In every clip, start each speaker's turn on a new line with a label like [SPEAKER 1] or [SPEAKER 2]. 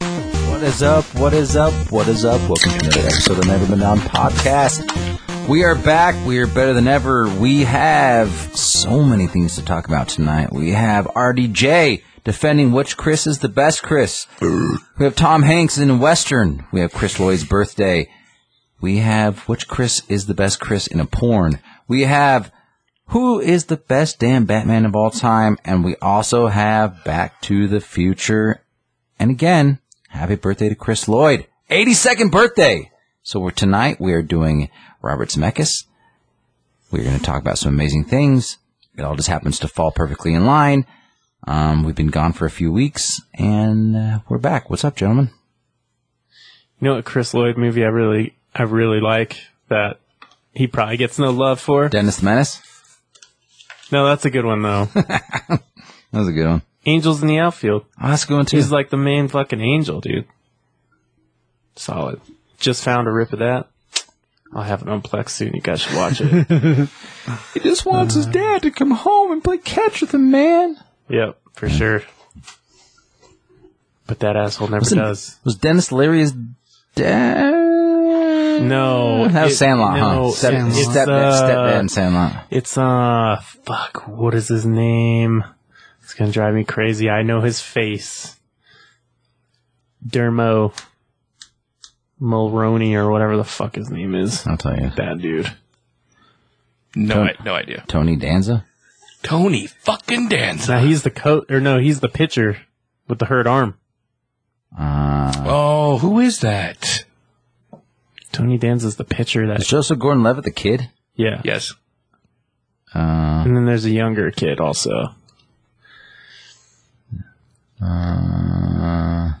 [SPEAKER 1] What is up? What is up? What is up? Welcome to another episode of the Never Been Down podcast. We are back. We are better than ever. We have so many things to talk about tonight. We have RDJ defending which Chris is the best Chris. we have Tom Hanks in Western. We have Chris Lloyd's birthday. We have which Chris is the best Chris in a porn. We have who is the best damn Batman of all time. And we also have Back to the Future and again, happy birthday to Chris Lloyd. 82nd birthday. So we're tonight we are doing Robert Zemeckis. We're going to talk about some amazing things. It all just happens to fall perfectly in line. Um, we've been gone for a few weeks and uh, we're back. What's up, gentlemen?
[SPEAKER 2] You know what Chris Lloyd movie I really I really like that he probably gets no love for?
[SPEAKER 1] Dennis the Menace.
[SPEAKER 2] No, that's a good one though.
[SPEAKER 1] That was a good one.
[SPEAKER 2] Angels in the outfield.
[SPEAKER 1] Oh, that's a good one too.
[SPEAKER 2] He's like the main fucking angel, dude. Solid. Just found a rip of that. I'll have it on Plex soon. You guys should watch it.
[SPEAKER 1] He just wants his dad to come home and play catch with him, man.
[SPEAKER 2] yep, for sure. But that asshole never
[SPEAKER 1] Wasn't-
[SPEAKER 2] does.
[SPEAKER 1] Was Dennis Leary's dad?
[SPEAKER 2] No,
[SPEAKER 1] That was
[SPEAKER 2] it-
[SPEAKER 1] Sandlot,
[SPEAKER 2] no,
[SPEAKER 1] huh? Step,
[SPEAKER 2] it- it's,
[SPEAKER 1] Step,
[SPEAKER 2] uh,
[SPEAKER 1] stepdad and Sandlot.
[SPEAKER 2] It's uh fuck, what is his name? It's gonna drive me crazy. I know his face. Dermo Mulroney or whatever the fuck his name is.
[SPEAKER 1] I'll tell you.
[SPEAKER 2] That dude.
[SPEAKER 3] No,
[SPEAKER 1] Tony-
[SPEAKER 3] I, no idea.
[SPEAKER 1] Tony Danza?
[SPEAKER 3] Tony fucking Danza.
[SPEAKER 2] Now he's the coach or no, he's the pitcher with the hurt arm.
[SPEAKER 1] Uh,
[SPEAKER 3] Oh, who is that?
[SPEAKER 2] Tony Danza's the pitcher
[SPEAKER 1] is
[SPEAKER 2] that
[SPEAKER 1] Joseph Gordon Levitt the kid?
[SPEAKER 2] yeah.
[SPEAKER 3] Yes.
[SPEAKER 1] Uh,
[SPEAKER 2] And then there's a younger kid also.
[SPEAKER 1] uh,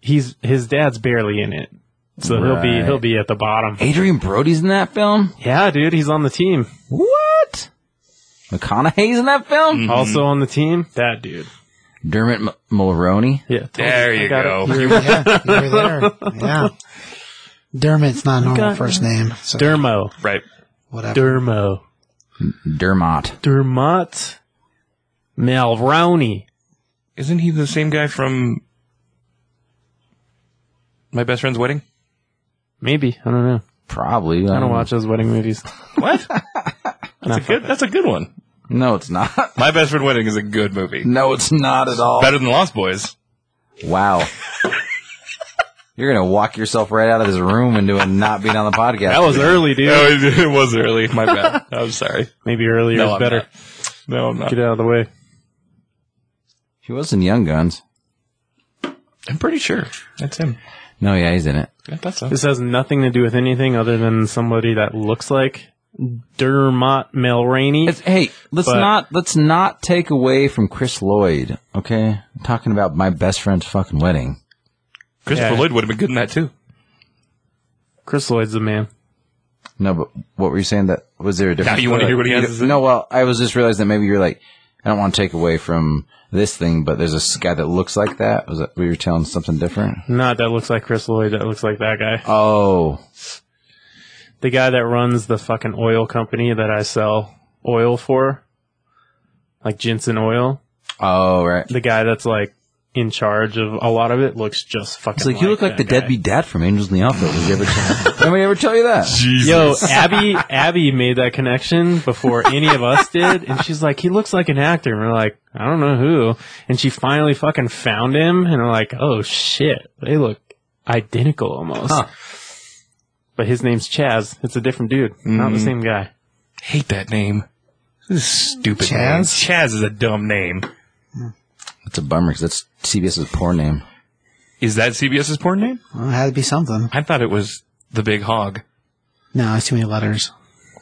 [SPEAKER 2] He's his dad's barely in it. So he'll be
[SPEAKER 1] Right.
[SPEAKER 2] he'll be at the bottom.
[SPEAKER 1] Adrian Brody's in that film?
[SPEAKER 2] Yeah, dude, he's on the team.
[SPEAKER 1] What? McConaughey's in that film?
[SPEAKER 2] Also on the team, that dude.
[SPEAKER 1] Dermot M- Mulroney?
[SPEAKER 2] Yeah. told
[SPEAKER 3] There
[SPEAKER 2] I
[SPEAKER 3] you
[SPEAKER 2] got it.
[SPEAKER 3] go.
[SPEAKER 4] Yeah, you're there. Yeah. Dermot's not a normal
[SPEAKER 2] got-
[SPEAKER 4] first name. So
[SPEAKER 2] Dermo.
[SPEAKER 3] right.
[SPEAKER 4] whatever.
[SPEAKER 2] Dermo.
[SPEAKER 1] Dermot.
[SPEAKER 2] Dermot Mulroney.
[SPEAKER 3] Isn't he the same guy from My Best Friend's Wedding?
[SPEAKER 2] Maybe. I don't know.
[SPEAKER 1] Probably. Um,
[SPEAKER 2] I don't watch those wedding movies.
[SPEAKER 3] What? that's a good. That's a good one.
[SPEAKER 1] No, it's not.
[SPEAKER 3] My Best Friend Wedding is a good movie.
[SPEAKER 1] No, it's not at all.
[SPEAKER 3] Better than Lost Boys.
[SPEAKER 1] Wow. You're going to walk yourself right out of this room into a not being on the podcast.
[SPEAKER 2] That was early, dude.
[SPEAKER 3] No, it, it was early. My bad. I'm sorry.
[SPEAKER 2] Maybe earlier
[SPEAKER 3] No,
[SPEAKER 2] is
[SPEAKER 3] I'm
[SPEAKER 2] better.
[SPEAKER 3] not. No, I'm not.
[SPEAKER 2] Get out of the way.
[SPEAKER 1] He was in Young Guns.
[SPEAKER 3] I'm pretty sure that's him.
[SPEAKER 1] No, yeah, he's in it.
[SPEAKER 3] Yeah, that's him.
[SPEAKER 2] This has nothing to do with anything other than somebody that looks like Dermot Mulroney.
[SPEAKER 1] It's, hey, let's
[SPEAKER 2] But-
[SPEAKER 1] not let's not take away from Chris Lloyd. Okay, I'm talking about my best friend's fucking wedding.
[SPEAKER 3] Christopher
[SPEAKER 2] Yeah.
[SPEAKER 3] Lloyd would have been good in that too.
[SPEAKER 2] Chris Lloyd's the man.
[SPEAKER 1] No, but what were you saying? That was there a difference?
[SPEAKER 3] you wanna hear what he has to say?
[SPEAKER 1] No, well, I was just realizing that maybe you're like, I don't want to take away from this thing, but there's this guy that looks like that. Was that we were telling something different?
[SPEAKER 2] Not that looks like Chris Lloyd. That looks like that guy.
[SPEAKER 1] Oh,
[SPEAKER 2] The guy that runs the fucking oil company that I sell oil for, like Jensen Oil.
[SPEAKER 1] oh, right.
[SPEAKER 2] The guy that's like in charge of a lot of it looks just fucking.
[SPEAKER 1] It's like you look like
[SPEAKER 2] that
[SPEAKER 1] the
[SPEAKER 2] guy.
[SPEAKER 1] deadbeat dad from Angels in the Outfield. Did you ever tell? Did anybody ever tell you that?
[SPEAKER 3] Jesus.
[SPEAKER 2] Yo, Abby, Abby made that connection before any of us did, and she's like, "He looks like an actor." And we're like, "I don't know who." And she finally fucking found him, and we're like, "Oh shit, they look identical almost."
[SPEAKER 1] Huh.
[SPEAKER 2] But his name's Chaz. It's a different dude, not the
[SPEAKER 1] Mm-hmm.
[SPEAKER 2] same guy.
[SPEAKER 3] hate that name. This is stupid. name.
[SPEAKER 4] Chaz?
[SPEAKER 3] Chaz is a dumb name.
[SPEAKER 1] That's a bummer because that's CBS's porn name.
[SPEAKER 3] Is that CBS's porn name?
[SPEAKER 4] Well, it had to be something.
[SPEAKER 3] I thought it was the Big Hog.
[SPEAKER 4] No, it's too many letters.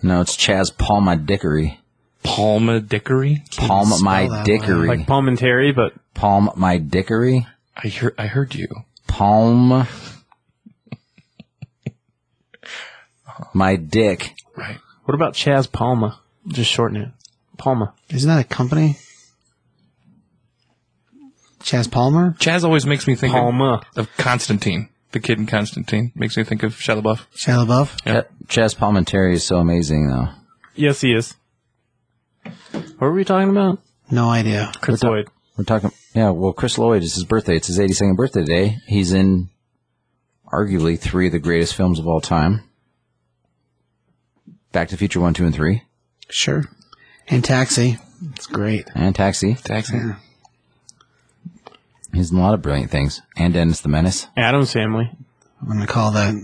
[SPEAKER 1] No, it's Chaz Palma Dickory.
[SPEAKER 3] Palma Dickory.
[SPEAKER 1] Palm
[SPEAKER 4] spell that
[SPEAKER 1] my
[SPEAKER 4] one.
[SPEAKER 1] dickory.
[SPEAKER 2] Like Palm and Terry, but
[SPEAKER 1] Palm my dickory.
[SPEAKER 3] I heard. I heard you.
[SPEAKER 1] Palm my dick.
[SPEAKER 3] Right.
[SPEAKER 2] what about Chaz Palma? Just shorten it, Palma.
[SPEAKER 4] Isn't that a company? Chaz Palmer?
[SPEAKER 3] Chaz always makes me think of,
[SPEAKER 2] Palma.
[SPEAKER 3] of Constantine, the kid in Constantine. Makes me think of Shia LaBeouf.
[SPEAKER 4] Shia LaBeouf?
[SPEAKER 3] Yeah.
[SPEAKER 1] Ch- Chaz Palminteri is so amazing, though.
[SPEAKER 2] Yes, he is. What were we talking about?
[SPEAKER 4] No idea.
[SPEAKER 2] Chris Lloyd.
[SPEAKER 1] We're talking. Yeah, well, Chris Lloyd. It's his birthday. It's his 82nd birthday today. He's in arguably three of the greatest films of all time. Back to the Future one, two, and three,
[SPEAKER 4] Sure. And Taxi. It's great.
[SPEAKER 1] and Taxi.
[SPEAKER 3] Taxi.
[SPEAKER 4] Yeah.
[SPEAKER 1] He's in a lot of brilliant things, and Dennis the Menace.
[SPEAKER 2] Adam's family.
[SPEAKER 4] I'm going to call that.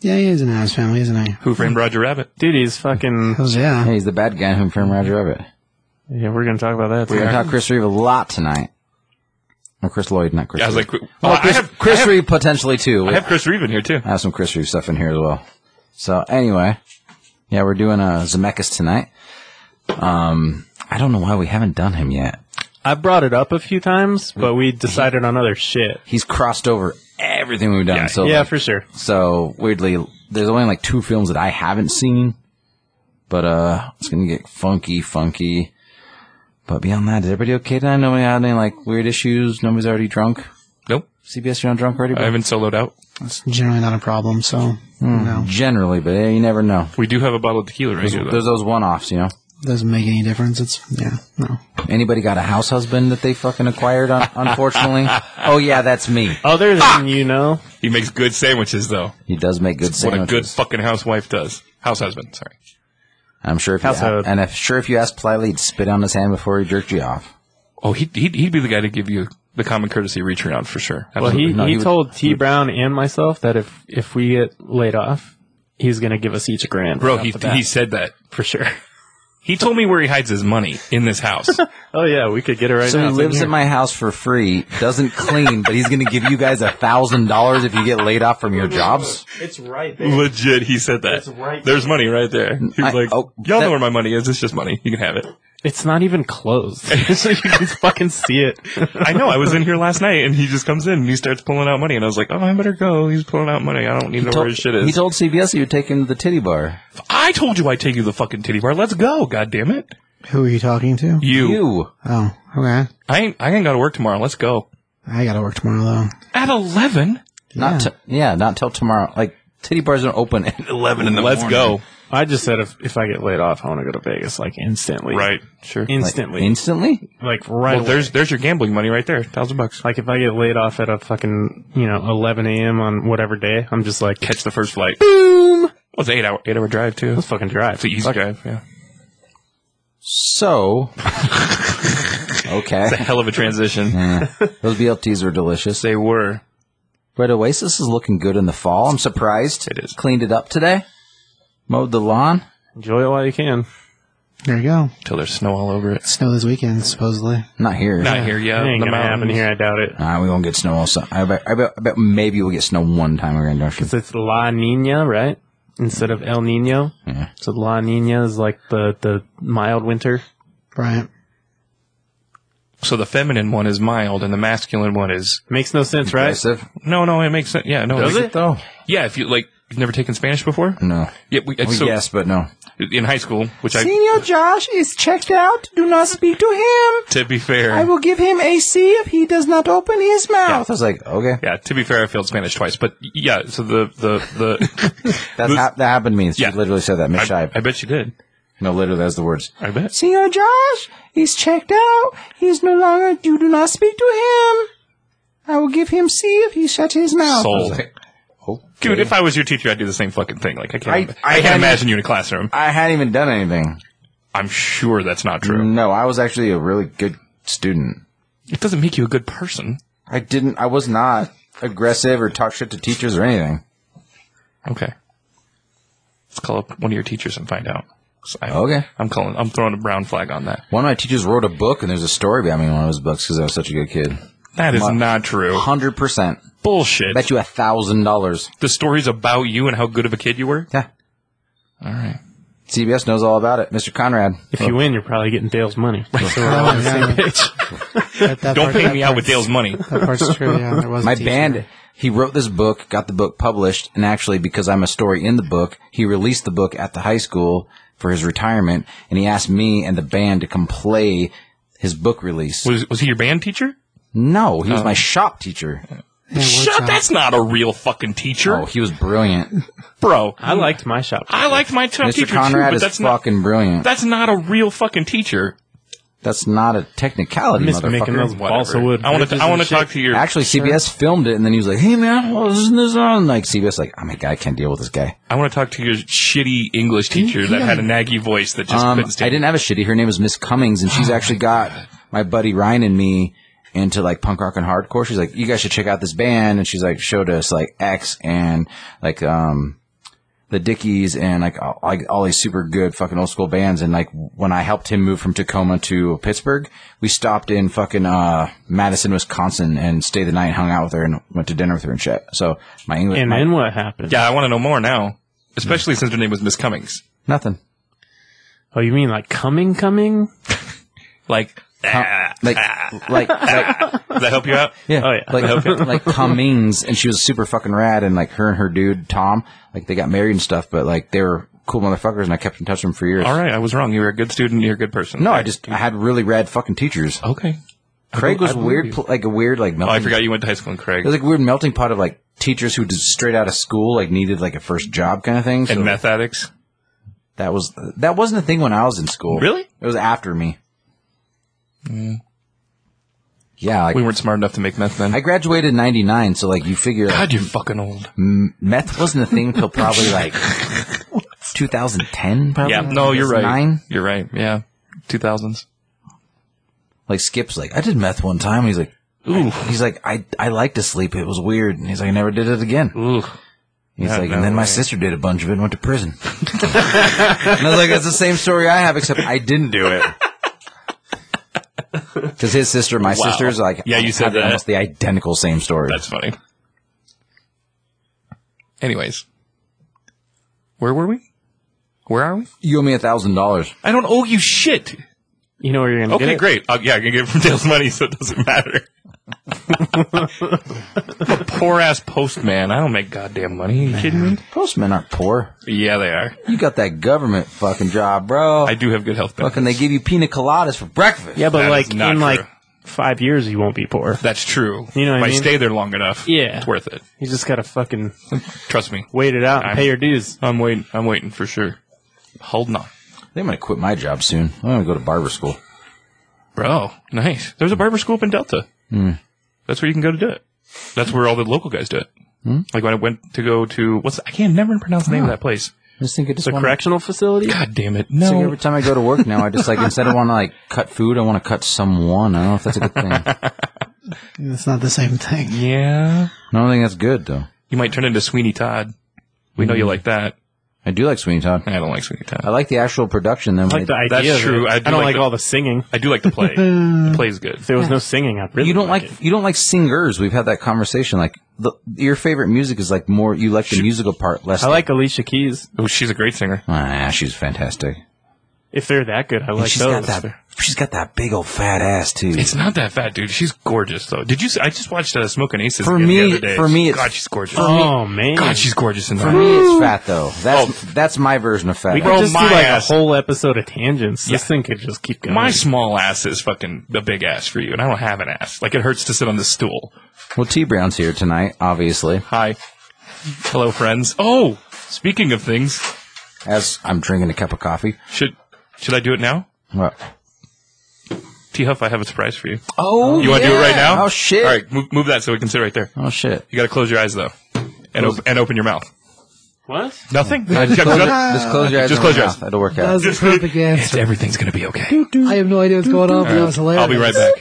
[SPEAKER 4] Yeah, he is an Adams family, isn't he?
[SPEAKER 3] Who framed Roger Rabbit?
[SPEAKER 2] Dude, he's fucking.
[SPEAKER 4] Because, yeah.
[SPEAKER 1] Hey, he's the bad guy who from Roger Rabbit.
[SPEAKER 2] Yeah, we're gonna talk about that.
[SPEAKER 1] We're gonna talk Chris Reeve a lot tonight. Or Chris Lloyd, not Chris.
[SPEAKER 3] I was
[SPEAKER 1] Reeve.
[SPEAKER 3] like, well,
[SPEAKER 1] oh, Chris,
[SPEAKER 3] I have
[SPEAKER 1] Chris
[SPEAKER 3] I have,
[SPEAKER 1] Reeve potentially too.
[SPEAKER 3] I have Chris Reeve in here too.
[SPEAKER 1] I have some Chris Reeve stuff in here as well. So anyway, yeah, we're doing a Zemeckis tonight. Um, I don't know why we haven't done him yet.
[SPEAKER 2] I brought it up a few times, but we decided on other shit.
[SPEAKER 1] He's crossed over everything we've done.
[SPEAKER 3] Yeah,
[SPEAKER 1] so
[SPEAKER 2] Yeah,
[SPEAKER 1] like,
[SPEAKER 2] for sure.
[SPEAKER 1] so weirdly, there's only like two films that I haven't seen, but uh, it's gonna get funky, funky. But beyond that, is everybody okay tonight? Nobody had any like weird issues. Nobody's already drunk.
[SPEAKER 3] Nope.
[SPEAKER 1] CBS, you're not drunk already.
[SPEAKER 3] I haven't soloed out.
[SPEAKER 4] It's generally not a problem, so. No.
[SPEAKER 1] Generally, but eh, you never know.
[SPEAKER 3] We do have a bottle of tequila right here. though.
[SPEAKER 1] There's those one-offs, you know.
[SPEAKER 4] Doesn't make any difference. It's, yeah, no.
[SPEAKER 1] Anybody got a house husband that they fucking acquired? Un- unfortunately, oh yeah, that's me.
[SPEAKER 2] Other than you know,
[SPEAKER 3] He makes good sandwiches though.
[SPEAKER 1] He does make good
[SPEAKER 3] What a
[SPEAKER 1] sandwiches.
[SPEAKER 3] good fucking housewife does. House husband, sorry.
[SPEAKER 1] I'm sure if you,
[SPEAKER 2] House husband.
[SPEAKER 1] and if sure if you asked politely, he'd spit on his hand before he jerked you off.
[SPEAKER 3] Oh, he'd, he'd, he'd be the guy to give you the common courtesy reach around for sure.
[SPEAKER 2] well, he,
[SPEAKER 1] No,
[SPEAKER 2] he,
[SPEAKER 1] he would-
[SPEAKER 2] told T Brown and myself that if if we get laid off, he's gonna give us each a grand.
[SPEAKER 3] Bro,
[SPEAKER 2] right
[SPEAKER 3] he,
[SPEAKER 2] off the bat,
[SPEAKER 3] he said that.
[SPEAKER 2] for sure.
[SPEAKER 3] He told me where he hides his money in this house.
[SPEAKER 2] Oh yeah, we could get it right
[SPEAKER 1] So
[SPEAKER 2] now.
[SPEAKER 1] he
[SPEAKER 2] It's
[SPEAKER 1] lives
[SPEAKER 2] in
[SPEAKER 1] at my house for free, doesn't clean, but he's going to give you guys a thousand dollars if you get laid off from your jobs.
[SPEAKER 2] here. It's right there.
[SPEAKER 3] Legit, he said that.
[SPEAKER 2] That's right.
[SPEAKER 3] There's money right there. He
[SPEAKER 1] I-
[SPEAKER 3] was like,
[SPEAKER 1] oh, that-
[SPEAKER 3] y'all know where my money is. It's just money. You can have it.
[SPEAKER 2] It's not even closed. so you can fucking see it.
[SPEAKER 3] I know. I was in here last night, and he just comes in and he starts pulling out money, and I was like, "Oh, I better go." He's pulling out money. I don't need to know where his shit is.
[SPEAKER 1] He told CBS he would take him to the titty bar.
[SPEAKER 3] I told you I would take you to the fucking titty bar. Let's go. God damn it.
[SPEAKER 4] Who are you talking to?
[SPEAKER 3] You.
[SPEAKER 1] You.
[SPEAKER 4] Oh, okay.
[SPEAKER 3] I ain't. I ain't got to work tomorrow. Let's go.
[SPEAKER 4] I got to work tomorrow, though.
[SPEAKER 3] At eleven.
[SPEAKER 1] Not yeah. yeah, not till tomorrow. Like, titty bars don't open at 11 in the
[SPEAKER 3] Let's go.
[SPEAKER 2] I just said if if I get laid off, I want to go to Vegas like instantly.
[SPEAKER 3] Right. Sure.
[SPEAKER 2] Instantly. Like,
[SPEAKER 1] Instantly?
[SPEAKER 2] right
[SPEAKER 3] Well,
[SPEAKER 2] away.
[SPEAKER 3] there's there's your gambling money right there. Thousand bucks.
[SPEAKER 2] Like if I get laid off at a fucking you know 11 a.m. on whatever day, I'm just like
[SPEAKER 3] Catch the first flight.
[SPEAKER 2] boom.
[SPEAKER 3] Well, it's an eight hour eight hour drive too.
[SPEAKER 2] Let's fucking drive.
[SPEAKER 3] It's an easy drive. Yeah.
[SPEAKER 1] So. Okay.
[SPEAKER 3] Hell of a transition.
[SPEAKER 1] Yeah. Those BLTs were delicious.
[SPEAKER 3] they were.
[SPEAKER 1] Red Oasis is looking good in the fall. I'm surprised.
[SPEAKER 3] It is.
[SPEAKER 1] Cleaned it up today. Mowed the lawn.
[SPEAKER 2] Enjoy it while you can.
[SPEAKER 4] There you go.
[SPEAKER 3] Till there's snow all over it.
[SPEAKER 4] Snow this weekend, supposedly.
[SPEAKER 1] Not here.
[SPEAKER 3] Not here
[SPEAKER 2] It
[SPEAKER 3] yet.
[SPEAKER 2] ain't
[SPEAKER 3] Uh, The
[SPEAKER 2] gonna happen
[SPEAKER 3] mountains.
[SPEAKER 2] here. I doubt it.
[SPEAKER 1] Nah, we won't get snow all summer. I bet, I bet, I bet maybe we'll get snow one time around Junction.
[SPEAKER 2] So it's La Nina, right? Instead of El Nino.
[SPEAKER 1] Yeah.
[SPEAKER 2] So La Nina is like the the mild winter.
[SPEAKER 4] Right.
[SPEAKER 3] So the feminine one is mild, and the masculine one is
[SPEAKER 2] Makes no sense, right?
[SPEAKER 1] Aggressive.
[SPEAKER 3] no, no. It makes sense. Yeah, no.
[SPEAKER 2] Does
[SPEAKER 3] like-
[SPEAKER 2] it?
[SPEAKER 1] though?
[SPEAKER 3] Yeah, if you like, you've never taken Spanish before.
[SPEAKER 1] No.
[SPEAKER 3] Yeah, we,
[SPEAKER 1] Well,
[SPEAKER 3] so,
[SPEAKER 1] Mm. Oh, yes, but no.
[SPEAKER 3] in high school, which I,
[SPEAKER 1] Senior Josh is checked out. Do not speak to him.
[SPEAKER 3] to be fair,
[SPEAKER 1] will give him a C if he does not open his mouth. I was like, okay,
[SPEAKER 3] yeah, to be fair, I failed Spanish twice, but yeah, so the the the,
[SPEAKER 1] that's
[SPEAKER 3] This-
[SPEAKER 1] ha- that happened to me. She
[SPEAKER 3] Yeah.
[SPEAKER 1] literally said that. Miss
[SPEAKER 3] I,
[SPEAKER 1] Shive.
[SPEAKER 3] I bet you did.
[SPEAKER 1] no, literally, that's the words.
[SPEAKER 3] I bet.
[SPEAKER 1] Senior Josh, he's checked out. He's no longer. You do not speak to him. I will give him C if he shuts his mouth. I was
[SPEAKER 3] Sold.
[SPEAKER 1] like, okay.
[SPEAKER 3] Dude, if I was your teacher, I'd do the same fucking thing. Like I can't,
[SPEAKER 1] I- I
[SPEAKER 3] I, can't
[SPEAKER 1] hadn't-
[SPEAKER 3] imagine you in a classroom.
[SPEAKER 1] I hadn't even done anything.
[SPEAKER 3] I'm sure that's not true.
[SPEAKER 1] No, I was actually a really good student.
[SPEAKER 3] It doesn't make you a good person.
[SPEAKER 1] I didn't. I was not aggressive or talk shit to teachers or anything.
[SPEAKER 3] Okay, let's call up one of your teachers and find out. 'Cause I,
[SPEAKER 1] Okay.
[SPEAKER 3] I'm calling. I'm throwing a brown flag on that.
[SPEAKER 1] One of my teachers wrote a book, and there's a story behind me in one of his books because I was such a good kid.
[SPEAKER 3] That is not true.
[SPEAKER 1] Hundred percent.
[SPEAKER 3] Bullshit.
[SPEAKER 1] Bet you a thousand dollars.
[SPEAKER 3] the stories about you and how good of a kid you were.
[SPEAKER 1] Yeah.
[SPEAKER 3] All right.
[SPEAKER 1] CBS knows all about it. Mr. Conrad.
[SPEAKER 2] If you win, you're probably getting Dale's money.
[SPEAKER 4] Oh, yeah. That-
[SPEAKER 3] Don't
[SPEAKER 4] that part-
[SPEAKER 3] pay
[SPEAKER 4] that
[SPEAKER 3] me out with
[SPEAKER 4] part's-
[SPEAKER 3] Dale's money.
[SPEAKER 4] That part's true, yeah. There was a
[SPEAKER 1] My
[SPEAKER 4] teacher.
[SPEAKER 1] band. He wrote this book, got the book published, and actually, because I'm a story in the book, he released the book at the high school for his retirement, and he asked me and the band to come play his book release.
[SPEAKER 3] Was was he your band teacher?
[SPEAKER 1] No, he was
[SPEAKER 3] Oh.
[SPEAKER 1] my shop teacher.
[SPEAKER 4] Yeah,
[SPEAKER 3] Shut.
[SPEAKER 4] workshop.
[SPEAKER 3] That's not a real fucking teacher,
[SPEAKER 1] Oh, he was brilliant.
[SPEAKER 3] bro.
[SPEAKER 2] I liked my shop.
[SPEAKER 3] I liked my top
[SPEAKER 1] Mr.
[SPEAKER 3] teacher
[SPEAKER 1] Conrad
[SPEAKER 3] too, but
[SPEAKER 1] is
[SPEAKER 3] that's not
[SPEAKER 1] fucking brilliant.
[SPEAKER 3] that's not a real fucking teacher.
[SPEAKER 1] That's not a technicality,
[SPEAKER 2] Miss making
[SPEAKER 1] motherfucker.
[SPEAKER 2] those balsa wood.
[SPEAKER 3] I want to.
[SPEAKER 2] bridges
[SPEAKER 3] I want to
[SPEAKER 2] and
[SPEAKER 3] talk
[SPEAKER 2] shit.
[SPEAKER 3] to your.
[SPEAKER 1] Actually, CBS filmed it, and then he was like, "Hey man, well, isn't this on?" Like CBS, like, "Oh my god, I can't deal with this guy."
[SPEAKER 3] I want to talk to your shitty English teacher that had a naggy voice that just
[SPEAKER 1] Um,
[SPEAKER 3] couldn't
[SPEAKER 1] I
[SPEAKER 3] stand.
[SPEAKER 1] didn't have a shitty. Her name was Miss Cummings, and
[SPEAKER 2] Oh
[SPEAKER 1] she's actually got my buddy Ryan and me into like punk rock and hardcore. She's like, "You guys should check out this band," and she's like, showed us like X and like um the Dickies and like all, like all these super good fucking old school bands. And like when I helped him move from Tacoma to Pittsburgh, we stopped in fucking uh Madison, Wisconsin, and stayed the night, hung out with her, and went to dinner with her and shit. So my English,
[SPEAKER 2] And
[SPEAKER 1] my-
[SPEAKER 2] then what happened?
[SPEAKER 3] Yeah, I want to know more now, especially since her name was Miss Cummings.
[SPEAKER 1] nothing.
[SPEAKER 2] Oh, you mean like coming, coming?
[SPEAKER 3] Like, ah,
[SPEAKER 1] Like, like, like,
[SPEAKER 3] does that help you out?
[SPEAKER 1] Yeah.
[SPEAKER 2] Oh, yeah.
[SPEAKER 1] Like, like Cummings, and she was super fucking rad, and like her and her dude Tom, like they got married and stuff, but like they were cool motherfuckers, and I kept in touch with them for years.
[SPEAKER 3] All right, I was wrong. You were a good student. You're a good person.
[SPEAKER 1] No, I just I had really rad fucking teachers.
[SPEAKER 3] okay.
[SPEAKER 1] Craig was
[SPEAKER 3] I believe
[SPEAKER 1] weird,
[SPEAKER 3] you.
[SPEAKER 1] pl- like a weird like
[SPEAKER 3] Oh,
[SPEAKER 1] melting.
[SPEAKER 3] I forgot you went to high school in Craig
[SPEAKER 1] It was like a weird melting pot of like teachers who just straight out of school like needed like a first job kind of thing. So
[SPEAKER 3] and meth addicts.
[SPEAKER 1] that was that wasn't a thing when I was in school.
[SPEAKER 3] Really? Mm.
[SPEAKER 1] It was after me. Yeah, like
[SPEAKER 3] We weren't smart enough to make meth then.
[SPEAKER 1] I graduated in '99, so like you figure like,
[SPEAKER 3] God, you're fucking old.
[SPEAKER 1] meth wasn't a thing till probably like 2010. Probably
[SPEAKER 3] Yeah, no, you're right.
[SPEAKER 1] 2009.
[SPEAKER 3] You're right. Yeah, two thousands.
[SPEAKER 1] Like Skip's like, I did meth one time. He's like,
[SPEAKER 3] Ooh.
[SPEAKER 1] he's like, I I like to sleep. It was weird. And he's like, I never did it again.
[SPEAKER 3] Ooh.
[SPEAKER 1] He's
[SPEAKER 3] Yeah,
[SPEAKER 1] like,
[SPEAKER 3] no
[SPEAKER 1] and then my
[SPEAKER 3] way.
[SPEAKER 1] sister did a bunch of it and went to prison. and I was like, that's the same story I have, except I didn't do it. Because his sister, my sister's like,
[SPEAKER 3] Yeah, you said
[SPEAKER 1] have
[SPEAKER 3] that.
[SPEAKER 1] almost the identical same story.
[SPEAKER 3] That's funny. Anyways, where were we? Where are we?
[SPEAKER 1] you owe me a thousand dollars.
[SPEAKER 3] I don't owe you shit.
[SPEAKER 2] You know where you're gonna
[SPEAKER 3] Okay,
[SPEAKER 2] get it?
[SPEAKER 3] great. Uh, yeah, I can get it from Dale's money, so it doesn't matter. I'm a poor ass postman. I don't make goddamn money. Are you kidding me?
[SPEAKER 1] Postmen aren't poor.
[SPEAKER 3] Yeah, they are.
[SPEAKER 1] You got that government fucking job, bro.
[SPEAKER 3] I do have good health benefits.
[SPEAKER 1] Fucking, they give you pina coladas for breakfast.
[SPEAKER 2] Yeah, but
[SPEAKER 3] That is
[SPEAKER 2] like in
[SPEAKER 3] not
[SPEAKER 2] like
[SPEAKER 3] true.
[SPEAKER 2] five years, you won't be poor.
[SPEAKER 3] That's true.
[SPEAKER 2] You know what
[SPEAKER 3] if
[SPEAKER 2] I
[SPEAKER 3] I,
[SPEAKER 2] mean?
[SPEAKER 3] stay there long enough,
[SPEAKER 2] Yeah.
[SPEAKER 3] it's worth it.
[SPEAKER 2] You just gotta fucking
[SPEAKER 3] Trust me.
[SPEAKER 2] wait it out and
[SPEAKER 3] I'm-
[SPEAKER 2] pay your dues.
[SPEAKER 3] I'm waiting. I'm waiting for sure. Hold on,
[SPEAKER 1] I think I'm gonna quit my job soon. I'm gonna go to barber school.
[SPEAKER 3] bro. Nice. There's a barber school up in Delta.
[SPEAKER 2] Hmm.
[SPEAKER 3] That's where you can go to do it. That's where all the local guys do it.
[SPEAKER 2] Hmm?
[SPEAKER 3] Like when I went to go to what's I can't never pronounce the name of that place.
[SPEAKER 1] I just think it's
[SPEAKER 2] The correctional facility?
[SPEAKER 3] God damn it!
[SPEAKER 1] I think
[SPEAKER 3] No,
[SPEAKER 1] every time I go to work now, I just like instead of want to like cut food, I want to cut someone. I don't know if that's a good thing. I
[SPEAKER 4] It's not the same thing.
[SPEAKER 3] Yeah.
[SPEAKER 1] don't think that's good though.
[SPEAKER 3] You might turn into Sweeney Todd. We know you like that.
[SPEAKER 1] I do like Sweeney Todd.
[SPEAKER 3] I don't like Sweeney
[SPEAKER 1] I
[SPEAKER 3] Todd.
[SPEAKER 1] like the actual production. Then
[SPEAKER 2] I like the idea.
[SPEAKER 3] That's
[SPEAKER 2] of it.
[SPEAKER 3] true. I
[SPEAKER 2] I
[SPEAKER 3] do
[SPEAKER 2] don't
[SPEAKER 3] like
[SPEAKER 2] like,
[SPEAKER 3] the-
[SPEAKER 2] all the singing.
[SPEAKER 3] I do like the play. the play's good.
[SPEAKER 2] If there was no singing, I really
[SPEAKER 1] you don't
[SPEAKER 2] like,
[SPEAKER 1] like
[SPEAKER 2] it.
[SPEAKER 1] you don't like singers. We've had that conversation. Like the, your favorite music is like more. You like the musical part less.
[SPEAKER 2] I like Alicia Keys.
[SPEAKER 3] Oh, she's a great singer.
[SPEAKER 1] Ah, she's fantastic.
[SPEAKER 2] If they're that good, I
[SPEAKER 1] And
[SPEAKER 2] like
[SPEAKER 1] she's
[SPEAKER 2] those.
[SPEAKER 1] got that. She's got that big old fat ass too.
[SPEAKER 3] It's not that fat, dude. She's gorgeous, though. Did you? See, I just watched uh, Smoking Aces
[SPEAKER 1] For
[SPEAKER 3] again
[SPEAKER 1] me-
[SPEAKER 3] the other day.
[SPEAKER 1] for me, it's-
[SPEAKER 3] God, she's gorgeous.
[SPEAKER 2] oh man,
[SPEAKER 3] God, she's gorgeous in that.
[SPEAKER 1] For me, it's fat though. That's that's my version of fat.
[SPEAKER 2] Oh. we
[SPEAKER 3] Bro,
[SPEAKER 2] could just do
[SPEAKER 3] my
[SPEAKER 2] like
[SPEAKER 3] ass.
[SPEAKER 2] a whole episode of tangents. This
[SPEAKER 3] Yeah.
[SPEAKER 2] thing could just keep going.
[SPEAKER 3] My small ass is fucking the big ass for you, and I don't have an ass. Like it hurts to sit on this stool.
[SPEAKER 1] Well, T Brown's here tonight, obviously.
[SPEAKER 3] Hi, hello, friends. Oh, speaking of things,
[SPEAKER 1] As I'm drinking a cup of coffee.
[SPEAKER 3] should should I do it now?
[SPEAKER 1] What?
[SPEAKER 3] T Huff, I have a surprise for you.
[SPEAKER 1] Oh,
[SPEAKER 3] You want to do it right now?
[SPEAKER 1] Oh shit!
[SPEAKER 3] All right, move, move that so we can sit right there.
[SPEAKER 1] Oh shit!
[SPEAKER 3] You got to close your eyes though, and op- and open your mouth.
[SPEAKER 2] what?
[SPEAKER 3] Nothing.
[SPEAKER 1] I just, close,
[SPEAKER 3] Nothing?
[SPEAKER 1] just close your eyes.
[SPEAKER 3] Just
[SPEAKER 1] and
[SPEAKER 3] close your
[SPEAKER 1] mouth.
[SPEAKER 3] eyes.
[SPEAKER 1] It'll work out.
[SPEAKER 4] That was a perfect answer.
[SPEAKER 3] Everything's gonna be okay.
[SPEAKER 4] I have no idea what's going on, but that was hilarious.
[SPEAKER 3] I'll be right back.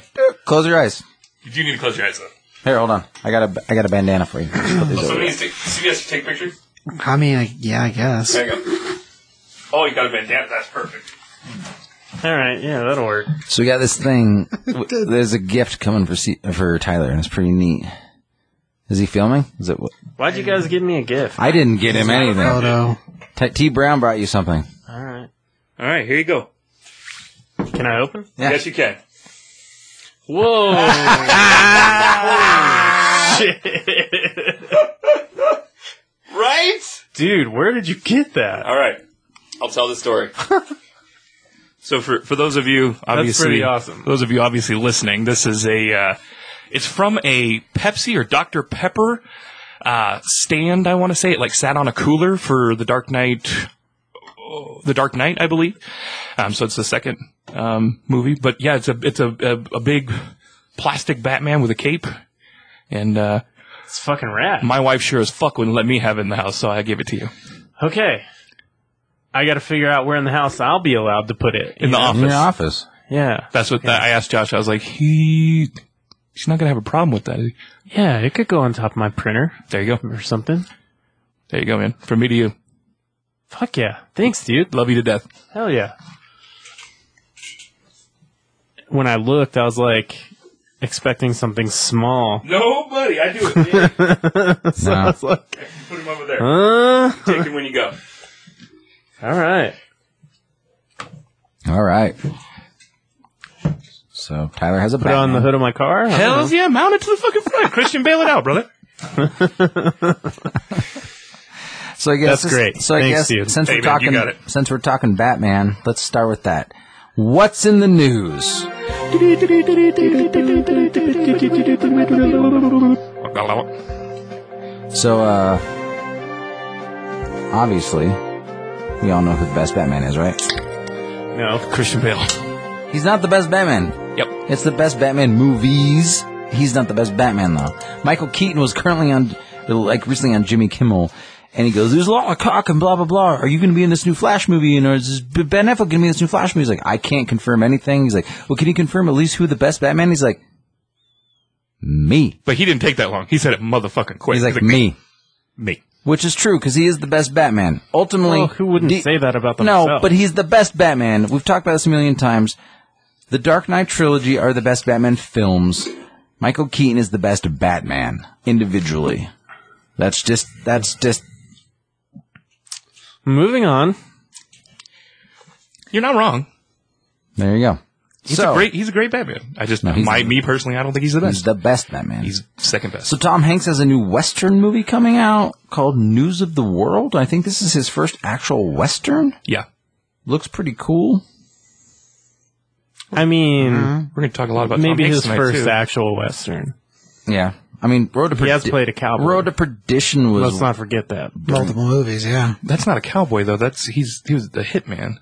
[SPEAKER 1] Close your eyes.
[SPEAKER 3] You do need to close your eyes though.
[SPEAKER 1] Here, hold on. I got a I got a bandana for you. Just put these over.
[SPEAKER 3] Somebody needs to CBS take a picture.
[SPEAKER 4] I mean, I, yeah, I guess.
[SPEAKER 3] There you go. Oh, you got a bandana. That's perfect.
[SPEAKER 2] All right, yeah, that'll work.
[SPEAKER 1] So we got this thing. There's a gift coming for C- for Tyler, and it's pretty neat. Is he filming? Is it?
[SPEAKER 2] Why'd you guys give me a gift?
[SPEAKER 1] I didn't get him anything.
[SPEAKER 4] Photo.
[SPEAKER 1] T-, T Brown brought you something.
[SPEAKER 2] All right,
[SPEAKER 3] All right, here you go.
[SPEAKER 2] can I open?
[SPEAKER 1] Yeah.
[SPEAKER 3] Yes, you can.
[SPEAKER 2] Whoa! Holy shit,
[SPEAKER 3] Right?
[SPEAKER 2] dude, where did you get that?
[SPEAKER 3] All right. I'll tell the story. so for for those of you obviously
[SPEAKER 2] pretty awesome.
[SPEAKER 3] those of you obviously listening, this is a uh, it's from a Pepsi or Dr Pepper uh, stand, I want to say it like sat on a cooler for the Dark Knight The Dark Knight, I believe. Um, so it's the second um, movie, but yeah, it's a it's a, a, a big plastic Batman with a cape, and uh,
[SPEAKER 2] It's fucking rad.
[SPEAKER 3] my wife sure as fuck wouldn't let me have it in the house, so I gave it to you
[SPEAKER 2] okay. I got to figure out where in the house I'll be allowed to put it.
[SPEAKER 3] in the
[SPEAKER 1] In
[SPEAKER 3] office.
[SPEAKER 1] your office.
[SPEAKER 2] Yeah.
[SPEAKER 3] That's what that, I asked Josh. I was like, he, she's not gonna have a problem with that. is he?
[SPEAKER 2] Yeah, it could go on top of my printer
[SPEAKER 3] There you go.
[SPEAKER 2] or something.
[SPEAKER 3] There you go, man. From me to you.
[SPEAKER 2] Fuck yeah. Thanks, dude.
[SPEAKER 3] Love you to death.
[SPEAKER 2] Hell yeah. When I looked, I was like expecting something small.
[SPEAKER 3] Nobody, I do it.
[SPEAKER 2] so
[SPEAKER 1] Wow.
[SPEAKER 2] I was like,
[SPEAKER 3] Put him over there.
[SPEAKER 2] uh,
[SPEAKER 3] Take him when you go.
[SPEAKER 2] all right.
[SPEAKER 1] All right. So Tyler has a
[SPEAKER 2] Put it on the hood of my car. I don't
[SPEAKER 3] Hells yeah, mount it to the fucking front. Christian, bail it out, brother.
[SPEAKER 1] So I guess
[SPEAKER 2] That's great.
[SPEAKER 1] So I
[SPEAKER 2] Thanks,
[SPEAKER 1] guess
[SPEAKER 2] dude.
[SPEAKER 1] since
[SPEAKER 3] Hey,
[SPEAKER 1] we're
[SPEAKER 3] man, you
[SPEAKER 1] talking
[SPEAKER 3] got it.
[SPEAKER 1] since we're talking Batman, let's start with that. What's in the news? So uh obviously we all know who the best Batman is, right?
[SPEAKER 2] know. No.
[SPEAKER 3] Christian Bale.
[SPEAKER 1] He's not the best Batman.
[SPEAKER 3] Yep.
[SPEAKER 1] It's the best Batman movies. He's not the best Batman though. Michael Keaton was currently on, like recently on Jimmy Kimmel, and he goes, "There's a lot of cock and blah blah blah. Are you going to be in this new Flash movie? And or is this Ben Affleck going to be in this new Flash movie?" He's like, "I can't confirm anything." He's like, "Well, can you confirm at least who the best Batman?" He's like, "Me."
[SPEAKER 3] But he didn't take that long. He said it motherfucking quick.
[SPEAKER 1] He's like, "Me,"
[SPEAKER 3] me.
[SPEAKER 1] which is true because he is the best Batman. Ultimately,
[SPEAKER 2] Well, who wouldn't
[SPEAKER 1] the-
[SPEAKER 2] say that about themselves?
[SPEAKER 1] no, but he's the best Batman. We've talked about this a million times. The Dark Knight trilogy are the best Batman films. Michael Keaton is the best Batman individually. That's just that's just
[SPEAKER 2] Moving on.
[SPEAKER 3] You're not wrong.
[SPEAKER 1] there you go.
[SPEAKER 3] He's
[SPEAKER 1] so
[SPEAKER 3] a great. He's a great Batman. I just
[SPEAKER 1] he's
[SPEAKER 3] my
[SPEAKER 1] the-
[SPEAKER 3] me personally, I don't think he's the
[SPEAKER 1] he's
[SPEAKER 3] best.
[SPEAKER 1] the best Batman.
[SPEAKER 3] He's second best.
[SPEAKER 1] so Tom Hanks has a new Western movie coming out called News of the World. I think this is his first actual Western.
[SPEAKER 3] yeah,
[SPEAKER 1] Looks pretty cool.
[SPEAKER 2] I mean,
[SPEAKER 1] Mm-hmm.
[SPEAKER 3] we're gonna talk a lot about Tom
[SPEAKER 2] maybe
[SPEAKER 3] Hanks
[SPEAKER 2] his
[SPEAKER 3] tonight,
[SPEAKER 2] first
[SPEAKER 3] too.
[SPEAKER 2] actual Western.
[SPEAKER 1] Yeah. I mean, Road to
[SPEAKER 2] He has
[SPEAKER 1] Perdi-
[SPEAKER 2] played a cowboy.
[SPEAKER 1] Road to Perdition was
[SPEAKER 2] Let's not forget that.
[SPEAKER 4] Multiple movies, yeah.
[SPEAKER 3] That's not a cowboy though. That's he's he was the hitman.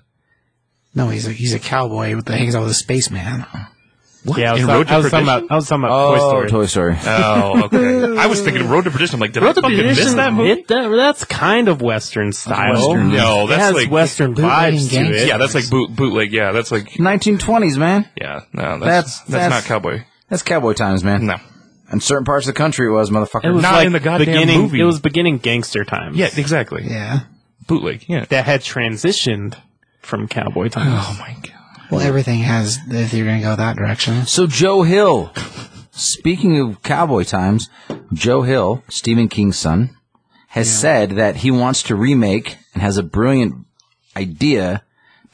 [SPEAKER 4] No, he's a, he's a cowboy with the hangs out with a spaceman.
[SPEAKER 2] Yeah, I was,
[SPEAKER 3] In
[SPEAKER 2] talk-
[SPEAKER 3] Road to
[SPEAKER 2] I was talking
[SPEAKER 3] Perdition?
[SPEAKER 2] about. I was talking about
[SPEAKER 1] oh,
[SPEAKER 2] Toy Story.
[SPEAKER 1] Toy Story.
[SPEAKER 3] Oh, okay. I was thinking Road to Perdition. I'm like, did I fucking miss that movie?
[SPEAKER 2] It- that- that's kind of Western style.
[SPEAKER 1] Western.
[SPEAKER 3] No,
[SPEAKER 2] It
[SPEAKER 3] that's
[SPEAKER 2] has
[SPEAKER 3] like
[SPEAKER 2] Western
[SPEAKER 4] Bootleg
[SPEAKER 2] vibes to
[SPEAKER 4] gangster.
[SPEAKER 2] it.
[SPEAKER 3] yeah, that's like boot, bootleg. Yeah, that's like
[SPEAKER 1] 1920s, man.
[SPEAKER 3] yeah.
[SPEAKER 1] That's-
[SPEAKER 3] No, that's that's,
[SPEAKER 1] that's-
[SPEAKER 3] not cowboy.
[SPEAKER 1] That's cowboy times, man.
[SPEAKER 3] No.
[SPEAKER 1] In certain parts of the country, it was motherfucker.
[SPEAKER 2] It was
[SPEAKER 3] Not
[SPEAKER 2] like
[SPEAKER 3] in the goddamn
[SPEAKER 2] beginning,
[SPEAKER 3] movie.
[SPEAKER 2] It was beginning gangster times.
[SPEAKER 3] Yeah, exactly.
[SPEAKER 4] Yeah.
[SPEAKER 3] Bootleg. Yeah.
[SPEAKER 2] that had transitioned from cowboy times.
[SPEAKER 3] Oh my god.
[SPEAKER 4] Well, everything has, if you're going to go that direction.
[SPEAKER 1] so Joe Hill. Speaking of cowboy times, Joe Hill, Stephen King's son, has said that he wants to remake and has a brilliant idea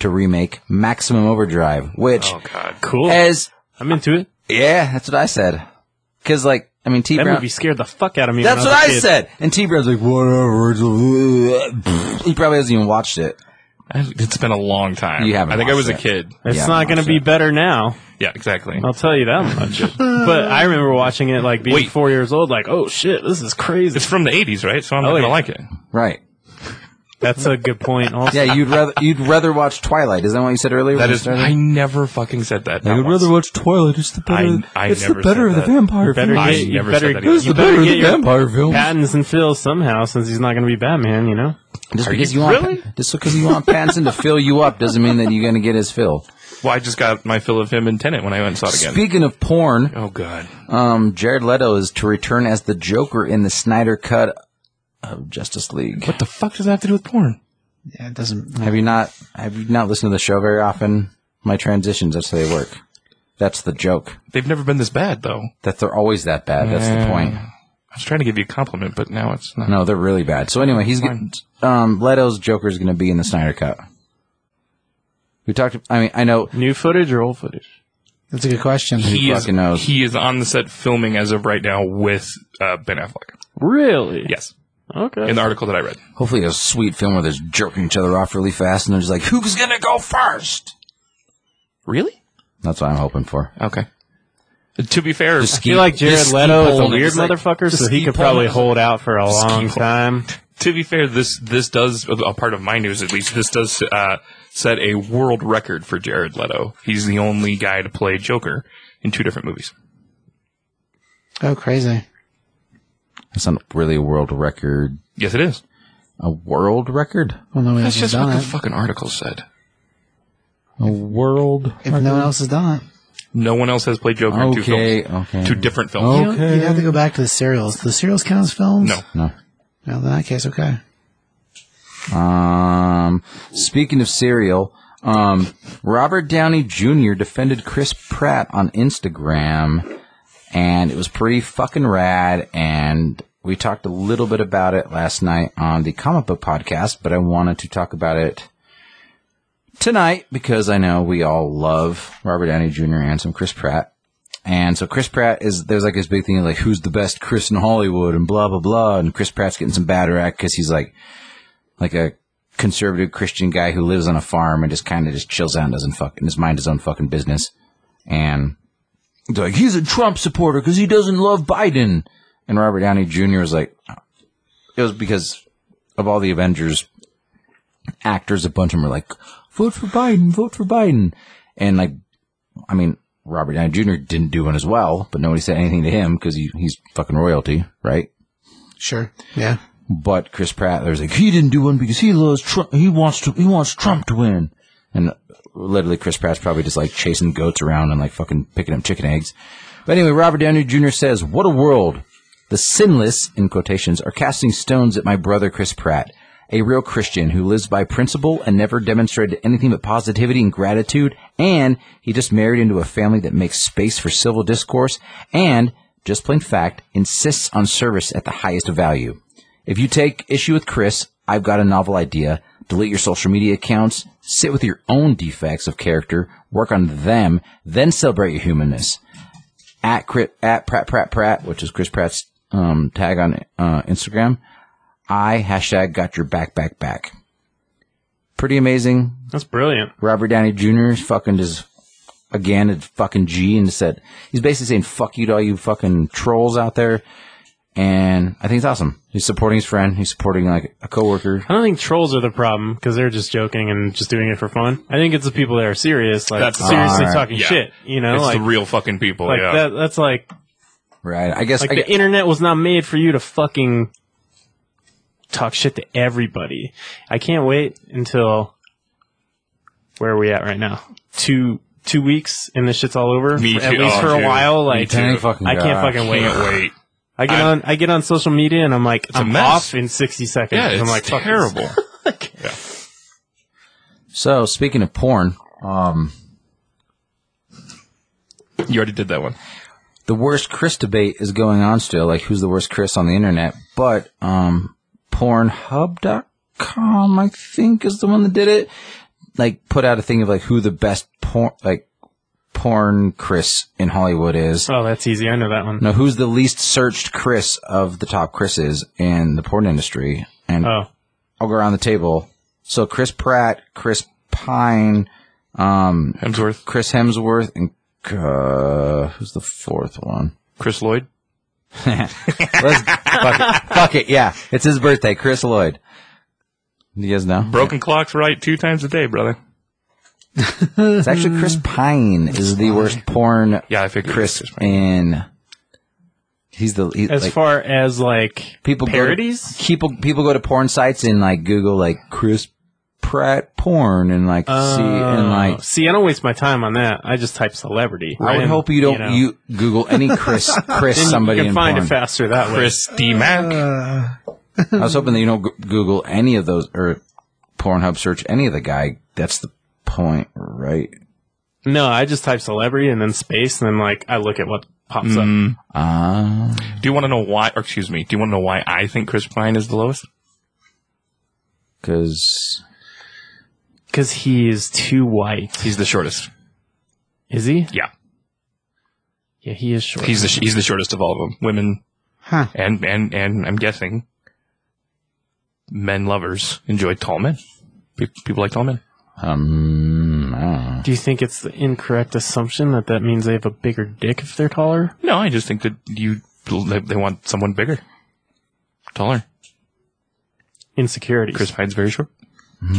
[SPEAKER 1] to remake Maximum Overdrive, which
[SPEAKER 3] Oh god.
[SPEAKER 2] cool.
[SPEAKER 1] as
[SPEAKER 2] I'm into it.
[SPEAKER 1] yeah, that's what I said. Because like, I mean, T.
[SPEAKER 2] That
[SPEAKER 1] Brown,
[SPEAKER 2] movie scared the fuck out of me.
[SPEAKER 1] That's
[SPEAKER 2] when
[SPEAKER 1] what
[SPEAKER 2] I,
[SPEAKER 1] I
[SPEAKER 2] was a kid.
[SPEAKER 1] said. And T. Brown's like, whatever. it's- He probably hasn't even watched it.
[SPEAKER 3] I- It's been a long time.
[SPEAKER 1] You haven't
[SPEAKER 3] I think I
[SPEAKER 1] watched
[SPEAKER 3] was a
[SPEAKER 1] it.
[SPEAKER 3] kid.
[SPEAKER 2] It's
[SPEAKER 1] Yeah,
[SPEAKER 2] not
[SPEAKER 1] I'm
[SPEAKER 2] going to
[SPEAKER 1] not
[SPEAKER 2] be
[SPEAKER 1] sure.
[SPEAKER 2] better now.
[SPEAKER 3] Yeah, exactly.
[SPEAKER 2] I'll tell you that much. but I remember watching it like being
[SPEAKER 3] Wait.
[SPEAKER 2] four years old. Like, oh shit, this is crazy.
[SPEAKER 3] It's from the 80s, right? So I'm not
[SPEAKER 2] Oh,
[SPEAKER 3] gonna
[SPEAKER 2] yeah.
[SPEAKER 3] like it.
[SPEAKER 1] Right.
[SPEAKER 2] That's a good point. Also,
[SPEAKER 1] Yeah, you'd rather you'd rather watch Twilight. Is that what you said earlier? when
[SPEAKER 3] That
[SPEAKER 1] we
[SPEAKER 3] is.
[SPEAKER 1] started?
[SPEAKER 3] I never fucking said that.
[SPEAKER 1] I
[SPEAKER 3] not
[SPEAKER 1] would
[SPEAKER 3] once.
[SPEAKER 1] rather watch Twilight. It's the better.
[SPEAKER 3] I- I
[SPEAKER 1] it's the
[SPEAKER 3] never
[SPEAKER 1] better of
[SPEAKER 3] said
[SPEAKER 1] the
[SPEAKER 3] that.
[SPEAKER 1] vampire.
[SPEAKER 2] better
[SPEAKER 1] films.
[SPEAKER 3] I
[SPEAKER 2] get, you
[SPEAKER 3] never
[SPEAKER 2] better,
[SPEAKER 3] said that
[SPEAKER 1] it's
[SPEAKER 2] you
[SPEAKER 1] the
[SPEAKER 2] better
[SPEAKER 1] better of
[SPEAKER 2] get
[SPEAKER 1] the
[SPEAKER 2] your
[SPEAKER 1] vampire films.
[SPEAKER 2] patents and fills somehow since he's not going to be Batman. You know.
[SPEAKER 1] just
[SPEAKER 3] Are
[SPEAKER 1] because you,
[SPEAKER 3] you-
[SPEAKER 1] want
[SPEAKER 3] really?
[SPEAKER 1] just because you want Pattinson to fill you up doesn't mean that you're going to get his fill.
[SPEAKER 3] Well, I just got my fill of him in Tenet when I went and saw it again.
[SPEAKER 1] Speaking of porn,
[SPEAKER 3] oh god.
[SPEAKER 1] um, Jared Leto is to return as the Joker in the Snyder cut of Justice League.
[SPEAKER 3] What the fuck does that have to do with porn?
[SPEAKER 4] Yeah, it doesn't.
[SPEAKER 1] Have you not have you not listened to the show very often? My transitions, that's how they work. That's the joke.
[SPEAKER 3] They've never been this bad though.
[SPEAKER 1] That they're always that bad. That's the point.
[SPEAKER 3] I was trying to give you a compliment, but now it's not.
[SPEAKER 1] No, they're really bad. So anyway, he's getting, um Leto's Joker is going to be in the Snyder Cut. We talked. I mean, I know
[SPEAKER 2] New footage or old footage?
[SPEAKER 4] That's a good question.
[SPEAKER 3] He is,
[SPEAKER 1] fucking knows?
[SPEAKER 3] he is on the set filming as of right now with uh, Ben Affleck.
[SPEAKER 2] Really?
[SPEAKER 3] Yes,
[SPEAKER 2] Okay.
[SPEAKER 3] in the article that I read.
[SPEAKER 1] Hopefully, a sweet film where they're jerking each other off really fast, and they're just like, "Who's gonna go first?
[SPEAKER 3] Really?
[SPEAKER 1] That's what I'm hoping for.
[SPEAKER 3] Okay. To be fair,
[SPEAKER 1] Just
[SPEAKER 2] I feel like Jared
[SPEAKER 1] just
[SPEAKER 2] Leto is a
[SPEAKER 1] ski-pole,
[SPEAKER 2] weird
[SPEAKER 1] just like-
[SPEAKER 2] motherfucker,
[SPEAKER 1] just
[SPEAKER 2] so he could
[SPEAKER 1] ski-pole.
[SPEAKER 2] probably hold out for a long time.
[SPEAKER 3] to be fair, this this does a part of my news at least. This does uh, set a world record for Jared Leto. He's the only guy to play Joker in two different movies.
[SPEAKER 4] Oh, crazy.
[SPEAKER 1] That's not really a world record.
[SPEAKER 3] Yes, it is.
[SPEAKER 1] A world record?
[SPEAKER 4] Well, no one else
[SPEAKER 3] That's
[SPEAKER 4] has
[SPEAKER 3] just what
[SPEAKER 4] done
[SPEAKER 3] the
[SPEAKER 4] it.
[SPEAKER 3] fucking article said.
[SPEAKER 1] A world
[SPEAKER 4] if no one else has done it,
[SPEAKER 3] No one else has played Joker in two
[SPEAKER 1] Okay, Oh.
[SPEAKER 3] films.
[SPEAKER 1] okay.
[SPEAKER 3] Two different films.
[SPEAKER 4] you would have to go back to the serials. The serials count as films?
[SPEAKER 3] No.
[SPEAKER 1] No.
[SPEAKER 4] Well, in that case, okay.
[SPEAKER 1] Um, speaking of cereal, um, Robert Downey Jr. defended Chris Pratt on Instagram, and it was pretty fucking rad. And we talked a little bit about it last night on the comic book podcast, but I wanted to talk about it tonight because I know we all love Robert Downey Jr. and some Chris Pratt. And so Chris Pratt is there's like this big thing like who's the best Chris in Hollywood and blah blah blah and Chris Pratt's getting some bad rap because he's like like a conservative Christian guy who lives on a farm and just kind of just chills out and doesn't fuck and just mind his own fucking business. And it's like he's a Trump supporter because he doesn't love Biden. And Robert Downey Jr. was like, it was because of all the Avengers actors, a bunch of them were like, vote for Biden, vote for Biden. And like, I mean, Robert Downey Jr. didn't do one as well, but nobody said anything to him because he, he's fucking royalty, right?
[SPEAKER 4] Sure. Yeah.
[SPEAKER 1] But Chris Pratt, there's like he didn't do one because he loves Trump. He wants to. He wants Trump to win. And literally, Chris Pratt's probably just like chasing goats around and like fucking picking up chicken eggs. But anyway, Robert Downey Jr. says, "What a world! The sinless, in quotations, are casting stones at my brother Chris Pratt, a real Christian who lives by principle and never demonstrated anything but positivity and gratitude. And he just married into a family that makes space for civil discourse and." Just plain fact insists on service at the highest value. If you take issue with Chris, I've got a novel idea. Delete your social media accounts, sit with your own defects of character, work on them, then celebrate your humanness. At, Crit, at Pratt Pratt Pratt, which is Chris Pratt's um, tag on uh, Instagram, I hashtag got your back back back. Pretty amazing.
[SPEAKER 2] That's brilliant.
[SPEAKER 1] Robert Downey Jr. is fucking just again a fucking G and said he's basically saying fuck you to all you fucking trolls out there. And I think it's awesome. He's supporting his friend. He's supporting like a coworker.
[SPEAKER 2] I don't think trolls are the problem because they're just joking and just doing it for fun. I think it's the people that are serious, like
[SPEAKER 3] That's-
[SPEAKER 2] seriously
[SPEAKER 1] Alright.
[SPEAKER 2] talking
[SPEAKER 3] Yeah.
[SPEAKER 2] shit. You know,
[SPEAKER 3] It's
[SPEAKER 2] like
[SPEAKER 3] the real fucking people.
[SPEAKER 2] like
[SPEAKER 3] yeah.
[SPEAKER 2] that. That's like
[SPEAKER 1] Right. I guess.
[SPEAKER 2] like
[SPEAKER 1] I
[SPEAKER 2] the
[SPEAKER 1] gue-
[SPEAKER 2] internet was not made for you to fucking talk shit to everybody. I can't wait until where are we at right now? Two two weeks and this shit's all over.
[SPEAKER 3] Me
[SPEAKER 2] For- At
[SPEAKER 3] too.
[SPEAKER 2] least
[SPEAKER 3] Oh,
[SPEAKER 2] for
[SPEAKER 3] dude.
[SPEAKER 2] a while.
[SPEAKER 1] I
[SPEAKER 2] Like
[SPEAKER 1] can't fucking.
[SPEAKER 2] I can't fucking wait.
[SPEAKER 3] Can't wait.
[SPEAKER 2] I get
[SPEAKER 3] I-
[SPEAKER 2] on I get on social media and I'm like
[SPEAKER 3] a
[SPEAKER 2] I'm
[SPEAKER 3] mess.
[SPEAKER 2] off in sixty seconds.
[SPEAKER 3] Yeah, it's
[SPEAKER 2] I'm like fuck this.
[SPEAKER 3] terrible.
[SPEAKER 1] So speaking of porn, um,
[SPEAKER 3] you already did that one.
[SPEAKER 1] the worst Chris debate is going on still. Like who's the worst Chris on the internet? But um, Pornhub.com, I think, is the one that did it. Like put out a thing of like who the best porn like porn Chris in Hollywood is.
[SPEAKER 2] Oh, that's easy. I know that one.
[SPEAKER 1] No, who's the least searched Chris of the top Chris's in the porn industry? And
[SPEAKER 2] Oh.
[SPEAKER 1] I'll go around the table. So Chris Pratt, Chris Pine, um,
[SPEAKER 3] Hemsworth,
[SPEAKER 1] Chris Hemsworth, and uh, who's the fourth one?
[SPEAKER 3] Chris Lloyd.
[SPEAKER 1] Let's, fuck, it, fuck it, yeah. It's his birthday, Chris Lloyd. You guys know?
[SPEAKER 3] Broken clocks right two times a day, brother.
[SPEAKER 1] It's actually Chris Pine is the worst porn
[SPEAKER 3] Yeah, I figured.
[SPEAKER 1] Chris in. He's the he,
[SPEAKER 2] As
[SPEAKER 1] like,
[SPEAKER 2] far as like
[SPEAKER 1] people go to-
[SPEAKER 2] parodies?
[SPEAKER 1] people people go to porn sites and like Google like Chris Pratt porn and like see and like
[SPEAKER 2] uh, see, I don't waste my time on that. Oh. I just type celebrity.
[SPEAKER 1] I would
[SPEAKER 2] And,
[SPEAKER 1] hope you don't
[SPEAKER 2] know,
[SPEAKER 1] you Google any Chris Chris somebody
[SPEAKER 2] You can
[SPEAKER 1] in
[SPEAKER 2] find
[SPEAKER 1] porn.
[SPEAKER 2] it faster that way.
[SPEAKER 3] Chris D. Mac.
[SPEAKER 1] I was hoping that you don't g- Google any of those or Pornhub search any of the guy. That's the point, right?
[SPEAKER 2] No, I just type celebrity and then space, and then like I look at what pops up.
[SPEAKER 1] Uh,
[SPEAKER 3] Do you want to know why? Or excuse me. Do you want to know why I think Chris Pine is the lowest?
[SPEAKER 1] cause
[SPEAKER 2] Because he is too white.
[SPEAKER 3] He's the shortest.
[SPEAKER 2] Is he?
[SPEAKER 3] Yeah,
[SPEAKER 2] Yeah, he is short.
[SPEAKER 3] he's the he's the shortest of all of them. Women
[SPEAKER 4] Huh.
[SPEAKER 3] and and and I'm guessing men lovers enjoy tall men. Pe- People like tall men.
[SPEAKER 1] um, I don't know.
[SPEAKER 2] Do you think it's the incorrect assumption that that means they have a bigger dick if they're taller?
[SPEAKER 3] No, I just think that you they, they want someone bigger, taller.
[SPEAKER 2] insecurities.
[SPEAKER 3] Chris Pine's very short.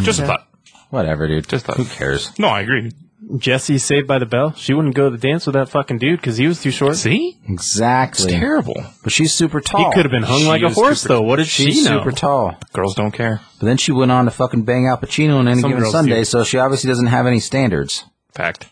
[SPEAKER 3] Just a thought.
[SPEAKER 1] Whatever, dude.
[SPEAKER 3] Just thought.
[SPEAKER 1] Who cares?
[SPEAKER 3] No, I agree.
[SPEAKER 2] Jesse saved by the bell. She wouldn't go to the dance with that fucking dude because he was too short.
[SPEAKER 3] See, it's
[SPEAKER 1] Exactly.
[SPEAKER 3] terrible.
[SPEAKER 1] But she's super
[SPEAKER 2] He
[SPEAKER 1] tall.
[SPEAKER 2] could have been hung
[SPEAKER 3] She
[SPEAKER 2] like a
[SPEAKER 3] is
[SPEAKER 2] horse,
[SPEAKER 3] super-
[SPEAKER 2] though. What did
[SPEAKER 1] She's
[SPEAKER 2] she know?
[SPEAKER 1] super tall.
[SPEAKER 3] Girls don't care.
[SPEAKER 1] But then she went on to fucking bang Al Pacino on any
[SPEAKER 3] Some
[SPEAKER 1] given
[SPEAKER 3] girls
[SPEAKER 1] Sunday,
[SPEAKER 3] do.
[SPEAKER 1] so she obviously doesn't have any standards.
[SPEAKER 3] Fact.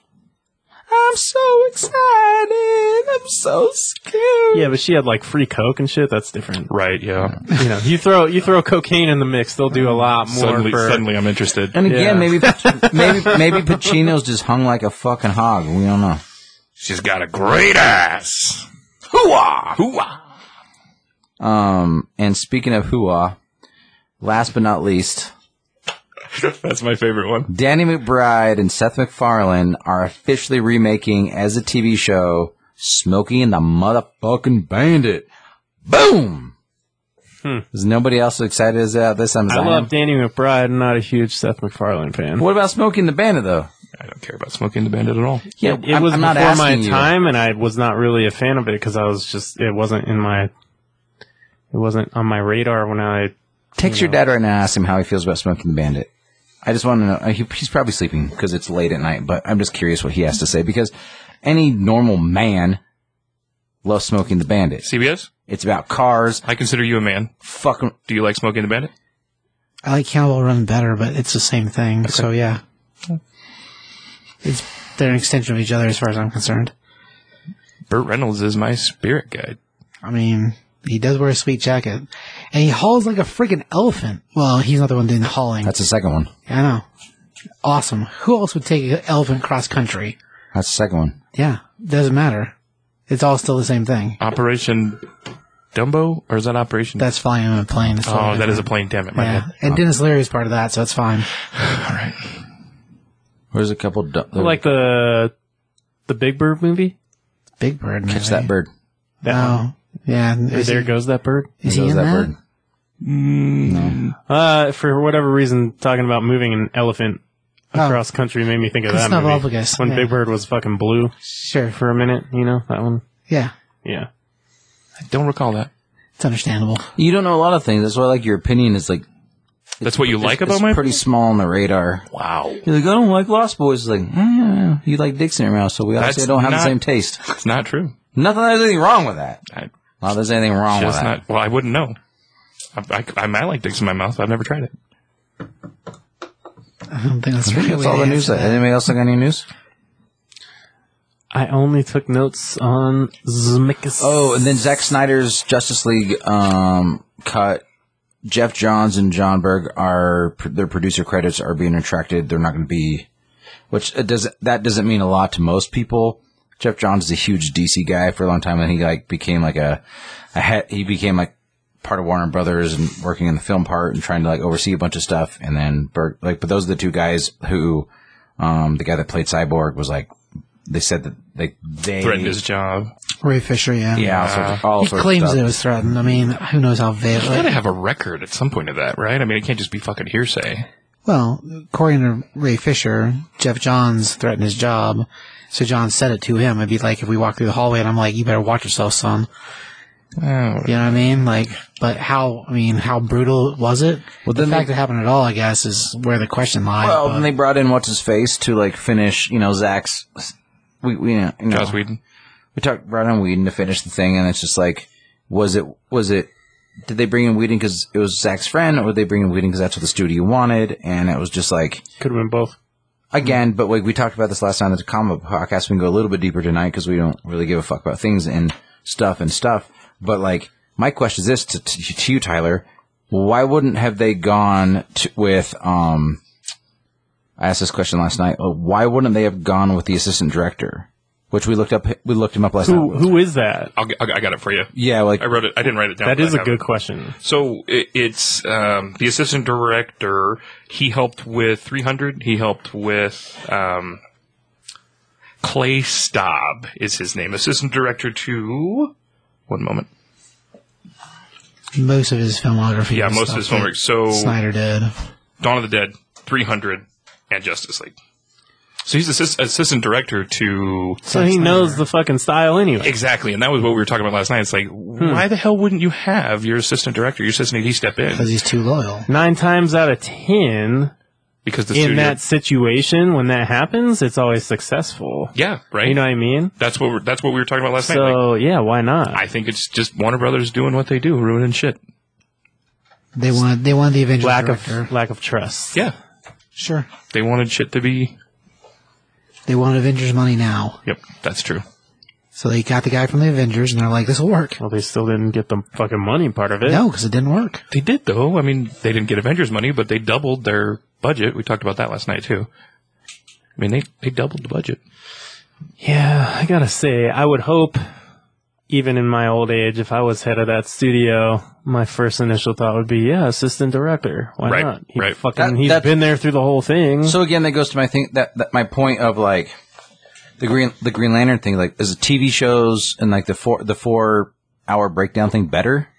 [SPEAKER 1] I'm so excited. I'm so scared.
[SPEAKER 2] yeah, but she had like free coke and shit. That's different.
[SPEAKER 3] Right. Yeah.
[SPEAKER 2] You know, you throw you throw cocaine in the mix, they'll do a lot more.
[SPEAKER 3] suddenly,
[SPEAKER 2] for,
[SPEAKER 3] suddenly, I'm interested.
[SPEAKER 1] And again,
[SPEAKER 2] Yeah.
[SPEAKER 1] maybe maybe maybe Pacino's just hung like a fucking hog. We don't know.
[SPEAKER 3] She's got a great ass. Hooah! Hooah!
[SPEAKER 1] Um, and speaking of hooah, last but not least,
[SPEAKER 3] That's my favorite one.
[SPEAKER 1] Danny McBride and Seth MacFarlane are officially remaking as a TV show Smokey and the Motherfucking Bandit. Boom!
[SPEAKER 2] Hmm.
[SPEAKER 1] Is nobody else excited as uh, this time as I,
[SPEAKER 2] I
[SPEAKER 1] am?
[SPEAKER 2] love Danny McBride. I'm not a huge Seth MacFarlane fan.
[SPEAKER 1] What about Smokey and the Bandit though?
[SPEAKER 3] I don't care about smoking the bandit at all.
[SPEAKER 1] Yeah,
[SPEAKER 2] It
[SPEAKER 1] I'm-
[SPEAKER 2] was
[SPEAKER 1] I'm not
[SPEAKER 2] before my
[SPEAKER 1] asking you.
[SPEAKER 2] time, and I was not really a fan of it because I was just it wasn't in my it wasn't on my radar when I
[SPEAKER 1] Text your dad right now. and Ask him how he feels about smoking the bandit. I just want to know. uh, He, he's probably sleeping because it's late at night. But I'm just curious what he has to say because any normal man loves smoking the bandit.
[SPEAKER 3] CBS,
[SPEAKER 1] It's about cars,
[SPEAKER 3] I consider you a man.
[SPEAKER 1] fucking
[SPEAKER 3] Do you like smoking the bandit?
[SPEAKER 4] I like Cannibal Run better, but it's the same thing. So yeah, it's they're an extension of each other as far as I'm concerned.
[SPEAKER 3] Burt Reynolds is my spirit guide.
[SPEAKER 4] I mean, he does wear a sweet jacket, and he hauls like a freaking elephant. Well, he's not the one doing the hauling.
[SPEAKER 1] That's the second one.
[SPEAKER 4] I know. Awesome. Who else would take an elephant cross country?
[SPEAKER 1] That's the second one.
[SPEAKER 4] Yeah, doesn't matter. It's all still the same thing.
[SPEAKER 3] Operation Dumbo, or is that Operation?
[SPEAKER 4] That's flying on a plane. It's
[SPEAKER 3] oh,
[SPEAKER 4] totally
[SPEAKER 3] that is a
[SPEAKER 4] different.
[SPEAKER 3] plane. Damn it, my
[SPEAKER 4] Yeah,
[SPEAKER 3] bad.
[SPEAKER 4] and Dennis Leary is part of that, so it's fine.
[SPEAKER 1] There's a couple. Du-
[SPEAKER 2] I like the the Big Bird movie.
[SPEAKER 4] Big Bird. Movie.
[SPEAKER 1] catch that bird.
[SPEAKER 2] That one.
[SPEAKER 4] Oh, yeah.
[SPEAKER 2] Or
[SPEAKER 4] Is
[SPEAKER 2] there
[SPEAKER 4] he,
[SPEAKER 2] goes that bird.
[SPEAKER 4] is
[SPEAKER 1] There
[SPEAKER 4] he
[SPEAKER 1] goes
[SPEAKER 4] in that?
[SPEAKER 1] bird.
[SPEAKER 2] Uh, for whatever reason, talking about moving an elephant
[SPEAKER 4] Oh.
[SPEAKER 2] across country made me think of that movie.
[SPEAKER 4] Snuffleupagus,
[SPEAKER 2] When
[SPEAKER 4] yeah.
[SPEAKER 2] Big Bird was fucking blue
[SPEAKER 4] Sure.
[SPEAKER 2] for a minute, you know that one.
[SPEAKER 4] Yeah,
[SPEAKER 2] Yeah,
[SPEAKER 3] I don't recall that.
[SPEAKER 4] it's understandable.
[SPEAKER 1] You don't know a lot of things. That's why like your opinion is like
[SPEAKER 3] That's what you like about
[SPEAKER 1] it's
[SPEAKER 3] my.
[SPEAKER 1] pretty small on the radar.
[SPEAKER 3] wow,
[SPEAKER 1] You're like I don't like Lost Boys. It's like eh, you like Dixie Mouse, so we obviously
[SPEAKER 3] That's
[SPEAKER 1] don't have the
[SPEAKER 3] not-
[SPEAKER 1] same taste.
[SPEAKER 3] it's not true.
[SPEAKER 1] Nothing. There's anything wrong with that.
[SPEAKER 3] I,
[SPEAKER 1] Not that there's anything wrong with
[SPEAKER 3] just
[SPEAKER 1] that.
[SPEAKER 3] not. Well, I wouldn't know. I, I, I, I like dicks in my mouth. But I've never tried it.
[SPEAKER 4] I don't think that's,
[SPEAKER 1] I think
[SPEAKER 4] really
[SPEAKER 1] that's all the news. that- Anybody else got any news?
[SPEAKER 2] I only took notes on Zemeckis.
[SPEAKER 1] Oh, and then Zack Snyder's Justice League um, cut. Jeff Johns and John Berg are their producer credits are being retracted. They're not going to be, which it does that doesn't mean a lot to most people. Jeff Johns is a huge DC guy for a long time, and he like became like a, a he- he became like part of Warner Brothers and working in the film part and trying to like oversee a bunch of stuff. And then Berg like, but those are the two guys who, um, the guy that played Cyborg was like, they said that like they
[SPEAKER 3] Threatened his job.
[SPEAKER 4] Ray Fisher. Yeah.
[SPEAKER 1] yeah, all sorts of, all
[SPEAKER 4] He
[SPEAKER 1] sorts of
[SPEAKER 4] claims
[SPEAKER 1] stuff.
[SPEAKER 4] it was threatened. I mean, who knows how
[SPEAKER 3] You
[SPEAKER 4] vague?
[SPEAKER 3] gotta have a record at some point of that, right? I mean, it can't just be fucking hearsay.
[SPEAKER 4] Well, according to Ray Fisher, Jeff Johns threatened his job, so John said it to him. It'd be like if we walked through the hallway and I'm like, "You better watch yourself, son."
[SPEAKER 3] Oh,
[SPEAKER 4] You know what I mean? Like, but how? I mean, how brutal was it? Well, the
[SPEAKER 1] then
[SPEAKER 4] fact
[SPEAKER 1] they-
[SPEAKER 4] it happened at all, I guess, is where the question lies.
[SPEAKER 1] Well,
[SPEAKER 4] but-
[SPEAKER 1] then they brought in what's his face to like finish, you know, Zach's. We we you know, you know,
[SPEAKER 3] Joss Whedon.
[SPEAKER 1] we talked brought in Whedon to finish the thing, and it's just like, was it was it? Did they bring in Whedon because it was Zach's friend, or did they bring in Whedon because that's what the studio wanted? And it was just like
[SPEAKER 2] could have been both.
[SPEAKER 1] again, but like we talked about this last time at the comic book podcast, we can go a little bit deeper tonight because we don't really give a fuck about things and stuff and stuff. But like, my question is this to, to, to you, Tyler: Why wouldn't have they gone to, with? um I asked this question last night. uh, Why wouldn't they have gone with the assistant director? Which we looked up. We looked him up last
[SPEAKER 2] Who
[SPEAKER 1] night.
[SPEAKER 2] who is that?
[SPEAKER 3] I'll, g- I'll, gi got it for you.
[SPEAKER 1] Yeah, like
[SPEAKER 3] I wrote it. I didn't write it down.
[SPEAKER 2] That
[SPEAKER 3] but
[SPEAKER 2] is a
[SPEAKER 3] I have
[SPEAKER 2] good
[SPEAKER 3] it.
[SPEAKER 2] question.
[SPEAKER 3] So i it's um, the assistant director. He helped with 300. He helped with um, Clay Staub is his name. Assistant director to one moment.
[SPEAKER 4] most of his filmography.
[SPEAKER 3] Yeah,
[SPEAKER 4] and
[SPEAKER 3] most of his
[SPEAKER 4] stuff
[SPEAKER 3] homework. So
[SPEAKER 4] that Snyder did.
[SPEAKER 3] Dawn of the Dead, 300, and Justice League. So he's assist, assistant director to
[SPEAKER 2] So he knows the fucking style anyway.
[SPEAKER 3] exactly, and that was what we were talking about last night. It's like,
[SPEAKER 4] Hmm.
[SPEAKER 3] why the hell wouldn't you have your assistant director, your assistant AD step in?
[SPEAKER 4] because he's too loyal.
[SPEAKER 2] Nine times out of ten,
[SPEAKER 3] Because the
[SPEAKER 2] in
[SPEAKER 3] studio,
[SPEAKER 2] that situation, when that happens, it's always successful.
[SPEAKER 3] yeah, right.
[SPEAKER 2] You know what I mean?
[SPEAKER 3] that's what we're, that's what we were talking about last night. Like,
[SPEAKER 2] So yeah, why not?
[SPEAKER 3] I think it's just Warner Brothers doing what they do, ruining shit.
[SPEAKER 4] They wanted they wanted the Avengers
[SPEAKER 2] lack
[SPEAKER 4] director.
[SPEAKER 2] of lack of trust.
[SPEAKER 3] Yeah,
[SPEAKER 4] sure,
[SPEAKER 3] they wanted shit to be.
[SPEAKER 4] they want Avengers money now,
[SPEAKER 3] Yep, that's true.
[SPEAKER 4] so they got the guy from the Avengers, and they're like, "This will work."
[SPEAKER 2] Well, they still didn't get the fucking money part of it.
[SPEAKER 4] No, because it didn't work.
[SPEAKER 3] They did though. I mean, they didn't get Avengers money, but they doubled their budget. We talked about that last night too. I mean, they they doubled the budget.
[SPEAKER 2] Yeah, I gotta say, I would hope, even in my old age, if I was head of that studio, my first initial thought would be, yeah, assistant director. Why
[SPEAKER 3] Right,
[SPEAKER 2] not? He
[SPEAKER 3] right.
[SPEAKER 2] Fucking,
[SPEAKER 1] That-
[SPEAKER 2] he's
[SPEAKER 1] that's-
[SPEAKER 2] been there through the whole thing.
[SPEAKER 1] So again, that goes to my thing that, that my point of like the green the Green Lantern thing. Like, is the TV shows and like the four the four hour breakdown thing better?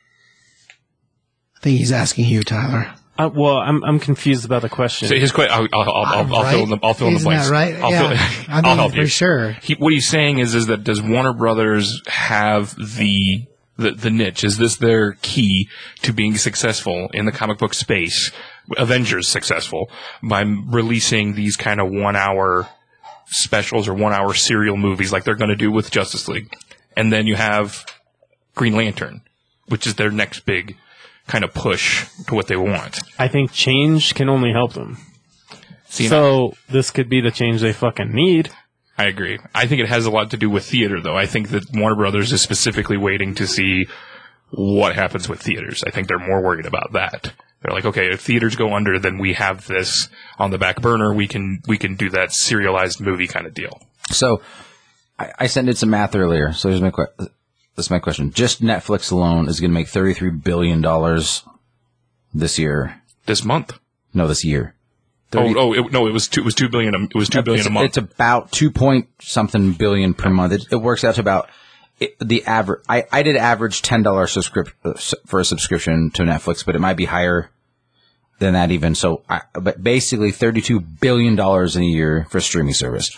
[SPEAKER 4] I think he's asking you, Tyler.
[SPEAKER 2] I, Uh, well, I'm I'm confused about the question.
[SPEAKER 3] So his question, I'll, I'll, I'll, I'll, I'll fill in the I'll fill in the
[SPEAKER 4] Isn't
[SPEAKER 3] blanks.
[SPEAKER 4] that right?
[SPEAKER 3] I'll
[SPEAKER 4] yeah,
[SPEAKER 3] fill,
[SPEAKER 4] I
[SPEAKER 3] I'll
[SPEAKER 4] mean,
[SPEAKER 3] help
[SPEAKER 4] for
[SPEAKER 3] you.
[SPEAKER 4] sure.
[SPEAKER 3] He, what he's saying is is that does Warner Brothers have the the, the niche? Is this their key to being successful in the comic book space? Avengers successful by m- releasing these kind of one hour specials or one hour serial movies like they're going to do with Justice League, and then you have Green Lantern, which is their next big kind of push to what they want.
[SPEAKER 2] I think change can only help them.
[SPEAKER 3] See, and
[SPEAKER 2] so this could be the change they fucking need.
[SPEAKER 3] I agree. I think it has a lot to do with theater, though. I think that Warner Brothers is specifically waiting to see what happens with theaters. I think they're more worried about that. They're like, okay, if theaters go under, then we have this on the back burner. We can we can do that serialized movie kind of deal.
[SPEAKER 1] So I, I sent in some math earlier. So here's my question. That's my question. Just Netflix alone is going to make thirty three billion dollars this year.
[SPEAKER 3] This month?
[SPEAKER 1] No, this year.
[SPEAKER 3] Oh, oh it, no! It was two. It was two billion. A, it was two billion
[SPEAKER 1] it's,
[SPEAKER 3] a month.
[SPEAKER 1] It's about two point something billion per month. It, it works out to about it, the average. I, I did average ten dollars subscrip- uh, s- for a subscription to Netflix, but it might be higher than that even. So, I, but basically thirty two billion dollars in a year for streaming service.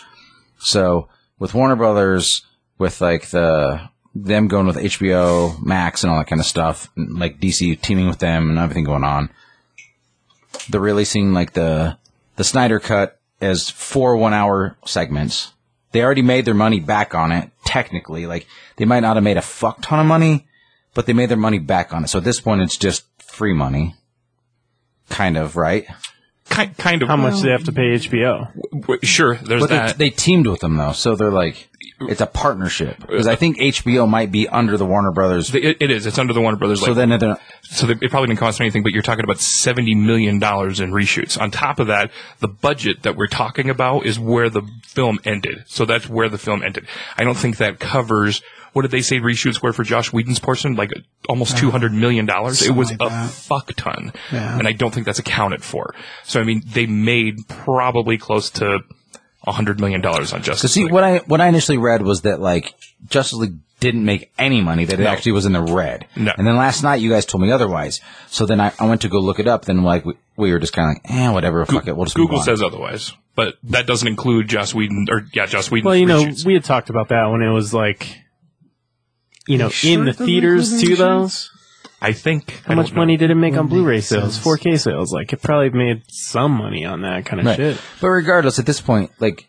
[SPEAKER 1] So with Warner Brothers, with like the them going with HBO Max and all that kind of stuff, and like DC teaming with them and everything going on, they're releasing like the the Snyder Cut as four one hour segments. They already made their money back on it, technically. Like they might not have made a fuck ton of money, but they made their money back on it. So at this point, it's just free money, kind of right.
[SPEAKER 3] kind, kind of.
[SPEAKER 2] How much do they have to pay HBO?
[SPEAKER 3] w- Sure. There's
[SPEAKER 1] But they,
[SPEAKER 3] that.
[SPEAKER 1] they teamed with them though, so they're like it's a partnership because I think HBO might be under the Warner Brothers.
[SPEAKER 3] It- it is. It's under the Warner Brothers.
[SPEAKER 1] so
[SPEAKER 3] like,
[SPEAKER 1] then they're
[SPEAKER 3] so they, it probably didn't cost anything, but you're talking about seventy million dollars in reshoots. On top of that, the budget that we're talking about is where the film ended. So that's where the film ended. I don't think that covers. What did they say reshoots were for Josh Whedon's portion? Like
[SPEAKER 2] Uh,
[SPEAKER 3] almost two hundred million dollars. It was
[SPEAKER 4] like
[SPEAKER 3] a
[SPEAKER 4] that.
[SPEAKER 3] fuck ton,
[SPEAKER 4] Yeah.
[SPEAKER 3] and I don't think that's accounted for. So I mean, they made probably close to hundred million dollars on
[SPEAKER 1] But
[SPEAKER 3] Justice.
[SPEAKER 1] see,
[SPEAKER 3] League.
[SPEAKER 1] what I what I initially read was that like Justice League didn't make any money; that it actually was in the red.
[SPEAKER 3] No.
[SPEAKER 1] And then last night you guys told me otherwise. So then I, I went to go look it up. Then like we, we were just kind of like, eh, whatever, fuck it, we'll just
[SPEAKER 3] Google
[SPEAKER 1] move on.
[SPEAKER 3] says otherwise, but that doesn't include Joss Whedon or yeah, Joss Whedon.
[SPEAKER 2] Well, you know,
[SPEAKER 3] reshoots.
[SPEAKER 2] we had talked about that when it was like, you know,
[SPEAKER 4] sure
[SPEAKER 2] in the
[SPEAKER 4] it doesn't
[SPEAKER 2] theaters
[SPEAKER 4] include
[SPEAKER 2] too. Though,
[SPEAKER 4] insurance?
[SPEAKER 3] I think
[SPEAKER 2] how
[SPEAKER 3] I
[SPEAKER 2] much
[SPEAKER 3] don't know.
[SPEAKER 2] money did it make on
[SPEAKER 4] Would
[SPEAKER 2] Blu-ray
[SPEAKER 4] make
[SPEAKER 2] sales,
[SPEAKER 4] sense.
[SPEAKER 2] 4K sales? Like, it probably made some money on that kind of
[SPEAKER 1] Right.
[SPEAKER 2] shit.
[SPEAKER 1] But regardless, at this point, like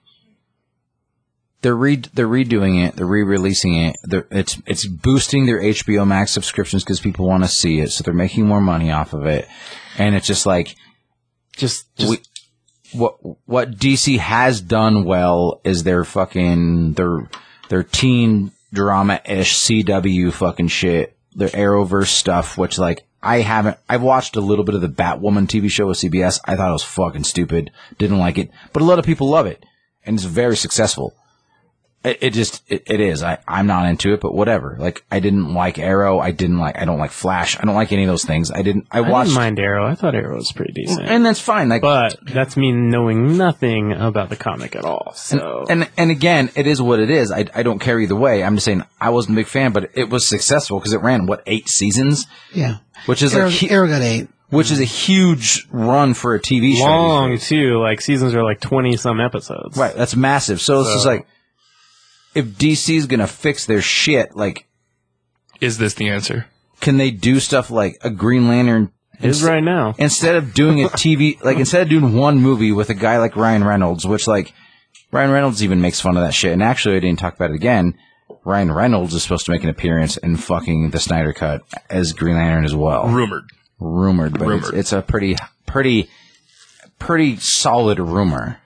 [SPEAKER 1] they're re- they're redoing it, they're re-releasing it. They're, it's it's boosting their HBO Max subscriptions because people want to see it, so they're making more money off of it. And it's just like
[SPEAKER 2] Just, just
[SPEAKER 1] we, what what DC has done well is their fucking their their teen drama ish CW fucking shit, their Arrowverse stuff, which like I haven't. I've watched a little bit of the Batwoman TV show with CBS. I thought it was fucking stupid. Didn't like it, but a lot of people love it, and it's very successful. It, it just it, it is. I I'm not into it, but whatever. Like I didn't like Arrow. I didn't like. I don't like Flash. I don't like any of those things. I didn't. I
[SPEAKER 2] I
[SPEAKER 1] watched.
[SPEAKER 2] didn't mind Arrow. I thought Arrow was pretty decent.
[SPEAKER 1] and that's fine. Like
[SPEAKER 2] but that's me knowing nothing about the comic at all. So
[SPEAKER 1] and and again, it is what it is. I, I don't care either way. I'm just saying I wasn't a big fan, but it was successful because it ran what eight seasons,
[SPEAKER 4] Yeah,
[SPEAKER 1] which is
[SPEAKER 4] Arrow,
[SPEAKER 1] like he-
[SPEAKER 4] Arrow got eight.
[SPEAKER 1] which is a huge run for a TV show.
[SPEAKER 2] Long too. Like seasons are like twenty some episodes.
[SPEAKER 1] Right, that's massive. So, it's just like if DC's gonna fix their shit, like
[SPEAKER 3] Is this the answer?
[SPEAKER 1] can they do stuff like a Green Lantern
[SPEAKER 2] It is right now.
[SPEAKER 1] instead of doing a TV like instead of doing one movie with a guy like Ryan Reynolds, which like Ryan Reynolds even makes fun of that shit. And actually, I didn't talk about it again. Ryan Reynolds is supposed to make an appearance in fucking the Snyder Cut as Green Lantern as well.
[SPEAKER 3] Rumored.
[SPEAKER 1] Rumored, but it's-
[SPEAKER 3] Rumored.
[SPEAKER 1] It's, a pretty, pretty, pretty solid rumor.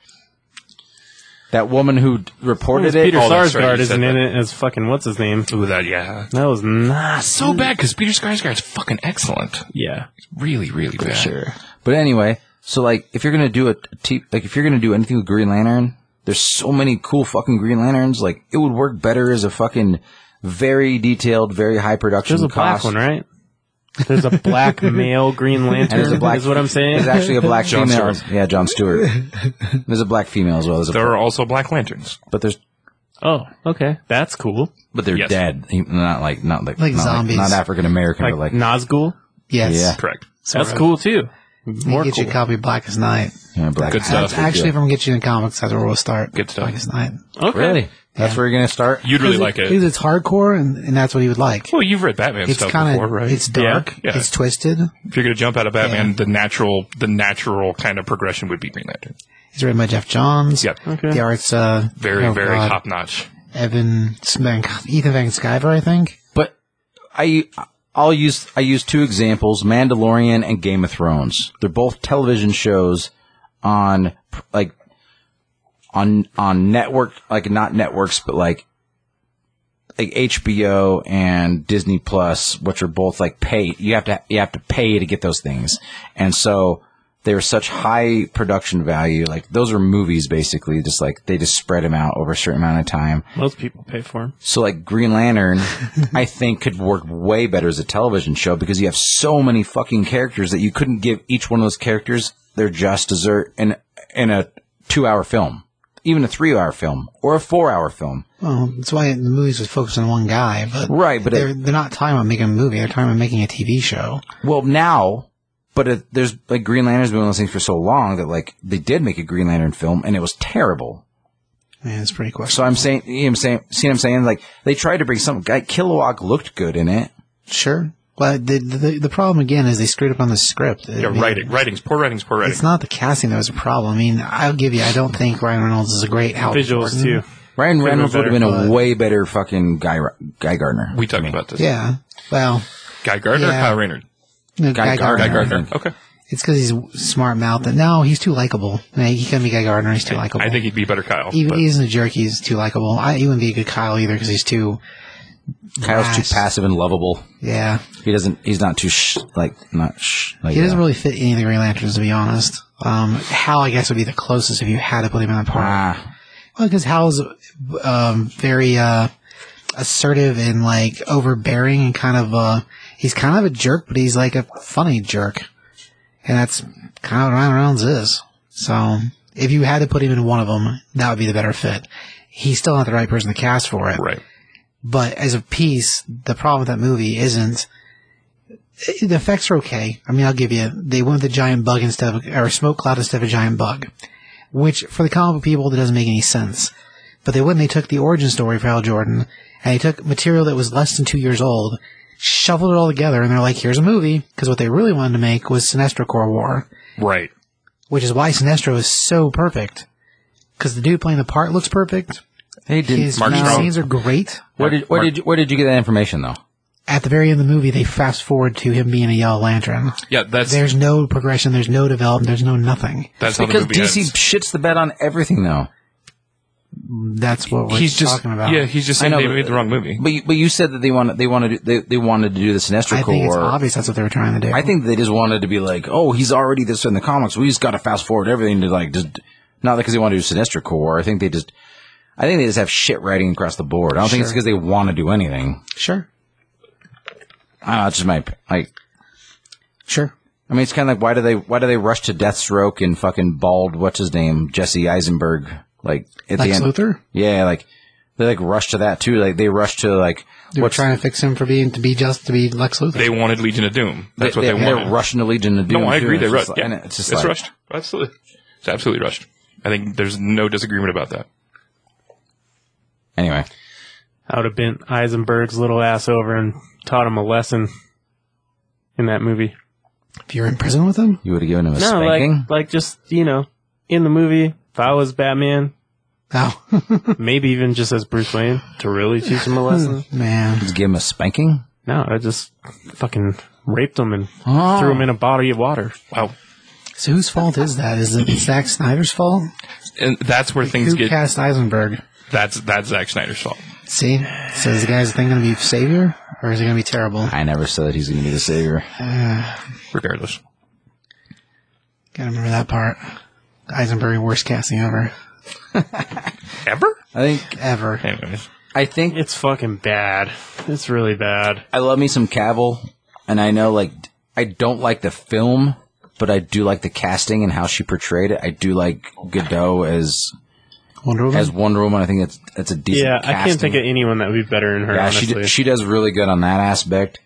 [SPEAKER 1] That woman who d- reported it,
[SPEAKER 2] Peter
[SPEAKER 3] Oh, that's
[SPEAKER 2] Sarsgaard
[SPEAKER 3] right, you
[SPEAKER 2] isn't
[SPEAKER 3] said
[SPEAKER 2] in it as fucking what's his name.
[SPEAKER 3] Ooh, that yeah.
[SPEAKER 2] That was not.
[SPEAKER 3] So bad because Peter Skarsgård's fucking excellent.
[SPEAKER 2] Yeah.
[SPEAKER 3] Really, really bad.
[SPEAKER 2] Sure.
[SPEAKER 1] But anyway, so like if you're gonna do a t- like if you're gonna do anything with Green Lantern, there's so many cool fucking Green Lanterns. Like it would work better as a fucking very detailed, very high production.
[SPEAKER 2] There's a black
[SPEAKER 1] cost.
[SPEAKER 2] one, right? There's a black male Green Lantern.
[SPEAKER 1] there's a black-
[SPEAKER 2] is what I'm saying.
[SPEAKER 1] There's actually a black
[SPEAKER 3] John
[SPEAKER 1] female. Yeah, John Stewart. There's a black female as well. There's a,
[SPEAKER 3] There are also Black Lanterns.
[SPEAKER 1] but there's
[SPEAKER 2] Oh, okay. That's cool.
[SPEAKER 1] but they're
[SPEAKER 3] Yes.
[SPEAKER 1] dead. He- Not like not like
[SPEAKER 4] Like
[SPEAKER 1] not
[SPEAKER 4] zombies.
[SPEAKER 1] not African American,
[SPEAKER 2] Like,
[SPEAKER 1] but like
[SPEAKER 2] Nazgul.
[SPEAKER 4] Yes.
[SPEAKER 1] Yeah.
[SPEAKER 3] Correct.
[SPEAKER 2] That's cool too. More
[SPEAKER 4] More get
[SPEAKER 2] cool.
[SPEAKER 4] you a copy of Black as Night.
[SPEAKER 1] you know, black.
[SPEAKER 3] Good stuff.
[SPEAKER 4] That's actually, if I'm gonna get you in comics, that's where we'll start.
[SPEAKER 3] Good stuff.
[SPEAKER 4] Black as Night.
[SPEAKER 2] Okay.
[SPEAKER 1] Really, that's where you're gonna start.
[SPEAKER 3] You'd really like
[SPEAKER 4] Because
[SPEAKER 3] it.
[SPEAKER 4] it's hardcore, and, and that's what he would like.
[SPEAKER 3] Well, you've read Batman
[SPEAKER 4] It's
[SPEAKER 3] stuff
[SPEAKER 4] kind
[SPEAKER 3] before,
[SPEAKER 4] of
[SPEAKER 3] right?
[SPEAKER 4] it's dark,
[SPEAKER 3] Yeah.
[SPEAKER 4] it's twisted.
[SPEAKER 3] if you're going to jump out of Batman, the natural, the natural kind of progression would be Green Lantern.
[SPEAKER 4] It's written by Jeff Johns.
[SPEAKER 3] Yep.
[SPEAKER 2] Okay.
[SPEAKER 4] The art's uh,
[SPEAKER 3] Very,
[SPEAKER 4] oh
[SPEAKER 3] very
[SPEAKER 4] God,
[SPEAKER 3] top notch.
[SPEAKER 4] Evan Smack- Ethan Van Sciver, I think.
[SPEAKER 1] But I I'll use I use two examples: Mandalorian and Game of Thrones. They're both television shows on like on on network like not networks, but like like HBO and Disney Plus, which are both like pay. You have to you have to pay to get those things, and so. They were such high production value. Like those are movies, basically. Just like they just spread them out over a certain amount of time.
[SPEAKER 2] Most people pay for him.
[SPEAKER 1] So like Green Lantern, I think could work way better as a television show because you have so many fucking characters that you couldn't give each one of those characters their just dessert in in a two hour film, even a three hour film or a four hour film.
[SPEAKER 4] Well, that's why the movies was focused on one guy, but
[SPEAKER 1] Right, but
[SPEAKER 4] they're
[SPEAKER 1] it,
[SPEAKER 4] they're not talking about making a movie. They're talking about making a TV show.
[SPEAKER 1] well now, but it, there's like Green Lantern's been one of those things for so long that like they did make a Green Lantern film and it was terrible.
[SPEAKER 4] Yeah, it's pretty cool.
[SPEAKER 1] So I'm saying, you know, what I'm saying, see what I'm saying? Like they tried to bring some guy. Kilowog looked good in it.
[SPEAKER 4] Sure. Well, the, the the problem again is they screwed up on the script. I
[SPEAKER 3] Yeah,
[SPEAKER 4] mean,
[SPEAKER 3] writing, writings, poor writings, poor writing.
[SPEAKER 4] It's not the casting that was a problem. I mean, I'll give you. I don't think Ryan Reynolds is a great Hal
[SPEAKER 2] Visuals too.
[SPEAKER 4] Jordan.
[SPEAKER 1] Ryan Reynolds would
[SPEAKER 2] been
[SPEAKER 1] have been a way better fucking guy. Guy Gardner.
[SPEAKER 3] we talked about this.
[SPEAKER 4] Yeah. Well,
[SPEAKER 3] Guy Gardner,
[SPEAKER 4] Yeah.
[SPEAKER 3] Kyle Raynard.
[SPEAKER 4] no, Guy, Gardner.
[SPEAKER 3] Guy Gardner. Okay.
[SPEAKER 4] It's because he's smart mouthed. No, he's too likable. I mean, he can be Guy Gardner. He's too likable.
[SPEAKER 3] I think he'd be better Kyle.
[SPEAKER 4] even
[SPEAKER 3] but
[SPEAKER 4] he isn't a jerk. He's too likable. I, he wouldn't be a good Kyle either because he's too.
[SPEAKER 1] Kyle's
[SPEAKER 4] Nice.
[SPEAKER 1] too passive and lovable.
[SPEAKER 4] Yeah,
[SPEAKER 1] He doesn't. He's not too sh- like not sh- like.
[SPEAKER 4] he doesn't
[SPEAKER 1] uh,
[SPEAKER 4] really fit any of the Green Lanterns to be honest. Um, Hal, I guess, would be the closest if you had to put him in that part.
[SPEAKER 1] ah,
[SPEAKER 4] Well, because Hal's um, very uh, assertive and like overbearing and kind of uh, he's kind of a jerk, but he's like a funny jerk, and that's kind of what Ryan Reynolds is. So if you had to put him in one of them, that would be the better fit. He's still not the right person to cast for it,
[SPEAKER 3] right.
[SPEAKER 4] but as a piece, the problem with that movie isn't. i- The effects are okay. I mean, I'll give you. They went with a giant bug instead of or a smoke cloud instead of a giant bug, which for the comic book people that doesn't make any sense. But they went and they took the origin story for Hal Jordan and they took material that was less than two years old, shoveled it all together, and they're like, "Here's a movie." Because what they really wanted to make was Sinestro Corps War,
[SPEAKER 3] Right.
[SPEAKER 4] which is why Sinestro is so perfect. Because the dude playing the part looks perfect.
[SPEAKER 1] he didn't.
[SPEAKER 4] His
[SPEAKER 3] Mark
[SPEAKER 4] few
[SPEAKER 3] Strong.
[SPEAKER 4] scenes are great.
[SPEAKER 1] where did where did you, where did you get that information though?
[SPEAKER 4] at the very end of the movie, they fast forward to him being a Yellow Lantern.
[SPEAKER 3] Yeah, that's
[SPEAKER 4] There's no progression. There's no development. There's no nothing.
[SPEAKER 3] that's how the
[SPEAKER 1] Because
[SPEAKER 3] movie
[SPEAKER 1] DC
[SPEAKER 3] ends.
[SPEAKER 1] shits the bed on everything though.
[SPEAKER 4] That's what we're
[SPEAKER 3] He's just
[SPEAKER 4] talking about.
[SPEAKER 3] yeah, he's
[SPEAKER 1] I
[SPEAKER 3] just saying
[SPEAKER 1] know,
[SPEAKER 3] they
[SPEAKER 1] but-
[SPEAKER 3] made the wrong movie.
[SPEAKER 1] But you, but you said that they wanted they wanted to, they, they wanted to do the Sinestro
[SPEAKER 4] I
[SPEAKER 1] Corps.
[SPEAKER 4] think it's obvious that's what they were trying to do.
[SPEAKER 1] I think they just wanted to be like, oh, he's already this in the comics. We just got to fast forward everything to like just not because they want to do Sinestro Corps. I think they just. I think they just have shit writing across the board. I don't think it's
[SPEAKER 4] Sure.
[SPEAKER 1] because they want to do anything.
[SPEAKER 4] sure,
[SPEAKER 1] I don't know. It's just my like.
[SPEAKER 4] sure.
[SPEAKER 1] I mean, it's kind of like why do they why do they rush to Deathstroke and fucking bald what's his name Jesse Eisenberg like at
[SPEAKER 4] Lex
[SPEAKER 1] the end?
[SPEAKER 4] Luthor.
[SPEAKER 1] Yeah, like they like rush to that too. Like they rush to like
[SPEAKER 4] They were
[SPEAKER 1] What's-
[SPEAKER 4] trying to fix him for being to be just to be Lex Luthor.
[SPEAKER 3] They wanted Legion of Doom. That's
[SPEAKER 1] they,
[SPEAKER 3] what they,
[SPEAKER 1] they, are
[SPEAKER 3] wanted.
[SPEAKER 1] rushing to Legion to do.
[SPEAKER 3] No, I
[SPEAKER 1] too,
[SPEAKER 3] agree.
[SPEAKER 1] and
[SPEAKER 3] They
[SPEAKER 1] it's
[SPEAKER 3] rushed.
[SPEAKER 1] just like-
[SPEAKER 3] Yeah.
[SPEAKER 1] and
[SPEAKER 3] It's,
[SPEAKER 1] it's just like,
[SPEAKER 3] rushed. Absolutely. It's absolutely rushed. I think there's no disagreement about that.
[SPEAKER 1] Anyway,
[SPEAKER 2] I would have bent Eisenberg's little ass over and taught him a lesson in that movie.
[SPEAKER 4] if you're in prison with him,
[SPEAKER 1] you would have given him a
[SPEAKER 2] no,
[SPEAKER 1] spanking.
[SPEAKER 2] like like just you know, in the movie, if I was Batman,
[SPEAKER 4] oh
[SPEAKER 2] maybe even just as Bruce Wayne, to really teach
[SPEAKER 1] Hmm.
[SPEAKER 2] him a lesson.
[SPEAKER 4] man,
[SPEAKER 1] Just give him a spanking.
[SPEAKER 2] No, I just fucking raped him and
[SPEAKER 1] Oh.
[SPEAKER 2] threw him in a body of water.
[SPEAKER 3] Wow.
[SPEAKER 4] so whose fault is that? Is it Zack Snyder's fault?
[SPEAKER 3] And that's where things
[SPEAKER 4] Who
[SPEAKER 3] get.
[SPEAKER 4] cast Eisenberg?
[SPEAKER 3] That's that's Zack Snyder's fault.
[SPEAKER 4] See, so is the guy's thing going to be savior or is it going to be terrible?
[SPEAKER 1] I never said that he's going to be the savior.
[SPEAKER 3] Regardless.
[SPEAKER 4] Gotta remember that part. Eisenberg worst casting ever,
[SPEAKER 3] Ever?
[SPEAKER 1] I think.
[SPEAKER 4] ever.
[SPEAKER 3] Anyways.
[SPEAKER 1] I think
[SPEAKER 2] It's fucking bad. It's really bad.
[SPEAKER 1] I love me some Cavill, and I know like I don't like the film, but I do like the casting and how she portrayed it. I do like Godot as
[SPEAKER 4] Wonder Woman.
[SPEAKER 1] as Wonder Woman. I think that's that's a decent.
[SPEAKER 2] Hmm. Yeah, I can't
[SPEAKER 1] casting.
[SPEAKER 2] think of anyone that would be better in her.
[SPEAKER 1] Yeah, she
[SPEAKER 2] honestly,
[SPEAKER 1] d- she does really good on that aspect.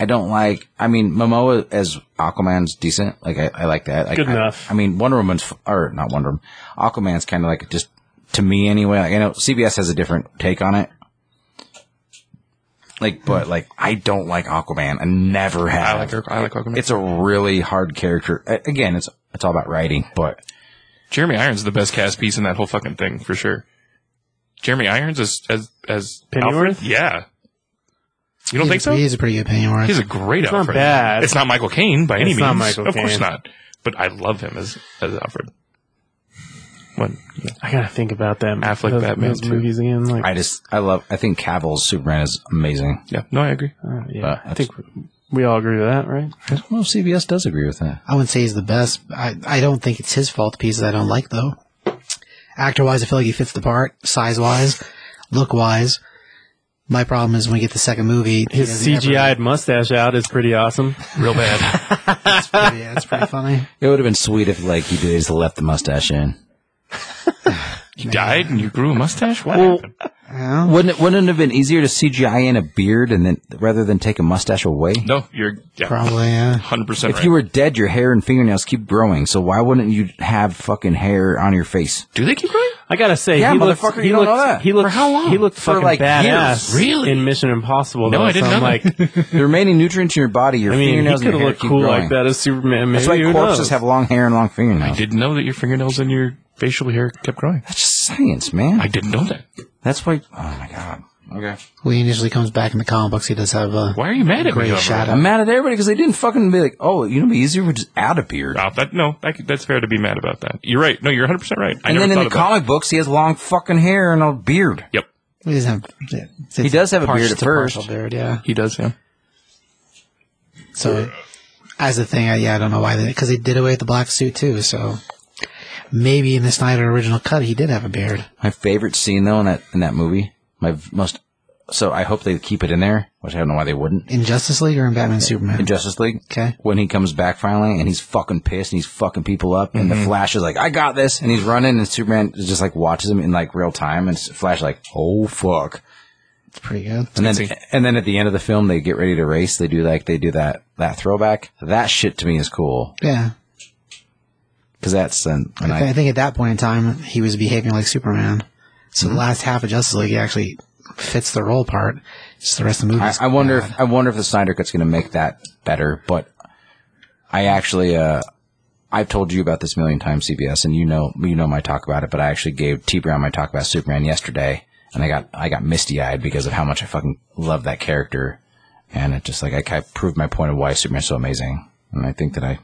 [SPEAKER 1] I don't like. I mean, Momoa as Aquaman's decent. Like I, I like that. Like,
[SPEAKER 2] Good
[SPEAKER 1] I-
[SPEAKER 2] enough.
[SPEAKER 1] I mean, Wonder Woman's f- or not Wonder Woman. Aquaman's kind of like just to me anyway. Like I know CBS has a different take on it. Like, but
[SPEAKER 2] Hmm.
[SPEAKER 1] like I don't like Aquaman. I never have.
[SPEAKER 3] I like her. I like Aquaman.
[SPEAKER 1] It's a really hard character. A- Again, it's it's all about writing, but
[SPEAKER 3] Jeremy Irons is the best cast piece in that whole fucking thing for sure. Jeremy Irons as as as
[SPEAKER 2] Pennyworth?
[SPEAKER 3] Alfred? Yeah. You don't
[SPEAKER 4] He's
[SPEAKER 3] think
[SPEAKER 4] a-
[SPEAKER 3] so?
[SPEAKER 4] He's a pretty good Pennyworth.
[SPEAKER 3] He's a great
[SPEAKER 2] not
[SPEAKER 3] Alfred.
[SPEAKER 2] bad.
[SPEAKER 3] It's not Michael Caine by any
[SPEAKER 2] It's
[SPEAKER 3] means.
[SPEAKER 2] not Michael
[SPEAKER 3] of course
[SPEAKER 2] Caine.
[SPEAKER 3] not. But I love him as as Alfred. What?
[SPEAKER 2] I gotta think about that.
[SPEAKER 3] Affleck
[SPEAKER 2] those,
[SPEAKER 3] Batman
[SPEAKER 2] those
[SPEAKER 3] too.
[SPEAKER 2] movies again. Like,
[SPEAKER 1] I just I love. I think Cavill's Superman is amazing.
[SPEAKER 3] Yeah. No, I agree.
[SPEAKER 2] uh, yeah,
[SPEAKER 1] Uh,
[SPEAKER 2] I think we all agree with that, right?
[SPEAKER 1] I don't know if CBS does agree with that.
[SPEAKER 4] I wouldn't say he's the best. I, I don't think it's his fault. The pieces I don't like though. Actor wise, I feel like he fits the part. Size wise, look wise. My problem is when we get the second movie, he
[SPEAKER 2] His
[SPEAKER 4] doesn't ever-
[SPEAKER 2] CGI mustache out is pretty awesome.
[SPEAKER 3] Real bad.
[SPEAKER 4] yeah, it's pretty funny.
[SPEAKER 1] It would have been sweet if like you did just left the mustache in.
[SPEAKER 3] you died and you grew a mustache. What? happened?
[SPEAKER 4] Well,
[SPEAKER 1] Wouldn't it, wouldn't it have been easier to CGI in a beard and then rather than take a mustache away?
[SPEAKER 3] No, you're yeah,
[SPEAKER 4] probably. Yeah.
[SPEAKER 3] hundred percent.
[SPEAKER 1] If
[SPEAKER 3] Right.
[SPEAKER 1] you were dead, your hair and fingernails keep growing. So why wouldn't you have fucking hair on your face?
[SPEAKER 3] Do they keep growing?
[SPEAKER 2] I gotta say,
[SPEAKER 1] Yeah,
[SPEAKER 2] he looked,
[SPEAKER 1] motherfucker, you
[SPEAKER 2] he
[SPEAKER 1] don't know
[SPEAKER 2] looked,
[SPEAKER 1] that.
[SPEAKER 2] He looked,
[SPEAKER 3] For how long?
[SPEAKER 2] He looked
[SPEAKER 1] For,
[SPEAKER 2] fucking
[SPEAKER 1] like,
[SPEAKER 2] badass.
[SPEAKER 1] years.
[SPEAKER 3] Really?
[SPEAKER 2] In Mission Impossible.
[SPEAKER 3] No,
[SPEAKER 2] though,
[SPEAKER 3] I didn't
[SPEAKER 2] so I'm
[SPEAKER 3] know
[SPEAKER 2] like,
[SPEAKER 3] that.
[SPEAKER 1] The remaining nutrients in your body, your
[SPEAKER 2] I mean, he
[SPEAKER 1] fingernails and
[SPEAKER 2] could
[SPEAKER 1] your
[SPEAKER 2] have
[SPEAKER 1] hair
[SPEAKER 2] looked
[SPEAKER 1] keep
[SPEAKER 2] cool
[SPEAKER 1] growing.
[SPEAKER 2] like that as Superman. Maybe
[SPEAKER 1] That's why
[SPEAKER 2] who
[SPEAKER 1] corpses
[SPEAKER 2] knows?
[SPEAKER 1] have long hair and long fingernails.
[SPEAKER 3] Didn't know that your fingernails and your facial hair kept growing.
[SPEAKER 1] That's just science, man.
[SPEAKER 3] I didn't know that.
[SPEAKER 1] That's why. Oh my god. Okay.
[SPEAKER 4] Well, he usually comes back in the comic books. He does have a
[SPEAKER 3] Why are you mad at me?
[SPEAKER 4] great
[SPEAKER 3] over that?
[SPEAKER 4] shadow.
[SPEAKER 1] I'm mad at everybody because they didn't fucking be like, oh, you know, it'd be easier if we just add a beard.
[SPEAKER 3] Ralph, Oh, that, no, I could- that's fair to be mad about that. You're right. No, you're 100% right. I
[SPEAKER 1] and
[SPEAKER 3] never
[SPEAKER 1] then in
[SPEAKER 3] thought
[SPEAKER 1] the
[SPEAKER 3] about
[SPEAKER 1] comic books, he has long fucking hair and a beard.
[SPEAKER 3] Yep.
[SPEAKER 4] He doesn't have. He
[SPEAKER 1] does have a beard at first.
[SPEAKER 4] Beard, yeah.
[SPEAKER 3] He does, yeah.
[SPEAKER 4] So as a thing, I, yeah, I don't know why they because they did away with the black suit too. So maybe in the Snyder original cut, he did have a beard.
[SPEAKER 1] My favorite scene though in that in that movie, my v- most so I hope they keep it in there, which I don't know why they wouldn't.
[SPEAKER 4] In Justice League or in Batman Superman?
[SPEAKER 1] In Justice League,
[SPEAKER 4] Mm-hmm. Okay.
[SPEAKER 1] when he comes back finally and he's fucking pissed and he's fucking people up, and the Flash is like, "I got this," and he's running, and Superman is just like watches him in like real time, and s- Flash like, "Oh fuck,"
[SPEAKER 4] it's pretty good.
[SPEAKER 1] and then and then at the end of the film they get ready to race. They do like they do that that throwback. That shit to me is cool
[SPEAKER 4] Yeah.
[SPEAKER 1] because that's then when
[SPEAKER 4] I,
[SPEAKER 1] I
[SPEAKER 4] think at that point in time, he was behaving like Superman. So
[SPEAKER 1] Mm-hmm.
[SPEAKER 4] the last half of Justice League actually fits the role part. Just the rest of the movie.
[SPEAKER 1] I, I wonder if I wonder if the Snyder Cut's going to make that better. But I actually, uh, I've told you about this a million times, CBS, and you know you know my talk about it. But I actually gave T Brown my talk about Superman yesterday, and I got I got misty eyed because of how much I fucking love that character, and it just like I, I proved my point of why Superman's so amazing, and I think that I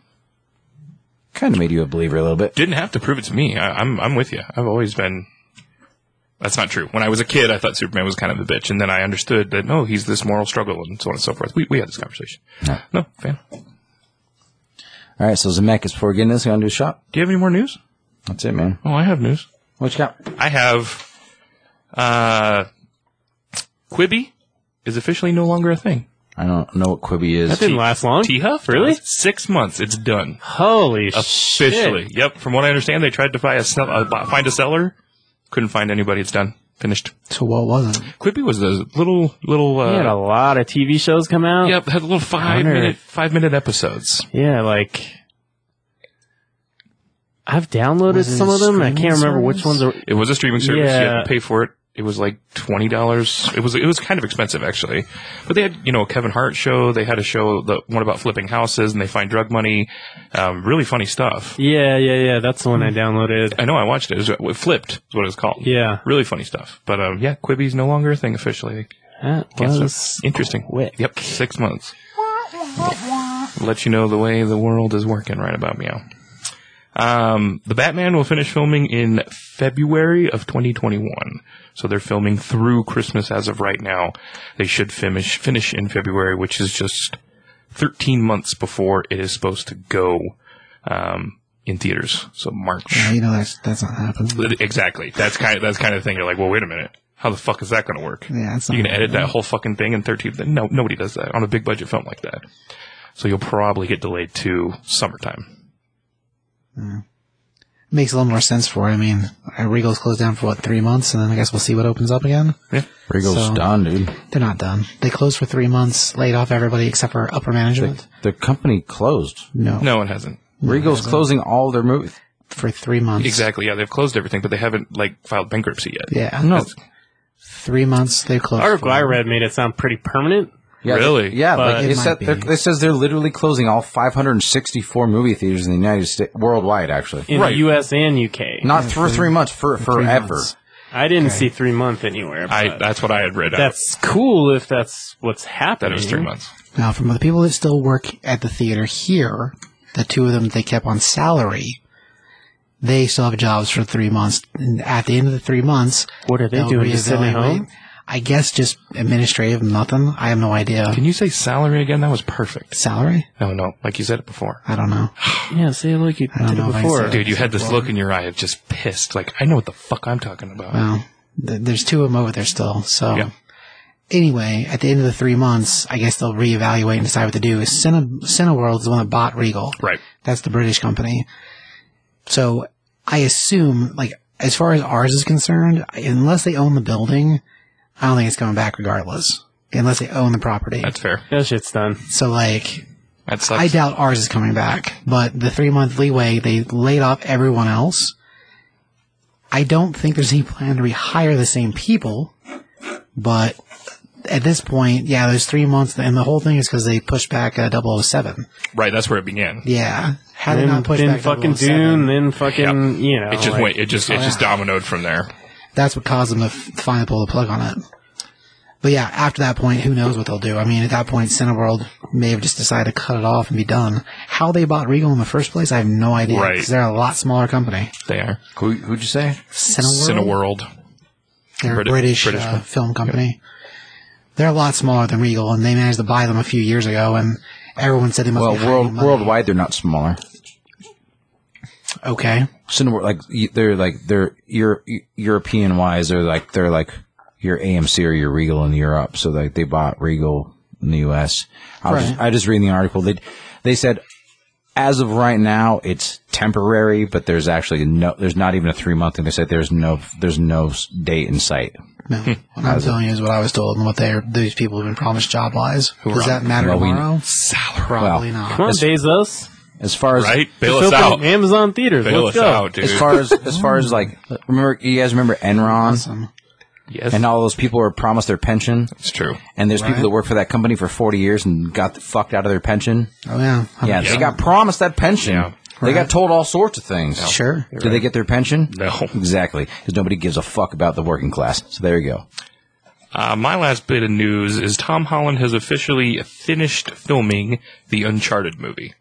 [SPEAKER 1] kind of made you a believer a little bit.
[SPEAKER 3] Didn't have to prove it to me. I, I'm, I'm with you. I've always been. That's not true. When I was a kid, I thought Superman was kind of a bitch, and then I understood that, no, he's this moral struggle and so on and so forth. We, we had this conversation.
[SPEAKER 1] No.
[SPEAKER 3] No, fan. Do
[SPEAKER 1] All right, so Zemeckis, before we get into this, we gonna do a shot.
[SPEAKER 3] you have any more news?
[SPEAKER 1] That's it, man.
[SPEAKER 3] Oh, I have news.
[SPEAKER 1] What you got?
[SPEAKER 3] I have. Uh, Quibi is officially no longer a thing.
[SPEAKER 1] I don't know what Quibi is.
[SPEAKER 2] That didn't last long.
[SPEAKER 3] T Huff?
[SPEAKER 2] Really? Oh,
[SPEAKER 3] Six months. It's done.
[SPEAKER 2] Holy
[SPEAKER 3] Officially. Yep. From what I understand, they tried to buy a sell, uh, bu- find a seller. Couldn't find anybody. It's done. Finished.
[SPEAKER 4] So what was it?
[SPEAKER 3] Quibi was a little little.
[SPEAKER 2] He had a
[SPEAKER 3] Uh,
[SPEAKER 2] lot of TV shows come out.
[SPEAKER 3] Yep, had little five
[SPEAKER 2] Hunter.
[SPEAKER 3] minute five minute episodes.
[SPEAKER 2] Yeah, like I've downloaded
[SPEAKER 4] Was it
[SPEAKER 2] some
[SPEAKER 4] a
[SPEAKER 2] of them. I
[SPEAKER 4] streaming
[SPEAKER 2] can't remember which
[SPEAKER 4] service?
[SPEAKER 2] ones are.
[SPEAKER 3] It was a streaming service. You
[SPEAKER 2] Yeah.
[SPEAKER 3] had to pay for it. It was like twenty dollars. It was it was kind of expensive actually, but they had you know a Kevin Hart show. They had a show the one about flipping houses and they find drug money. Um, really funny stuff.
[SPEAKER 2] Yeah, yeah, yeah. That's the one I downloaded.
[SPEAKER 3] I know I watched it. It, was, it flipped is what it was called.
[SPEAKER 2] Yeah,
[SPEAKER 3] Really funny stuff. But um, yeah, Quibi's no longer a thing officially.
[SPEAKER 2] that
[SPEAKER 3] Canceled.
[SPEAKER 2] was
[SPEAKER 3] Interesting.
[SPEAKER 2] quick.
[SPEAKER 3] Yep, six months. Let you know the way the world is working right about meow. Um, the Batman will finish filming in February of 2021, so they're filming through Christmas as of right now. They should finish finish in February, which is just 13 months before it is supposed to go um, in theaters. So March.
[SPEAKER 4] Yeah, you know that's that's not happening.
[SPEAKER 3] Exactly. That's kind of that's kind of thing. You're like, well, wait a minute. How the fuck is that going to work?
[SPEAKER 4] Yeah, that's
[SPEAKER 3] You
[SPEAKER 4] not
[SPEAKER 3] can edit that whole fucking thing in 13. th- No, nobody does that on a big budget film like that. So you'll probably get delayed to summertime.
[SPEAKER 4] makes a little more sense for. it. I mean, uh, Regal's closed down for what three months, and then I guess we'll see what opens up again.
[SPEAKER 1] Regal's
[SPEAKER 4] So-
[SPEAKER 1] done, dude.
[SPEAKER 4] They're not done. They closed for three months, laid off everybody except for upper management.
[SPEAKER 1] The company closed.
[SPEAKER 4] No,
[SPEAKER 3] No, it hasn't.
[SPEAKER 1] Regal's closing all their movies.
[SPEAKER 4] for three months.
[SPEAKER 3] Exactly. Yeah, they've closed everything, but they haven't like filed bankruptcy yet.
[SPEAKER 4] Yeah,
[SPEAKER 1] No.
[SPEAKER 4] three months they closed.
[SPEAKER 2] Article I read made it sound pretty permanent.
[SPEAKER 1] Yeah, they-
[SPEAKER 3] Really?
[SPEAKER 1] yeah,
[SPEAKER 2] But-
[SPEAKER 1] like
[SPEAKER 4] It
[SPEAKER 1] it, said,
[SPEAKER 4] might
[SPEAKER 1] they're-
[SPEAKER 4] be.
[SPEAKER 1] it says they're literally closing all 564 movie theaters in the United States, worldwide, actually.
[SPEAKER 2] in
[SPEAKER 3] Right.
[SPEAKER 2] the U.S. and U.K.
[SPEAKER 1] Not for three months, for
[SPEAKER 4] Three
[SPEAKER 1] forever.
[SPEAKER 4] months.
[SPEAKER 2] I didn't see three month anywhere.
[SPEAKER 3] I
[SPEAKER 2] but
[SPEAKER 3] that's what I had read. out,
[SPEAKER 2] that's cool if that's what's
[SPEAKER 3] that
[SPEAKER 2] happening.
[SPEAKER 3] it was three months.
[SPEAKER 4] Now, from the people that still work at the theater here, the two of them they kept on salary. They still have jobs for three months. And at the end of the three months,
[SPEAKER 2] What are they
[SPEAKER 4] they'll
[SPEAKER 2] doing? Just sitting at
[SPEAKER 4] reevaluate.
[SPEAKER 2] home?
[SPEAKER 4] I guess just administrative, nothing. I have no idea.
[SPEAKER 3] Can you say salary again? That was perfect.
[SPEAKER 4] Salary?
[SPEAKER 3] No, no, like you said it before.
[SPEAKER 4] I don't know.
[SPEAKER 2] Yeah, say like you
[SPEAKER 4] don't
[SPEAKER 2] did
[SPEAKER 4] know
[SPEAKER 2] it
[SPEAKER 4] if I
[SPEAKER 2] before.
[SPEAKER 4] said-
[SPEAKER 3] Dude, you had this look in your eye of just pissed. Like I know what the fuck I'm talking about.
[SPEAKER 4] Well, th- there's two of them over there still. So
[SPEAKER 3] Yeah.
[SPEAKER 4] anyway, at the end of the three months, I guess they'll reevaluate and decide what to do. Cine- Cineworld is the one that bought Regal.
[SPEAKER 3] Right.
[SPEAKER 4] That's the British company. So I assume, like, as far as ours is concerned, unless they own the building, I don't think it's going back regardless. Unless they own the property.
[SPEAKER 3] That's fair.
[SPEAKER 2] That shit's done.
[SPEAKER 4] so, like,
[SPEAKER 3] That sucks.
[SPEAKER 4] I doubt ours is coming back, but the three month leeway, they laid off everyone else. I don't think there's any plan to rehire the same people, but at this point, yeah, there's three months, and the whole thing is because they pushed back uh, 007.
[SPEAKER 3] right. That's where it began.
[SPEAKER 4] Yeah. How did
[SPEAKER 2] Then,
[SPEAKER 4] not push
[SPEAKER 2] then
[SPEAKER 4] back
[SPEAKER 2] fucking
[SPEAKER 4] 007?
[SPEAKER 2] Dune, then fucking you know.
[SPEAKER 3] It just
[SPEAKER 2] like,
[SPEAKER 3] went. It just it just dominoed from there.
[SPEAKER 4] that's what caused them to f- finally pull the plug on it. But yeah, after that point, who knows what they'll do? I mean, at that point, Cineworld may have just decided to cut it off and be done. How they bought Regal in the first place, I have no idea.
[SPEAKER 3] Right.
[SPEAKER 4] 'cause they're a lot smaller company.
[SPEAKER 3] They are.
[SPEAKER 1] Who, who'd you say?
[SPEAKER 4] Cineworld,
[SPEAKER 3] Cineworld.
[SPEAKER 4] they're
[SPEAKER 3] Brit-
[SPEAKER 4] a British,
[SPEAKER 3] British
[SPEAKER 4] uh,
[SPEAKER 3] one.
[SPEAKER 4] film company. They're a lot smaller than Regal, and they managed to buy them a few years ago. And everyone said they must
[SPEAKER 1] Well,
[SPEAKER 4] be hiding
[SPEAKER 1] world,
[SPEAKER 4] money.
[SPEAKER 1] worldwide, they're not smaller.
[SPEAKER 4] Okay,
[SPEAKER 1] Cineworld, like y- they're like they're Euro- E, European wise, they're like they're like your AMC or your Regal in Europe. So like they bought Regal in the U.S. I was
[SPEAKER 4] Right.
[SPEAKER 1] just, I just reading the article. They they said as of right now it's temporary, but there's actually no there's not even a three month thing. They said there's no there's no s- date in sight.
[SPEAKER 4] no, what I'm telling you is what I was told and what they these people have been promised job wise. Does that matter
[SPEAKER 1] Well, we-
[SPEAKER 4] tomorrow? Probably
[SPEAKER 1] Well,
[SPEAKER 4] not.
[SPEAKER 2] Come on, Bezos.
[SPEAKER 1] As far as
[SPEAKER 3] Right? Bail
[SPEAKER 2] Let's
[SPEAKER 3] us
[SPEAKER 2] open
[SPEAKER 3] out.
[SPEAKER 2] Amazon theaters.
[SPEAKER 3] Bail
[SPEAKER 2] Let's
[SPEAKER 3] us
[SPEAKER 2] go.
[SPEAKER 3] out, dude.
[SPEAKER 1] as far as as far as like remember you guys remember Enron
[SPEAKER 4] Awesome.
[SPEAKER 3] yes,
[SPEAKER 1] and all those people were promised their pension.
[SPEAKER 3] it's true.
[SPEAKER 1] And there's people that worked for that company for 40 years and got fucked out of their pension.
[SPEAKER 4] Oh yeah,
[SPEAKER 1] Yeah, they got promised that pension.
[SPEAKER 3] Yeah.
[SPEAKER 1] They got told all sorts of things.
[SPEAKER 4] Sure.
[SPEAKER 1] Did they get their pension?
[SPEAKER 3] No.
[SPEAKER 1] Exactly. Because nobody gives a fuck about the working class. So there you go.
[SPEAKER 3] Uh, my last bit of news is Tom Holland has officially finished filming the Uncharted movie.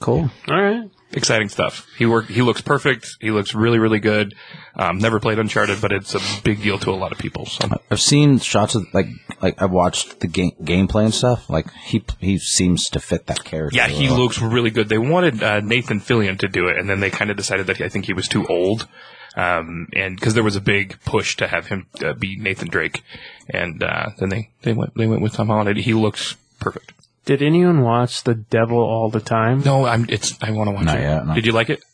[SPEAKER 1] Cool.
[SPEAKER 2] All right.
[SPEAKER 3] Exciting stuff. He worked. He looks perfect. He looks really, really good. Um, never played Uncharted, but it's a big deal to a lot of people. So
[SPEAKER 1] I've seen shots of like like I've watched the game gameplay and stuff. Like he he seems to fit that character.
[SPEAKER 3] yeah, he
[SPEAKER 1] well.
[SPEAKER 3] looks really good. They wanted uh, Nathan Fillion to do it, and then they kind of decided that I think he was too old. Um, and because there was a big push to have him uh, be Nathan Drake, and uh, then they they went they went with Tom Holland. and He looks perfect.
[SPEAKER 2] Did anyone watch The Devil All the Time?
[SPEAKER 3] No, I'm. It's. I want to watch
[SPEAKER 1] Not
[SPEAKER 3] it.
[SPEAKER 1] yet, no.
[SPEAKER 3] Did you like it?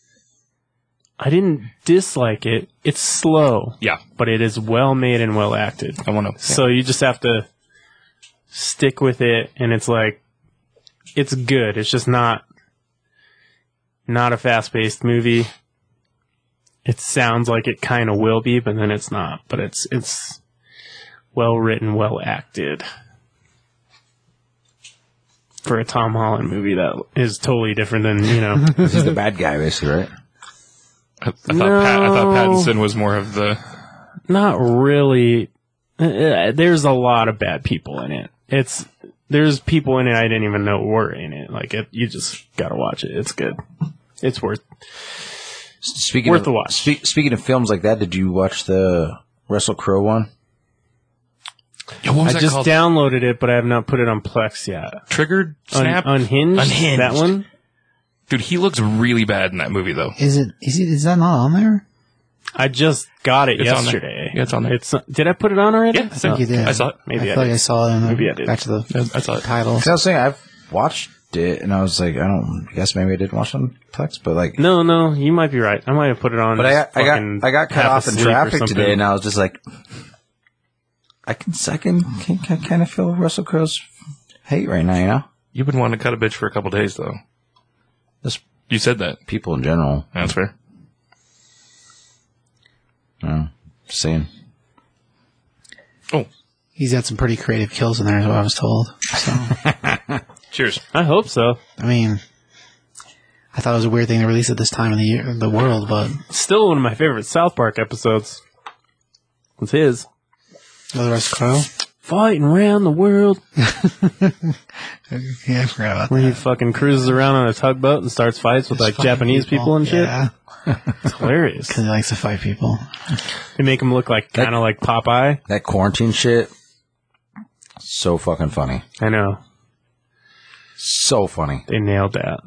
[SPEAKER 2] I didn't dislike it. It's slow,
[SPEAKER 3] Yeah,
[SPEAKER 2] but it is well made and well acted.
[SPEAKER 3] I want to.
[SPEAKER 2] So you just have to stick with it, and it's like it's good. It's just not not a fast paced movie. It sounds like it kind of will be, but then it's not. But it's it's well written, well acted. For a Tom Holland movie, that is totally different than you know.
[SPEAKER 1] This is the bad guy, basically, right?
[SPEAKER 3] I, I thought Pat, I thought
[SPEAKER 2] No.
[SPEAKER 3] Pattinson was more of the.
[SPEAKER 2] not really. uh, uh, There's a lot of bad people in it. It's there's people in it I didn't even know were in it. Like it, you just gotta watch it. It's good. It's worth.
[SPEAKER 1] Speaking
[SPEAKER 2] Worth
[SPEAKER 1] of,
[SPEAKER 2] a watch.
[SPEAKER 1] spe- speaking of films like that, did you watch the Russell Crowe one?
[SPEAKER 3] Yo, what was
[SPEAKER 2] I
[SPEAKER 3] that
[SPEAKER 2] just
[SPEAKER 3] called?
[SPEAKER 2] downloaded it, but I have not put it on Plex yet.
[SPEAKER 3] Triggered
[SPEAKER 2] Un-
[SPEAKER 3] snap.
[SPEAKER 2] unhinged,
[SPEAKER 3] Unhinged.
[SPEAKER 2] That one.
[SPEAKER 3] Dude, he looks really bad in that movie though.
[SPEAKER 4] Is it? Is it? Is that not on there?
[SPEAKER 2] I just got it
[SPEAKER 3] It's on there.
[SPEAKER 2] yesterday.
[SPEAKER 3] Yeah, it's on there.
[SPEAKER 2] It's uh, did I put it on already?
[SPEAKER 3] Yeah, I think
[SPEAKER 4] you did.
[SPEAKER 3] I saw it.
[SPEAKER 2] Maybe I,
[SPEAKER 4] I feel like I
[SPEAKER 2] did.
[SPEAKER 4] saw it in the
[SPEAKER 2] Maybe I did.
[SPEAKER 4] back to
[SPEAKER 3] I, I
[SPEAKER 4] the
[SPEAKER 3] saw it.
[SPEAKER 4] title.
[SPEAKER 1] Because I was saying I've watched it, and I was like, I don't I guess maybe I did watch it on Plex, but like,
[SPEAKER 2] No, no, you might be right. I might have put it on.
[SPEAKER 1] but I got,
[SPEAKER 2] just
[SPEAKER 1] I
[SPEAKER 2] fucking
[SPEAKER 1] got I got cut
[SPEAKER 2] half
[SPEAKER 1] off in
[SPEAKER 2] asleep or
[SPEAKER 1] traffic
[SPEAKER 2] something.
[SPEAKER 1] today, and I was just like, I can I can, can, can kind of feel Russell Crowe's hate right now, you know,
[SPEAKER 3] You've been wanting to cut a bitch for a couple days though.
[SPEAKER 1] just
[SPEAKER 3] You said that.
[SPEAKER 1] people in general.
[SPEAKER 3] That's fair.
[SPEAKER 1] Yeah, just saying.
[SPEAKER 3] Oh,
[SPEAKER 4] He's had some pretty creative kills in there, is what I was told. So,
[SPEAKER 3] cheers.
[SPEAKER 2] I hope so.
[SPEAKER 4] I mean, I thought it was a weird thing to release at this time of the year, the world, but
[SPEAKER 2] Still one of my favorite South Park episodes. It's his.
[SPEAKER 4] the rest Crow.
[SPEAKER 2] fighting around the world.
[SPEAKER 4] Yeah, I forgot about that.
[SPEAKER 2] Where he fucking cruises around on a tugboat and starts fights with like Japanese people, and shit.
[SPEAKER 4] Yeah,
[SPEAKER 2] It's hilarious.
[SPEAKER 4] because he likes to fight people.
[SPEAKER 2] They make him look like kind of like Popeye.
[SPEAKER 1] That quarantine shit, so fucking funny,
[SPEAKER 2] I know
[SPEAKER 1] so funny.
[SPEAKER 2] they nailed that.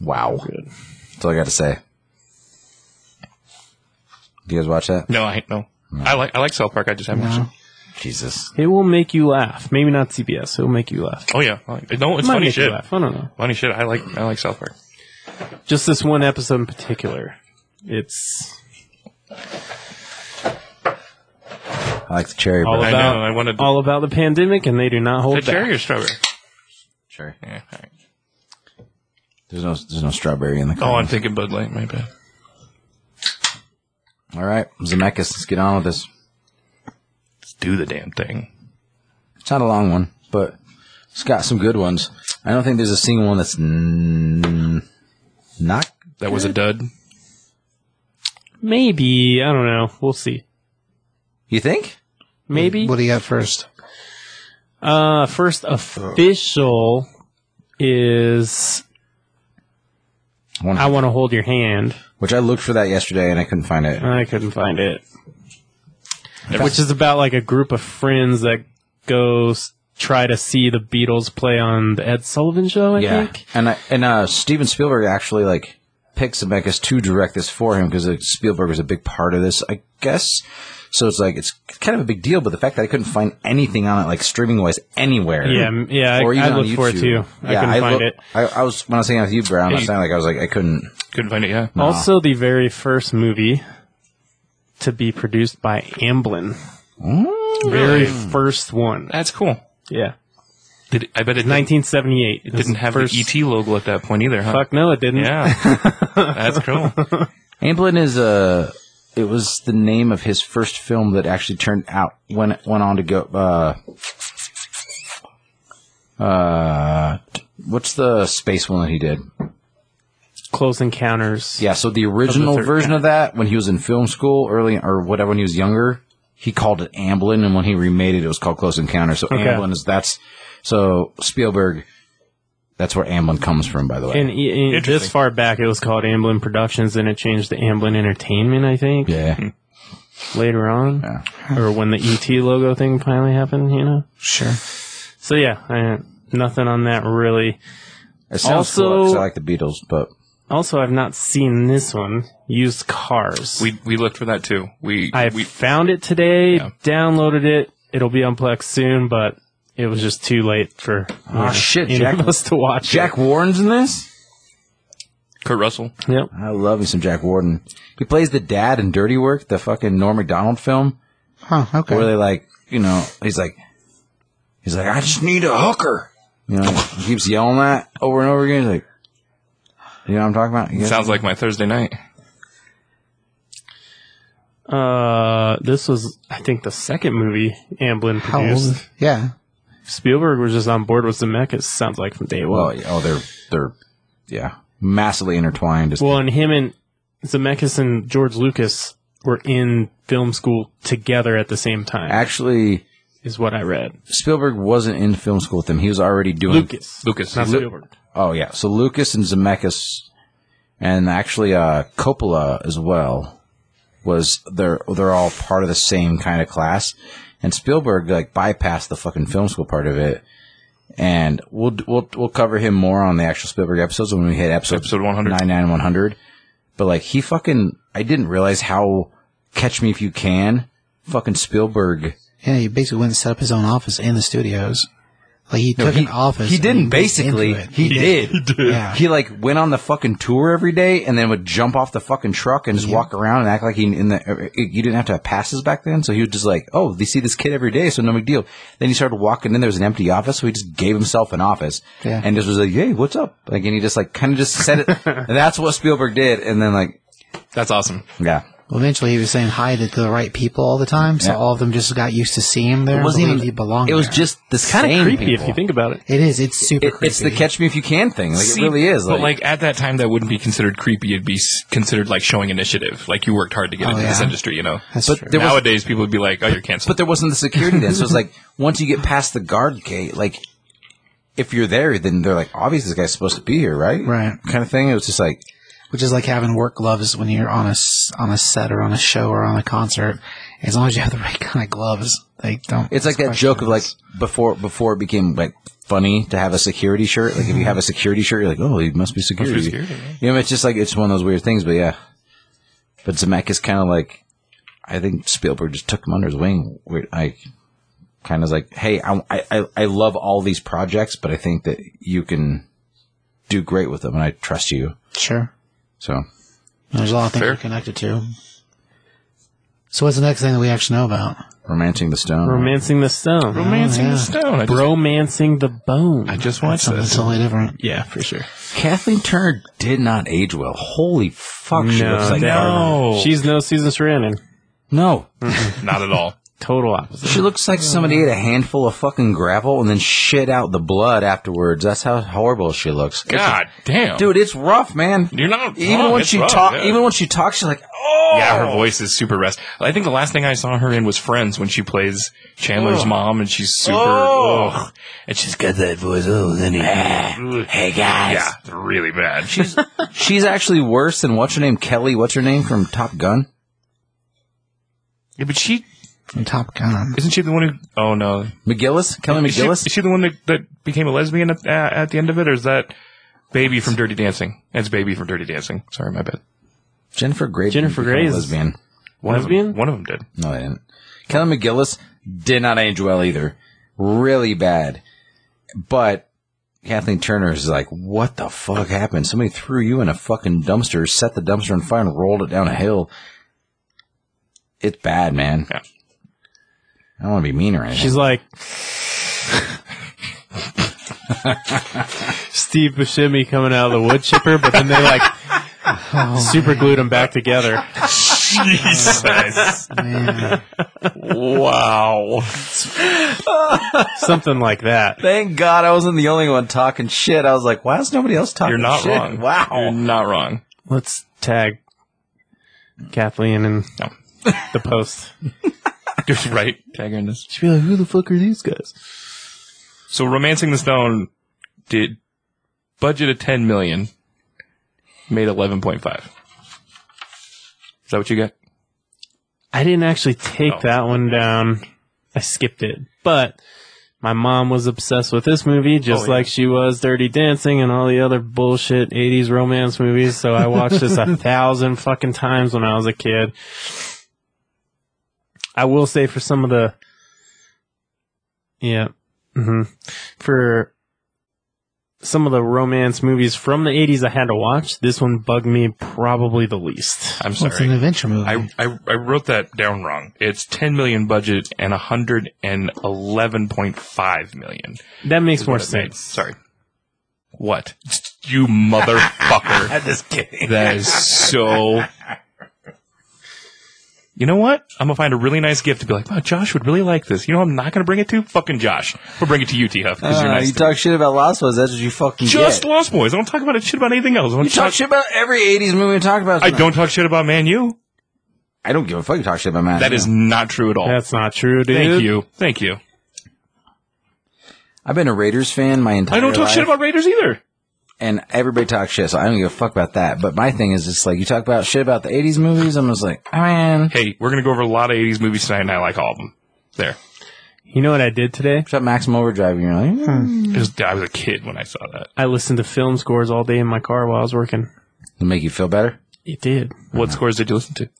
[SPEAKER 1] Wow,
[SPEAKER 2] Good.
[SPEAKER 1] that's all I got to say. Do you guys watch that?
[SPEAKER 3] No, I no. I like I like South Park. I just haven't watched
[SPEAKER 4] No.
[SPEAKER 3] it.
[SPEAKER 1] Jesus,
[SPEAKER 2] It will make you laugh. Maybe not CBS. It will make you laugh.
[SPEAKER 3] Oh yeah, I like- no,
[SPEAKER 2] It
[SPEAKER 3] it's
[SPEAKER 2] might
[SPEAKER 3] funny
[SPEAKER 2] make you
[SPEAKER 3] shit.
[SPEAKER 2] laugh. I don't know.
[SPEAKER 3] Funny shit. I like I like South Park.
[SPEAKER 2] Just this one episode in particular. It's
[SPEAKER 1] I like the cherry.
[SPEAKER 2] all
[SPEAKER 1] but-
[SPEAKER 3] I
[SPEAKER 2] about
[SPEAKER 3] know, I wanted to-
[SPEAKER 2] all about the pandemic, and they do not hold
[SPEAKER 3] The
[SPEAKER 2] back.
[SPEAKER 3] cherry or strawberry?
[SPEAKER 1] Cherry.
[SPEAKER 3] Yeah. all right.
[SPEAKER 1] There's no there's no strawberry in the.
[SPEAKER 3] Oh,
[SPEAKER 1] Corn.
[SPEAKER 3] I'm thinking Bud Light. My bad.
[SPEAKER 1] All right, Zemeckis, let's get on with this.
[SPEAKER 3] Let's do the damn thing.
[SPEAKER 1] It's not a long one, but it's got some good ones. I don't think there's a single one that's n- not.
[SPEAKER 3] That was a dud.
[SPEAKER 2] Maybe I don't know. We'll see.
[SPEAKER 1] You think?
[SPEAKER 2] Maybe
[SPEAKER 4] What do you got first?
[SPEAKER 2] Uh, first official is
[SPEAKER 1] I wanna-
[SPEAKER 2] I want to hold your hand.
[SPEAKER 1] which I looked for that yesterday and I couldn't find it.
[SPEAKER 2] I couldn't find it. Which is about like a group of friends that go s- try to see the Beatles play on the Ed Sullivan show, I
[SPEAKER 1] yeah,
[SPEAKER 2] think.
[SPEAKER 1] and I, and uh, Steven Spielberg actually like picked Zemeckis to direct this for him because Spielberg was a big part of this, I guess. So it's like it's kind of a big deal, but the fact that I couldn't find anything on it, like streaming wise, anywhere.
[SPEAKER 2] Yeah, m- yeah, I, I looked for it too. I couldn't find
[SPEAKER 1] look-
[SPEAKER 2] it.
[SPEAKER 1] I, I was when I was hanging out with you, Brown. Last
[SPEAKER 3] Hey.
[SPEAKER 1] night, like I was like, I couldn't.
[SPEAKER 3] Couldn't find it. Yeah.
[SPEAKER 2] Also, the very first movie to be produced by Amblin. Very
[SPEAKER 1] Mm.
[SPEAKER 2] first one.
[SPEAKER 3] That's cool.
[SPEAKER 2] Yeah.
[SPEAKER 3] Did it- I bet it didn't-
[SPEAKER 2] 1978. It was
[SPEAKER 3] didn't have
[SPEAKER 2] first-
[SPEAKER 3] the ET logo at that point either, huh?
[SPEAKER 2] Fuck no, it didn't.
[SPEAKER 3] Yeah. That's cool.
[SPEAKER 1] Amblin is a. It was the name of his first film that actually turned out when it went on to go. Uh, uh, what's the space one that he did?
[SPEAKER 2] Close Encounters.
[SPEAKER 1] Yeah, so the original
[SPEAKER 2] third
[SPEAKER 1] version of that, when he was in film school early or whatever, when he was younger, he called it Amblin, and when he remade it, it was called Close Encounter. So Amblin is that's so Spielberg. That's where Amblin comes from, by the way.
[SPEAKER 2] And, i- i- this
[SPEAKER 3] Interesting.
[SPEAKER 2] far back, it was called Amblin Productions, and it changed to Amblin Entertainment, I think,
[SPEAKER 1] yeah,
[SPEAKER 2] later on,
[SPEAKER 1] Yeah.
[SPEAKER 2] or when the ET logo thing finally happened. You know.
[SPEAKER 4] Sure.
[SPEAKER 2] So yeah, I, nothing on that really.
[SPEAKER 1] it sounds cool
[SPEAKER 2] Also-
[SPEAKER 1] 'cause I like the Beatles, but
[SPEAKER 2] Also, I've not seen this one. Used cars.
[SPEAKER 3] We we looked for that too. We
[SPEAKER 2] I
[SPEAKER 3] we
[SPEAKER 2] found it today. Downloaded it. It'll be on Plex soon, but it was just too late for
[SPEAKER 3] Ah,
[SPEAKER 1] Aw, shit,
[SPEAKER 2] any
[SPEAKER 1] Jack-
[SPEAKER 2] of us to watch. it.
[SPEAKER 1] Jack Warren's in this.
[SPEAKER 3] Kurt Russell.
[SPEAKER 2] Yep.
[SPEAKER 1] I love me some Jack Warden. He plays the dad in Dirty Work, the fucking Norm Macdonald film,
[SPEAKER 4] Huh, okay.
[SPEAKER 1] where they like, you know, he's like, he's like, I just need a hooker. You know, he keeps yelling that over and over again. He's like, you know what I'm talking about? You guys-
[SPEAKER 3] Sounds like my Thursday night.
[SPEAKER 2] Uh, this was, I think, the second movie Amblin
[SPEAKER 4] How
[SPEAKER 2] produced.
[SPEAKER 4] old? Yeah.
[SPEAKER 2] Spielberg was just on board with Zemeckis. Sounds like from day one.
[SPEAKER 1] well, yeah, oh, they're they're yeah, massively intertwined. Just
[SPEAKER 2] Well, and him and Zemeckis and George Lucas were in film school together at the same time,
[SPEAKER 1] actually,
[SPEAKER 2] is what I read.
[SPEAKER 1] Spielberg wasn't in film school with them. He was already doing.
[SPEAKER 2] Lucas,
[SPEAKER 3] Lucas.
[SPEAKER 2] not
[SPEAKER 3] Lu-
[SPEAKER 2] Spielberg.
[SPEAKER 1] Oh yeah, so Lucas and Zemeckis, and actually uh, Coppola as well, was they're they're all part of the same kind of class, and Spielberg like bypassed the fucking film school part of it, and we'll we'll we'll cover him more on the actual Spielberg episodes when we hit episode
[SPEAKER 3] Episode 100.
[SPEAKER 1] 99 100. But like he fucking, I didn't realize how Catch Me If You Can, fucking Spielberg.
[SPEAKER 4] Yeah, he basically went and set up his own office in the studios. Like he took
[SPEAKER 1] he,
[SPEAKER 4] an office.
[SPEAKER 1] He
[SPEAKER 4] and
[SPEAKER 1] didn't
[SPEAKER 4] moved
[SPEAKER 1] basically.
[SPEAKER 4] into it.
[SPEAKER 1] He, did. He did.
[SPEAKER 4] Yeah.
[SPEAKER 1] He like went on the fucking tour every day, and then would jump off the fucking truck and just walk around and act like he in the. er, You didn't have to have passes back then, so he was just like, "Oh, they see this kid every day, so no big deal." Then he started walking in. There was an empty office, so he just gave himself an office,
[SPEAKER 4] Yeah.
[SPEAKER 1] and just was like, "Hey, what's up?" Like, and he just like kind of just said it. and that's what Spielberg did, and then like,
[SPEAKER 3] That's awesome.
[SPEAKER 1] yeah,
[SPEAKER 4] Well, eventually he was saying hi to the right people all the time, so
[SPEAKER 1] Yeah.
[SPEAKER 4] all of them just got used to seeing him there.
[SPEAKER 1] it
[SPEAKER 4] and
[SPEAKER 1] wasn't
[SPEAKER 4] believed
[SPEAKER 1] even.
[SPEAKER 4] he belonged.
[SPEAKER 1] It was
[SPEAKER 4] there.
[SPEAKER 1] just the
[SPEAKER 2] Kind
[SPEAKER 1] same
[SPEAKER 2] of creepy
[SPEAKER 1] people.
[SPEAKER 2] if you think about it.
[SPEAKER 4] It is. It's super.
[SPEAKER 1] It-
[SPEAKER 4] creepy.
[SPEAKER 1] it's the catch me if you can thing. Like
[SPEAKER 3] See,
[SPEAKER 1] it really is.
[SPEAKER 3] But like at that time, that wouldn't be considered creepy. It'd be s- considered like showing initiative. Like you worked hard to get into this
[SPEAKER 4] yeah.
[SPEAKER 3] industry, you know.
[SPEAKER 4] That's
[SPEAKER 1] but
[SPEAKER 4] true.
[SPEAKER 1] Oh, there was-
[SPEAKER 3] Nowadays, people would be like, "Oh, you're
[SPEAKER 1] but
[SPEAKER 3] canceled."
[SPEAKER 1] there wasn't the security then. So it's like once you get past the guard gate, like if you're there, then they're like, obviously this guy's supposed to be here, right?
[SPEAKER 4] Right.
[SPEAKER 1] Kind of thing. It was just like,
[SPEAKER 4] Which is like having work gloves when you're on a s- on a set or on a show or on a concert. As long as you have the right kind of gloves, they don't.
[SPEAKER 1] it's like that joke of like before before it became like funny to have a security shirt. Like if you have a security shirt, you're like, oh, he must be security.
[SPEAKER 3] security, yeah.
[SPEAKER 1] You know, it's just like it's one of those weird things. But yeah, but Zemeckis kind of like, I think Spielberg just took him under his wing. Weird, Like, kind of like, hey, I, I I- I love all these projects, but I think that you can do great with them, and I trust you.
[SPEAKER 4] sure.
[SPEAKER 1] So
[SPEAKER 4] There's a lot of things
[SPEAKER 3] Fair.
[SPEAKER 4] you're connected to. So what's the next thing that we actually know about?
[SPEAKER 1] romancing the stone.
[SPEAKER 2] Romancing the
[SPEAKER 1] oh,
[SPEAKER 2] stone,
[SPEAKER 3] Romancing
[SPEAKER 4] yeah.
[SPEAKER 3] the Stone. I just,
[SPEAKER 2] bromancing the bone.
[SPEAKER 3] I just watched
[SPEAKER 4] Something
[SPEAKER 3] this.
[SPEAKER 4] totally different.
[SPEAKER 2] yeah, for sure.
[SPEAKER 1] Kathleen Turner did not age well. Holy fuck, she
[SPEAKER 2] No,
[SPEAKER 1] looks like
[SPEAKER 2] that-
[SPEAKER 3] No,
[SPEAKER 2] She's no Susan Sarandon.
[SPEAKER 1] no.
[SPEAKER 3] not at all.
[SPEAKER 2] Total opposite.
[SPEAKER 1] She looks like somebody ate a handful of fucking gravel and then shit out the blood afterwards. That's how horrible she looks.
[SPEAKER 3] God damn,
[SPEAKER 1] Dude, it's rough, man.
[SPEAKER 3] You're not
[SPEAKER 1] even
[SPEAKER 3] wrong,
[SPEAKER 1] when
[SPEAKER 3] it's
[SPEAKER 1] she
[SPEAKER 3] wrong,
[SPEAKER 1] talk,
[SPEAKER 3] yeah.
[SPEAKER 1] even when she talks, she's like, oh,
[SPEAKER 3] Yeah, her voice is super rest. I think the last thing I saw her in was Friends when she plays Chandler's mom, and she's super.
[SPEAKER 1] Oh.
[SPEAKER 3] ugh. and she's got that voice. Oh, then he.
[SPEAKER 1] Hey guys,
[SPEAKER 3] Yeah, really bad. She's
[SPEAKER 1] she's actually worse than what's her name, Kelly. What's her name from Top Gun?
[SPEAKER 3] Yeah, but she
[SPEAKER 4] From Top Gun.
[SPEAKER 3] isn't she the one who? Oh no,
[SPEAKER 1] McGillis, Kelly
[SPEAKER 3] is she,
[SPEAKER 1] McGillis.
[SPEAKER 3] is she the one that, that became a lesbian at, at, at the end of it, or is that Baby from Dirty Dancing? That's Baby from Dirty Dancing. Sorry, my bad.
[SPEAKER 1] Jennifer Grey. didn't
[SPEAKER 2] Jennifer
[SPEAKER 1] become a
[SPEAKER 2] Grey is-
[SPEAKER 1] lesbian.
[SPEAKER 3] One of
[SPEAKER 2] Lesbian?
[SPEAKER 3] them, one of them did.
[SPEAKER 1] No, they didn't. Kelly McGillis did not age well either. Really bad. But Kathleen Turner is like, what the fuck happened? Somebody threw you in a fucking dumpster, set the dumpster on fire, and rolled it down a hill. It's bad, man.
[SPEAKER 3] Yeah.
[SPEAKER 1] I don't want to be mean or anything.
[SPEAKER 2] She's like. Steve Buscemi coming out of the wood chipper, but then they like super glued them back together.
[SPEAKER 3] Jesus,
[SPEAKER 4] Man.
[SPEAKER 3] wow.
[SPEAKER 2] Something like that.
[SPEAKER 1] Thank God I wasn't the only one talking shit. I was like, why is nobody else talking
[SPEAKER 3] You're not
[SPEAKER 1] shit?
[SPEAKER 3] wrong.
[SPEAKER 1] Wow.
[SPEAKER 3] you're not wrong.
[SPEAKER 2] Let's tag Kathleen in
[SPEAKER 3] No.
[SPEAKER 2] the post.
[SPEAKER 3] You're right. Tag her in this.
[SPEAKER 2] She'd be like, who the fuck are these guys?
[SPEAKER 3] So, Romancing the Stone did budget of ten million, made eleven point five. Is that what you got?
[SPEAKER 2] I didn't actually take
[SPEAKER 3] Oh.
[SPEAKER 2] that one down. I skipped it. But my mom was obsessed with this movie, just
[SPEAKER 3] Oh, yeah.
[SPEAKER 2] like she was Dirty Dancing and all the other bullshit 80s romance movies. So I watched this a thousand fucking times when I was a kid. I will say for some of the. Yeah. hmm For some of the romance movies from the 80s I had to watch, this one bugged me probably the least.
[SPEAKER 3] I'm
[SPEAKER 4] Well, it's an
[SPEAKER 3] sorry.
[SPEAKER 4] adventure movie. Hmm.
[SPEAKER 3] I, I, I wrote that down wrong. It's 10 million budget and 111.5 million.
[SPEAKER 2] That makes
[SPEAKER 3] is
[SPEAKER 2] more
[SPEAKER 3] what it means.
[SPEAKER 2] sense.
[SPEAKER 3] Sorry. What? You motherfucker.
[SPEAKER 1] I'm just kidding.
[SPEAKER 3] That is so. You know what? I'm gonna find a really nice gift to be like, wow, Josh would really like this. You know, who I'm not gonna bring it to fucking Josh. We'll bring it to you, T Huff, because you're
[SPEAKER 1] Uh,
[SPEAKER 3] nice.
[SPEAKER 1] you
[SPEAKER 3] to me.
[SPEAKER 1] talk shit about Lost Boys. That's what you fucking
[SPEAKER 3] Just
[SPEAKER 1] get.
[SPEAKER 3] Lost Boys. I don't talk about it. Shit about anything else. I don't
[SPEAKER 1] You talk shit about every '80s movie. We talk about.
[SPEAKER 3] I
[SPEAKER 1] tonight.
[SPEAKER 3] don't talk shit about Man U.
[SPEAKER 1] I don't give a fuck. You talk shit about Matt.
[SPEAKER 3] That is not true at all.
[SPEAKER 2] That's not true, dude.
[SPEAKER 3] Thank you. Thank you.
[SPEAKER 1] I've been a Raiders fan my entire.
[SPEAKER 3] I don't talk
[SPEAKER 1] life,
[SPEAKER 3] shit about Raiders either.
[SPEAKER 1] And everybody talks shit, so I don't give a fuck about that. But my thing is, it's like you talk about shit about the '80s movies. I'm just like, "Ah, man,
[SPEAKER 3] Hey, we're gonna go over a lot of '80s movies tonight, and I like all of them. There.
[SPEAKER 2] You know what I did today?
[SPEAKER 1] shut Maximum Overdrive. And you're like, hmm.
[SPEAKER 3] It was- I was a kid when I saw that.
[SPEAKER 2] I listened to film scores all day in my car while I was working.
[SPEAKER 1] It'll make you feel better.
[SPEAKER 2] It did.
[SPEAKER 3] What scores did you listen to?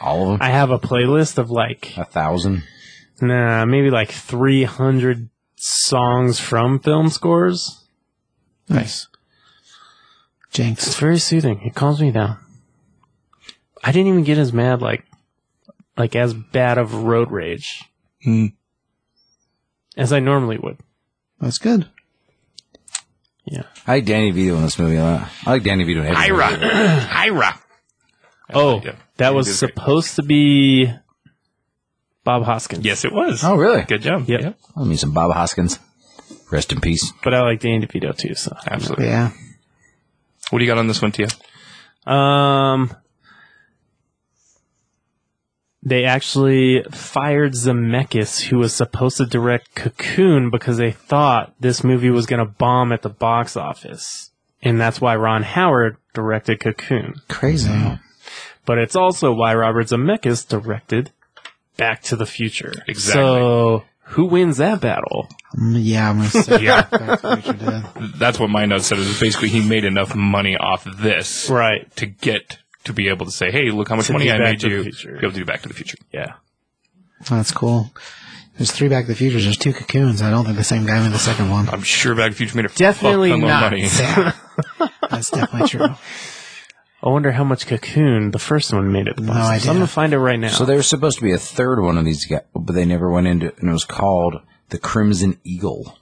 [SPEAKER 1] All of them.
[SPEAKER 2] I have a playlist of like,
[SPEAKER 1] a thousand.
[SPEAKER 2] nah, maybe like 300 songs from film scores.
[SPEAKER 4] nice.
[SPEAKER 2] It's
[SPEAKER 4] Jinx.
[SPEAKER 2] very soothing. It calms me down. I didn't even get as mad, like, like as bad of road rage
[SPEAKER 3] Hmm.
[SPEAKER 2] as I normally would.
[SPEAKER 4] That's good.
[SPEAKER 1] I like Danny DeVito in this movie a lot. I like Danny DeVito in every
[SPEAKER 3] Ira.
[SPEAKER 1] movie.
[SPEAKER 3] Ira.
[SPEAKER 2] Oh,
[SPEAKER 3] yeah.
[SPEAKER 2] that
[SPEAKER 3] You
[SPEAKER 2] was
[SPEAKER 3] did great.
[SPEAKER 2] supposed to be Bob Hoskins.
[SPEAKER 3] Yes, it was.
[SPEAKER 1] Oh, really?
[SPEAKER 3] Good job.
[SPEAKER 2] Yep.
[SPEAKER 1] I mean, some Bob Hoskins. Rest in peace.
[SPEAKER 2] But I like Danny DeVito too. So,
[SPEAKER 3] Absolutely.
[SPEAKER 4] Yeah.
[SPEAKER 3] What do you got on this one, Tia?
[SPEAKER 2] um, they actually fired Zemeckis, who was supposed to direct Cocoon, because they thought this movie was going to bomb at the box office, and that's why Ron Howard directed Cocoon.
[SPEAKER 4] Crazy.
[SPEAKER 2] But it's also why Robert Zemeckis directed Back to the Future.
[SPEAKER 3] Exactly.
[SPEAKER 2] So, who wins that battle?
[SPEAKER 4] Mm, yeah, I'm gonna say
[SPEAKER 3] Yeah,
[SPEAKER 4] Back to the Future did.
[SPEAKER 3] that's what my note said. Is basically he made enough money off this
[SPEAKER 2] Right.
[SPEAKER 3] to get to be able to say, "Hey, look how much
[SPEAKER 2] To
[SPEAKER 3] money
[SPEAKER 2] do
[SPEAKER 3] I
[SPEAKER 2] Back
[SPEAKER 3] made
[SPEAKER 2] to the
[SPEAKER 3] you."
[SPEAKER 2] Future.
[SPEAKER 3] Be able to do Back to the Future.
[SPEAKER 2] Yeah.
[SPEAKER 4] Oh, That's cool. There's three Back to the Futures. There's two Cocoons. I don't think the same guy made the second one.
[SPEAKER 3] I'm sure Back to the Future made a
[SPEAKER 2] Definitely
[SPEAKER 3] fuck ton of
[SPEAKER 2] not.
[SPEAKER 3] money.
[SPEAKER 4] Yeah. That's definitely true.
[SPEAKER 2] I wonder how much Cocoon the first one made at the
[SPEAKER 4] No
[SPEAKER 2] box office.
[SPEAKER 4] idea.
[SPEAKER 2] I'm gonna find it right now.
[SPEAKER 1] So there was supposed to be a third one of these guys, but they never went into it, and it was called The Crimson Eagle.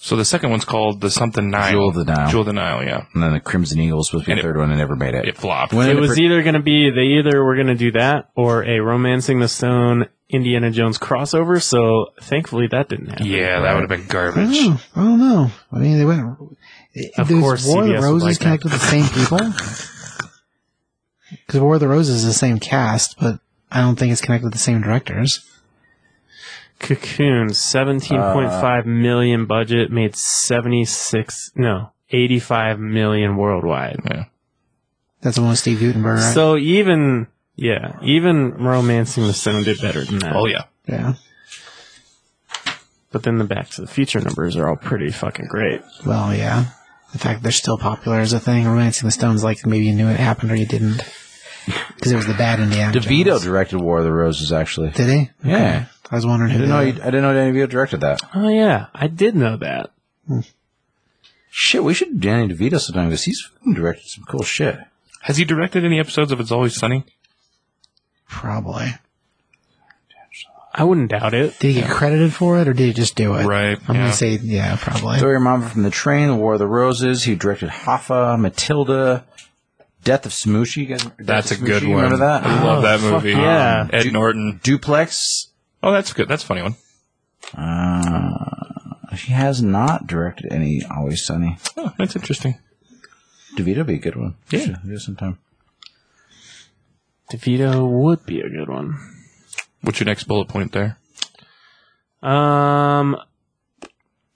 [SPEAKER 3] So the second one's called the something Nile.
[SPEAKER 1] Jewel of the Nile.
[SPEAKER 3] Jewel of the Nile. Yeah,
[SPEAKER 1] And then The Crimson Eagle was supposed to be
[SPEAKER 3] And
[SPEAKER 1] a
[SPEAKER 3] it-
[SPEAKER 1] third one, and never made it.
[SPEAKER 3] it flopped.
[SPEAKER 1] When
[SPEAKER 2] it
[SPEAKER 1] the
[SPEAKER 2] was
[SPEAKER 1] pro-
[SPEAKER 2] either gonna be they either were gonna do that or a Romancing the Stone Indiana Jones crossover. So thankfully that didn't happen.
[SPEAKER 3] yeah, that would have been
[SPEAKER 4] I don't
[SPEAKER 3] garbage.
[SPEAKER 4] know. Oh, I don't know. I mean, they went.
[SPEAKER 2] Of
[SPEAKER 4] there's
[SPEAKER 2] course
[SPEAKER 4] War of the
[SPEAKER 2] CBS would
[SPEAKER 4] Roses
[SPEAKER 2] like that.
[SPEAKER 4] connected with the same people. Because War of the Roses is the same cast, but I don't think it's connected with the same directors.
[SPEAKER 2] Cocoon, seventeen point five million budget, made seventy six no, eighty five million worldwide.
[SPEAKER 3] Yeah.
[SPEAKER 4] That's the one with Steve Gutenberg, right?
[SPEAKER 2] So even yeah, even Romancing the Stone did better than that.
[SPEAKER 3] Oh yeah.
[SPEAKER 4] yeah.
[SPEAKER 2] But then the Back to the Future numbers are all pretty fucking great.
[SPEAKER 4] Well, yeah. The fact that they're still popular is a thing. Romancing the Stones, like maybe you knew it happened or you didn't, because it was the bad Indiana.
[SPEAKER 1] DeVito
[SPEAKER 4] Jones.
[SPEAKER 1] directed War of the Roses, actually.
[SPEAKER 4] did he?
[SPEAKER 1] Yeah.
[SPEAKER 4] I was wondering
[SPEAKER 1] I
[SPEAKER 4] who.
[SPEAKER 1] didn't know.
[SPEAKER 4] did
[SPEAKER 1] He, I
[SPEAKER 4] it.
[SPEAKER 1] didn't know Danny DeVito directed that.
[SPEAKER 2] Oh yeah, I did know that.
[SPEAKER 1] Shit, we should do Danny DeVito sometime because he's fucking directed some cool shit.
[SPEAKER 3] Has he directed any episodes of It's Always Sunny?
[SPEAKER 4] Probably.
[SPEAKER 2] I wouldn't doubt it.
[SPEAKER 4] Did he get credited for it or did he just do it?
[SPEAKER 3] Right,
[SPEAKER 4] I'm
[SPEAKER 3] yeah.
[SPEAKER 4] gonna say yeah, probably.
[SPEAKER 1] Throw Your Mom from the Train, The War of the Roses. He directed Hoffa, Matilda, Death of Smoochie. You guys- Death
[SPEAKER 3] That's a
[SPEAKER 1] of
[SPEAKER 3] good
[SPEAKER 1] Smoochie, you
[SPEAKER 3] one.
[SPEAKER 1] Remember that?
[SPEAKER 3] I love that
[SPEAKER 2] Oh, fuck
[SPEAKER 3] movie.
[SPEAKER 2] yeah.
[SPEAKER 3] Ed Norton.
[SPEAKER 1] Duplex.
[SPEAKER 3] Oh, that's good. That's a funny one.
[SPEAKER 1] Uh, he has not directed any Always Sunny.
[SPEAKER 3] Oh, that's interesting.
[SPEAKER 1] DeVito be a good one.
[SPEAKER 3] Yeah.
[SPEAKER 1] Should do sometime.
[SPEAKER 2] DeVito would be a good one.
[SPEAKER 3] What's your next bullet point there?
[SPEAKER 2] Um,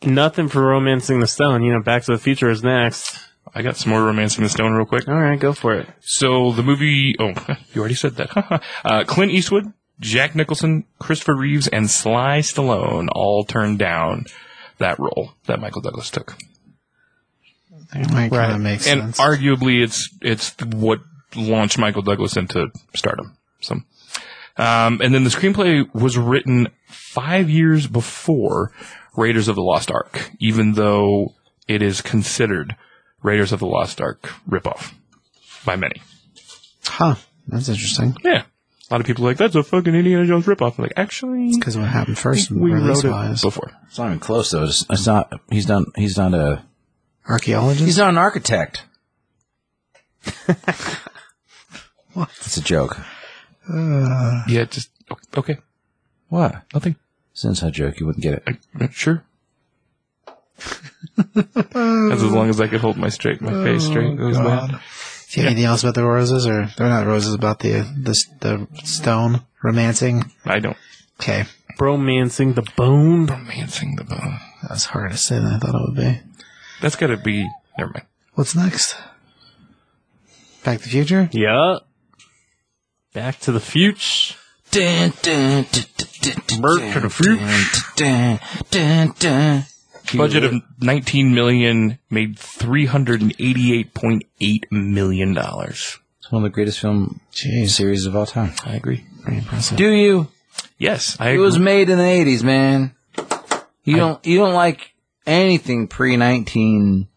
[SPEAKER 2] nothing for romancing the stone. You know, Back to the Future is next.
[SPEAKER 3] I got some more romancing the stone real quick.
[SPEAKER 2] All right, go for it.
[SPEAKER 3] So the movie, oh, you already said that. uh, Clint Eastwood, Jack Nicholson, Christopher Reeves, and Sly Stallone all turned down that role that Michael Douglas took,
[SPEAKER 4] It might kind
[SPEAKER 2] Right.
[SPEAKER 4] of make
[SPEAKER 3] and
[SPEAKER 4] sense.
[SPEAKER 3] arguably it's it's what launched Michael Douglas into stardom. So, um, and then the screenplay was written five years before Raiders of the Lost Ark, even though it is considered Raiders of the Lost Ark ripoff by many.
[SPEAKER 4] Huh. That's interesting.
[SPEAKER 3] Yeah. A lot of people are like, that's a fucking Indiana Jones ripoff. I'm like, actually,
[SPEAKER 4] Because what happened first,
[SPEAKER 3] we wrote it
[SPEAKER 4] release-wise.
[SPEAKER 3] before.
[SPEAKER 1] It's not even close though. It's, it's not. He's not. He's not a. He's
[SPEAKER 4] Archaeologist?
[SPEAKER 1] not an architect. It's a joke.
[SPEAKER 3] Yeah, just, okay,
[SPEAKER 1] What?
[SPEAKER 3] nothing.
[SPEAKER 1] It's an inside joke. You wouldn't get it.
[SPEAKER 3] I, uh, sure. That's as long as I could hold my straight, my face straight. That was
[SPEAKER 4] God.
[SPEAKER 3] bad.
[SPEAKER 4] Do you have anything else about the roses, or they're not roses? About the the the stone romancing?
[SPEAKER 3] I don't.
[SPEAKER 4] Okay,
[SPEAKER 2] Bromancing the bone.
[SPEAKER 3] Romancing the bone.
[SPEAKER 4] that was harder to say than I thought it would be.
[SPEAKER 3] That's got to be. Never mind.
[SPEAKER 4] What's next? Back to the Future.
[SPEAKER 2] Yeah. Back to the future.
[SPEAKER 1] Merc
[SPEAKER 3] to the Budget of 19 million made 388.8 million dollars.
[SPEAKER 1] It's one of the greatest film
[SPEAKER 4] Jeez,
[SPEAKER 1] series of all time.
[SPEAKER 3] I agree.
[SPEAKER 4] pretty impressive.
[SPEAKER 1] Do you?
[SPEAKER 3] Yes, I
[SPEAKER 1] It
[SPEAKER 3] agree.
[SPEAKER 1] was made in the eighties, man. You don't. You don't like anything pre nineteen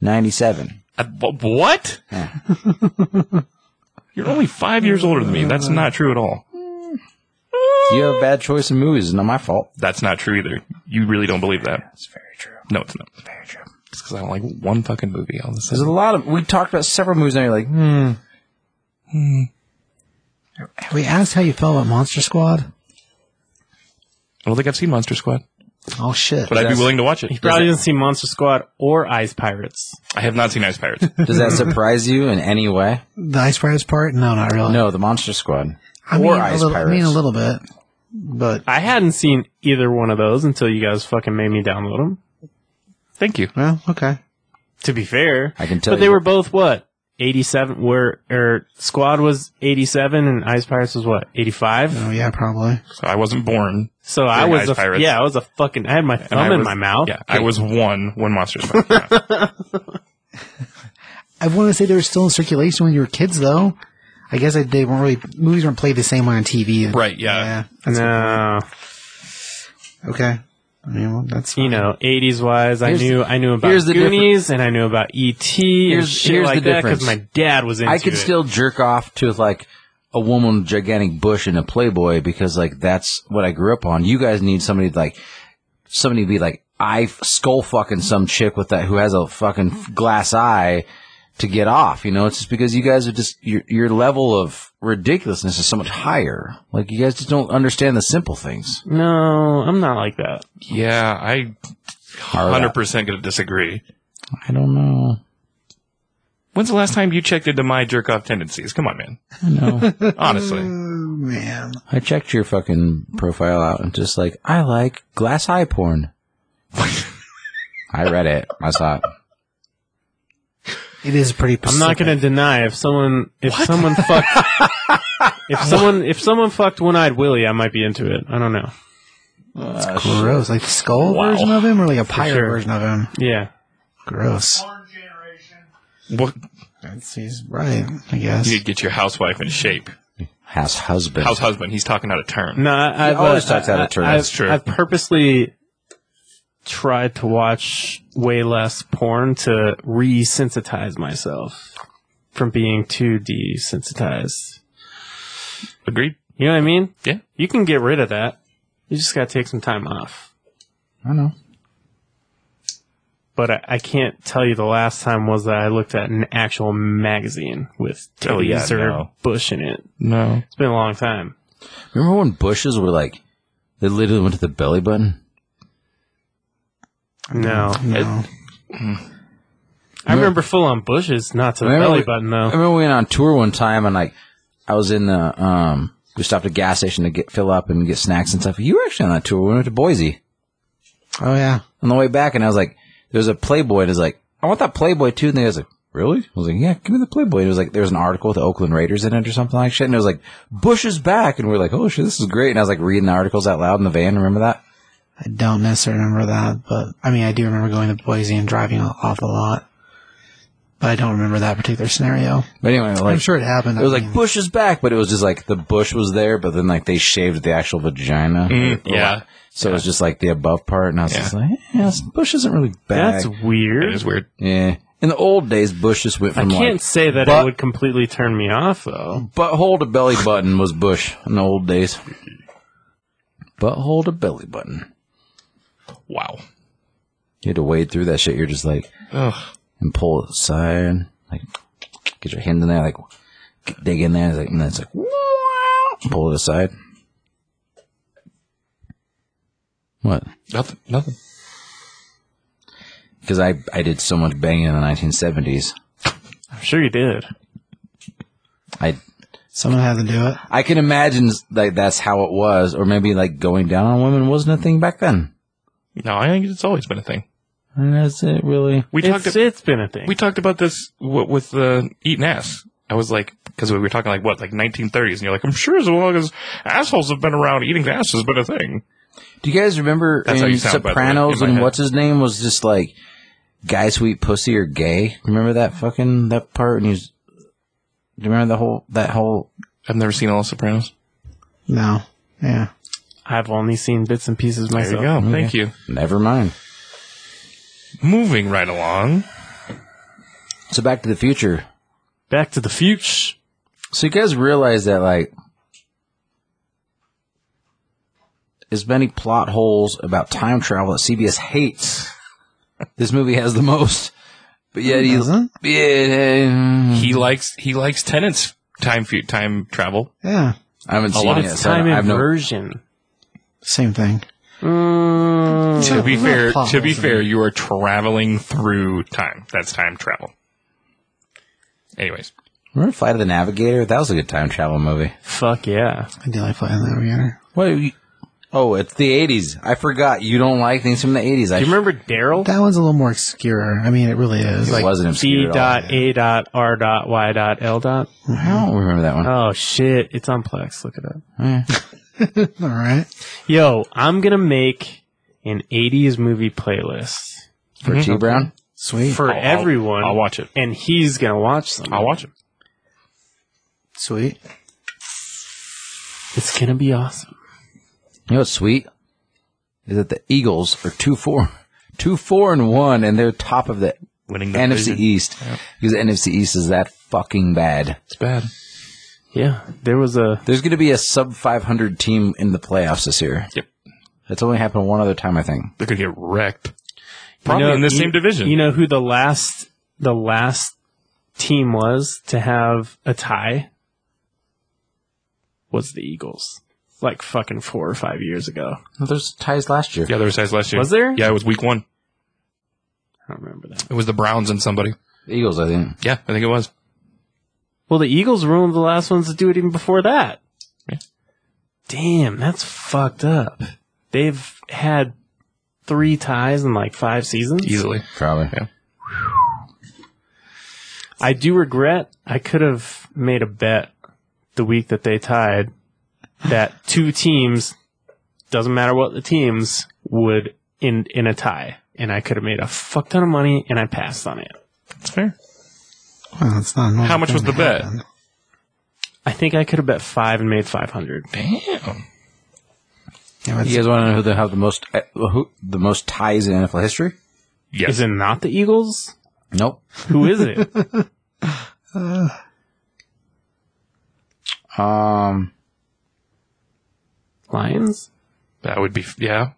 [SPEAKER 1] ninety seven.
[SPEAKER 3] I- wh- Uh, what?
[SPEAKER 1] Yeah.
[SPEAKER 3] You're only five years older than me. That's not true at all.
[SPEAKER 1] You have a bad choice in movies. It's not my fault.
[SPEAKER 3] That's not true either. You really don't believe that.
[SPEAKER 1] That's very true.
[SPEAKER 3] No, it's not. Very true. It's because I don't like one fucking movie. All of a
[SPEAKER 1] There's
[SPEAKER 3] sudden.
[SPEAKER 1] a lot of. We talked about several movies, and you're like, hmm,
[SPEAKER 4] We asked how you felt about Monster Squad.
[SPEAKER 3] I don't think I've seen Monster Squad,
[SPEAKER 4] Oh shit!
[SPEAKER 3] but I'd be
[SPEAKER 1] Yes.
[SPEAKER 3] willing to watch
[SPEAKER 2] He
[SPEAKER 3] it.
[SPEAKER 2] probably didn't see Monster Squad or Ice Pirates.
[SPEAKER 3] I have not seen Ice Pirates.
[SPEAKER 1] does that surprise you in any way?
[SPEAKER 4] The Ice Pirates part? No, not really.
[SPEAKER 1] No, the Monster Squad.
[SPEAKER 4] I
[SPEAKER 1] or
[SPEAKER 4] mean,
[SPEAKER 1] Ice
[SPEAKER 4] a little,
[SPEAKER 1] Pirates.
[SPEAKER 4] I mean a little bit, but
[SPEAKER 2] I hadn't seen either one of those until you guys fucking made me download them.
[SPEAKER 3] Thank you.
[SPEAKER 4] well, okay.
[SPEAKER 2] To be fair,
[SPEAKER 1] I can tell
[SPEAKER 2] But they
[SPEAKER 1] you-
[SPEAKER 2] were both what eighty-seven. Were or Squad was eighty-seven and Ice Pirates was what eighty-five.
[SPEAKER 4] Oh yeah, probably.
[SPEAKER 3] So I wasn't born.
[SPEAKER 2] So I
[SPEAKER 3] During
[SPEAKER 2] was
[SPEAKER 3] Ice
[SPEAKER 2] a
[SPEAKER 3] Pirates.
[SPEAKER 2] yeah, I was a fucking. I had my
[SPEAKER 3] and
[SPEAKER 2] thumb
[SPEAKER 3] I
[SPEAKER 2] in
[SPEAKER 3] was-
[SPEAKER 2] my
[SPEAKER 1] Oh,
[SPEAKER 2] mouth.
[SPEAKER 3] Yeah, I was one when Monster Squad came out.
[SPEAKER 4] I want to say they were still in circulation when you were kids, though. I guess I, they weren't really movies weren't played the same way on TV.
[SPEAKER 3] Right, yeah.
[SPEAKER 4] Yeah. that's-
[SPEAKER 2] No,
[SPEAKER 4] Okay. I mean, well, that's
[SPEAKER 2] you know, eighties wise, I
[SPEAKER 1] Here's-
[SPEAKER 2] knew I knew about
[SPEAKER 1] here's the
[SPEAKER 2] Goonies and I knew about ET and
[SPEAKER 1] Here's-
[SPEAKER 2] shit
[SPEAKER 1] here's
[SPEAKER 2] like
[SPEAKER 1] the
[SPEAKER 2] that because
[SPEAKER 1] difference.
[SPEAKER 2] my dad was into
[SPEAKER 1] I could
[SPEAKER 2] it.
[SPEAKER 1] still jerk off to like a woman with gigantic bush and a Playboy because like that's what I grew up on. You guys need somebody to, like somebody to be like I f- skull fucking some chick with that who has a fucking f- glass eye to get off. You know, it's just because you guys are just your your level of ridiculousness is so much higher. Like you guys just don't understand the simple things.
[SPEAKER 2] No, I'm not like that.
[SPEAKER 3] Yeah, I
[SPEAKER 1] Or that.
[SPEAKER 3] 100% going to disagree.
[SPEAKER 1] I don't know.
[SPEAKER 3] When's the last time you checked into my jerk off tendencies? Come on, man.
[SPEAKER 1] I know.
[SPEAKER 3] Honestly.
[SPEAKER 4] man.
[SPEAKER 1] I checked your fucking profile out and just like I like glass eye porn. I read it. I saw it.
[SPEAKER 4] It is pretty.
[SPEAKER 2] I'm not going to deny if someone if someone fucked if someone if someone fucked one-eyed Willie, I might be into it. I don't know.
[SPEAKER 4] That's gross. Like the skull version of him, or like a pirate
[SPEAKER 2] sure.
[SPEAKER 4] version of him.
[SPEAKER 2] Yeah.
[SPEAKER 4] Gross.
[SPEAKER 3] What?
[SPEAKER 4] That's, he's right. I guess.
[SPEAKER 3] You need to get your housewife in shape.
[SPEAKER 1] House husband.
[SPEAKER 3] House husband, he's talking out of turn.
[SPEAKER 2] No, I, I've
[SPEAKER 1] always
[SPEAKER 2] uh,
[SPEAKER 1] talks out of
[SPEAKER 2] I-
[SPEAKER 1] turn.
[SPEAKER 2] I've,
[SPEAKER 1] That's
[SPEAKER 3] true.
[SPEAKER 2] I've purposely tried to watch way less porn to resensitize myself from being too desensitized.
[SPEAKER 3] Agreed?
[SPEAKER 2] You know what I mean?
[SPEAKER 3] Yeah.
[SPEAKER 2] You can get rid of that. You just got to take some time off.
[SPEAKER 1] I know.
[SPEAKER 2] But I, I can't tell you the last time was that I looked at an actual magazine with titties
[SPEAKER 3] Oh, yeah,
[SPEAKER 2] or
[SPEAKER 3] no.
[SPEAKER 2] bush in it.
[SPEAKER 3] No.
[SPEAKER 2] It's been a long time.
[SPEAKER 1] Remember when bushes were like they literally went to the belly button?
[SPEAKER 2] No.
[SPEAKER 4] no.
[SPEAKER 2] I remember full on bushes, not to the
[SPEAKER 1] Remember
[SPEAKER 2] belly
[SPEAKER 1] we-
[SPEAKER 2] button
[SPEAKER 1] I
[SPEAKER 2] though.
[SPEAKER 1] remember we went on tour one time and like I was in the um we stopped at a gas station to get fill up and get snacks and stuff. You were actually on that tour. We went to Boise
[SPEAKER 4] Oh yeah.
[SPEAKER 1] on the way back and I was like there was a Playboy and it was like, I want that Playboy too and they was like Really? I was like, yeah, give me the Playboy. And it was like, there was an article with the Oakland Raiders in it or something like shit. And it was like, Bush is back. And we were like, oh shit, this is great. And I was like reading the articles out loud in the van. Remember that?
[SPEAKER 4] I don't necessarily remember that, but I mean, I do remember going to Boise and driving off a lot. but I don't remember that particular scenario.
[SPEAKER 1] But anyway, like
[SPEAKER 4] I'm sure it happened.
[SPEAKER 1] it was
[SPEAKER 4] I
[SPEAKER 1] like
[SPEAKER 4] mean,
[SPEAKER 1] Bush is back, but it was just like the bush was there, but then like they shaved the actual vagina.
[SPEAKER 2] Mm.
[SPEAKER 3] Mm. yeah.
[SPEAKER 1] So it was just like the above part, and I was
[SPEAKER 3] Yeah.
[SPEAKER 1] just like, yeah, this bush isn't really back.
[SPEAKER 2] That's weird.
[SPEAKER 3] It is weird.
[SPEAKER 1] yeah. In the old days, Bush just went
[SPEAKER 2] I
[SPEAKER 1] from
[SPEAKER 2] can't
[SPEAKER 1] like
[SPEAKER 2] say that
[SPEAKER 1] but-
[SPEAKER 2] it would completely turn me off though.
[SPEAKER 1] butthole to belly button was Bush in the old days. Butthole to belly button.
[SPEAKER 3] Wow.
[SPEAKER 1] You had to wade through that shit. You're just like,
[SPEAKER 3] Ugh.
[SPEAKER 1] and pull it aside, like get your hand in there, like dig in there, like, and then it's like pull it aside. What?
[SPEAKER 3] Nothing. Nothing.
[SPEAKER 1] Because I I did so much banging in the 1970s.
[SPEAKER 2] I'm sure you did.
[SPEAKER 1] I
[SPEAKER 4] someone had to do it.
[SPEAKER 1] I can imagine like that's how it was, or maybe like going down on women wasn't a thing back then.
[SPEAKER 3] No, I think it's always been a thing.
[SPEAKER 1] And that's it, really.
[SPEAKER 3] We talked.
[SPEAKER 2] It's, it's been a thing.
[SPEAKER 3] we talked about this w- with uh, eating ass. I was like, because we were talking like what, like 1930s, and you're like, I'm sure as long as assholes have been around, eating ass has been a thing.
[SPEAKER 1] Do you guys remember
[SPEAKER 3] That's how
[SPEAKER 1] in
[SPEAKER 3] you sound, by the way,
[SPEAKER 1] Sopranos
[SPEAKER 3] in my
[SPEAKER 1] and
[SPEAKER 3] head.
[SPEAKER 1] what's his name was just like guy sweet pussy or gay? Remember that fucking that part? And he's do you remember the whole that whole
[SPEAKER 3] I've never seen all of Sopranos.
[SPEAKER 4] No, yeah.
[SPEAKER 2] I've only seen bits and pieces
[SPEAKER 3] There
[SPEAKER 2] myself.
[SPEAKER 3] you go. Mm, Thank you.
[SPEAKER 1] Never mind.
[SPEAKER 3] Moving right along.
[SPEAKER 1] So Back to the Future.
[SPEAKER 2] Back to the future.
[SPEAKER 1] So you guys realize that like as many plot holes about time travel that CBS hates, this movie has the most. But yet he
[SPEAKER 4] Doesn't?
[SPEAKER 1] yeah,
[SPEAKER 3] He likes he likes tenants time fu- time travel.
[SPEAKER 4] Yeah,
[SPEAKER 1] I haven't
[SPEAKER 3] A
[SPEAKER 1] seen
[SPEAKER 3] lot
[SPEAKER 1] it.
[SPEAKER 3] of
[SPEAKER 1] so I
[SPEAKER 2] Time
[SPEAKER 1] don't- I have no-
[SPEAKER 2] inversion.
[SPEAKER 4] same thing.
[SPEAKER 2] Mm,
[SPEAKER 3] To be
[SPEAKER 4] Real
[SPEAKER 3] fair,
[SPEAKER 4] plot
[SPEAKER 3] to be
[SPEAKER 4] holes in
[SPEAKER 3] fair,
[SPEAKER 4] it.
[SPEAKER 3] you are traveling through time. That's time travel. Anyways,
[SPEAKER 1] Remember Flight of the Navigator? That was a good time travel movie.
[SPEAKER 2] fuck yeah.
[SPEAKER 4] I do like flying over here.
[SPEAKER 1] What? you- oh, it's the '80s. I forgot. You don't like things from the '80s. I
[SPEAKER 2] Do you remember Daryl?
[SPEAKER 4] That one's a little more obscure. I mean, it really is.
[SPEAKER 1] it
[SPEAKER 4] Like,
[SPEAKER 1] wasn't obscure at
[SPEAKER 2] D
[SPEAKER 1] all.
[SPEAKER 2] dot A dot R dot Y dot L dot.
[SPEAKER 1] I don't remember that one.
[SPEAKER 2] Oh shit, it's on Plex. Look it up.
[SPEAKER 4] all right.
[SPEAKER 2] Yo, I'm gonna make an 80s movie playlist
[SPEAKER 1] For T Brown.
[SPEAKER 4] Sweet.
[SPEAKER 2] for
[SPEAKER 3] I'll- I'll-
[SPEAKER 2] everyone,
[SPEAKER 3] I'll watch it.
[SPEAKER 2] and he's gonna watch them.
[SPEAKER 3] I'll watch it.
[SPEAKER 4] Sweet.
[SPEAKER 2] It's gonna be awesome.
[SPEAKER 1] You know what's sweet? Is that the Eagles are two four, two four and one, and they're top of the
[SPEAKER 3] Winning the
[SPEAKER 1] NFC
[SPEAKER 3] division.
[SPEAKER 1] East because the NFC East is that fucking bad.
[SPEAKER 3] It's bad.
[SPEAKER 2] Yeah, there was a
[SPEAKER 1] There's going to be a sub 500 team in the playoffs this year.
[SPEAKER 3] Yep.
[SPEAKER 1] That's only happened one other time, I think.
[SPEAKER 3] They're gonna get wrecked.
[SPEAKER 2] you
[SPEAKER 3] Probably
[SPEAKER 2] know-
[SPEAKER 3] in the
[SPEAKER 2] you-
[SPEAKER 3] same division.
[SPEAKER 2] You know who the last the last team was to have a tie was the Eagles, like fucking four or five years ago.
[SPEAKER 1] There's ties last year.
[SPEAKER 3] Yeah, there was ties last year.
[SPEAKER 2] Was there?
[SPEAKER 3] Yeah, it was week one.
[SPEAKER 2] I don't remember that.
[SPEAKER 3] It was the Browns and somebody.
[SPEAKER 1] The Eagles, I think.
[SPEAKER 3] Yeah, I think it was.
[SPEAKER 2] Well, the Eagles were one of the last ones to do it even before that.
[SPEAKER 3] Yeah.
[SPEAKER 2] Damn, that's fucked up. They've had three ties in like five seasons.
[SPEAKER 3] Easily.
[SPEAKER 1] Probably.
[SPEAKER 3] Yeah.
[SPEAKER 2] I do regret I could have made a bet the week that they tied that two teams doesn't matter what the teams would in in a tie and I could have made a fuck ton of money and I passed on it.
[SPEAKER 3] That's fair.
[SPEAKER 4] Well, it's not. a normal
[SPEAKER 3] How much
[SPEAKER 4] thing
[SPEAKER 3] was the
[SPEAKER 4] to
[SPEAKER 3] bet?
[SPEAKER 4] happen.
[SPEAKER 2] I think I could have bet 5 and made 500.
[SPEAKER 3] Damn.
[SPEAKER 4] Yeah, but
[SPEAKER 1] You
[SPEAKER 4] it's-
[SPEAKER 1] guys want to know who they have the most uh, who, the most ties in NFL history?
[SPEAKER 3] Yes.
[SPEAKER 2] Is it not the Eagles?
[SPEAKER 1] Nope.
[SPEAKER 2] Who is it?
[SPEAKER 1] Um,
[SPEAKER 2] Lions?
[SPEAKER 3] that would be, yeah.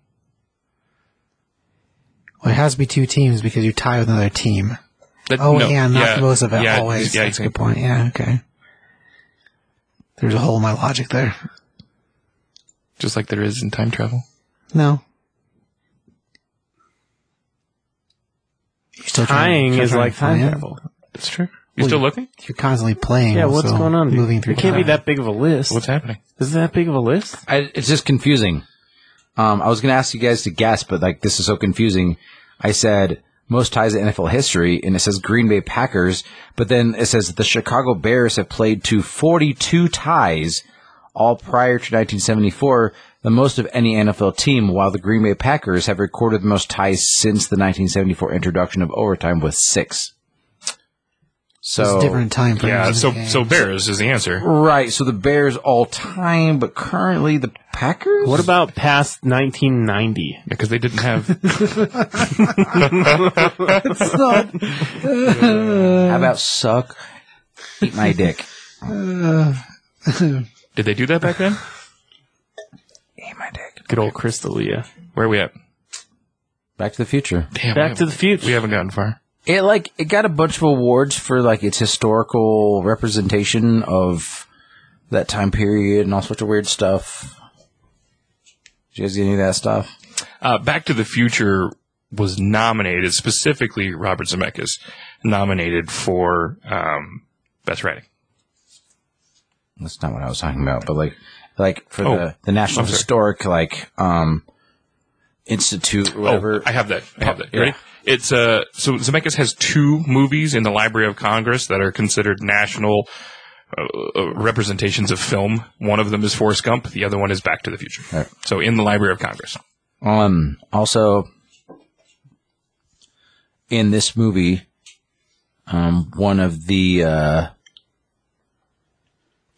[SPEAKER 4] well, it has to be two teams because you tie with another team.
[SPEAKER 3] That-
[SPEAKER 4] Oh,
[SPEAKER 3] no,
[SPEAKER 4] yeah, not the most of it.
[SPEAKER 3] yeah,
[SPEAKER 4] always.
[SPEAKER 3] Yeah,
[SPEAKER 4] That's a good point. Yeah, okay. There's a hole in my logic there.
[SPEAKER 3] just like there is in time travel.
[SPEAKER 4] No. You're still trying-
[SPEAKER 2] Tying
[SPEAKER 4] still
[SPEAKER 2] is
[SPEAKER 4] trying
[SPEAKER 2] like
[SPEAKER 4] to
[SPEAKER 2] time
[SPEAKER 4] plan.
[SPEAKER 2] travel.
[SPEAKER 3] That's true. You
[SPEAKER 4] Well,
[SPEAKER 3] still
[SPEAKER 4] you-
[SPEAKER 3] looking?
[SPEAKER 4] You're constantly playing.
[SPEAKER 2] Yeah, what's
[SPEAKER 4] so
[SPEAKER 2] going on? dude?
[SPEAKER 4] Moving through.
[SPEAKER 2] It can't be
[SPEAKER 4] time.
[SPEAKER 2] that big of a list.
[SPEAKER 3] What's happening?
[SPEAKER 2] Is it that big of a list?
[SPEAKER 1] I, it's just confusing. Um, I was going to ask you guys to guess, but like this is so confusing. I said most ties in NFL history, and it says Green Bay Packers, but then it says the Chicago Bears have played to 42 ties, all prior to 1974, the most of any NFL team, while the Green Bay Packers have recorded the most ties since the 1974 introduction of overtime with six. So
[SPEAKER 4] it's different time frames.
[SPEAKER 3] Yeah,
[SPEAKER 4] in the
[SPEAKER 3] so
[SPEAKER 4] game.
[SPEAKER 3] so Bears is the answer.
[SPEAKER 1] Right. So the Bears all time, but currently the Packers.
[SPEAKER 2] What about past 1990?
[SPEAKER 3] Because they didn't have.
[SPEAKER 4] It's not-
[SPEAKER 1] How about suck? Eat my dick.
[SPEAKER 3] did they do that back then?
[SPEAKER 1] Eat my dick.
[SPEAKER 2] Good old Crystalia.
[SPEAKER 3] Where are we at?
[SPEAKER 1] Back to the Future.
[SPEAKER 3] Damn,
[SPEAKER 2] Back
[SPEAKER 3] we
[SPEAKER 2] to
[SPEAKER 3] haven't-
[SPEAKER 2] the Future.
[SPEAKER 3] We haven't gotten far.
[SPEAKER 1] It like it got a bunch of awards for like its historical representation of that time period and all sorts of weird stuff. Did you guys get any of that stuff?
[SPEAKER 3] Uh, Back to the Future was nominated, specifically Robert Zemeckis, nominated for um, best writing.
[SPEAKER 1] That's not what I was talking about, but like like for
[SPEAKER 3] Oh,
[SPEAKER 1] the, the National
[SPEAKER 3] I'm sorry.
[SPEAKER 1] Historic like um Institute or whatever.
[SPEAKER 3] Oh, I have that. I have that. You
[SPEAKER 1] Yeah.
[SPEAKER 3] Ready? It's uh, so Zemeckis has two movies in the Library of Congress that are considered national uh, uh, representations of film. One of them is Forrest Gump. The other one is Back to the Future.
[SPEAKER 1] Right.
[SPEAKER 3] So in the Library of Congress.
[SPEAKER 1] Um, also, in this movie, um, one of the uh,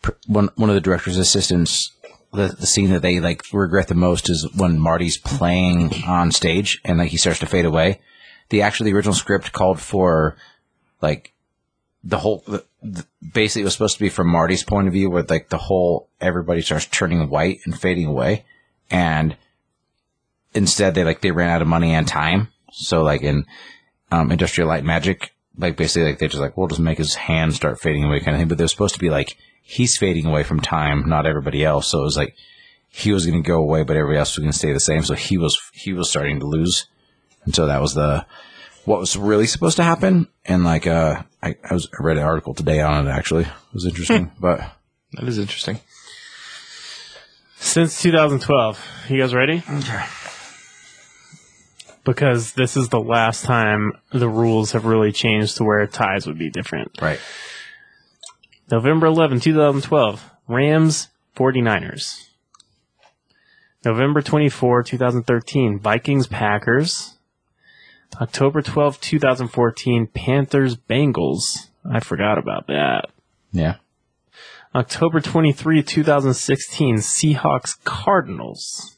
[SPEAKER 1] pr- one one of the director's assistants, the, the scene that they like regret the most is when Marty's playing on stage and like he starts to fade away. The actually the original script called for like the whole the, the, basically it was supposed to be from Marty's point of view, where like the whole everybody starts turning white and fading away, and instead they like they ran out of money and time. So like in um, Industrial Light and Magic, like basically like they're just like we'll just make his hand start fading away kind of thing. But they're supposed to be like he's fading away from time, not everybody else. So it was like he was going to go away, but everybody else was going to stay the same. So he was he was starting to lose, and so that was the what was really supposed to happen. And like uh, I, I was I read an article today on it actually. It was interesting, but
[SPEAKER 3] That is interesting.
[SPEAKER 2] Since 2012. You guys ready? Because this is the last time the rules have really changed to where ties would be different.
[SPEAKER 1] right.
[SPEAKER 2] November 11, 2012, Rams 49ers. November 24, 2013, Vikings Packers. October 12, 2014, Panthers Bengals. I forgot about that.
[SPEAKER 1] Yeah.
[SPEAKER 2] October 23, 2016, Seahawks Cardinals.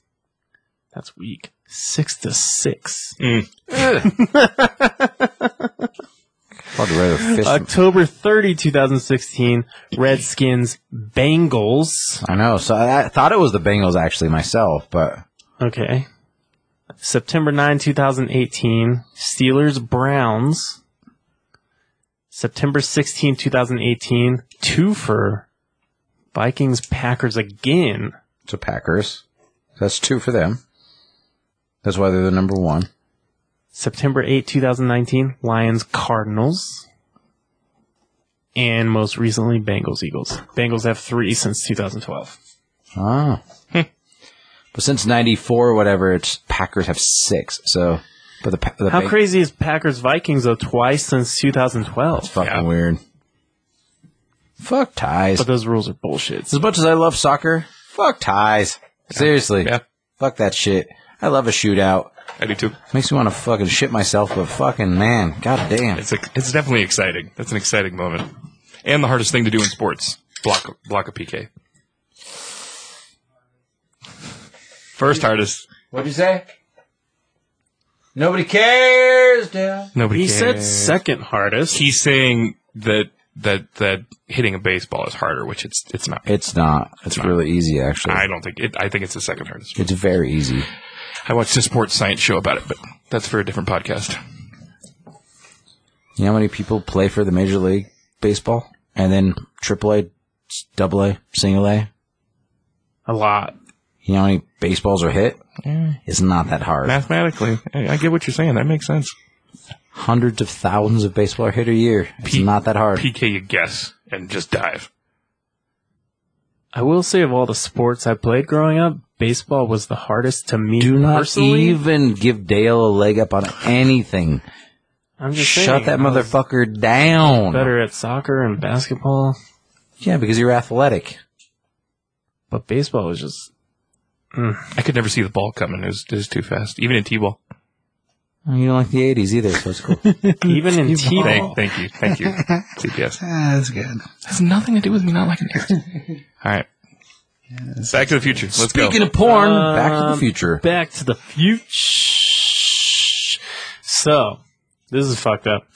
[SPEAKER 2] That's weak. 6 to 6.
[SPEAKER 3] Eh,
[SPEAKER 1] Hard to write a fist.
[SPEAKER 2] Uh, October 30, 2016, Redskins Bengals.
[SPEAKER 1] I know. So I, I thought it was the Bengals actually myself, but
[SPEAKER 2] Okay. September 9, 2018, Steelers Browns. September 16, 2018, two for Vikings Packers again.
[SPEAKER 1] to Packers. That's two for them. That's why they're the number one.
[SPEAKER 2] September 8, 2019, Lions Cardinals. And most recently, Bengals Eagles. Bengals have three since 2012.
[SPEAKER 1] Ah. but since 94 or whatever, it's Packers have six. So, but the, Pa- the
[SPEAKER 2] How
[SPEAKER 1] Ban-
[SPEAKER 2] crazy is Packers Vikings though? Twice since 2012.
[SPEAKER 1] fucking
[SPEAKER 3] Yeah.
[SPEAKER 1] weird. Fuck ties.
[SPEAKER 2] But those rules are bullshit.
[SPEAKER 1] as much as I love soccer, fuck ties. Seriously.
[SPEAKER 3] Yeah.
[SPEAKER 1] Fuck that shit. I love a shootout.
[SPEAKER 3] I do too.
[SPEAKER 1] Makes me want to fucking shit myself, but fucking man, goddamn.
[SPEAKER 3] It's a, it's definitely exciting. That's an exciting moment, and the hardest thing to do in sports: block block a PK. First hardest.
[SPEAKER 1] What'd you say? Nobody cares, Dale.
[SPEAKER 3] Nobody.
[SPEAKER 2] He said
[SPEAKER 3] cares.
[SPEAKER 2] second hardest.
[SPEAKER 3] He's saying that that that hitting a baseball is harder, which it's it's not.
[SPEAKER 1] It's not. It's really easy, actually.
[SPEAKER 3] I don't think it. I think it's the second hardest.
[SPEAKER 1] it's very easy.
[SPEAKER 3] I watched a sports science show about it, but that's for a different podcast.
[SPEAKER 1] You know how many people play for the Major League Baseball and then AAA, Double A, Single A?
[SPEAKER 2] a lot.
[SPEAKER 1] You know how many baseballs are hit? It's not that hard.
[SPEAKER 3] Mathematically, I, I get what you're saying. That makes sense.
[SPEAKER 1] Hundreds of thousands of baseball are hit a year. It's
[SPEAKER 3] P-
[SPEAKER 1] not that hard.
[SPEAKER 3] PK, you guess and just dive.
[SPEAKER 2] I will say of all the sports I played growing up, baseball was the hardest to me.
[SPEAKER 1] Do not
[SPEAKER 2] personally.
[SPEAKER 1] even give Dale a leg up on anything.
[SPEAKER 2] I'm just
[SPEAKER 1] Shut
[SPEAKER 2] saying,
[SPEAKER 1] that
[SPEAKER 2] I was
[SPEAKER 1] motherfucker down.
[SPEAKER 2] Better at soccer and basketball,
[SPEAKER 1] Yeah, because you're athletic.
[SPEAKER 2] but baseball was just
[SPEAKER 3] I could never see the ball coming. It was, it was too fast, even in t-ball.
[SPEAKER 1] Oh, you don't like the 80s either, so it's cool.
[SPEAKER 2] Even in
[SPEAKER 4] T-ball.
[SPEAKER 2] T-ball.
[SPEAKER 3] Thank, thank you, thank you. CPS
[SPEAKER 4] Ah, that's good.
[SPEAKER 3] Oh. has nothing to do with me not liking it. All right, Back to the Future. Let's
[SPEAKER 1] Speaking
[SPEAKER 3] go.
[SPEAKER 1] of porn,
[SPEAKER 2] Um,
[SPEAKER 1] Back to the Future.
[SPEAKER 2] Back to the future. So, this is fucked up.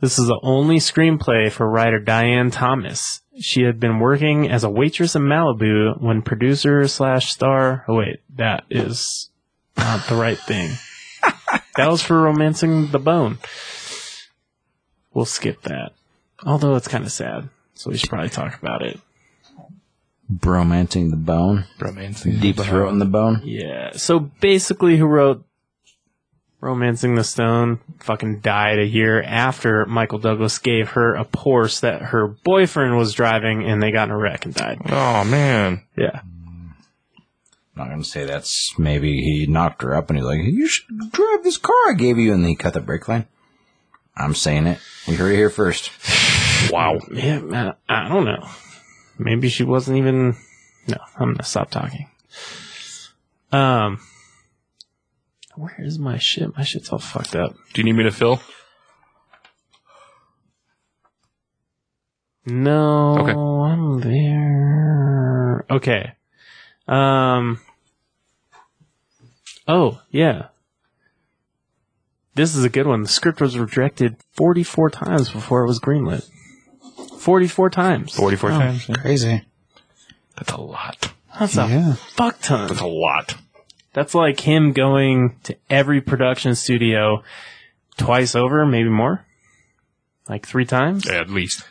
[SPEAKER 2] This is the only screenplay for writer Diane Thomas. She had been working as a waitress in Malibu when producer slash star. Oh wait, that is not the right thing. that was for romancing the bone. We'll skip that. Although it's kind of sad, so we should probably talk about it.
[SPEAKER 1] Bromanting the bone.
[SPEAKER 3] Romancing
[SPEAKER 1] Deep throat in the bone.
[SPEAKER 2] Yeah. So basically, who wrote Romancing the Stone fucking died a year after Michael Douglas gave her a Porsche that her boyfriend was driving and they got in a wreck and died.
[SPEAKER 3] Oh man.
[SPEAKER 2] Yeah.
[SPEAKER 1] I'm not going to say that's maybe he knocked her up and he's like, you should drive this car I gave you. And he cut the brake line. I'm saying it. We heard it here first.
[SPEAKER 3] Wow.
[SPEAKER 2] Yeah, man, I don't know. Maybe she wasn't even. No, I'm gonna stop talking. Um, where is my shit? My shit's all fucked up.
[SPEAKER 3] Do you need me to fill?
[SPEAKER 2] No,
[SPEAKER 3] Okay.
[SPEAKER 2] I'm there. Okay. Um. Oh yeah. This is a good one. The script was rejected 44 times before it was greenlit. 44 times.
[SPEAKER 3] Forty-four times.
[SPEAKER 4] Crazy.
[SPEAKER 3] Oh, That's a lot.
[SPEAKER 2] That's a
[SPEAKER 4] Yeah.
[SPEAKER 2] fuck ton.
[SPEAKER 3] That's a lot.
[SPEAKER 2] That's like him going to every production studio twice over, maybe more. Like three times.
[SPEAKER 3] At least.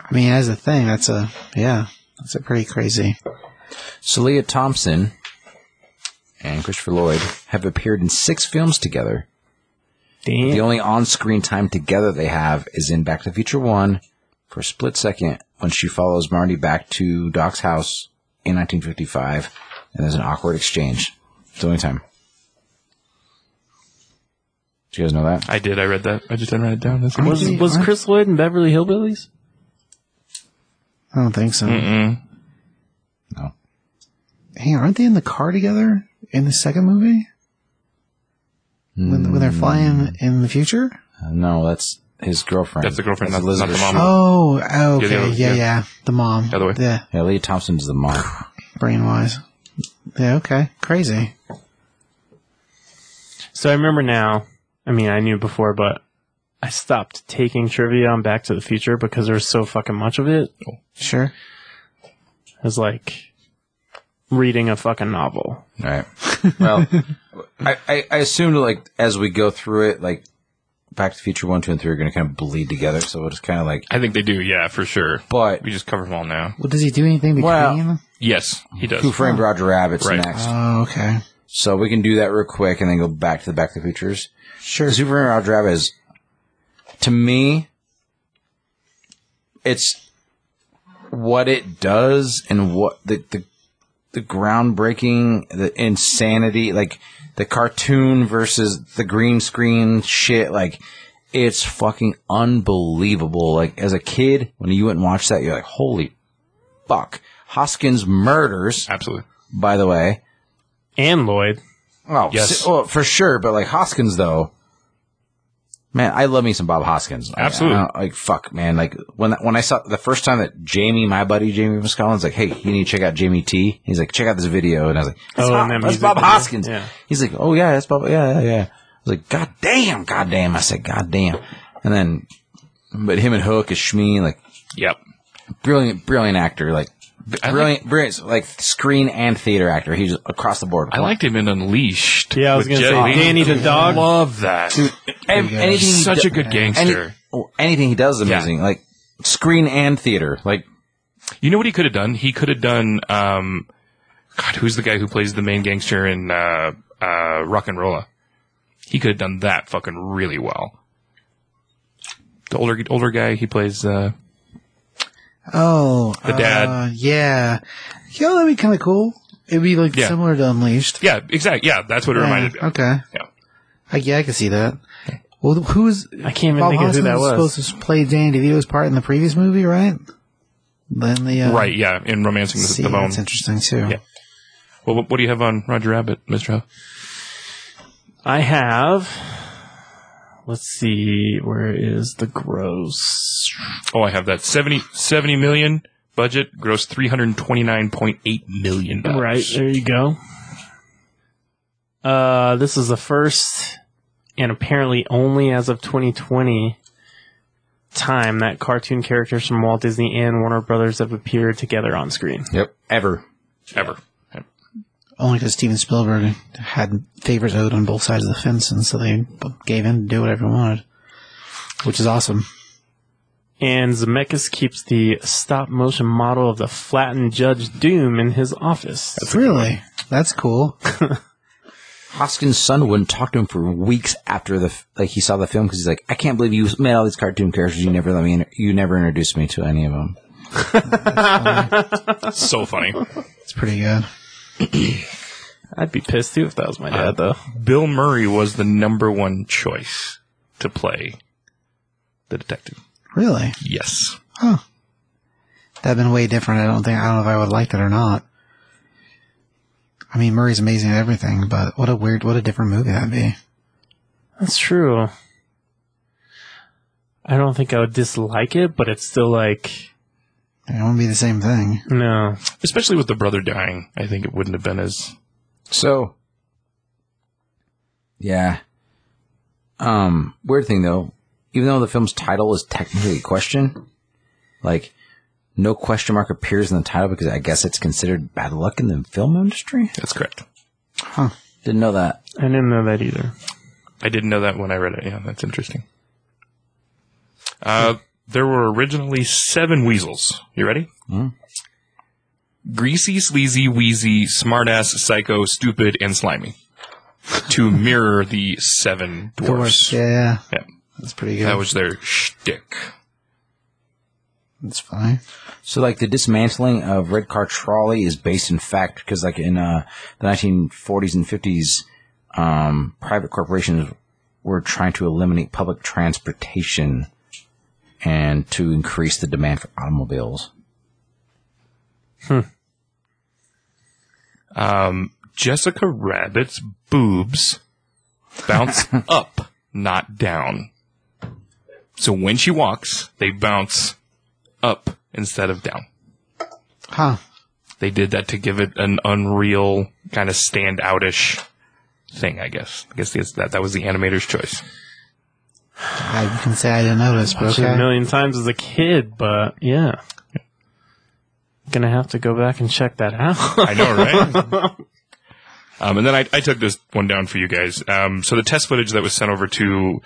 [SPEAKER 4] I mean, as a thing, that's a yeah, that's a pretty crazy.
[SPEAKER 1] So Leah Thompson and Christopher Lloyd have appeared in six films together.
[SPEAKER 2] Damn.
[SPEAKER 1] The only on screen time together they have is in Back to the Future 1 for a split second when she follows Marty back to Doc's house in 1955 and there's an awkward exchange. It's the only time. Do you guys know that?
[SPEAKER 3] I did. I read that. I just didn't write it down. That's
[SPEAKER 2] was was Chris Lloyd in Beverly Hillbillies?
[SPEAKER 4] I don't think so.
[SPEAKER 3] Mm-mm.
[SPEAKER 1] No.
[SPEAKER 4] Hey, aren't they in the car together in the second movie? When, when they're flying
[SPEAKER 3] Hmm.
[SPEAKER 4] in the future?
[SPEAKER 1] Uh, No, that's his girlfriend.
[SPEAKER 3] That's the girlfriend,
[SPEAKER 1] That's
[SPEAKER 3] not- not the
[SPEAKER 1] Elizabeth
[SPEAKER 3] mom.
[SPEAKER 1] Shue.
[SPEAKER 4] Oh, oh,
[SPEAKER 3] Yeah,
[SPEAKER 4] okay,
[SPEAKER 3] the other-
[SPEAKER 4] yeah,
[SPEAKER 3] yeah.
[SPEAKER 4] yeah, The mom.
[SPEAKER 3] Other way.
[SPEAKER 4] Yeah,
[SPEAKER 1] Yeah, Leah Thompson's the mom.
[SPEAKER 4] brain wise. Yeah, okay. Crazy.
[SPEAKER 2] So I remember now. I mean, I knew before, but I stopped taking trivia on Back to the Future because there was so fucking much of it. It
[SPEAKER 4] Sure.
[SPEAKER 2] was like reading a fucking novel.
[SPEAKER 1] Right. Well, I, I, I assume like as we go through it, like Back to the Future one, two, and three are going to kind of bleed together. So it's kind of like,
[SPEAKER 3] I think they do. Yeah, for sure.
[SPEAKER 1] but
[SPEAKER 3] We just cover them all now.
[SPEAKER 4] Well, does he do anything between?
[SPEAKER 1] Well-
[SPEAKER 3] Yes, he does.
[SPEAKER 1] Who Framed Roger Rabbit's
[SPEAKER 3] Right.
[SPEAKER 1] next,
[SPEAKER 4] Oh, okay.
[SPEAKER 1] so we can do that real quick and then go back to the Back to the Futures.
[SPEAKER 4] Sure.
[SPEAKER 1] Who Framed Roger Rabbit is, to me, it's what it does and what the the, the groundbreaking, the insanity, like the cartoon versus the green screen shit, like. It's fucking unbelievable. Like as a kid, when you went and watched that, you're like, "Holy fuck!" Hoskins murders.
[SPEAKER 3] Absolutely.
[SPEAKER 1] By the way,
[SPEAKER 2] And Lloyd.
[SPEAKER 1] Oh,
[SPEAKER 3] Yes.
[SPEAKER 1] si- well, for sure. But like Hoskins, though, man, I love me some Bob Hoskins. I-
[SPEAKER 3] Absolutely.
[SPEAKER 1] I don't- like fuck, man. Like when when I saw the first time that Jamie, my buddy Jamie was Collins, like, hey, you need to check out Jamie T. He's like, check out this video, and I was like, that's,
[SPEAKER 2] Oh,
[SPEAKER 1] Ho-
[SPEAKER 2] and that
[SPEAKER 1] that's
[SPEAKER 2] music
[SPEAKER 1] Bob
[SPEAKER 2] video.
[SPEAKER 1] Hoskins.
[SPEAKER 2] Yeah.
[SPEAKER 1] He's like, oh yeah, that's Bob. Yeah, yeah, yeah. I was like, god damn, god damn. I said, god damn. And then, but him and Hook is Shmee, like
[SPEAKER 3] Yep.
[SPEAKER 1] brilliant, brilliant actor, like.
[SPEAKER 3] I
[SPEAKER 1] Brilliant, brilliant, like screen and theater actor. He's across the board.
[SPEAKER 3] I liked him in Unleashed.
[SPEAKER 2] Yeah, I was
[SPEAKER 3] with
[SPEAKER 2] gonna
[SPEAKER 3] Jet
[SPEAKER 2] say
[SPEAKER 3] Li.
[SPEAKER 2] Danny the dog.
[SPEAKER 3] Love that.
[SPEAKER 1] Ev-
[SPEAKER 4] good.
[SPEAKER 1] anything he
[SPEAKER 3] Such
[SPEAKER 1] do-
[SPEAKER 3] a good
[SPEAKER 1] Any-
[SPEAKER 3] gangster.
[SPEAKER 1] oh, anything he does is
[SPEAKER 3] Yeah.
[SPEAKER 1] amazing. Like screen and theater. Like
[SPEAKER 3] You know what he could have done? He could have done. Um, God, who's the guy who plays the main gangster in uh, uh, Rock and Rolla? He could have done that fucking really well. The older older guy, he plays. Uh,
[SPEAKER 4] Oh,
[SPEAKER 3] The
[SPEAKER 4] Uh,
[SPEAKER 3] dad.
[SPEAKER 4] yeah. Yo, that'd be kind of cool. It'd be like
[SPEAKER 3] Yeah.
[SPEAKER 4] similar to Unleashed.
[SPEAKER 3] yeah, exactly. Yeah, that's what it
[SPEAKER 4] Yeah,
[SPEAKER 3] reminded me. of.
[SPEAKER 4] Okay.
[SPEAKER 3] Yeah.
[SPEAKER 4] I, yeah, I can see that. Well, who was
[SPEAKER 2] I can't even
[SPEAKER 4] Bob
[SPEAKER 2] think of who
[SPEAKER 4] Hoskins
[SPEAKER 2] that was.
[SPEAKER 4] was supposed to play Danny DeVito's part in the previous movie, right? Then the uh,
[SPEAKER 3] Right. Yeah, in Romancing
[SPEAKER 4] See,
[SPEAKER 3] the, the Bone.
[SPEAKER 4] that's interesting too.
[SPEAKER 3] Yeah. Well, what, what do you have on Roger Rabbit, Mister?
[SPEAKER 2] I have. Let's see, where is the gross?
[SPEAKER 3] Oh, I have that 70, 70 million budget, gross $329.8 million.
[SPEAKER 2] Right, there you go. Uh, this is the first, and apparently only as of 2020, time that cartoon characters from Walt Disney and Warner Brothers have appeared together on screen.
[SPEAKER 1] Yep. Ever.
[SPEAKER 3] Ever.
[SPEAKER 4] Only because Steven Spielberg had favors owed on both sides of the fence, and so they gave in to do whatever he wanted, which is awesome.
[SPEAKER 2] And Zemeckis keeps the stop motion model of the flattened Judge Doom in his office.
[SPEAKER 4] really? That's cool.
[SPEAKER 1] Hoskins' son wouldn't talk to him for weeks after the f- like he saw the film because he's like, I can't believe you made all these cartoon characters. You never let me. In- you never introduced me to any of them.
[SPEAKER 3] so funny.
[SPEAKER 4] It's pretty good.
[SPEAKER 2] I'd be pissed too if that was my dad, though.
[SPEAKER 3] Bill Murray was the number one choice to play the detective.
[SPEAKER 4] Really?
[SPEAKER 3] Yes.
[SPEAKER 4] That'd been way different. I don't think I don't know if I would like that or not. I mean, Murray's amazing at everything, but what a weird, what a different movie that'd be.
[SPEAKER 2] That's true. I don't think I would dislike it, but it's still like,
[SPEAKER 4] It wouldn't be the same thing.
[SPEAKER 2] no.
[SPEAKER 3] Especially with the brother dying, I think it wouldn't have been as.
[SPEAKER 1] So, yeah. Um, weird thing though, even though the film's title is technically a question, like no question mark appears in the title because I guess it's considered bad luck in the film industry.
[SPEAKER 3] That's correct.
[SPEAKER 1] Didn't know that.
[SPEAKER 2] I didn't know that either.
[SPEAKER 3] I didn't know that when I read it. Yeah, that's interesting. Uh, there were originally seven weasels. You ready? Greasy, sleazy, wheezy, smartass, psycho, stupid, and slimy. To mirror the seven dwarfs.
[SPEAKER 4] Yeah.
[SPEAKER 3] Yeah.
[SPEAKER 4] That's pretty good.
[SPEAKER 3] That was their shtick.
[SPEAKER 4] That's fine.
[SPEAKER 1] So, like, the dismantling of red car trolley is based in fact because, like, in uh, the 1940s and 50s, um, private corporations were trying to eliminate public transportation and to increase the demand for automobiles.
[SPEAKER 3] Um, Jessica Rabbit's boobs bounce up, not down. So when she walks, they bounce up instead of down.
[SPEAKER 4] Huh.
[SPEAKER 3] They did that to give it an unreal kind of standoutish thing, I guess. I guess that's- that that was the animator's choice.
[SPEAKER 4] I can say I didn't notice, but
[SPEAKER 2] Watched it a
[SPEAKER 4] okay.
[SPEAKER 2] million times as a kid, but yeah. Gonna have to go back and check that out.
[SPEAKER 3] I know, right? um, and then I, I took this one down for you guys. Um, so the test footage that was sent over to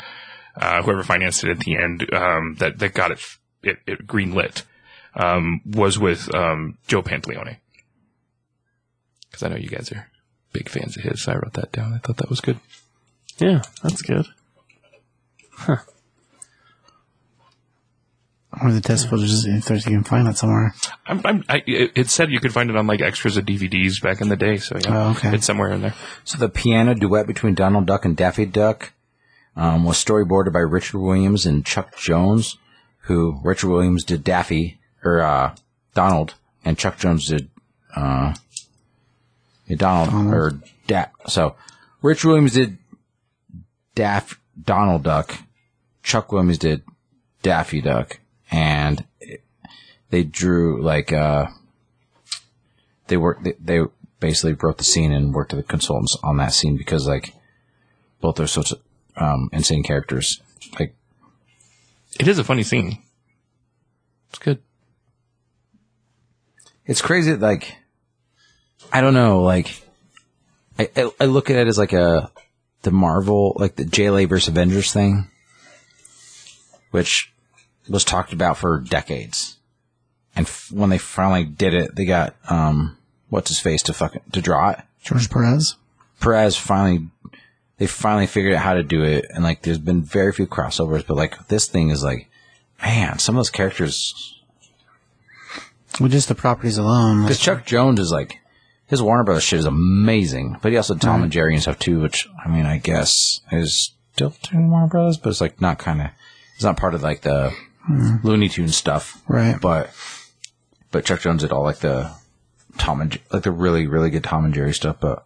[SPEAKER 3] uh, whoever financed it at the end um, that that got it it, it green lit um, was with um, Joe Pantaleone because I know you guys are big fans of his. So I wrote that down. I thought that was good.
[SPEAKER 2] yeah, that's good.
[SPEAKER 4] Or the test footage is if there's you can find it somewhere.
[SPEAKER 3] I'm, I'm, I, it it said you could find it on like extras of DVDs back in the day, so yeah,
[SPEAKER 4] Oh, okay.
[SPEAKER 3] it's somewhere in there.
[SPEAKER 1] So, the piano duet between Donald Duck and Daffy Duck um, was storyboarded by Richard Williams and Chuck Jones, who Richard Williams did Daffy or uh, Donald, and Chuck Jones did uh, Yeah, Donald, or Daff. So Rich Williams did Daff Donald Duck. Chuck Williams did Daffy Duck, and it- they drew like uh, they worked. They, they basically wrote the scene and worked with the consultants on that scene because like both are such um, insane characters. Like
[SPEAKER 3] It is a funny scene. It's good.
[SPEAKER 1] it's crazy that, like i don't know like I, I i look at it as like a the marvel like the jla versus avengers thing which was talked about for decades and f- when they finally did it they got um what's his face to fucking to draw it
[SPEAKER 4] George Perez.
[SPEAKER 1] Perez finally they finally figured out how to do it and like there's been very few crossovers but like this thing is like man some of those characters
[SPEAKER 4] Well, just the properties alone. like-
[SPEAKER 1] Because Chuck Jones is like his Warner Brothers shit is amazing, but he also did Tom and Jerry and stuff too. Which I mean, I guess is still doing Warner Brothers, but it's like not kind of it's not part of like the Looney Tunes stuff,
[SPEAKER 4] Right.
[SPEAKER 1] But but Chuck Jones did all like the Tom and Jer- like the really really good Tom and Jerry stuff. But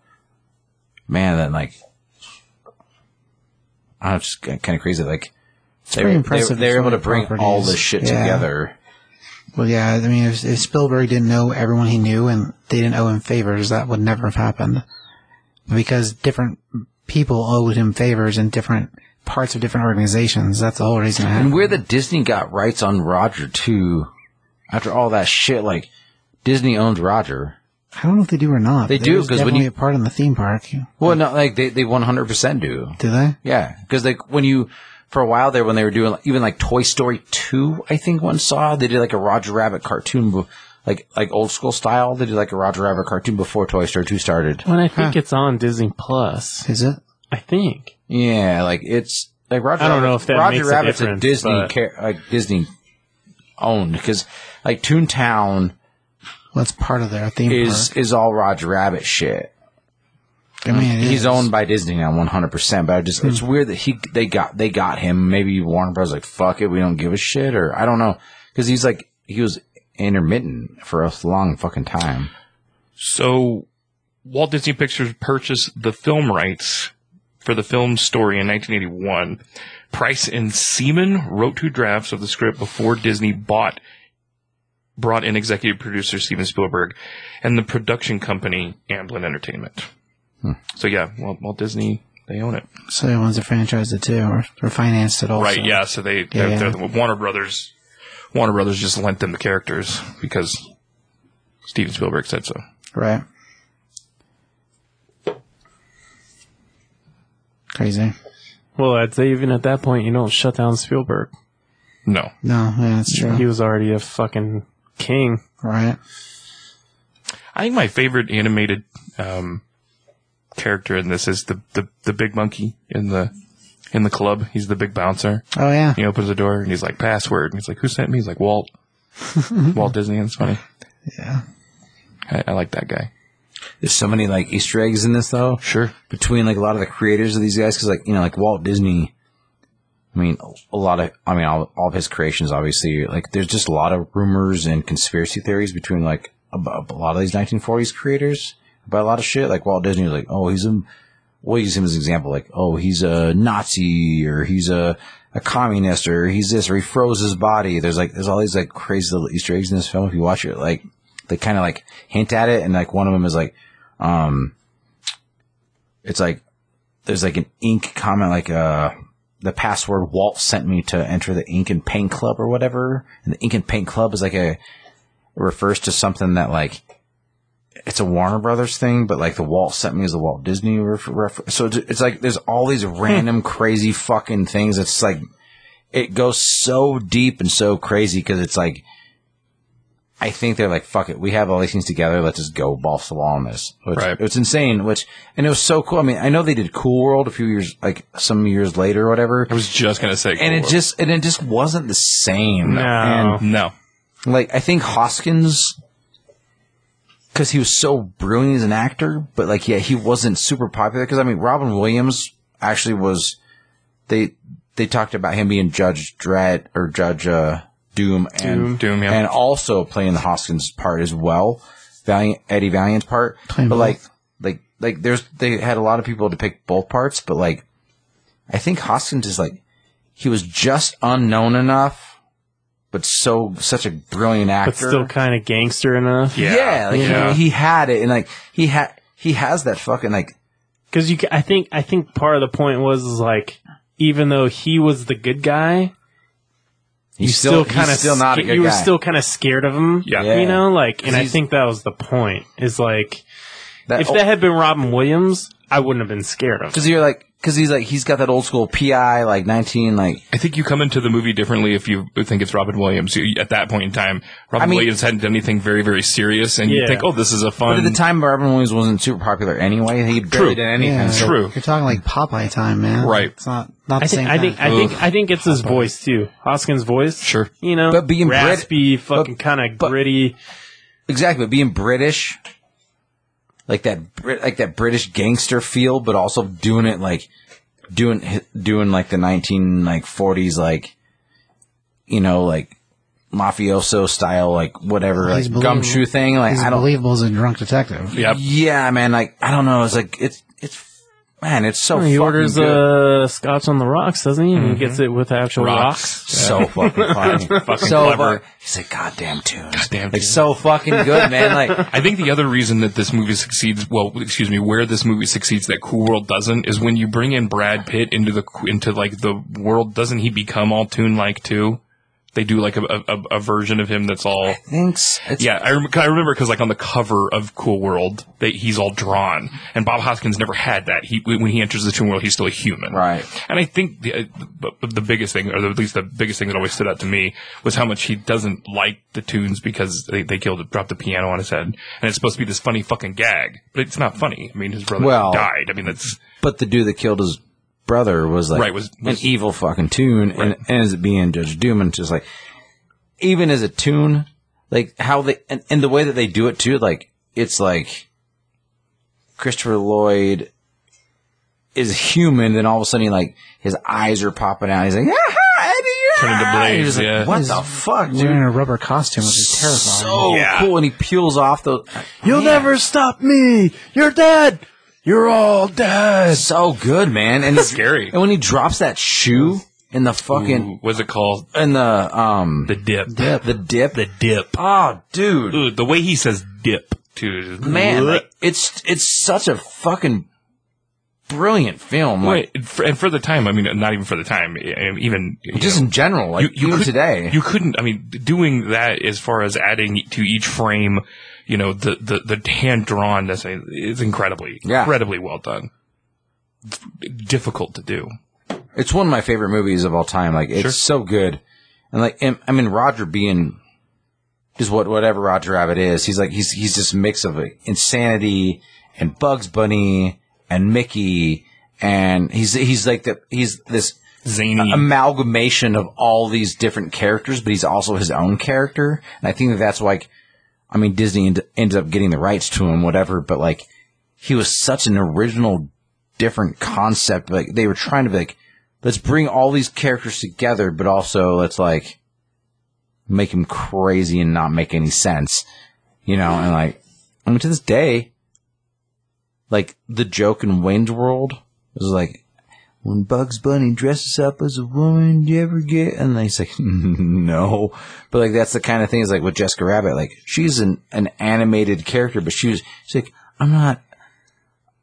[SPEAKER 1] man, then like I was just kind of crazy. Like they,
[SPEAKER 4] pretty
[SPEAKER 1] were- they,
[SPEAKER 4] impressive
[SPEAKER 1] they were
[SPEAKER 4] so
[SPEAKER 1] able to
[SPEAKER 4] many
[SPEAKER 1] bring all
[SPEAKER 4] properties.
[SPEAKER 1] this shit
[SPEAKER 4] Yeah.
[SPEAKER 1] together.
[SPEAKER 4] Well, yeah, I mean, if, if Spielberg didn't know everyone he knew and they didn't owe him favors, that would never have happened. Because different people owed him favors in different parts of different organizations. That's the whole reason. it
[SPEAKER 1] And
[SPEAKER 4] happened.
[SPEAKER 1] where the Disney got rights on Roger too, after all that shit, like Disney owns Roger.
[SPEAKER 4] I don't know if they do or not.
[SPEAKER 1] They
[SPEAKER 4] but
[SPEAKER 1] do,
[SPEAKER 4] there's
[SPEAKER 1] 'cause when
[SPEAKER 4] definitely
[SPEAKER 1] you-
[SPEAKER 4] a part in the theme park,
[SPEAKER 1] Well, no, like they they one hundred percent do.
[SPEAKER 4] do they?
[SPEAKER 1] Yeah, because like when you for a while there when they were doing like, even like Toy Story two, I think one saw they did like a Roger Rabbit cartoon, be- like like old school style. They did like a Roger Rabbit cartoon before Toy Story two started.
[SPEAKER 2] When I think it's on Disney Plus,
[SPEAKER 4] Is it?
[SPEAKER 2] I think.
[SPEAKER 1] Yeah, like it's like Roger.
[SPEAKER 2] I don't
[SPEAKER 1] Rabbit-
[SPEAKER 2] know if that
[SPEAKER 1] Roger
[SPEAKER 2] makes a
[SPEAKER 1] Rabbit's
[SPEAKER 2] difference,
[SPEAKER 1] Disney
[SPEAKER 2] but-
[SPEAKER 1] car- like Disney owned because like Toontown
[SPEAKER 4] Well, that's part of their theme
[SPEAKER 2] Mm-hmm.
[SPEAKER 1] is
[SPEAKER 4] park.
[SPEAKER 1] is all Roger Rabbit shit.
[SPEAKER 4] I mean, it
[SPEAKER 1] He's
[SPEAKER 4] is. Hmm.
[SPEAKER 1] owned by Disney now, one hundred percent. But I just it's weird that he they got they got him. Maybe Warner Bros. like fuck it, we don't give a shit, or I don't know, because he's like he was intermittent for a long fucking time.
[SPEAKER 3] So Walt Disney Pictures purchased the film rights for the film's story in 1981. Price and Seaman wrote two drafts of the script before Disney bought brought in executive producer Steven Spielberg and the production company Amblin Entertainment. So yeah, Walt, Walt Disney they own it,
[SPEAKER 4] So they owns a franchise it too, or, or financed it also.
[SPEAKER 3] right? Yeah, so they they're,
[SPEAKER 4] Yeah.
[SPEAKER 3] they're the Warner Brothers. Warner Brothers just lent them the characters because Steven Spielberg said so.
[SPEAKER 4] Right. Crazy.
[SPEAKER 2] Well, I'd say even at that point, you don't shut down Spielberg.
[SPEAKER 3] No,
[SPEAKER 4] No, yeah, that's true.
[SPEAKER 2] He was already a fucking king.
[SPEAKER 4] Right.
[SPEAKER 3] I think my favorite animated um, character in this is the, the the big monkey in the in the club. He's the big bouncer.
[SPEAKER 4] Oh yeah.
[SPEAKER 3] He opens the door and he's like password, and he's like, "Who sent me?" He's like, "Walt." Walt Disney. It's funny.
[SPEAKER 4] Yeah.
[SPEAKER 3] I, I like that guy.
[SPEAKER 1] There's so many like Easter eggs in this though.
[SPEAKER 3] Sure.
[SPEAKER 1] between like a lot of the creators of these guys because like you know like Walt Disney. I mean, a lot of I mean all, all of his creations obviously like there's just a lot of rumors and conspiracy theories between like a, a lot of these 1940s creators about a lot of shit. Like Walt Disney, was like oh he's a we'll use him as an example. Like oh he's a Nazi or he's a a communist or he's this or he froze his body. There's like there's all these like crazy little Easter eggs in this film. If you watch it, like they kind of like hint at it, and like one of them is like um it's like there's like an ink comment like uh the password Walt sent me to enter the ink and paint club or whatever. And the ink and paint club is like a it refers to something that like it's a Warner Brothers thing, but like the Walt sent me is a Walt Disney ref- ref- so it's, it's like there's all these random crazy fucking things. It's like it goes so deep and so crazy because it's like I think they're like, fuck it, we have all these things together, let's just go balls to the wall on this. Which,
[SPEAKER 3] Right.
[SPEAKER 1] It's insane, which, and it was so cool. I mean, I know they did Cool World a few years, like some years later or whatever,
[SPEAKER 3] I was just gonna say.
[SPEAKER 1] and it
[SPEAKER 3] Cool Oh.
[SPEAKER 1] just, and it just wasn't the same.
[SPEAKER 2] No.
[SPEAKER 1] And,
[SPEAKER 3] World. no.
[SPEAKER 1] like, I think Hoskins, because he was so brilliant as an actor, but like, yeah, he wasn't super popular. Because I mean, Robin Williams actually was. They they talked about him being Judge Dredd or Judge uh, Doom and
[SPEAKER 3] Doom, yeah.
[SPEAKER 1] and also playing the Hoskins part as well, Valiant Eddie Valiant's part.
[SPEAKER 4] Playing
[SPEAKER 1] but
[SPEAKER 4] both.
[SPEAKER 1] like like like there's they had a lot of people to pick both parts, but like I think Hoskins is like he was just unknown enough, but so such a brilliant actor.
[SPEAKER 2] But still kind of gangster enough.
[SPEAKER 3] Yeah.
[SPEAKER 1] Yeah, like
[SPEAKER 3] Yeah.
[SPEAKER 1] He, he had it, and like he had he has that fucking like
[SPEAKER 2] Because you, ca- I think, I think part of the point was is like, even though he was the good guy,
[SPEAKER 1] he's
[SPEAKER 2] you still, kind of
[SPEAKER 1] he's still not a good
[SPEAKER 2] you were
[SPEAKER 1] guy.
[SPEAKER 2] still kind of scared of him.
[SPEAKER 3] Yeah.
[SPEAKER 1] Yeah.
[SPEAKER 2] you know, like, and I
[SPEAKER 1] He's-
[SPEAKER 2] think that was the point. Is like,
[SPEAKER 1] that,
[SPEAKER 2] if that had been Robin Williams, I wouldn't have been scared of him.
[SPEAKER 1] because you're like because he's like he's got that old school PI like nineteen like
[SPEAKER 3] I think you come into the movie differently if you think it's Robin Williams. You- At that point in time, Robin
[SPEAKER 1] I mean-
[SPEAKER 3] Williams hadn't done anything very, very serious, and you
[SPEAKER 2] Yeah.
[SPEAKER 3] think, "Oh, this is a
[SPEAKER 1] but
[SPEAKER 3] fun."
[SPEAKER 1] at
[SPEAKER 2] Um,
[SPEAKER 1] the time Robin Williams wasn't super popular anyway. He barely
[SPEAKER 3] True.
[SPEAKER 1] did anything.
[SPEAKER 4] Yeah,
[SPEAKER 3] It's true.
[SPEAKER 4] You're talking like Popeye time, man.
[SPEAKER 3] Right.
[SPEAKER 4] It's not not the
[SPEAKER 2] I think,
[SPEAKER 4] same.
[SPEAKER 2] I think,
[SPEAKER 4] thing.
[SPEAKER 2] I think, I think it's his voice too. Hoskins' voice.
[SPEAKER 3] Sure.
[SPEAKER 2] You know,
[SPEAKER 1] But being Brit-
[SPEAKER 2] raspy, fucking kind of
[SPEAKER 1] but-
[SPEAKER 2] gritty.
[SPEAKER 1] Exactly, but being British, like that, Brit- like that British gangster feel, but also doing it like doing hi- doing like the nineteen like forties like you know like mafioso style like whatever
[SPEAKER 4] He's
[SPEAKER 1] like
[SPEAKER 4] believable.
[SPEAKER 1] gumshoe thing. Like
[SPEAKER 4] He's
[SPEAKER 1] I don't,
[SPEAKER 4] believable as a drunk detective.
[SPEAKER 3] Yep.
[SPEAKER 1] yeah, man. Like I don't know. It's like it's it's. Man, it's so
[SPEAKER 2] Oh, He
[SPEAKER 1] fucking
[SPEAKER 2] orders
[SPEAKER 1] good.
[SPEAKER 2] uh, scotch on the rocks, doesn't he? And he gets it with actual rocks.
[SPEAKER 1] So fucking funny.
[SPEAKER 3] fucking
[SPEAKER 1] so
[SPEAKER 3] clever.
[SPEAKER 1] fu- He's a goddamn tune.
[SPEAKER 3] Goddamn
[SPEAKER 1] Like
[SPEAKER 3] tune.
[SPEAKER 1] so fucking good, man. Like
[SPEAKER 3] I think the other reason that this movie succeeds, well, excuse me, where this movie succeeds that Cool World doesn't, is when you bring in Brad Pitt into the into like the world. Doesn't he become all Toon like too? They do like a, a a- a version of him that's all.
[SPEAKER 1] thanks. It's,
[SPEAKER 3] Yeah, I, rem- I remember because like on the cover of Cool World, they, he's all drawn, and Bob Hoskins never had that. He when he enters the Toon World, he's still a human,
[SPEAKER 1] Right.
[SPEAKER 3] And I think the, uh, b- b- the biggest thing, or at least the biggest thing that always stood out to me, was how much he doesn't like the tunes because they, they killed, dropped the piano on his head, and it's supposed to be this funny fucking gag, but it's not funny. I mean, his brother
[SPEAKER 1] Well-
[SPEAKER 3] died. I mean, that's
[SPEAKER 1] But the dude that killed his brother was like
[SPEAKER 3] Right, was- was-
[SPEAKER 1] an evil fucking tune, and, and ends up being Judge Doom, and just like even as a tune, like how they and, and the way that they do it too, like it's like Christopher Lloyd is human, then all of a sudden, he, like his eyes are popping out. He's like, ah, Eddie, you're
[SPEAKER 3] Turn into
[SPEAKER 1] high."
[SPEAKER 3] Blaze,
[SPEAKER 1] He's like,
[SPEAKER 3] yeah.
[SPEAKER 1] What the fuck,
[SPEAKER 4] Wearing
[SPEAKER 1] dude?
[SPEAKER 4] a rubber costume, which is terrifying.
[SPEAKER 1] So
[SPEAKER 3] Yeah.
[SPEAKER 1] cool, and he peels off the.
[SPEAKER 2] You'll
[SPEAKER 1] Man.
[SPEAKER 2] never stop me. You're dead. You're all dead.
[SPEAKER 1] so good, man, and it's
[SPEAKER 3] Scary.
[SPEAKER 1] And when he drops that shoe in the fucking
[SPEAKER 3] Ooh, what's it called?
[SPEAKER 1] in the um
[SPEAKER 3] The dip.
[SPEAKER 1] the dip.
[SPEAKER 3] The dip.
[SPEAKER 1] oh, dude,
[SPEAKER 3] Ooh, the way he says dip, too.
[SPEAKER 1] man, like, it's it's such a fucking brilliant film. Like
[SPEAKER 3] Wait, and for, and for the time, I mean, not even for the time, I- I- even you
[SPEAKER 1] just
[SPEAKER 3] know,
[SPEAKER 1] in general, like
[SPEAKER 3] you, you
[SPEAKER 1] even
[SPEAKER 3] could-
[SPEAKER 1] today.
[SPEAKER 3] you couldn't. I mean, doing that as far as adding to each frame, you know, the the, the hand drawn that's is incredibly,
[SPEAKER 1] Yeah.
[SPEAKER 3] incredibly well done. Difficult to do.
[SPEAKER 1] it's one of my favorite movies of all time. Like it's
[SPEAKER 3] Sure.
[SPEAKER 1] so good, and like and, I mean Roger being just what whatever Roger Rabbit is. He's like he's he's this mix of like, insanity and Bugs Bunny and Mickey, and he's he's like the he's this
[SPEAKER 3] Zany.
[SPEAKER 1] Uh, um, amalgamation of all these different characters, but he's also his own character. And I think that that's like, I mean, Disney end, ended up getting the rights to him, whatever, but like, he was such an original, different concept. Like, they were trying to be like, let's bring all these characters together, but also let's like, make him crazy and not make any sense, you know? And like, I mean, to this day, like, the joke in Wayne's World was like, when Bugs Bunny dresses up as a woman, do you ever get? And he's like, no. But like, that's the kind of thing is like with Jessica Rabbit, like she's an, an animated character, but she was, she's like, I'm not,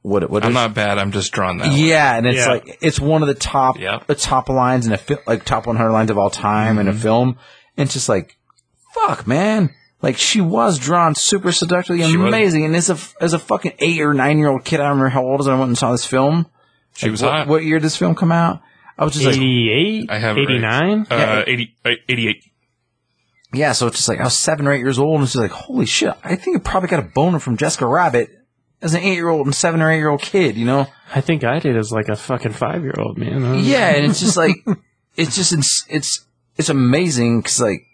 [SPEAKER 1] what, what
[SPEAKER 3] I'm
[SPEAKER 1] is-
[SPEAKER 3] not bad. I'm just drawn that. way.
[SPEAKER 1] yeah, and it's
[SPEAKER 2] Yeah.
[SPEAKER 1] like it's one of the top
[SPEAKER 3] Yep. Mm-hmm.
[SPEAKER 1] the top lines in a fi- like top 100 lines of all time in a film. And it's just like, fuck, man. Like she was drawn super seductively,
[SPEAKER 3] She was.
[SPEAKER 1] amazing. And as a as a fucking eight or nine year old kid, I don't remember how old I was. when I went and saw this film.
[SPEAKER 3] She was
[SPEAKER 1] what,
[SPEAKER 3] hot.
[SPEAKER 1] what year did this film come out? I was just like,
[SPEAKER 2] 88?
[SPEAKER 3] I have it right.
[SPEAKER 2] 89?
[SPEAKER 3] Uh, 80, uh, 88.
[SPEAKER 1] yeah. So it's just like I was seven or eight years old, and it's just like, holy shit, I think I probably got a boner from Jessica Rabbit as an eight year old and seven or eight year old kid. You know?
[SPEAKER 2] I think I did as like a fucking five year old, man. I-
[SPEAKER 1] Yeah, and it's just like it's just it's it's, it's amazing because like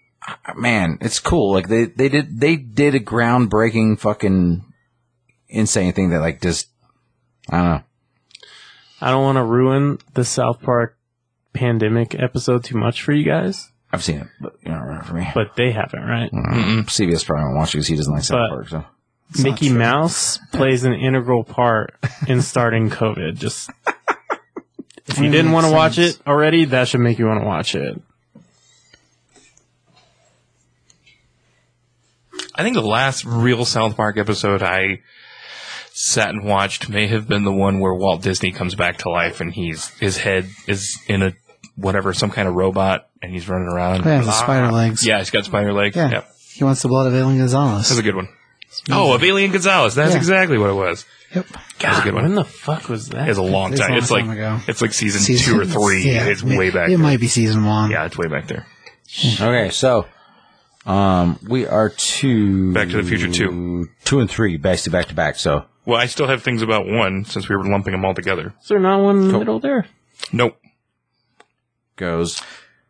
[SPEAKER 1] man, it's cool. Like they they did they did a groundbreaking fucking insane thing that like just I don't know.
[SPEAKER 2] I don't want to ruin the South Park pandemic episode too much for you guys,
[SPEAKER 1] I've seen it, but you know for me.
[SPEAKER 2] but they haven't, right?
[SPEAKER 1] Mm, CBS probably won't watch it because he doesn't like South
[SPEAKER 2] But-
[SPEAKER 1] Park. So
[SPEAKER 2] Mickey Mouse plays an integral part in starting COVID. Just if you didn't want to watch it already, that should make you want to watch it.
[SPEAKER 3] I think the last real South Park episode I sat and watched may have been the one where Walt Disney comes back to life and he's his head is in a whatever some kind of robot and he's running around. Ah,
[SPEAKER 4] Yeah, the spider legs.
[SPEAKER 3] Yeah, he's got spider legs.
[SPEAKER 4] Yeah.
[SPEAKER 3] Yep.
[SPEAKER 4] He wants the blood of Alien
[SPEAKER 3] That's
[SPEAKER 4] Gonzalez.
[SPEAKER 3] a good one. Oh, of Alien Gonzalez. That's
[SPEAKER 4] Yeah.
[SPEAKER 3] exactly what it was.
[SPEAKER 4] Yep.
[SPEAKER 3] That's a good
[SPEAKER 2] When
[SPEAKER 3] one.
[SPEAKER 2] the fuck was that?
[SPEAKER 3] It's a long
[SPEAKER 4] It's a
[SPEAKER 3] time.
[SPEAKER 4] long
[SPEAKER 3] it's like
[SPEAKER 4] time ago.
[SPEAKER 3] it's like season, two or three. It's way back.
[SPEAKER 4] It
[SPEAKER 3] there.
[SPEAKER 4] might be season one.
[SPEAKER 3] Yeah, it's way back there.
[SPEAKER 1] okay, so um we are two
[SPEAKER 3] Back to the Future two.
[SPEAKER 1] two and three back to back to back. So
[SPEAKER 3] Well, I still have things about one since we were lumping them all together.
[SPEAKER 2] Is there not one in the
[SPEAKER 1] Cool.
[SPEAKER 2] middle there?
[SPEAKER 3] Nope.
[SPEAKER 1] goes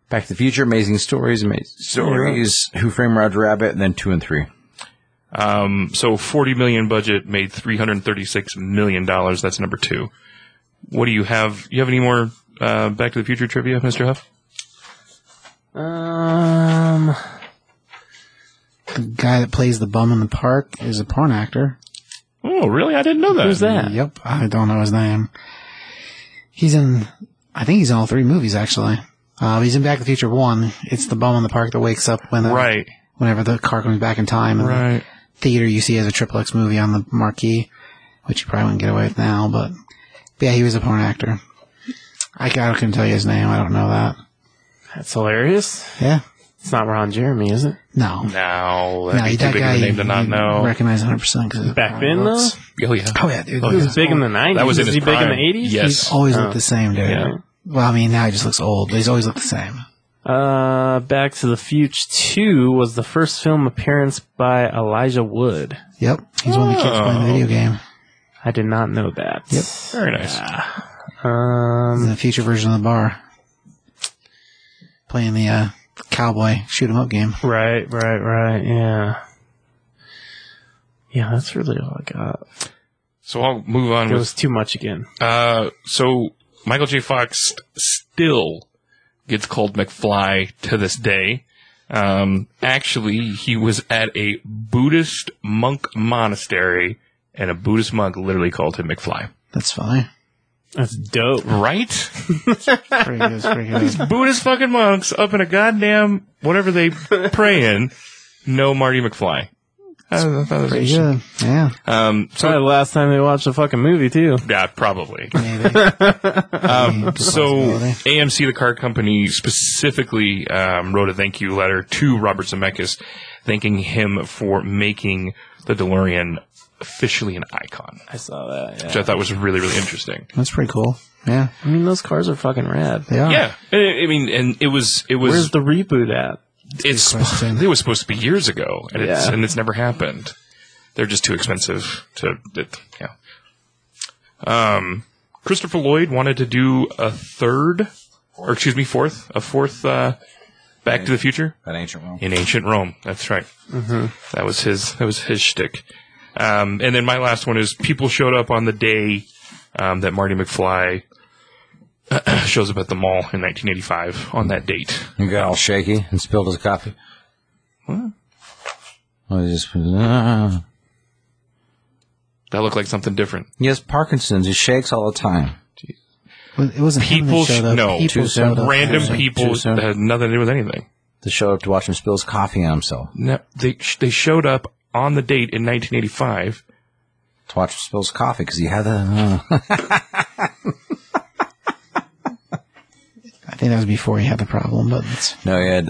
[SPEAKER 1] Back to the Future, Amazing Stories, Amazing Stories, Who Framed Roger Rabbit, and then two and three.
[SPEAKER 3] Um, so 40 million budget made 336 million dollars. That's number two. What do you have? You have any more uh, Back to the Future trivia, Mister Huff?
[SPEAKER 2] Um,
[SPEAKER 4] The guy that plays the bum in the park is a porn actor.
[SPEAKER 3] Oh, really? I didn't know that.
[SPEAKER 2] who's that?
[SPEAKER 4] Yep. I don't know his name. He's in, I think he's in all three movies actually. Uh, he's in Back to the Future One. It's the bum in the park that wakes up when uh,
[SPEAKER 3] Right.
[SPEAKER 4] whenever the car comes back in time. And
[SPEAKER 3] Right.
[SPEAKER 4] The theater you see as a triple X movie on the marquee, which you probably wouldn't get away with now. But, but yeah, he was a porn actor. I, ca- I couldn't tell you his name. I don't know that.
[SPEAKER 2] That's hilarious.
[SPEAKER 4] Yeah.
[SPEAKER 2] It's not Ron Jeremy, is it?
[SPEAKER 4] No.
[SPEAKER 3] No, that'd
[SPEAKER 4] No,
[SPEAKER 3] be too
[SPEAKER 4] that
[SPEAKER 3] big
[SPEAKER 4] guy
[SPEAKER 3] of a name to not
[SPEAKER 4] you
[SPEAKER 3] know.
[SPEAKER 4] Recognize 100 percent
[SPEAKER 2] Back then, though,
[SPEAKER 3] oh yeah.
[SPEAKER 4] Oh yeah, dude.
[SPEAKER 3] Oh,
[SPEAKER 2] he
[SPEAKER 4] He's
[SPEAKER 2] was big in the '90s.
[SPEAKER 3] That was in
[SPEAKER 2] Is
[SPEAKER 3] his
[SPEAKER 2] he big in
[SPEAKER 3] prime.
[SPEAKER 2] the '80s?
[SPEAKER 3] Yes.
[SPEAKER 4] always
[SPEAKER 2] Oh.
[SPEAKER 4] looked the same, dude.
[SPEAKER 2] Yeah.
[SPEAKER 4] Well, I mean, now he just looks old. But he's always looked the same.
[SPEAKER 2] Uh, Back to the Future 2 was the first film appearance by Elijah Wood.
[SPEAKER 4] Yep, he's one of the kids
[SPEAKER 3] Oh.
[SPEAKER 4] playing the video game.
[SPEAKER 2] I did not know that.
[SPEAKER 4] Yep.
[SPEAKER 3] Very nice.
[SPEAKER 4] He's in
[SPEAKER 2] Um,
[SPEAKER 4] the future version of the bar, playing the uh, cowboy shoot 'em up game.
[SPEAKER 2] right, right, right. Yeah. Yeah, that's really all I got.
[SPEAKER 3] So I'll move on
[SPEAKER 2] It
[SPEAKER 3] with
[SPEAKER 2] was too much again.
[SPEAKER 3] Uh, so Michael J. Fox st- still gets called McFly to this day. Um, actually, he was at a Buddhist monk monastery, and a Buddhist monk literally called him McFly.
[SPEAKER 4] That's funny.
[SPEAKER 2] That's dope.
[SPEAKER 3] Right?
[SPEAKER 4] Pretty good. it's Pretty good.
[SPEAKER 3] Buddhist fucking monks up in a goddamn whatever they pray in. No Marty McFly. I thought that was
[SPEAKER 4] Pretty
[SPEAKER 3] interesting.
[SPEAKER 4] good. Yeah.
[SPEAKER 3] Um,
[SPEAKER 2] Probably
[SPEAKER 3] so
[SPEAKER 2] the last time they watched a fucking movie too.
[SPEAKER 3] yeah, probably.
[SPEAKER 4] Maybe.
[SPEAKER 3] Um, so
[SPEAKER 4] possibility.
[SPEAKER 3] AMC, the car company, specifically um, wrote a thank you letter to Robert Zemeckis, thanking him for making the DeLorean officially an icon,
[SPEAKER 2] I saw that.
[SPEAKER 3] which I thought was really, really interesting.
[SPEAKER 4] That's pretty cool. Yeah.
[SPEAKER 2] I mean, those cars are fucking rad.
[SPEAKER 4] They are.
[SPEAKER 3] Yeah, I, I mean, and it was, it
[SPEAKER 2] Where's
[SPEAKER 3] was,
[SPEAKER 2] the reboot at?
[SPEAKER 3] it's,
[SPEAKER 4] question.
[SPEAKER 3] it was supposed to be years ago, and it's
[SPEAKER 2] Yeah.
[SPEAKER 3] and it's never happened. They're just too expensive to, it, yeah. Um, Christopher Lloyd wanted to do a third, or excuse me, fourth, a fourth. Uh, Back to the Future.
[SPEAKER 1] That ancient Rome.
[SPEAKER 3] in ancient Rome. That's right. That was his. That was his shtick. Um, and then my last one is people showed up on the day um, that Marty McFly shows up at the mall in 1985 on that date.
[SPEAKER 1] He got all shaky and spilled his coffee. What? I just, uh,
[SPEAKER 3] That looked like something different.
[SPEAKER 1] he has Parkinson's. He shakes all the time.
[SPEAKER 4] Well, It wasn't him that
[SPEAKER 3] People, sh-
[SPEAKER 4] showed up.
[SPEAKER 3] no,
[SPEAKER 4] People
[SPEAKER 1] Two
[SPEAKER 4] showed up.
[SPEAKER 3] random
[SPEAKER 4] Yeah.
[SPEAKER 3] people
[SPEAKER 1] Too soon.
[SPEAKER 3] that had nothing to do with anything.
[SPEAKER 1] They show up to watch him spill his coffee on himself.
[SPEAKER 3] No, they sh- they showed up on the date in 1985.
[SPEAKER 1] To watch him spill his coffee because he had the. Uh,
[SPEAKER 4] I think that was before he had the problem, but it's,
[SPEAKER 1] no, he had.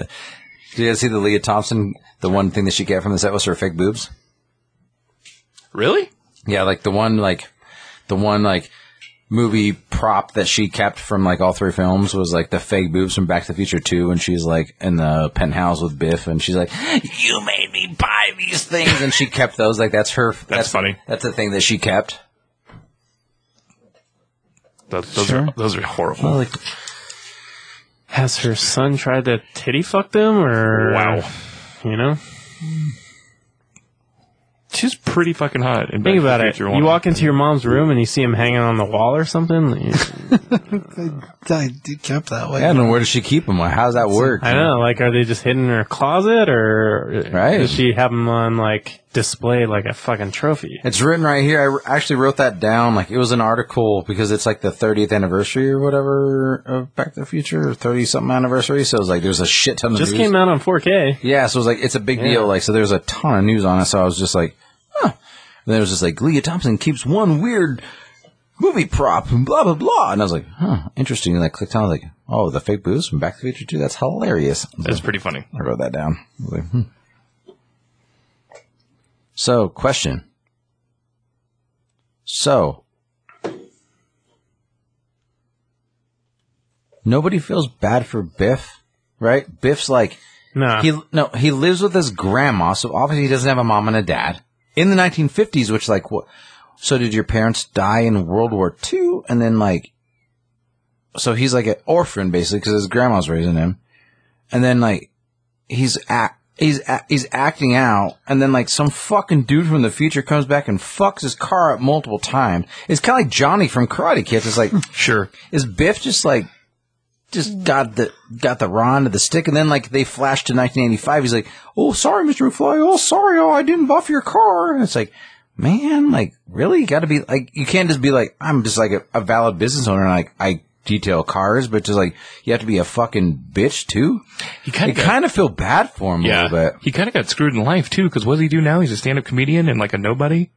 [SPEAKER 1] Did you guys see the Leah Thompson? The one thing that she got from the set was her fake boobs.
[SPEAKER 3] Really?
[SPEAKER 1] Yeah, like the one like the one like movie prop that she kept from like all three films was like the fake boobs from Back to the Future 2 and she's like in the penthouse with Biff and she's like you made me buy these things and she kept those like that's her that's,
[SPEAKER 3] funny.
[SPEAKER 1] That's the thing that she kept.
[SPEAKER 3] Those, those
[SPEAKER 4] Sure.
[SPEAKER 3] are those are horrible.
[SPEAKER 1] Well, like
[SPEAKER 2] Has her son tried to titty fuck them or?
[SPEAKER 3] Wow.
[SPEAKER 2] You know,
[SPEAKER 3] She's pretty fucking hot. In
[SPEAKER 2] think
[SPEAKER 3] Back to the
[SPEAKER 2] about it.
[SPEAKER 3] Future
[SPEAKER 2] You
[SPEAKER 3] one.
[SPEAKER 2] walk into your mom's room and you see him hanging on the wall or something.
[SPEAKER 4] I did kept that way.
[SPEAKER 1] I don't know where does she keep them? How does that work?
[SPEAKER 2] I know. Like, are they just hidden in her closet, or
[SPEAKER 1] Right.
[SPEAKER 2] does she have them on like display like a fucking trophy?
[SPEAKER 1] It's written right here. I actually wrote that down. Like it was an article because it's like the 30th anniversary or whatever of Back to the Future, or 30 something anniversary. So it's like there's a shit ton of
[SPEAKER 2] Just
[SPEAKER 1] news.
[SPEAKER 2] came out on 4K.
[SPEAKER 1] Yeah, so it was like it's a big deal. Like so, there's a ton of news on it. So I was just like, huh. And then it was just like Leah Thompson keeps one weird movie prop and blah blah blah. And I was like, huh, interesting. And I clicked on. I was like, oh, the fake booze from Back to the Future Two. That's hilarious.
[SPEAKER 3] That's pretty funny.
[SPEAKER 1] I wrote that down. I was like, hmm. So question. So. Nobody feels bad for Biff, right? Biff's like,
[SPEAKER 2] No,
[SPEAKER 1] he no, he lives with his grandma, so obviously he doesn't have a mom and a dad. In the 1950s, which like what? So did your parents die in World War II? And then like, so he's like an orphan basically because his grandma's raising him. And then like, he's act he's a- he's acting out, and then like some fucking dude from the future comes back and fucks his car up multiple times. It's kind of like Johnny from Karate Kids. It's like
[SPEAKER 3] Sure.
[SPEAKER 1] is Biff just like just got the got the raw end of the stick, and then like they flash to 1985. He's like, "Oh, sorry, Mr. McFly. Oh, sorry. Oh, I didn't buff your car." And it's like, man, like really got to be like you can't just be like I'm just like a, a valid business owner. And, like I detail cars, but just like you have to be a fucking bitch too.
[SPEAKER 3] He
[SPEAKER 1] I
[SPEAKER 3] kind of
[SPEAKER 1] kind of feel bad for him a
[SPEAKER 3] yeah.
[SPEAKER 1] little bit.
[SPEAKER 3] He kind of got screwed in life too, because what does he do now? He's a stand-up comedian and like a nobody.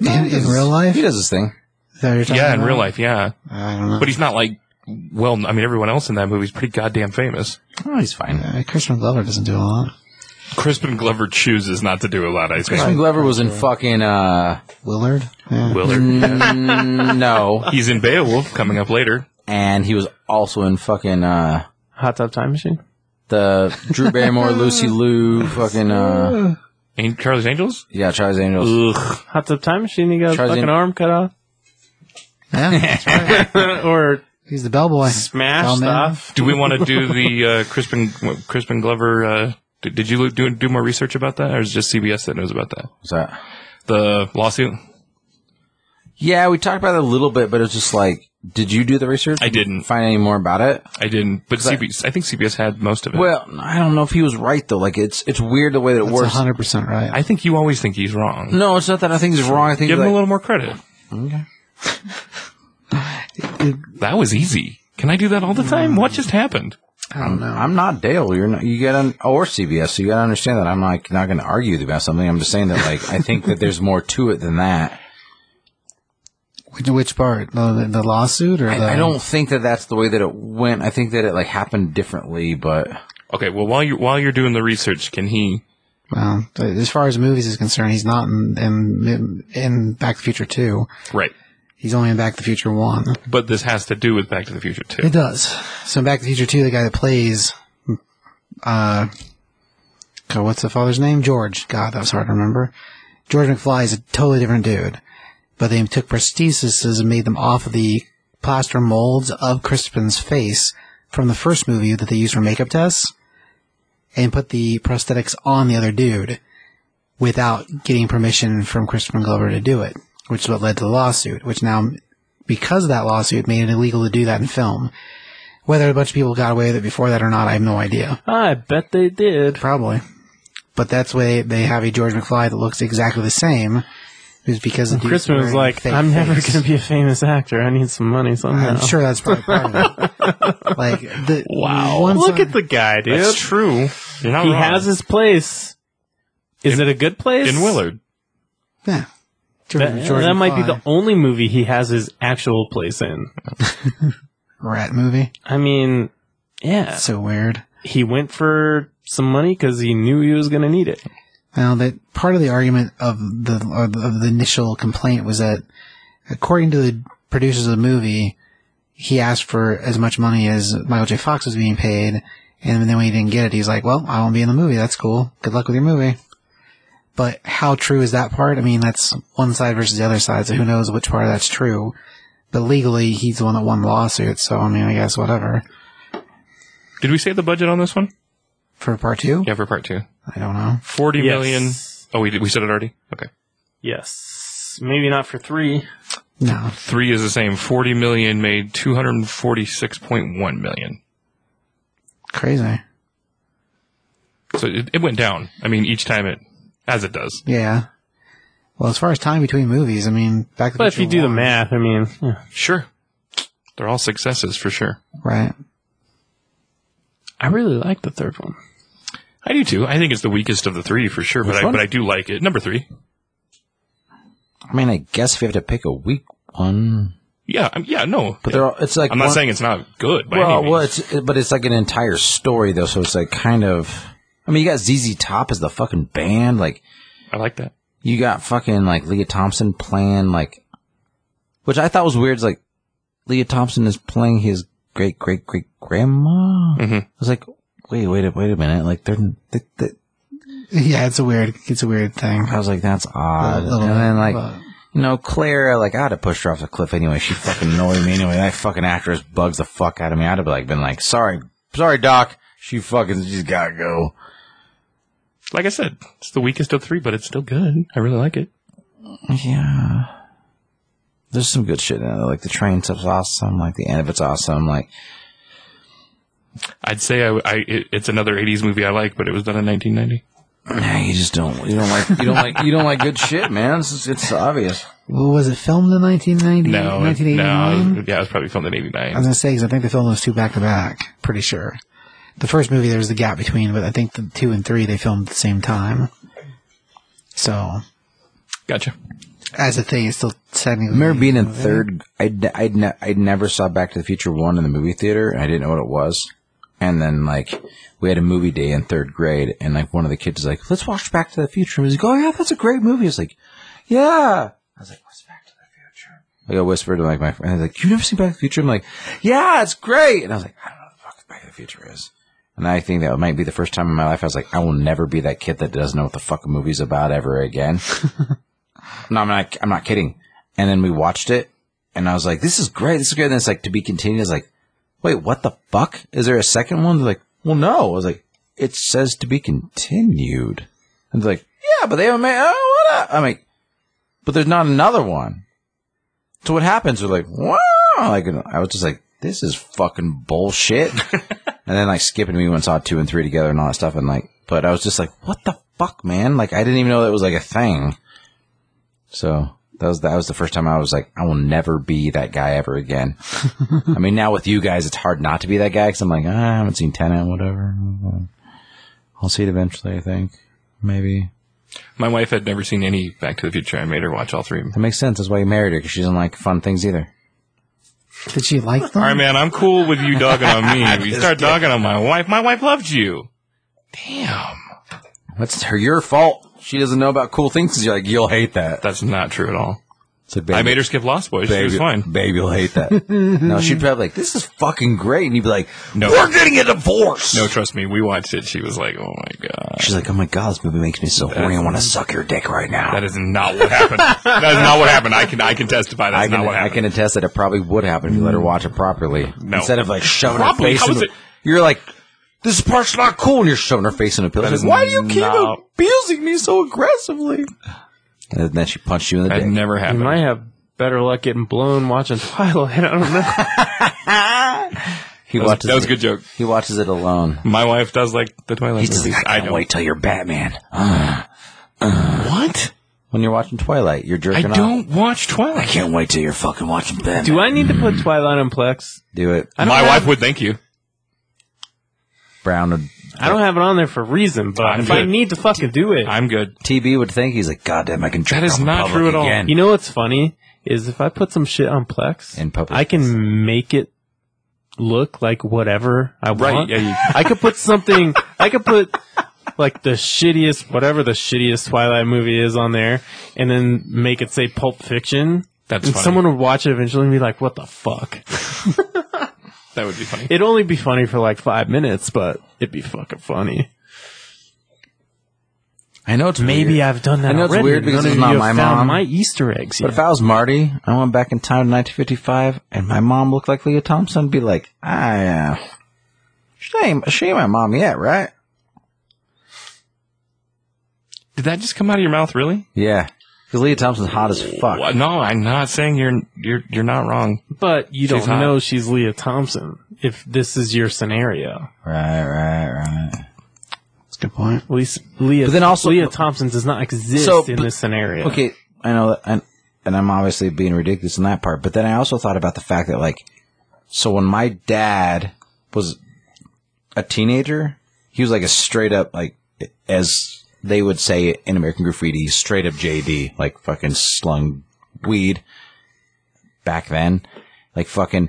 [SPEAKER 4] In, in real life?
[SPEAKER 1] he does his thing.
[SPEAKER 4] Is that what you're talking
[SPEAKER 3] yeah, in
[SPEAKER 4] about?
[SPEAKER 3] real life, yeah.
[SPEAKER 4] I don't know.
[SPEAKER 3] But he's not like well. I mean, everyone else in that movie is pretty goddamn famous.
[SPEAKER 1] Oh, he's fine.
[SPEAKER 4] Uh, Christian Glover doesn't do a lot.
[SPEAKER 3] Crispin Glover chooses not to do a lot. I think.
[SPEAKER 1] Crispin Glover was in fucking uh
[SPEAKER 4] Willard? Yeah.
[SPEAKER 3] Willard.
[SPEAKER 1] mm, no,
[SPEAKER 3] He's in Beowulf coming up later.
[SPEAKER 1] and he was also in fucking uh
[SPEAKER 2] Hot Tub Time Machine.
[SPEAKER 1] the Drew Barrymore, Lucy Liu, fucking uh
[SPEAKER 3] And Charlie's Angels.
[SPEAKER 1] yeah, Charlie's Angels.
[SPEAKER 3] Ugh.
[SPEAKER 2] Hot Tub Time Machine. He got his
[SPEAKER 1] Tries
[SPEAKER 2] fucking
[SPEAKER 1] in-
[SPEAKER 2] arm cut off
[SPEAKER 4] Yeah, that's right.
[SPEAKER 2] or
[SPEAKER 4] He's the bellboy. Oh,
[SPEAKER 2] smashed
[SPEAKER 4] man.
[SPEAKER 2] off.
[SPEAKER 3] Do we want to do the uh, Crispin Crispin Glover? Uh, did, did you look- do do more research about that, or is it just CBS that knows about that?
[SPEAKER 1] What's that?
[SPEAKER 3] The lawsuit.
[SPEAKER 1] Yeah, we talked about it a little bit, but it's just like, did you do the research?
[SPEAKER 3] I didn't.
[SPEAKER 1] find any more about it.
[SPEAKER 3] I didn't. But
[SPEAKER 1] But-
[SPEAKER 3] CBS. I think CBS had most of it.
[SPEAKER 1] Well, I don't know if he was right though. Like, it's it's weird the way that it
[SPEAKER 4] That's
[SPEAKER 1] works.
[SPEAKER 4] 100% right.
[SPEAKER 3] I think you always think he's wrong.
[SPEAKER 1] No, it's not that I think he's wrong. I think
[SPEAKER 3] Give him
[SPEAKER 1] like,
[SPEAKER 3] a little more credit. That was easy. Can I do that all the time? What just happened?
[SPEAKER 4] I don't know.
[SPEAKER 1] I'm not Dale. You're not. You got un- or CBS. So you got to understand that I'm like not going to argue about something. I'm just saying that like I think that there's more to it than that.
[SPEAKER 4] Which, which part? The, the lawsuit or the.
[SPEAKER 1] I, I don't think that that's the way that it went. I think that it like happened differently. But
[SPEAKER 3] Okay, well while you while you're doing the research, can he
[SPEAKER 4] Well, as far as movies is concerned, he's not in, in, in Back to the Future 2.
[SPEAKER 3] Right.
[SPEAKER 4] He's only in Back to the Future 1.
[SPEAKER 3] But this has to do with Back to the Future too.
[SPEAKER 4] It does. So in Back to the Future 2, the guy that plays, uh, God, what's the father's name? George. God, that was hard to remember. George McFly is a totally different dude. But they took prostheses and made them off of the plaster molds of Crispin's face from the first movie that they used for makeup tests and put the prosthetics on the other dude without getting permission from Crispin Glover to do it, which is what led to the lawsuit, which now, because of that lawsuit, made it illegal to do that in film. Whether a bunch of people got away with it before that or not, I have no idea.
[SPEAKER 2] I bet they did.
[SPEAKER 4] Probably. But that's why they have a George McFly that looks exactly the same. Is because of
[SPEAKER 2] Crispin was like, "I'm never going to be a famous actor. I need some money somehow."
[SPEAKER 4] I'm sure that's probably part of it. like, the,
[SPEAKER 3] Wow.
[SPEAKER 4] one
[SPEAKER 2] Look
[SPEAKER 4] time-
[SPEAKER 2] at the guy, dude.
[SPEAKER 3] That's true. You're not
[SPEAKER 2] He
[SPEAKER 3] wrong.
[SPEAKER 2] has his place. Is it a good place?
[SPEAKER 3] in Willard.
[SPEAKER 4] yeah. George,
[SPEAKER 2] That,
[SPEAKER 4] George
[SPEAKER 2] that might be the
[SPEAKER 4] McFly.
[SPEAKER 2] only movie he has his actual place in.
[SPEAKER 4] rat movie.
[SPEAKER 2] I mean, yeah.
[SPEAKER 4] So weird.
[SPEAKER 2] He went for some money because he knew he was going to need it.
[SPEAKER 4] Now that part of the argument of the of the- of the initial complaint was that, according to the producers of the movie, he asked for as much money as Michael J. Fox was being paid, and then when he didn't get it, he's like, "Well, I won't be in the movie. That's cool. Good luck with your movie." But how true is that part? I mean, that's one side versus the other side, so who knows which part of that's true. But legally, he's the one that won the lawsuit, so I mean, I guess whatever.
[SPEAKER 3] Did we say the budget on this one?
[SPEAKER 4] For part two,
[SPEAKER 3] Yeah, for part two.
[SPEAKER 4] I don't know.
[SPEAKER 3] Forty
[SPEAKER 2] Yes.
[SPEAKER 3] million. Oh, we did, we said it already. Okay,
[SPEAKER 2] Yes. Maybe not for three.
[SPEAKER 4] No,
[SPEAKER 3] three is the same. Forty million made two hundred forty six point one million.
[SPEAKER 4] crazy.
[SPEAKER 3] So it, it went down. I mean, each time it, as it does.
[SPEAKER 4] Yeah. Well, as far as time between movies, I mean, back. to the
[SPEAKER 2] But if you
[SPEAKER 4] Future
[SPEAKER 2] do the
[SPEAKER 4] one,
[SPEAKER 2] math, I mean, yeah.
[SPEAKER 3] Sure, they're all successes for sure.
[SPEAKER 4] right?
[SPEAKER 2] I really like the third one.
[SPEAKER 3] I do too. I think it's the weakest of the three for sure, but
[SPEAKER 1] Which
[SPEAKER 3] I,
[SPEAKER 1] one?
[SPEAKER 3] but I do like it. Number three.
[SPEAKER 1] I mean, I guess if you have to pick a weak one,
[SPEAKER 3] Yeah, I'm, yeah, no.
[SPEAKER 1] but they're all, it's like
[SPEAKER 3] I'm not
[SPEAKER 1] one-
[SPEAKER 3] saying it's not good. By
[SPEAKER 1] Well,
[SPEAKER 3] any means.
[SPEAKER 1] well, it's but it's like an entire story though, so it's like kind of. I mean, you got ZZ Top as the fucking band, like
[SPEAKER 3] I like that.
[SPEAKER 1] you got fucking like Leah Thompson playing like, which I thought was weird. Is like Leah Thompson is playing his great great great grandma.
[SPEAKER 3] Mm-hmm.
[SPEAKER 1] I was like, wait, wait, a wait a minute, like they're. They, they,
[SPEAKER 4] Yeah, it's a weird, it's a weird thing.
[SPEAKER 1] I was like, that's odd.
[SPEAKER 4] A little
[SPEAKER 1] and then
[SPEAKER 4] bit,
[SPEAKER 1] like,
[SPEAKER 4] but-
[SPEAKER 1] you know, Claire, like I'd have pushed her off the cliff anyway. She fucking annoyed me anyway. That fucking actress bugs the fuck out of me. I'd have like been like, sorry, sorry, Doc. She fucking, she's gotta go.
[SPEAKER 3] Like I said, it's the weakest of three, but it's still good. I really like it.
[SPEAKER 1] Yeah. There's some good shit in it. Like the train stuff's awesome. Like the end of it's awesome. Like
[SPEAKER 3] I'd say I, I- it- it's another '80s movie I like, but it was done in 1990.
[SPEAKER 1] Nah, you just don't. You don't like. You don't like. You don't like good shit, man. It's, it's obvious.
[SPEAKER 4] Well, was it filmed in 1990?
[SPEAKER 3] No,
[SPEAKER 4] 1989?
[SPEAKER 3] no, yeah, it was probably filmed in
[SPEAKER 4] I was
[SPEAKER 3] '89.
[SPEAKER 4] gonna say because I think they filmed those two back to back. Pretty sure. The first movie there was the gap between, but I think the two and three they filmed at the same time. So
[SPEAKER 3] Gotcha.
[SPEAKER 4] as a thing, it's still technically.
[SPEAKER 1] I remember being in third. I'd ne- I'd, ne- I'd never saw Back to the Future one in the movie theater. And I didn't know what it was. And then like we had a movie day in third grade, and like one of the kids is like, "Let's watch Back to the Future." And he's like, "Oh yeah, that's a great movie." It's like, "Yeah." I was like, "What's Back to the Future?" Like I whispered to like my friend, they're like, "You never seen Back to the Future?" I'm like, "Yeah, it's great." And I was like, "I don't know what the fuck Back to the Future is." And I think that might be the first time in my life I was like, I will never be that kid that doesn't know what the fuck a movie's about ever again. no, I'm not. I'm not kidding. And then we watched it, and I was like, "This is great. This is great." And it's like to be continued. It's like, wait, what the fuck? Is there a second one? They're like, well, no. I was like, it says to be continued. And they're like, yeah, but they haven't made. Oh, what? a-" I'm like, but there's not another one. So what happens? They're like, wow. Like and I was just like, this is fucking bullshit. and then like Skip and me went and saw two and three together and all that stuff. And like, but I was just like, what the fuck, man? Like I didn't even know that was like a thing. So that was that was the first time I was like, I will never be that guy ever again. I mean, now with you guys, it's hard not to be that guy because I'm like, ah, I haven't seen Tenet, whatever. I'll see it eventually. I think maybe
[SPEAKER 3] My wife had never seen any Back to the Future. I made her watch all three. of them.
[SPEAKER 1] that makes sense. That's why you married her because she doesn't like fun things either.
[SPEAKER 4] Did she like them?
[SPEAKER 3] All right, man, I'm cool with you dogging on me. If you start dogging on my wife, my wife loved you. Damn,
[SPEAKER 1] That's her your fault. She doesn't know about cool things. 'cause You're like, you'll hate that.
[SPEAKER 3] that's not true at all.
[SPEAKER 1] It's like, babe,
[SPEAKER 3] I made her skip Lost Boys. She
[SPEAKER 1] babe,
[SPEAKER 3] was fine.
[SPEAKER 1] Babe, you'll hate that. no, she'd probably like, this is fucking great, and you'd be like,
[SPEAKER 3] No.
[SPEAKER 1] we're getting a divorce.
[SPEAKER 3] No, trust me. We watched it. She was like, "Oh my god,
[SPEAKER 1] She's like, oh my god, this movie makes me so horny. I want to suck your dick right now.
[SPEAKER 3] that is not what happened. that is not what happened. I can I can testify. That's
[SPEAKER 1] I can,
[SPEAKER 3] not what
[SPEAKER 1] I
[SPEAKER 3] happened.
[SPEAKER 1] can attest that it probably would happen if you let her watch it properly.
[SPEAKER 3] No.
[SPEAKER 1] Instead of like shoving her
[SPEAKER 3] Properly?
[SPEAKER 1] face
[SPEAKER 3] How
[SPEAKER 1] in
[SPEAKER 3] is
[SPEAKER 1] the-
[SPEAKER 3] it-
[SPEAKER 1] You're like, this part's not cool, and you're shoving her face in a pillow.
[SPEAKER 3] That
[SPEAKER 1] She's
[SPEAKER 3] is
[SPEAKER 1] like, Why do you keep
[SPEAKER 3] not-
[SPEAKER 1] abusing me so aggressively? And then she punched you in the
[SPEAKER 3] That
[SPEAKER 1] dick.
[SPEAKER 3] never
[SPEAKER 2] You
[SPEAKER 3] happened.
[SPEAKER 2] might have better luck getting blown watching Twilight. I don't know.
[SPEAKER 1] he
[SPEAKER 3] That was,
[SPEAKER 1] watches
[SPEAKER 3] that was a
[SPEAKER 1] it,
[SPEAKER 3] good joke.
[SPEAKER 1] He watches it alone.
[SPEAKER 3] My wife does like the Twilight
[SPEAKER 1] He's just
[SPEAKER 3] movies.
[SPEAKER 1] like, I
[SPEAKER 3] I
[SPEAKER 1] can't
[SPEAKER 3] don't.
[SPEAKER 1] wait till you're Batman. Ah, ah.
[SPEAKER 3] What?
[SPEAKER 1] When you're watching Twilight, you're
[SPEAKER 3] I
[SPEAKER 1] jerking off.
[SPEAKER 3] don't watch
[SPEAKER 1] I
[SPEAKER 3] Twilight.
[SPEAKER 1] can't wait till you're fucking watching Batman.
[SPEAKER 2] Do I need to put Twilight on Plex?
[SPEAKER 1] Do it.
[SPEAKER 2] I don't
[SPEAKER 3] My
[SPEAKER 2] have-
[SPEAKER 3] wife would thank you.
[SPEAKER 1] Brown would,
[SPEAKER 2] I don't have it on there for a reason, but
[SPEAKER 3] I'm
[SPEAKER 2] if
[SPEAKER 3] good.
[SPEAKER 2] I need to fucking do it,
[SPEAKER 3] I'm good.
[SPEAKER 1] TB would think he's like, God damn, I can. jerk
[SPEAKER 3] is
[SPEAKER 1] off in
[SPEAKER 3] not
[SPEAKER 1] public
[SPEAKER 3] true at all.
[SPEAKER 1] again."
[SPEAKER 2] you know what's funny is if I put some shit on Plex,
[SPEAKER 1] In public.
[SPEAKER 2] I can make it look like whatever I
[SPEAKER 3] Right,
[SPEAKER 2] want.
[SPEAKER 3] yeah, you-
[SPEAKER 2] I could put something. I could put like the shittiest, whatever the shittiest Twilight movie is on there, and then make it say Pulp Fiction.
[SPEAKER 3] That's
[SPEAKER 2] and
[SPEAKER 3] funny.
[SPEAKER 2] someone would watch it eventually and be like, "What the fuck."
[SPEAKER 3] That would be funny.
[SPEAKER 2] It'd only be funny for like five minutes, but it'd be fucking funny.
[SPEAKER 1] I know it's
[SPEAKER 2] Maybe
[SPEAKER 1] weird.
[SPEAKER 2] I've done that.
[SPEAKER 1] I know it's
[SPEAKER 2] already.
[SPEAKER 1] weird because
[SPEAKER 2] None
[SPEAKER 1] it's
[SPEAKER 2] of
[SPEAKER 1] not
[SPEAKER 2] you
[SPEAKER 1] my
[SPEAKER 2] have found
[SPEAKER 1] mom.
[SPEAKER 2] My Easter eggs.
[SPEAKER 1] But
[SPEAKER 2] yet.
[SPEAKER 1] if I was Marty, I went back in time to 1955, and my mom looked like Leah Thompson, I'd be like, I, uh, she ain't, she ain't my mom yet, right?
[SPEAKER 3] Did that just come out of your mouth? Really?
[SPEAKER 1] Yeah. Because Leah Thompson's hot as fuck.
[SPEAKER 3] Well, no, I'm not saying you're you're you're not wrong.
[SPEAKER 2] But you
[SPEAKER 3] She's
[SPEAKER 2] don't
[SPEAKER 3] hot.
[SPEAKER 2] know she's Leah Thompson if this is your scenario.
[SPEAKER 1] Right, right, right.
[SPEAKER 4] That's a good point.
[SPEAKER 2] At least Leah,
[SPEAKER 1] But then also-
[SPEAKER 2] Leah Thompson does not exist
[SPEAKER 1] So,
[SPEAKER 2] in
[SPEAKER 1] but-
[SPEAKER 2] this scenario.
[SPEAKER 1] Okay, I know that, and, and I'm obviously being ridiculous in that part, but then I also thought about the fact that, like, so when my dad was a teenager, he was like a straight up, like, as they would say in American Graffiti, straight up JD, like fucking slung weed back then. Like fucking,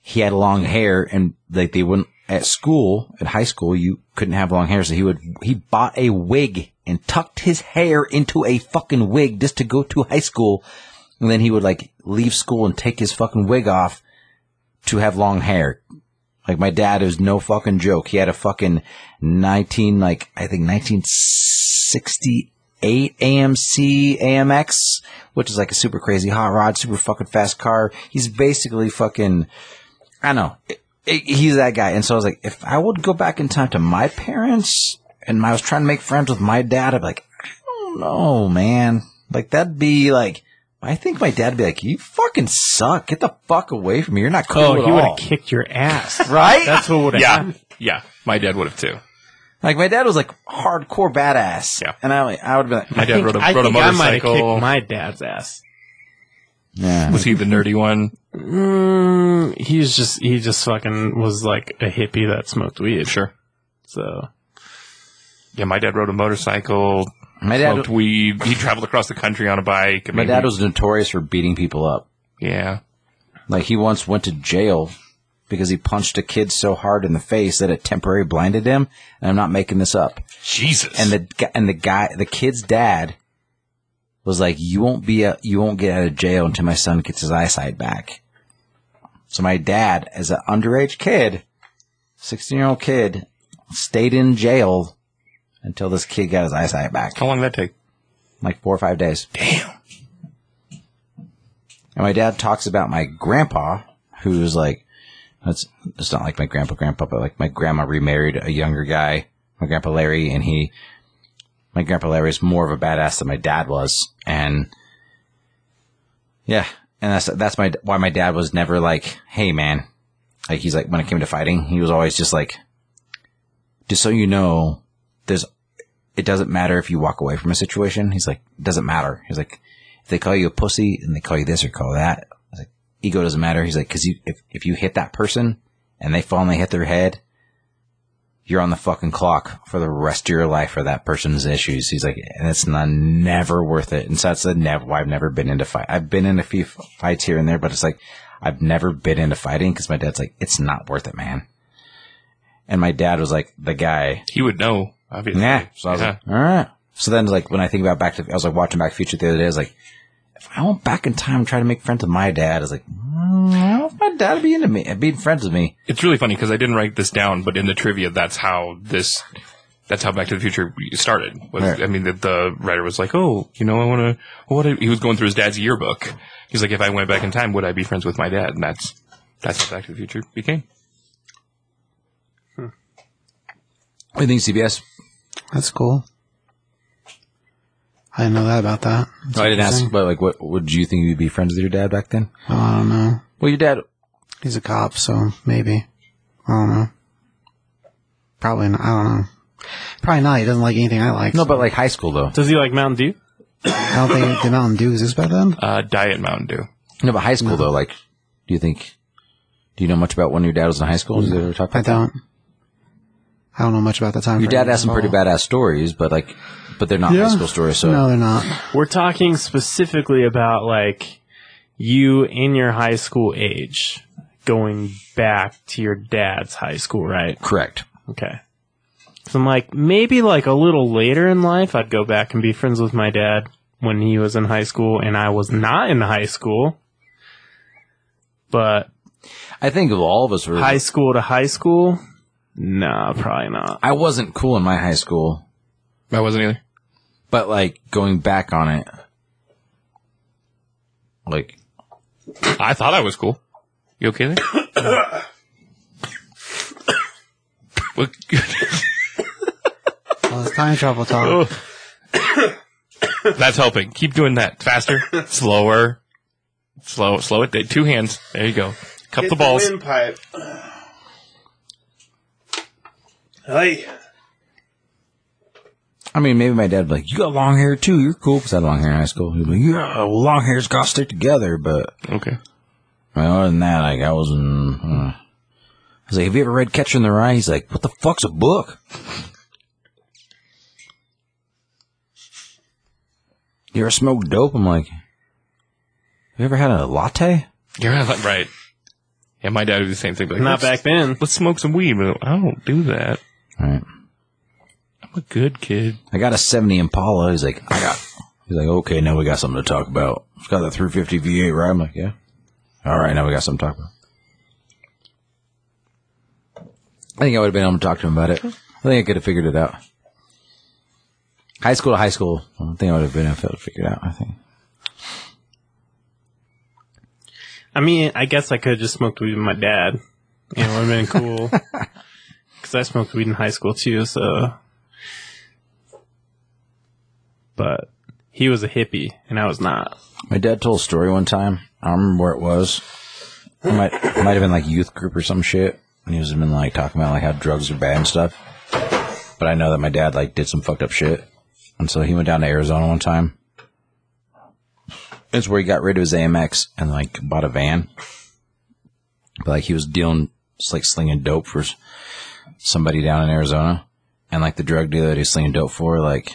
[SPEAKER 1] he had long hair and like they wouldn't, at school, at high school, you couldn't have long hair. So he would, he bought a wig and tucked his hair into a fucking wig just to go to high school. And then he would like leave school and take his fucking wig off to have long hair. Like my dad is no fucking joke. He had a fucking nineteen, like I think nineteen sixty-eight AMC AMX, which is like a super crazy hot rod, super fucking fast car. He's basically fucking, I don't know. It- it- he's that guy. And so I was like, if I would go back in time to my parents, and I was trying to make friends with my dad, I'd be like, I don't know, man. Like that'd be like. I think my dad'd be like, "You fucking suck. Get the fuck away from me. You're not cool
[SPEAKER 2] Oh,
[SPEAKER 1] at
[SPEAKER 2] he would
[SPEAKER 1] all."
[SPEAKER 2] have kicked your ass.
[SPEAKER 1] Right?
[SPEAKER 2] That's what would have
[SPEAKER 3] Yeah,
[SPEAKER 2] happened.
[SPEAKER 3] yeah. My dad would have too.
[SPEAKER 1] Like my dad was like hardcore badass.
[SPEAKER 3] Yeah.
[SPEAKER 1] And I I would be like,
[SPEAKER 3] My dad rode a,
[SPEAKER 2] I
[SPEAKER 3] rode a
[SPEAKER 2] think I might have
[SPEAKER 3] motorcycle.
[SPEAKER 2] kicked my dad's ass.
[SPEAKER 1] yeah.
[SPEAKER 3] was he the nerdy one?
[SPEAKER 2] Mm, he's just he just fucking was like a hippie that smoked weed.
[SPEAKER 3] Sure.
[SPEAKER 2] So
[SPEAKER 3] Yeah, my dad rode a motorcycle,
[SPEAKER 1] My dad
[SPEAKER 3] smoked weed. He traveled across the country on a bike. I
[SPEAKER 1] my
[SPEAKER 3] mean,
[SPEAKER 1] dad was notorious for beating people up.
[SPEAKER 3] Yeah.
[SPEAKER 1] Like he once went to jail because he punched a kid so hard in the face that it temporarily blinded him, and I'm not making this up.
[SPEAKER 3] Jesus.
[SPEAKER 1] And the gu- and the guy, the kid's dad, was like, "You won't be a, you won't get out of jail until my son gets his eyesight back." So my dad, as an underage kid, sixteen year old kid, stayed in jail until this kid got his eyesight back,
[SPEAKER 3] How long did that take?
[SPEAKER 1] like four or five days.
[SPEAKER 3] Damn.
[SPEAKER 1] And my dad talks about my grandpa, who was like, that's it's not like my grandpa, grandpa, but like my grandma remarried a younger guy, my grandpa Larry, and he, my grandpa Larry is more of a badass than my dad was, and yeah, and that's that's my why my dad was never like, hey man, like he's like when it came to fighting, he was always just like, just so you know, there's, it doesn't matter if you walk away from a situation. He's like, it doesn't matter. He's like, if they call you a pussy and they call you this or call that, I was like, ego doesn't matter. He's like, cause you, if, if you hit that person and they fall and they hit their head, you're on the fucking clock for the rest of your life for that person's issues. He's like, and it's not never worth it. And so that's the never, why I've never been into fight. I've been into few fights here and there, but it's like, I've never been into fighting because my dad's like, it's not worth it, man. And my dad was like the guy
[SPEAKER 3] He would know, obviously.
[SPEAKER 1] yeah. So I was like, all right. So then, like, when I think about Back to, I was like watching Back to the Future the other day. I was like, if I went back in time and tried to make friends with my dad, I was like, mm, I don't know if my dad would be into me, being friends with me.
[SPEAKER 3] It's really funny because I didn't write this down, but in the trivia, that's how this, that's how Back to the Future started. Was,
[SPEAKER 1] Right.
[SPEAKER 3] I mean, the, the writer was like, "Oh, you know, I want to." What if-" he was going through his dad's yearbook. He's like, "If I went back in time, would I be friends with my dad?" And that's that's what Back to the Future became.
[SPEAKER 1] What do you think, CBS?
[SPEAKER 4] That's cool. I didn't know that about that.
[SPEAKER 1] No, I didn't ask, but like, what would you think you'd be friends with your dad back then?
[SPEAKER 4] Oh, I don't know.
[SPEAKER 1] Well, your dad,
[SPEAKER 4] He's a cop, so maybe. I don't know. Probably not. I don't know. Probably not. He doesn't like anything I like.
[SPEAKER 1] no, but like high school though.
[SPEAKER 2] does he like Mountain Dew?
[SPEAKER 4] I don't think the Mountain Dew exists back then.
[SPEAKER 3] Uh, Diet Mountain Dew.
[SPEAKER 1] No, but high school though. Like, do you think? Do you know much about when your dad was in high school? Did you ever talk
[SPEAKER 4] I
[SPEAKER 1] about that?
[SPEAKER 4] don't. I don't know much about the time.
[SPEAKER 1] Your
[SPEAKER 4] frame
[SPEAKER 1] dad has some
[SPEAKER 4] at
[SPEAKER 1] pretty
[SPEAKER 4] all.
[SPEAKER 1] badass stories, but like, but they're not high school stories. So
[SPEAKER 4] No, they're not.
[SPEAKER 2] We're talking specifically about like you in your high school age going back to your dad's high school, right?
[SPEAKER 1] correct.
[SPEAKER 2] Okay. So I'm like, maybe like a little later in life, I'd go back and be friends with my dad when he was in high school and I was not in high school. But
[SPEAKER 1] I think of all of us were
[SPEAKER 2] high school to high school, nah, probably not.
[SPEAKER 1] I wasn't cool in my high school.
[SPEAKER 3] I wasn't either.
[SPEAKER 1] But like going back on it, like
[SPEAKER 3] I thought I was cool. You okay there? What-
[SPEAKER 4] Well, it's time travel talk.
[SPEAKER 3] That's helping. Keep doing that. Faster, slower, slow, slow it. Two hands. There you go. Cup the balls.
[SPEAKER 2] windpipe. Hey.
[SPEAKER 1] I mean, maybe my dad would be like, "You got long hair too. You're cool." Because I had long hair in high school. He'd be like, "Yeah, well, long hair's got to stick together." But
[SPEAKER 3] Okay.
[SPEAKER 1] well, other than that, like I wasn't. Uh, I was like, "Have you ever read Catcher in the Rye?" He's like, "What the fuck's a book?" You ever smoked dope? I'm like, you ever had a latte?
[SPEAKER 3] You're not right. Yeah, my dad would do the same thing. But
[SPEAKER 2] Not back then.
[SPEAKER 3] Let's smoke some weed. But I don't do that.
[SPEAKER 1] All right.
[SPEAKER 3] I'm a good kid.
[SPEAKER 1] I got a 70 Impala. He's like, I got. He's like, okay, now we got something to talk about. It's got that 350 V8, right? I'm like, yeah. All right, now we got something to talk about. I think I would have been able to talk to him about it. I think I could have figured it out. High school to high school, I don't think I would have been able to figure it out. I think.
[SPEAKER 2] I mean, I guess I could have just smoked weed with my dad. And it would have been cool. Because I smoked weed in high school too, so. But he was a hippie, and I was not.
[SPEAKER 1] My dad told a story one time. I don't remember where it was. It might it might have been like youth group or some shit. And he was been like talking about like how drugs are bad and stuff. But I know that my dad like did some fucked up shit, and so he went down to Arizona one time. It's where he got rid of his AMX and like bought a van. But like he was dealing, just like slinging dope for s- somebody down in Arizona, and like the drug dealer that he's slinging dope for, like,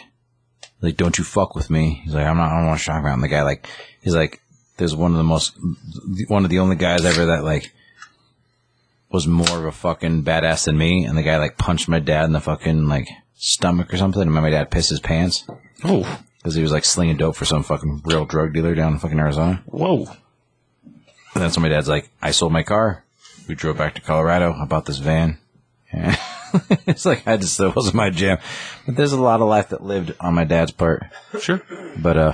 [SPEAKER 1] like don't you fuck with me? He's like, I'm not, I don't want to shock around. And the guy like, he's like, there's one of the most, one of the only guys ever that like was more of a fucking badass than me, and the guy like punched my dad in the fucking like stomach or something, and my dad pissed his pants
[SPEAKER 3] Oh,
[SPEAKER 1] because he was like slinging dope for some fucking real drug dealer down in fucking Arizona.
[SPEAKER 3] whoa.
[SPEAKER 1] And that's when my dad's like, I sold my car. We drove back to Colorado. I bought this van. And it's like I just that wasn't my jam. But there's a lot of life that lived on my dad's part.
[SPEAKER 3] Sure.
[SPEAKER 1] But uh,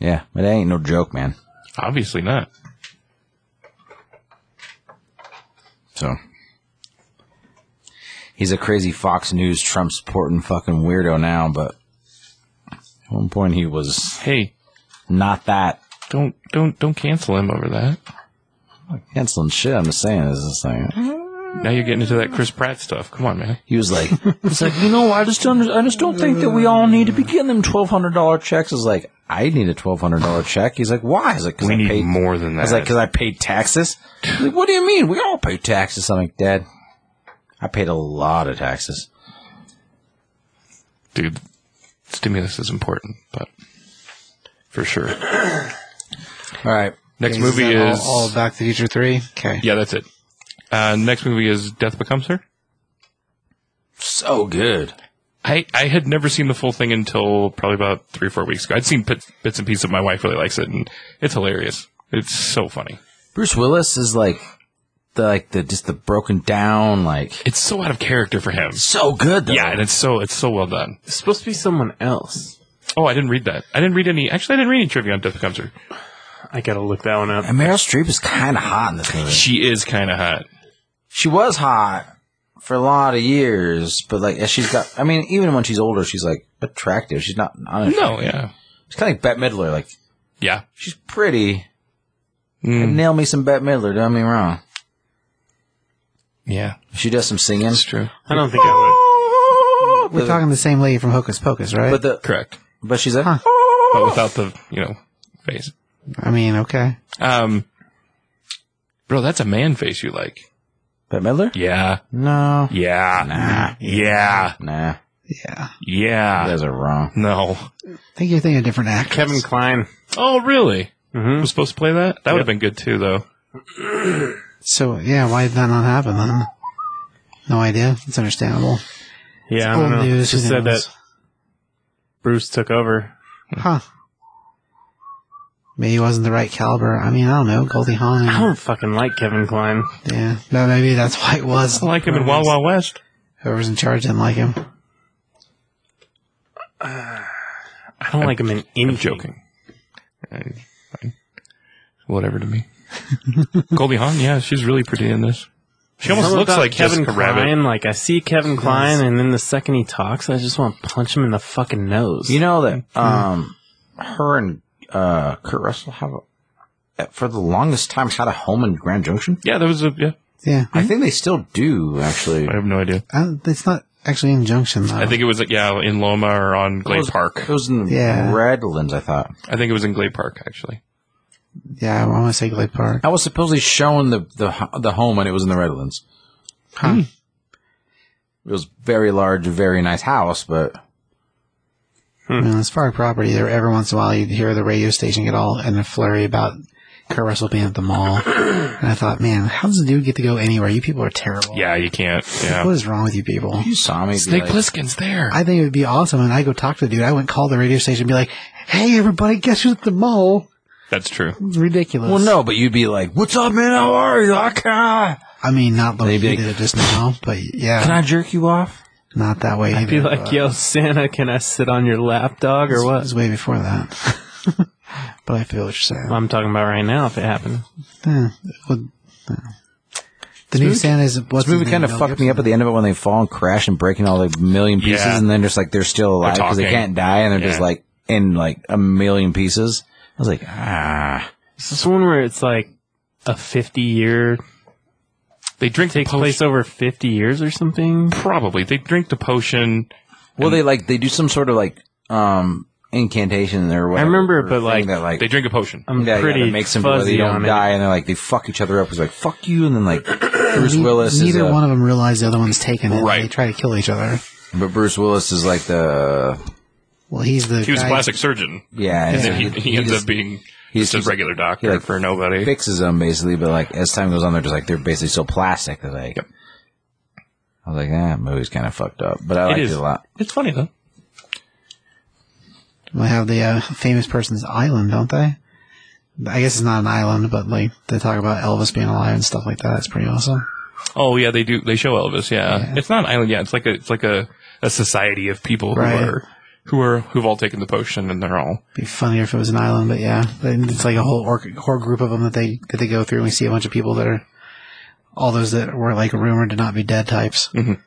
[SPEAKER 1] yeah, but that ain't no joke, man.
[SPEAKER 3] Obviously not.
[SPEAKER 1] So he's a crazy Fox News Trump supporting fucking weirdo now, but at one point he was
[SPEAKER 3] Hey,
[SPEAKER 1] not that
[SPEAKER 3] don't don't don't cancel him over that.
[SPEAKER 1] canceling shit. I'm just saying, is this thing?
[SPEAKER 3] Now you're getting into that Chris Pratt stuff. Come on, man.
[SPEAKER 1] He was like, it's like you know, I just don't, I just don't think that we all need to be getting them twelve hundred dollar checks. Is like, I need a twelve hundred dollar check. He's like, why? Is like, because
[SPEAKER 3] We
[SPEAKER 1] I
[SPEAKER 3] need
[SPEAKER 1] paid
[SPEAKER 3] more than that.
[SPEAKER 1] I was like, because I paid taxes. He's like, what do you mean? We all pay taxes. I'm like, Dad, I paid a lot of taxes.
[SPEAKER 3] dude, stimulus is important, but for sure.
[SPEAKER 1] All right,
[SPEAKER 3] Next
[SPEAKER 4] Okay,
[SPEAKER 3] movie
[SPEAKER 4] that all-
[SPEAKER 3] is
[SPEAKER 4] all, Back to the Future Three. Okay.
[SPEAKER 3] yeah, that's it. Uh, next movie is Death Becomes Her.
[SPEAKER 1] so good.
[SPEAKER 3] I, I had never seen the full thing until probably about three or four weeks ago. I'd seen bits, bits and pieces. My wife really likes it, and it's hilarious. It's so funny.
[SPEAKER 1] Bruce Willis is like the like the just the broken down like
[SPEAKER 3] It's so out of character for him.
[SPEAKER 1] so good though.
[SPEAKER 3] Yeah, and it's so it's so well done.
[SPEAKER 2] It's supposed to be someone else.
[SPEAKER 3] Oh, I didn't read that. I didn't read any. Actually, I didn't read any trivia on Death Becomes Her.
[SPEAKER 2] I gotta look that one up.
[SPEAKER 1] And Meryl Streep is kind of hot in this movie.
[SPEAKER 3] She is kind of hot.
[SPEAKER 1] She was hot for a lot of years, but like as she's got, I mean, even when she's older, she's like attractive. She's not. unattractive.
[SPEAKER 3] No, yeah,
[SPEAKER 1] It's kind of like Bette Midler. Like
[SPEAKER 3] yeah.
[SPEAKER 1] she's pretty.
[SPEAKER 3] Mm,
[SPEAKER 1] And nail me some Bette Midler. Don't get me wrong.
[SPEAKER 3] yeah,
[SPEAKER 1] She does some singing.
[SPEAKER 3] it's true.
[SPEAKER 2] I don't think I
[SPEAKER 4] We're talking the same lady from Hocus Pocus, right?
[SPEAKER 1] But the
[SPEAKER 3] Correct,
[SPEAKER 1] but she's like,
[SPEAKER 4] Huh.
[SPEAKER 3] but without the you know face.
[SPEAKER 4] I mean, okay.
[SPEAKER 3] Um, bro, that's a man face you like.
[SPEAKER 1] Bette Midler.
[SPEAKER 3] Yeah,
[SPEAKER 1] No.
[SPEAKER 3] yeah,
[SPEAKER 1] Nah.
[SPEAKER 3] yeah,
[SPEAKER 1] Nah.
[SPEAKER 4] Yeah.
[SPEAKER 1] You
[SPEAKER 3] yeah.
[SPEAKER 1] guys are wrong.
[SPEAKER 3] No.
[SPEAKER 4] I think you're thinking of different actors.
[SPEAKER 2] would. Kevin Klein.
[SPEAKER 3] Oh, really?
[SPEAKER 2] hmm
[SPEAKER 3] Was supposed to play that? That would have been good too, though.
[SPEAKER 4] So yeah, why did that not happen then? No idea. It's understandable.
[SPEAKER 2] Yeah, I don't
[SPEAKER 4] Old
[SPEAKER 2] know.
[SPEAKER 4] news,
[SPEAKER 2] She
[SPEAKER 4] who
[SPEAKER 2] said
[SPEAKER 4] knows?
[SPEAKER 2] that Bruce took over.
[SPEAKER 4] Huh. Maybe it wasn't the right caliber. I mean, I don't know. Goldie Hawn.
[SPEAKER 2] I don't fucking like Kevin Klein.
[SPEAKER 4] Yeah. No, maybe that's why it was.
[SPEAKER 3] I like him in Wild Wild West.
[SPEAKER 4] Whoever's in charge didn't like him.
[SPEAKER 2] I don't like him in anything.
[SPEAKER 3] I'm joking. Uh, fine. Whatever to me. Goldie Hawn, yeah, she's really pretty in this. She almost
[SPEAKER 2] Something
[SPEAKER 3] looks
[SPEAKER 2] about
[SPEAKER 3] like
[SPEAKER 2] Kevin
[SPEAKER 3] Jessica
[SPEAKER 2] Klein.
[SPEAKER 3] Rabbit.
[SPEAKER 2] Like I see Kevin Klein, and then the second he talks, I just want to punch him in the fucking nose.
[SPEAKER 1] You know that
[SPEAKER 4] Hmm.
[SPEAKER 1] um, her and uh, Kurt Russell have uh, for the longest time had a home in Grand Junction.
[SPEAKER 3] Yeah, there was a yeah.
[SPEAKER 4] Yeah.
[SPEAKER 1] I think they still do actually.
[SPEAKER 3] I have no idea.
[SPEAKER 4] I don't- it's not actually in Junction though.
[SPEAKER 3] I think it was like, yeah in Loma or on
[SPEAKER 1] It
[SPEAKER 3] Glade
[SPEAKER 1] was- It
[SPEAKER 3] Park.
[SPEAKER 1] was in
[SPEAKER 4] Yeah.
[SPEAKER 1] Redlands, I thought.
[SPEAKER 3] I think it was in Glade Park actually.
[SPEAKER 4] Yeah, I want to say Glade Park.
[SPEAKER 1] I was supposedly shown the the the home, and it was in the Redlands.
[SPEAKER 4] Huh.
[SPEAKER 3] Hmm.
[SPEAKER 1] It was very large, very nice house, but
[SPEAKER 4] I mean, it's park property. There, every once in a while, you'd hear the radio station get all in a flurry about Kurt Russell being at the mall. and I thought, man, how does a dude get to go anywhere? You people are terrible.
[SPEAKER 3] Yeah, you can't.
[SPEAKER 4] What
[SPEAKER 3] Yeah.
[SPEAKER 4] is wrong with you people?
[SPEAKER 1] you saw me. be
[SPEAKER 3] Snake
[SPEAKER 1] like,
[SPEAKER 3] Plissken's there.
[SPEAKER 4] I think it would be awesome. And I go talk to the dude. I wouldn't call the radio station and be like, "Hey, everybody, guess who's at the mall?"
[SPEAKER 3] That's true.
[SPEAKER 4] It's ridiculous.
[SPEAKER 1] well, no, but you'd be like, "What's up, man? How are you? I can
[SPEAKER 4] I mean, not the way
[SPEAKER 1] They'd be
[SPEAKER 4] you
[SPEAKER 1] like-
[SPEAKER 4] did it just now, but yeah,
[SPEAKER 1] can I jerk you off?"
[SPEAKER 4] not that way.
[SPEAKER 2] I'd be like, yo, Santa, can I sit on your lap, dog, or
[SPEAKER 4] it
[SPEAKER 2] what?
[SPEAKER 4] was way before that. but I feel what you're saying.
[SPEAKER 2] I'm talking about right now. If it happened,
[SPEAKER 4] Yeah. Well, yeah. The new Santa is what's
[SPEAKER 1] This movie kind of fucked me up at the end of it when they fall and crash and break into all the million pieces,
[SPEAKER 3] Yeah.
[SPEAKER 1] and then just like they're still alive because they
[SPEAKER 3] talking.
[SPEAKER 1] can't die, and they're just
[SPEAKER 3] Yeah.
[SPEAKER 1] like in like a million pieces. I was like, ah,
[SPEAKER 2] is this one where it's like a 50 year
[SPEAKER 3] They drink
[SPEAKER 2] Takes
[SPEAKER 3] the potion.
[SPEAKER 2] place over 50 years or something.
[SPEAKER 3] Probably they drink the potion.
[SPEAKER 1] Well, they like they do some sort of like um incantation or whatever.
[SPEAKER 2] remember it,
[SPEAKER 1] or
[SPEAKER 2] but,
[SPEAKER 1] thing
[SPEAKER 2] like,
[SPEAKER 1] that like
[SPEAKER 3] They drink a potion.
[SPEAKER 2] I'm
[SPEAKER 1] yeah,
[SPEAKER 2] pretty
[SPEAKER 1] yeah, that makes them where
[SPEAKER 2] fuzzy
[SPEAKER 1] they don't
[SPEAKER 2] on it.
[SPEAKER 1] die, and they're like they fuck each other up. It's like fuck you, and then like Bruce
[SPEAKER 4] Ne-
[SPEAKER 1] Willis.
[SPEAKER 4] Neither
[SPEAKER 1] is a-
[SPEAKER 4] one of them realize the other one's taken it.
[SPEAKER 3] Right.
[SPEAKER 4] They try to kill each other.
[SPEAKER 1] But Bruce Willis is like the
[SPEAKER 4] Well, he's the
[SPEAKER 3] He was a
[SPEAKER 4] guy-
[SPEAKER 3] plastic surgeon,
[SPEAKER 1] yeah.
[SPEAKER 3] and
[SPEAKER 1] yeah.
[SPEAKER 3] then he, he, ends
[SPEAKER 1] just
[SPEAKER 3] up being
[SPEAKER 1] he's-
[SPEAKER 3] just a
[SPEAKER 1] he's-
[SPEAKER 3] regular doctor
[SPEAKER 1] he, like,
[SPEAKER 3] for nobody.
[SPEAKER 1] fixes them basically, but like as time goes on, they're just like they're basically so plastic. They're like.
[SPEAKER 3] Yep.
[SPEAKER 1] I was like, that movie's kind of fucked up, but I liked
[SPEAKER 3] is.
[SPEAKER 1] it a lot.
[SPEAKER 3] It's funny though.
[SPEAKER 4] They have the uh, famous person's island, don't they? I guess it's not an island, but like they talk about Elvis being alive and stuff like that. That's pretty awesome.
[SPEAKER 3] Oh yeah, they do. They show Elvis. Yeah, it's not an island. Yeah, it's like a it's like a, a society of people who
[SPEAKER 4] Right.
[SPEAKER 3] are who are who've all taken the potion and they're all
[SPEAKER 4] Be funnier if it was an island, but yeah, And it's like a whole orc, whole group of them that they that they go through. and We see a bunch of people that are all those that were like rumored to not be dead types.
[SPEAKER 3] Mhm.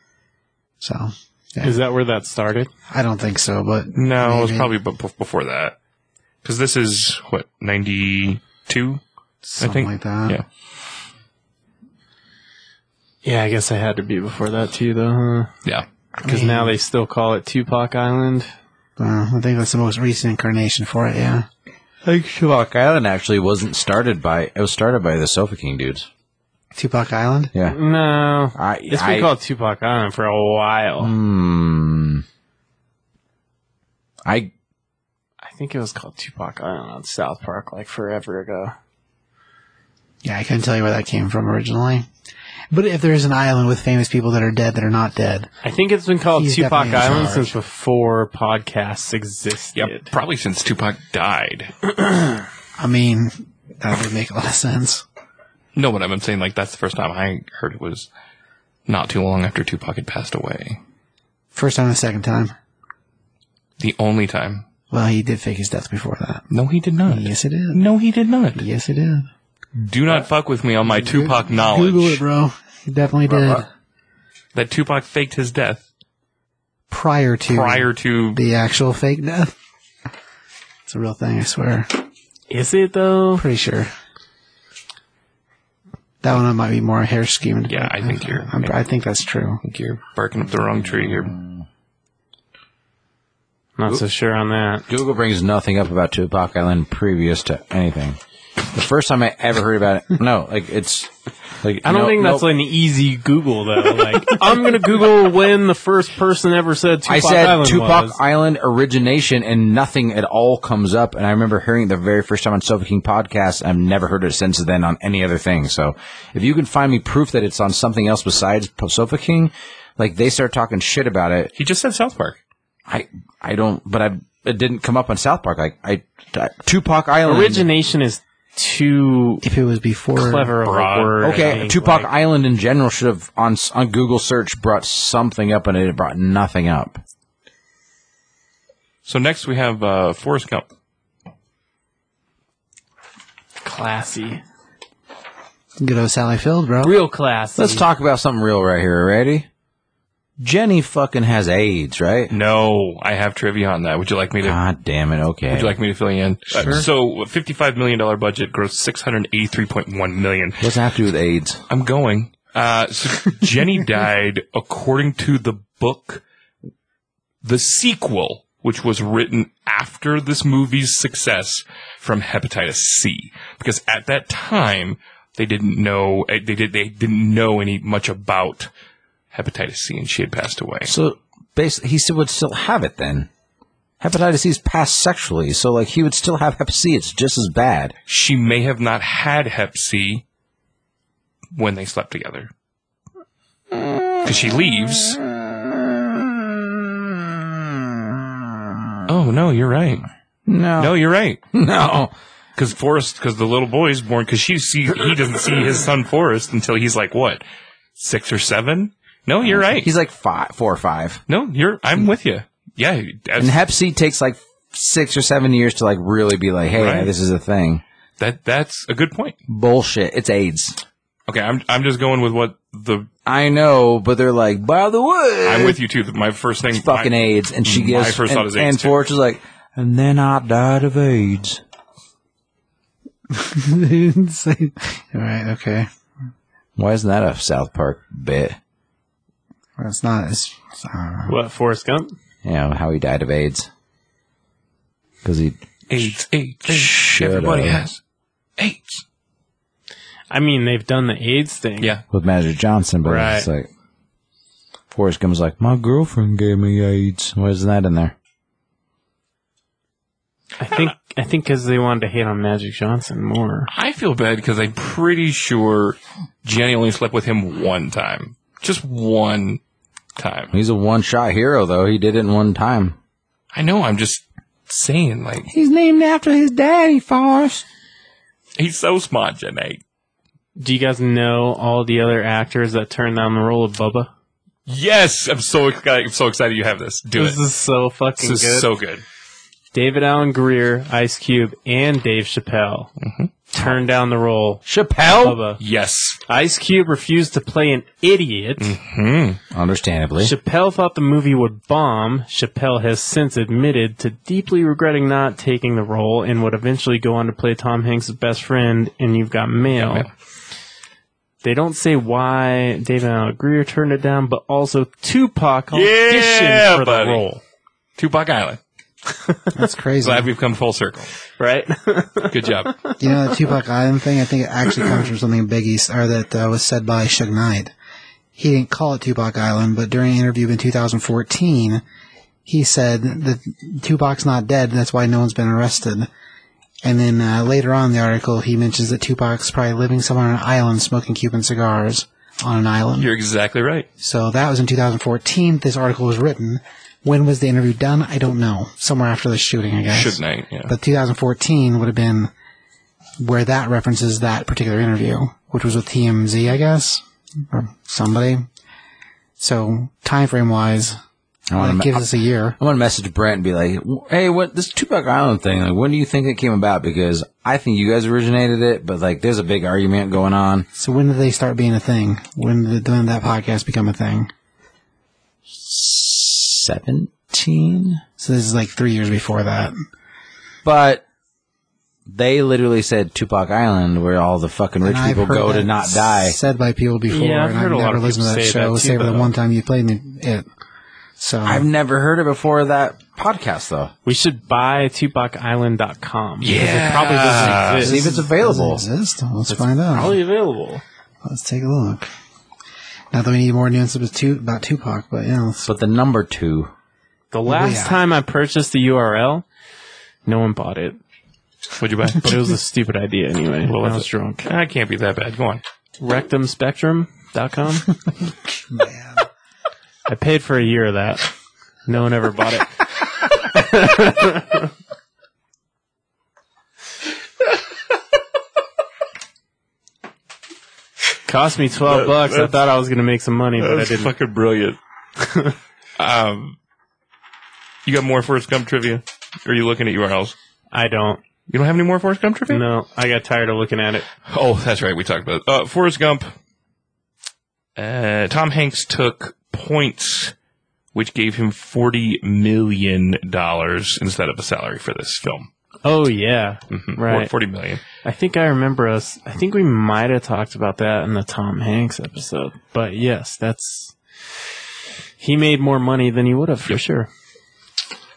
[SPEAKER 4] So
[SPEAKER 2] Is that where that started?
[SPEAKER 4] I don't think so, but
[SPEAKER 3] no. It was probably
[SPEAKER 4] Maybe.
[SPEAKER 3] b- before that because this is what ninety two.
[SPEAKER 4] something
[SPEAKER 3] think-
[SPEAKER 4] like that.
[SPEAKER 3] Yeah.
[SPEAKER 2] Yeah, I guess I had to be before that too, though,
[SPEAKER 3] Yeah.
[SPEAKER 2] because now they still call it Tupac Island.
[SPEAKER 4] Uh, I think that's the most recent incarnation for it. Yeah,
[SPEAKER 1] Like Shabak Island actually wasn't started by it was started by the Sofa King dudes.
[SPEAKER 4] Tupac Island.
[SPEAKER 1] Yeah,
[SPEAKER 2] No,
[SPEAKER 1] I
[SPEAKER 2] it's
[SPEAKER 1] I,
[SPEAKER 2] been called Tupac Island for a while.
[SPEAKER 1] Hmm. I
[SPEAKER 2] I think it was called Tupac Island on South Park like forever ago.
[SPEAKER 4] Yeah, I couldn't tell you where that came from originally. But if there is an island with famous people that are dead that are not dead,
[SPEAKER 2] I think it's been called
[SPEAKER 4] He's
[SPEAKER 2] Tupac
[SPEAKER 4] definitely in
[SPEAKER 2] Island
[SPEAKER 4] charge.
[SPEAKER 2] since before podcasts existed.
[SPEAKER 3] Yep. Probably since Tupac died.
[SPEAKER 4] I mean, that would make a lot of sense.
[SPEAKER 3] No, but I'm saying like that's the first time I heard it was not too long after Tupac had passed away.
[SPEAKER 4] First time and second time.
[SPEAKER 3] The only time.
[SPEAKER 4] Well, he did fake his death before that.
[SPEAKER 3] No, he did not.
[SPEAKER 4] Yes, it did.
[SPEAKER 3] No, he did not.
[SPEAKER 4] Yes, it did.
[SPEAKER 3] Do not fuck with me on my Tupac knowledge.
[SPEAKER 4] Google it, bro. He definitely did.
[SPEAKER 3] That Tupac faked his death
[SPEAKER 4] Prior to
[SPEAKER 3] prior to
[SPEAKER 4] the actual fake death. It's a real thing, I swear.
[SPEAKER 2] Is it though?
[SPEAKER 4] Pretty sure. That one might be more hair scheming.
[SPEAKER 3] Yeah, I think you're-
[SPEAKER 4] I'm, I think that's true.
[SPEAKER 3] think you're barking up the wrong tree here.
[SPEAKER 2] Not so sure on that.
[SPEAKER 1] Google brings nothing up about Tupac Island previous to anything. The first time I ever heard about it, no, like it's like
[SPEAKER 2] I don't
[SPEAKER 1] no-
[SPEAKER 2] think that's
[SPEAKER 1] no-
[SPEAKER 2] an easy Google though. Like I'm gonna Google when the first person ever said Tupac
[SPEAKER 1] I said
[SPEAKER 2] Island
[SPEAKER 1] Tupac
[SPEAKER 2] was.
[SPEAKER 1] Island origination, and nothing at all comes up. And I remember hearing it the very first time on Sofa King podcast. I've never heard it since then on any other thing. So if you can find me proof that it's on something else besides Sofa King, like they start talking shit about it,
[SPEAKER 3] He just said South Park.
[SPEAKER 1] I I don't, but I it didn't come up on South Park. Like I, I- Tupac Island.
[SPEAKER 2] Origination is too
[SPEAKER 4] If it was before
[SPEAKER 2] clever of
[SPEAKER 3] Broad.
[SPEAKER 2] a word. I
[SPEAKER 1] Okay,
[SPEAKER 2] think.
[SPEAKER 1] Tupac
[SPEAKER 2] Like,
[SPEAKER 1] Island in general should have on s- on Google search brought something up, and it brought nothing up.
[SPEAKER 3] So next we have uh, Forrest Gump.
[SPEAKER 2] classy,
[SPEAKER 4] good old Sally Field, bro.
[SPEAKER 2] real classy.
[SPEAKER 1] Let's talk about something real right here. Ready? Jenny fucking has AIDS, right?
[SPEAKER 3] No, I have trivia on that. Would you like me to?
[SPEAKER 4] Ah.
[SPEAKER 1] God damn it. Okay.
[SPEAKER 3] Would you like me to fill you in? Uh, so, a fifty-five million dollar budget grossed six hundred eighty-three point one million.
[SPEAKER 1] What's that have to do with AIDS?
[SPEAKER 3] I'm going. Uh, so Jenny died according to the book, the sequel, which was written after this movie's success from hepatitis C, because at that time they didn't know eh, they did they didn't know any much about hepatitis C, and she had passed away.
[SPEAKER 1] So basically, he still would still have it then. Hepatitis C is passed sexually, so like he would still have Hep C. It's just as bad.
[SPEAKER 3] She may have not had Hep C when they slept together, because she leaves. Oh no, you're right. No,
[SPEAKER 1] No,
[SPEAKER 3] you're right.
[SPEAKER 1] no.
[SPEAKER 3] Because Forrest, because the little boy's born, because she see he doesn't see his son Forrest until he's like what, six or seven? No, you're right.
[SPEAKER 1] He's like five, four or five.
[SPEAKER 3] No, you're. I'm with you. Yeah,
[SPEAKER 1] And
[SPEAKER 3] that's,
[SPEAKER 1] Hep C takes like six or seven years to like really be like, hey,
[SPEAKER 3] Right.
[SPEAKER 1] this is a thing.
[SPEAKER 3] that that's a good point.
[SPEAKER 1] Bullshit. It's AIDS.
[SPEAKER 3] Okay, I'm I'm just going with what the
[SPEAKER 1] I know, but they're like, by the way,
[SPEAKER 3] I'm with you too. My first thing,
[SPEAKER 1] it's fucking
[SPEAKER 3] my-
[SPEAKER 1] AIDS. And she
[SPEAKER 3] my
[SPEAKER 1] gives,
[SPEAKER 3] first
[SPEAKER 1] and,
[SPEAKER 3] thought is AIDS,
[SPEAKER 1] and
[SPEAKER 3] too.
[SPEAKER 1] Forrest is like, and then I died of AIDS.
[SPEAKER 4] All right, okay.
[SPEAKER 1] Why isn't that a South Park bit?
[SPEAKER 4] Well, it's not. It's, it's, I don't know.
[SPEAKER 2] What, Forrest Gump?
[SPEAKER 1] You know, how he died of AIDS. Because he.
[SPEAKER 3] AIDS, AIDS, AIDS.
[SPEAKER 1] Shut
[SPEAKER 3] Everybody
[SPEAKER 1] up.
[SPEAKER 3] has AIDS.
[SPEAKER 2] I mean, they've done the AIDS thing.
[SPEAKER 3] Yeah.
[SPEAKER 1] With Magic Johnson, but it's like. Forrest Gump's like, my girlfriend gave me AIDS. Why isn't that in there?
[SPEAKER 2] I think I think because they wanted to hate on Magic Johnson more.
[SPEAKER 3] I feel bad because I'm pretty sure Jenny only slept with him one time. Just one time.
[SPEAKER 1] He's a one shot hero, though. He did it in one time.
[SPEAKER 3] I know, I'm just saying, like,
[SPEAKER 1] He's named after his daddy, Forrest.
[SPEAKER 3] he's so smart, Jenny.
[SPEAKER 2] Do you guys know all the other actors that turned down the role of Bubba?
[SPEAKER 3] Yes! I'm so excited. I'm so excited you have this. Do
[SPEAKER 2] this
[SPEAKER 3] it.
[SPEAKER 2] is so fucking
[SPEAKER 3] This is
[SPEAKER 2] good.
[SPEAKER 3] so good.
[SPEAKER 2] David Allen Greer, Ice Cube, and Dave Chappelle
[SPEAKER 3] Mm-hmm.
[SPEAKER 2] turned down the role.
[SPEAKER 1] Chappelle?
[SPEAKER 2] Bubba.
[SPEAKER 3] Yes.
[SPEAKER 2] Ice Cube refused to play an idiot.
[SPEAKER 3] Mm-hmm. Hmm.
[SPEAKER 1] Understandably.
[SPEAKER 2] Chappelle thought the movie would bomb. Chappelle has since admitted to deeply regretting not taking the role and would eventually go on to play Tom Hanks' best friend in You've Got Mail.
[SPEAKER 3] Yeah,
[SPEAKER 2] They don't say why David Allen Greer turned it down, but also Tupac auditioned
[SPEAKER 3] Yeah,
[SPEAKER 2] for
[SPEAKER 3] buddy.
[SPEAKER 2] the role.
[SPEAKER 3] Tupac
[SPEAKER 2] Mm-hmm.
[SPEAKER 3] Island.
[SPEAKER 4] That's crazy.
[SPEAKER 3] Glad we've come full circle.
[SPEAKER 2] Right?
[SPEAKER 3] Good job.
[SPEAKER 4] you know the Tupac Island thing? I think it actually comes from something Big East, or that uh, was said by Suge Knight. He didn't call it Tupac Island, but during an interview in 2014, he said that Tupac's not dead. That's why no one's been arrested. And then uh, later on in the article, he mentions that Tupac's probably living somewhere on an island, smoking Cuban cigars on an island.
[SPEAKER 3] You're exactly right.
[SPEAKER 4] So that was in 2014. This article was written. When was the interview done? I don't know. Somewhere after the shooting, I guess.
[SPEAKER 3] Should night. Yeah.
[SPEAKER 4] But 2014 would have been where that references that particular interview, which was with TMZ, I guess, or somebody. So time frame wise,
[SPEAKER 1] I wanna
[SPEAKER 4] it
[SPEAKER 1] ma-
[SPEAKER 4] gives us a year.
[SPEAKER 1] I'm gonna message Brent and be like, "Hey, what this Tupac Island thing? Like, when do you think it came about? Because I think you guys originated it, but like, there's a big argument going on.
[SPEAKER 4] So when did they start being a thing? When did, when did that podcast become a thing?
[SPEAKER 1] Seventeen,
[SPEAKER 4] So this is like three years before that.
[SPEAKER 1] but they literally said Tupac Island, where all the fucking rich
[SPEAKER 4] And I've
[SPEAKER 1] people
[SPEAKER 4] heard
[SPEAKER 1] go to
[SPEAKER 4] that
[SPEAKER 1] not die.
[SPEAKER 4] Said by people before,
[SPEAKER 2] Yeah, I've
[SPEAKER 4] and
[SPEAKER 2] heard a
[SPEAKER 4] I've
[SPEAKER 2] lot
[SPEAKER 4] never
[SPEAKER 2] of
[SPEAKER 4] listened to
[SPEAKER 2] people
[SPEAKER 4] that
[SPEAKER 2] say that
[SPEAKER 4] show,
[SPEAKER 2] too,
[SPEAKER 4] save for the
[SPEAKER 2] though.
[SPEAKER 4] one time you played the- it. So
[SPEAKER 1] I've never heard it before that podcast though.
[SPEAKER 2] we should buy TupacIsland.com. because
[SPEAKER 3] Yeah.
[SPEAKER 2] It probably doesn't
[SPEAKER 1] See if
[SPEAKER 2] exist.
[SPEAKER 1] it's
[SPEAKER 4] does it
[SPEAKER 1] available.
[SPEAKER 4] exist? Let's find out.
[SPEAKER 2] probably available.
[SPEAKER 4] Let's take a look. Not that we need more news about Tu- about Tupac, but yeah, let's-
[SPEAKER 1] But the number two,
[SPEAKER 2] The last
[SPEAKER 4] Yeah.
[SPEAKER 2] time I purchased the URL, no one bought it.
[SPEAKER 3] What'd you buy?
[SPEAKER 2] But it was a stupid idea anyway.
[SPEAKER 3] What was
[SPEAKER 2] I was
[SPEAKER 3] it?
[SPEAKER 2] drunk.
[SPEAKER 3] I can't be that bad. Go on.
[SPEAKER 2] RectumSpectrum.com.
[SPEAKER 4] man.
[SPEAKER 2] I paid for a year of that. No one ever bought it. Cost me twelve
[SPEAKER 3] That-
[SPEAKER 2] bucks. I
[SPEAKER 3] that's-
[SPEAKER 2] thought I was gonna make some money, but I
[SPEAKER 3] That's
[SPEAKER 2] didn't.
[SPEAKER 3] fucking brilliant. um, you got more Forrest Gump trivia? Or are you looking at URLs?
[SPEAKER 2] I don't.
[SPEAKER 3] You don't have any more Forrest Gump trivia?
[SPEAKER 2] No, I got tired of looking at it.
[SPEAKER 3] Oh, that's right. We talked about it. Uh, Forrest Gump. Uh, Tom Hanks took points, which gave him forty million dollars instead of a salary for this film.
[SPEAKER 2] Oh yeah,
[SPEAKER 3] Mhm.
[SPEAKER 2] Right.
[SPEAKER 3] forty million.
[SPEAKER 2] I think I remember us. I think we might have talked about that in the Tom Hanks episode. But yes, that's he made more money than he would have for sure.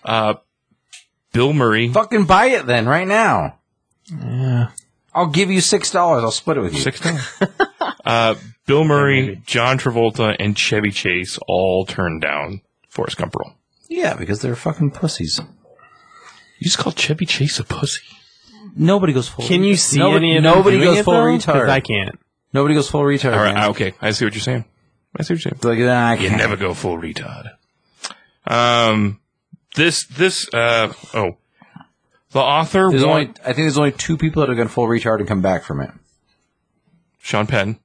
[SPEAKER 3] Uh, Bill Murray,
[SPEAKER 1] fucking buy it then right now.
[SPEAKER 2] Yeah.
[SPEAKER 1] I'll give you six dollars. I'll split it with you.
[SPEAKER 3] six dollars. uh, Bill Murray, John Travolta, and Chevy Chase all turned down Forrest Gump role.
[SPEAKER 1] Yeah, because they're fucking pussies.
[SPEAKER 3] You just called Chevy Chase a pussy.
[SPEAKER 1] Nobody goes full.
[SPEAKER 2] Can you see
[SPEAKER 1] Nobody-
[SPEAKER 2] any of them
[SPEAKER 1] nobody
[SPEAKER 2] doing
[SPEAKER 1] goes
[SPEAKER 2] it,
[SPEAKER 1] full
[SPEAKER 2] though?
[SPEAKER 1] retard.
[SPEAKER 2] 'Cause I can't.
[SPEAKER 1] Nobody goes full retard.
[SPEAKER 3] All right,
[SPEAKER 1] man.
[SPEAKER 3] okay, I see what you're saying. I see what you're saying.
[SPEAKER 1] Like, nah, I
[SPEAKER 3] You
[SPEAKER 1] can't.
[SPEAKER 3] never go full retard. Um, this, this, uh, oh. The author
[SPEAKER 1] There's
[SPEAKER 3] want-
[SPEAKER 1] only, I think there's only two people that have gone full retard and come back from it.
[SPEAKER 3] Sean Penn.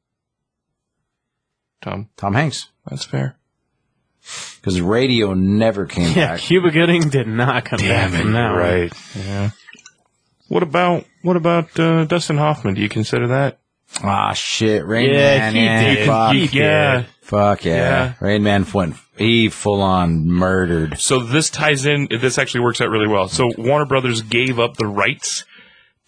[SPEAKER 3] Tom,
[SPEAKER 1] Tom Hanks,
[SPEAKER 3] that's fair.
[SPEAKER 1] because radio never came
[SPEAKER 2] Yeah,
[SPEAKER 1] back.
[SPEAKER 2] Cuba Gooding did not come back from that. one.
[SPEAKER 3] Yeah. What about, what about, uh, Dustin Hoffman? Do you consider that?
[SPEAKER 1] Ah, shit, Rain
[SPEAKER 2] Yeah,
[SPEAKER 1] Man.
[SPEAKER 2] he
[SPEAKER 1] yeah,
[SPEAKER 2] did.
[SPEAKER 1] Fuck,
[SPEAKER 2] He-
[SPEAKER 3] yeah.
[SPEAKER 1] fuck yeah.
[SPEAKER 3] Yeah.
[SPEAKER 1] Rain Man went. He full on murdered.
[SPEAKER 3] So this ties in, this actually works out really well. So Warner Brothers gave up the rights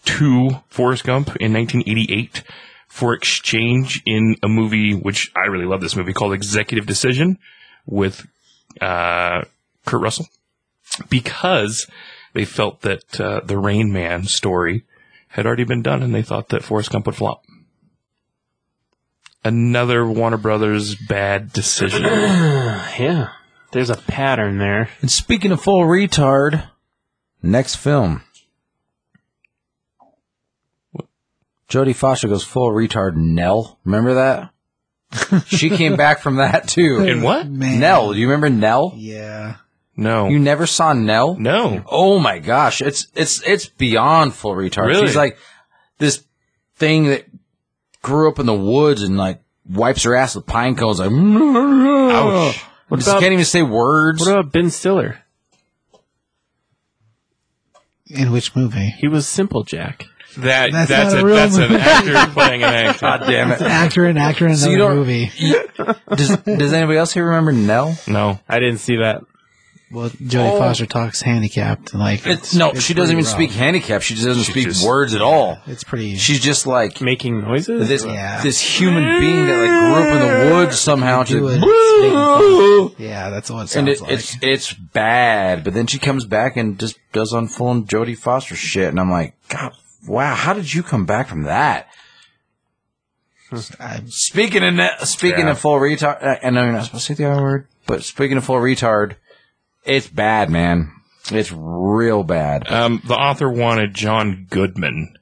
[SPEAKER 3] to Forrest Gump in 1988 for exchange in a movie, which I really love this movie called Executive Decision with uh, Kurt Russell, because they felt that uh, the Rain Man story had already been done, and they thought that Forrest Gump would flop. Another Warner Brothers bad decision.
[SPEAKER 2] yeah. There's a pattern there.
[SPEAKER 1] And speaking of full retard, next film. Jodie Foster goes full retard Nell. Remember that? she came back from that too.
[SPEAKER 3] In what?
[SPEAKER 4] Man.
[SPEAKER 1] Nell, do you remember Nell?
[SPEAKER 4] Yeah.
[SPEAKER 3] No.
[SPEAKER 1] You never saw Nell?
[SPEAKER 3] no.
[SPEAKER 1] Oh my gosh, it's it's it's beyond full retard.
[SPEAKER 3] Really?
[SPEAKER 1] She's like this thing that grew up in the woods and like wipes her ass with pine cones. Like, ouch!
[SPEAKER 2] What
[SPEAKER 1] Just
[SPEAKER 2] about-
[SPEAKER 1] can't even say words.
[SPEAKER 2] What about Ben Stiller?
[SPEAKER 4] In which movie?
[SPEAKER 2] He was Simple Jack.
[SPEAKER 3] That that's
[SPEAKER 4] That's
[SPEAKER 3] that's,
[SPEAKER 4] not a
[SPEAKER 3] a
[SPEAKER 4] real
[SPEAKER 3] that's an
[SPEAKER 4] movie.
[SPEAKER 3] actor playing an actor. God damn it!
[SPEAKER 4] Actor and actor in
[SPEAKER 1] So you
[SPEAKER 4] another
[SPEAKER 1] don't-
[SPEAKER 4] movie.
[SPEAKER 1] does, does anybody else here remember Nell?
[SPEAKER 3] No,
[SPEAKER 2] I didn't see that.
[SPEAKER 4] Well, Jodie
[SPEAKER 1] Oh.
[SPEAKER 4] Foster talks handicapped. and, Like
[SPEAKER 1] It's, no, she doesn't
[SPEAKER 4] pretty
[SPEAKER 1] even
[SPEAKER 4] rough.
[SPEAKER 1] speak handicapped. She doesn't speak
[SPEAKER 3] just-
[SPEAKER 1] words at all.
[SPEAKER 4] It's pretty.
[SPEAKER 1] She's just like
[SPEAKER 2] Making noises?
[SPEAKER 1] this
[SPEAKER 4] Yeah.
[SPEAKER 1] this human being that like grew up in the woods somehow. And, she's
[SPEAKER 4] Do
[SPEAKER 1] like,
[SPEAKER 4] it.
[SPEAKER 1] "Woo!"
[SPEAKER 4] yeah, that's what it sounds
[SPEAKER 1] and it,
[SPEAKER 4] like.
[SPEAKER 1] it's it's bad. But then she comes back and just does on full on Jodie Foster shit, and I'm like, God, wow, how did you come back from that?
[SPEAKER 4] I-
[SPEAKER 1] Speaking of ne- speaking
[SPEAKER 3] Yeah.
[SPEAKER 1] of full retard, uh, and I'm not supposed to say the R word, but speaking of full retard, it's bad, man. It's real bad.
[SPEAKER 3] um, the author wanted John Goodman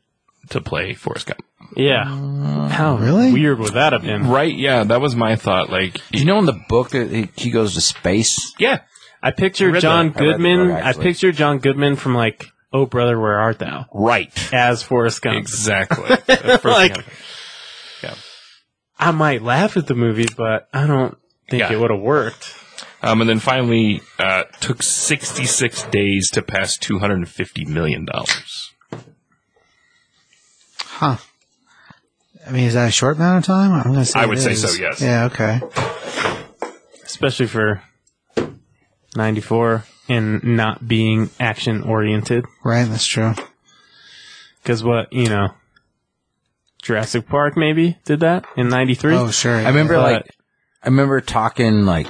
[SPEAKER 3] to play Forrest Gump.
[SPEAKER 2] Yeah. How
[SPEAKER 4] Really?
[SPEAKER 2] weird would that have been?
[SPEAKER 3] Right? Yeah, that was my thought. Like,
[SPEAKER 1] You know, in the book that he, he goes to space.
[SPEAKER 3] yeah,
[SPEAKER 2] I picture
[SPEAKER 3] read
[SPEAKER 2] John
[SPEAKER 1] that. I read the
[SPEAKER 2] Goodman.
[SPEAKER 1] book,
[SPEAKER 2] I,
[SPEAKER 1] actually.
[SPEAKER 2] picture John Goodman from like, Oh Brother, Where Art Thou?
[SPEAKER 3] right,
[SPEAKER 2] As Forrest Gump.
[SPEAKER 3] exactly. That's the first thing
[SPEAKER 2] Like-
[SPEAKER 3] I-
[SPEAKER 2] I might laugh at the movie, but I don't think
[SPEAKER 3] Yeah.
[SPEAKER 2] it would have worked.
[SPEAKER 3] um, and then finally uh, took 66 days to pass 250 million dollars.
[SPEAKER 4] huh. I mean, is that a short amount of time? I'm gonna say.
[SPEAKER 3] I
[SPEAKER 4] it
[SPEAKER 3] would say
[SPEAKER 4] is.
[SPEAKER 3] so, yes.
[SPEAKER 4] Yeah. Okay.
[SPEAKER 2] Especially for 94 and not being action oriented.
[SPEAKER 4] Right. That's true.
[SPEAKER 2] Because what, you know, Jurassic Park maybe did that in 93?
[SPEAKER 4] Oh, sure.
[SPEAKER 1] I remember,
[SPEAKER 2] But-
[SPEAKER 1] like, I remember talking like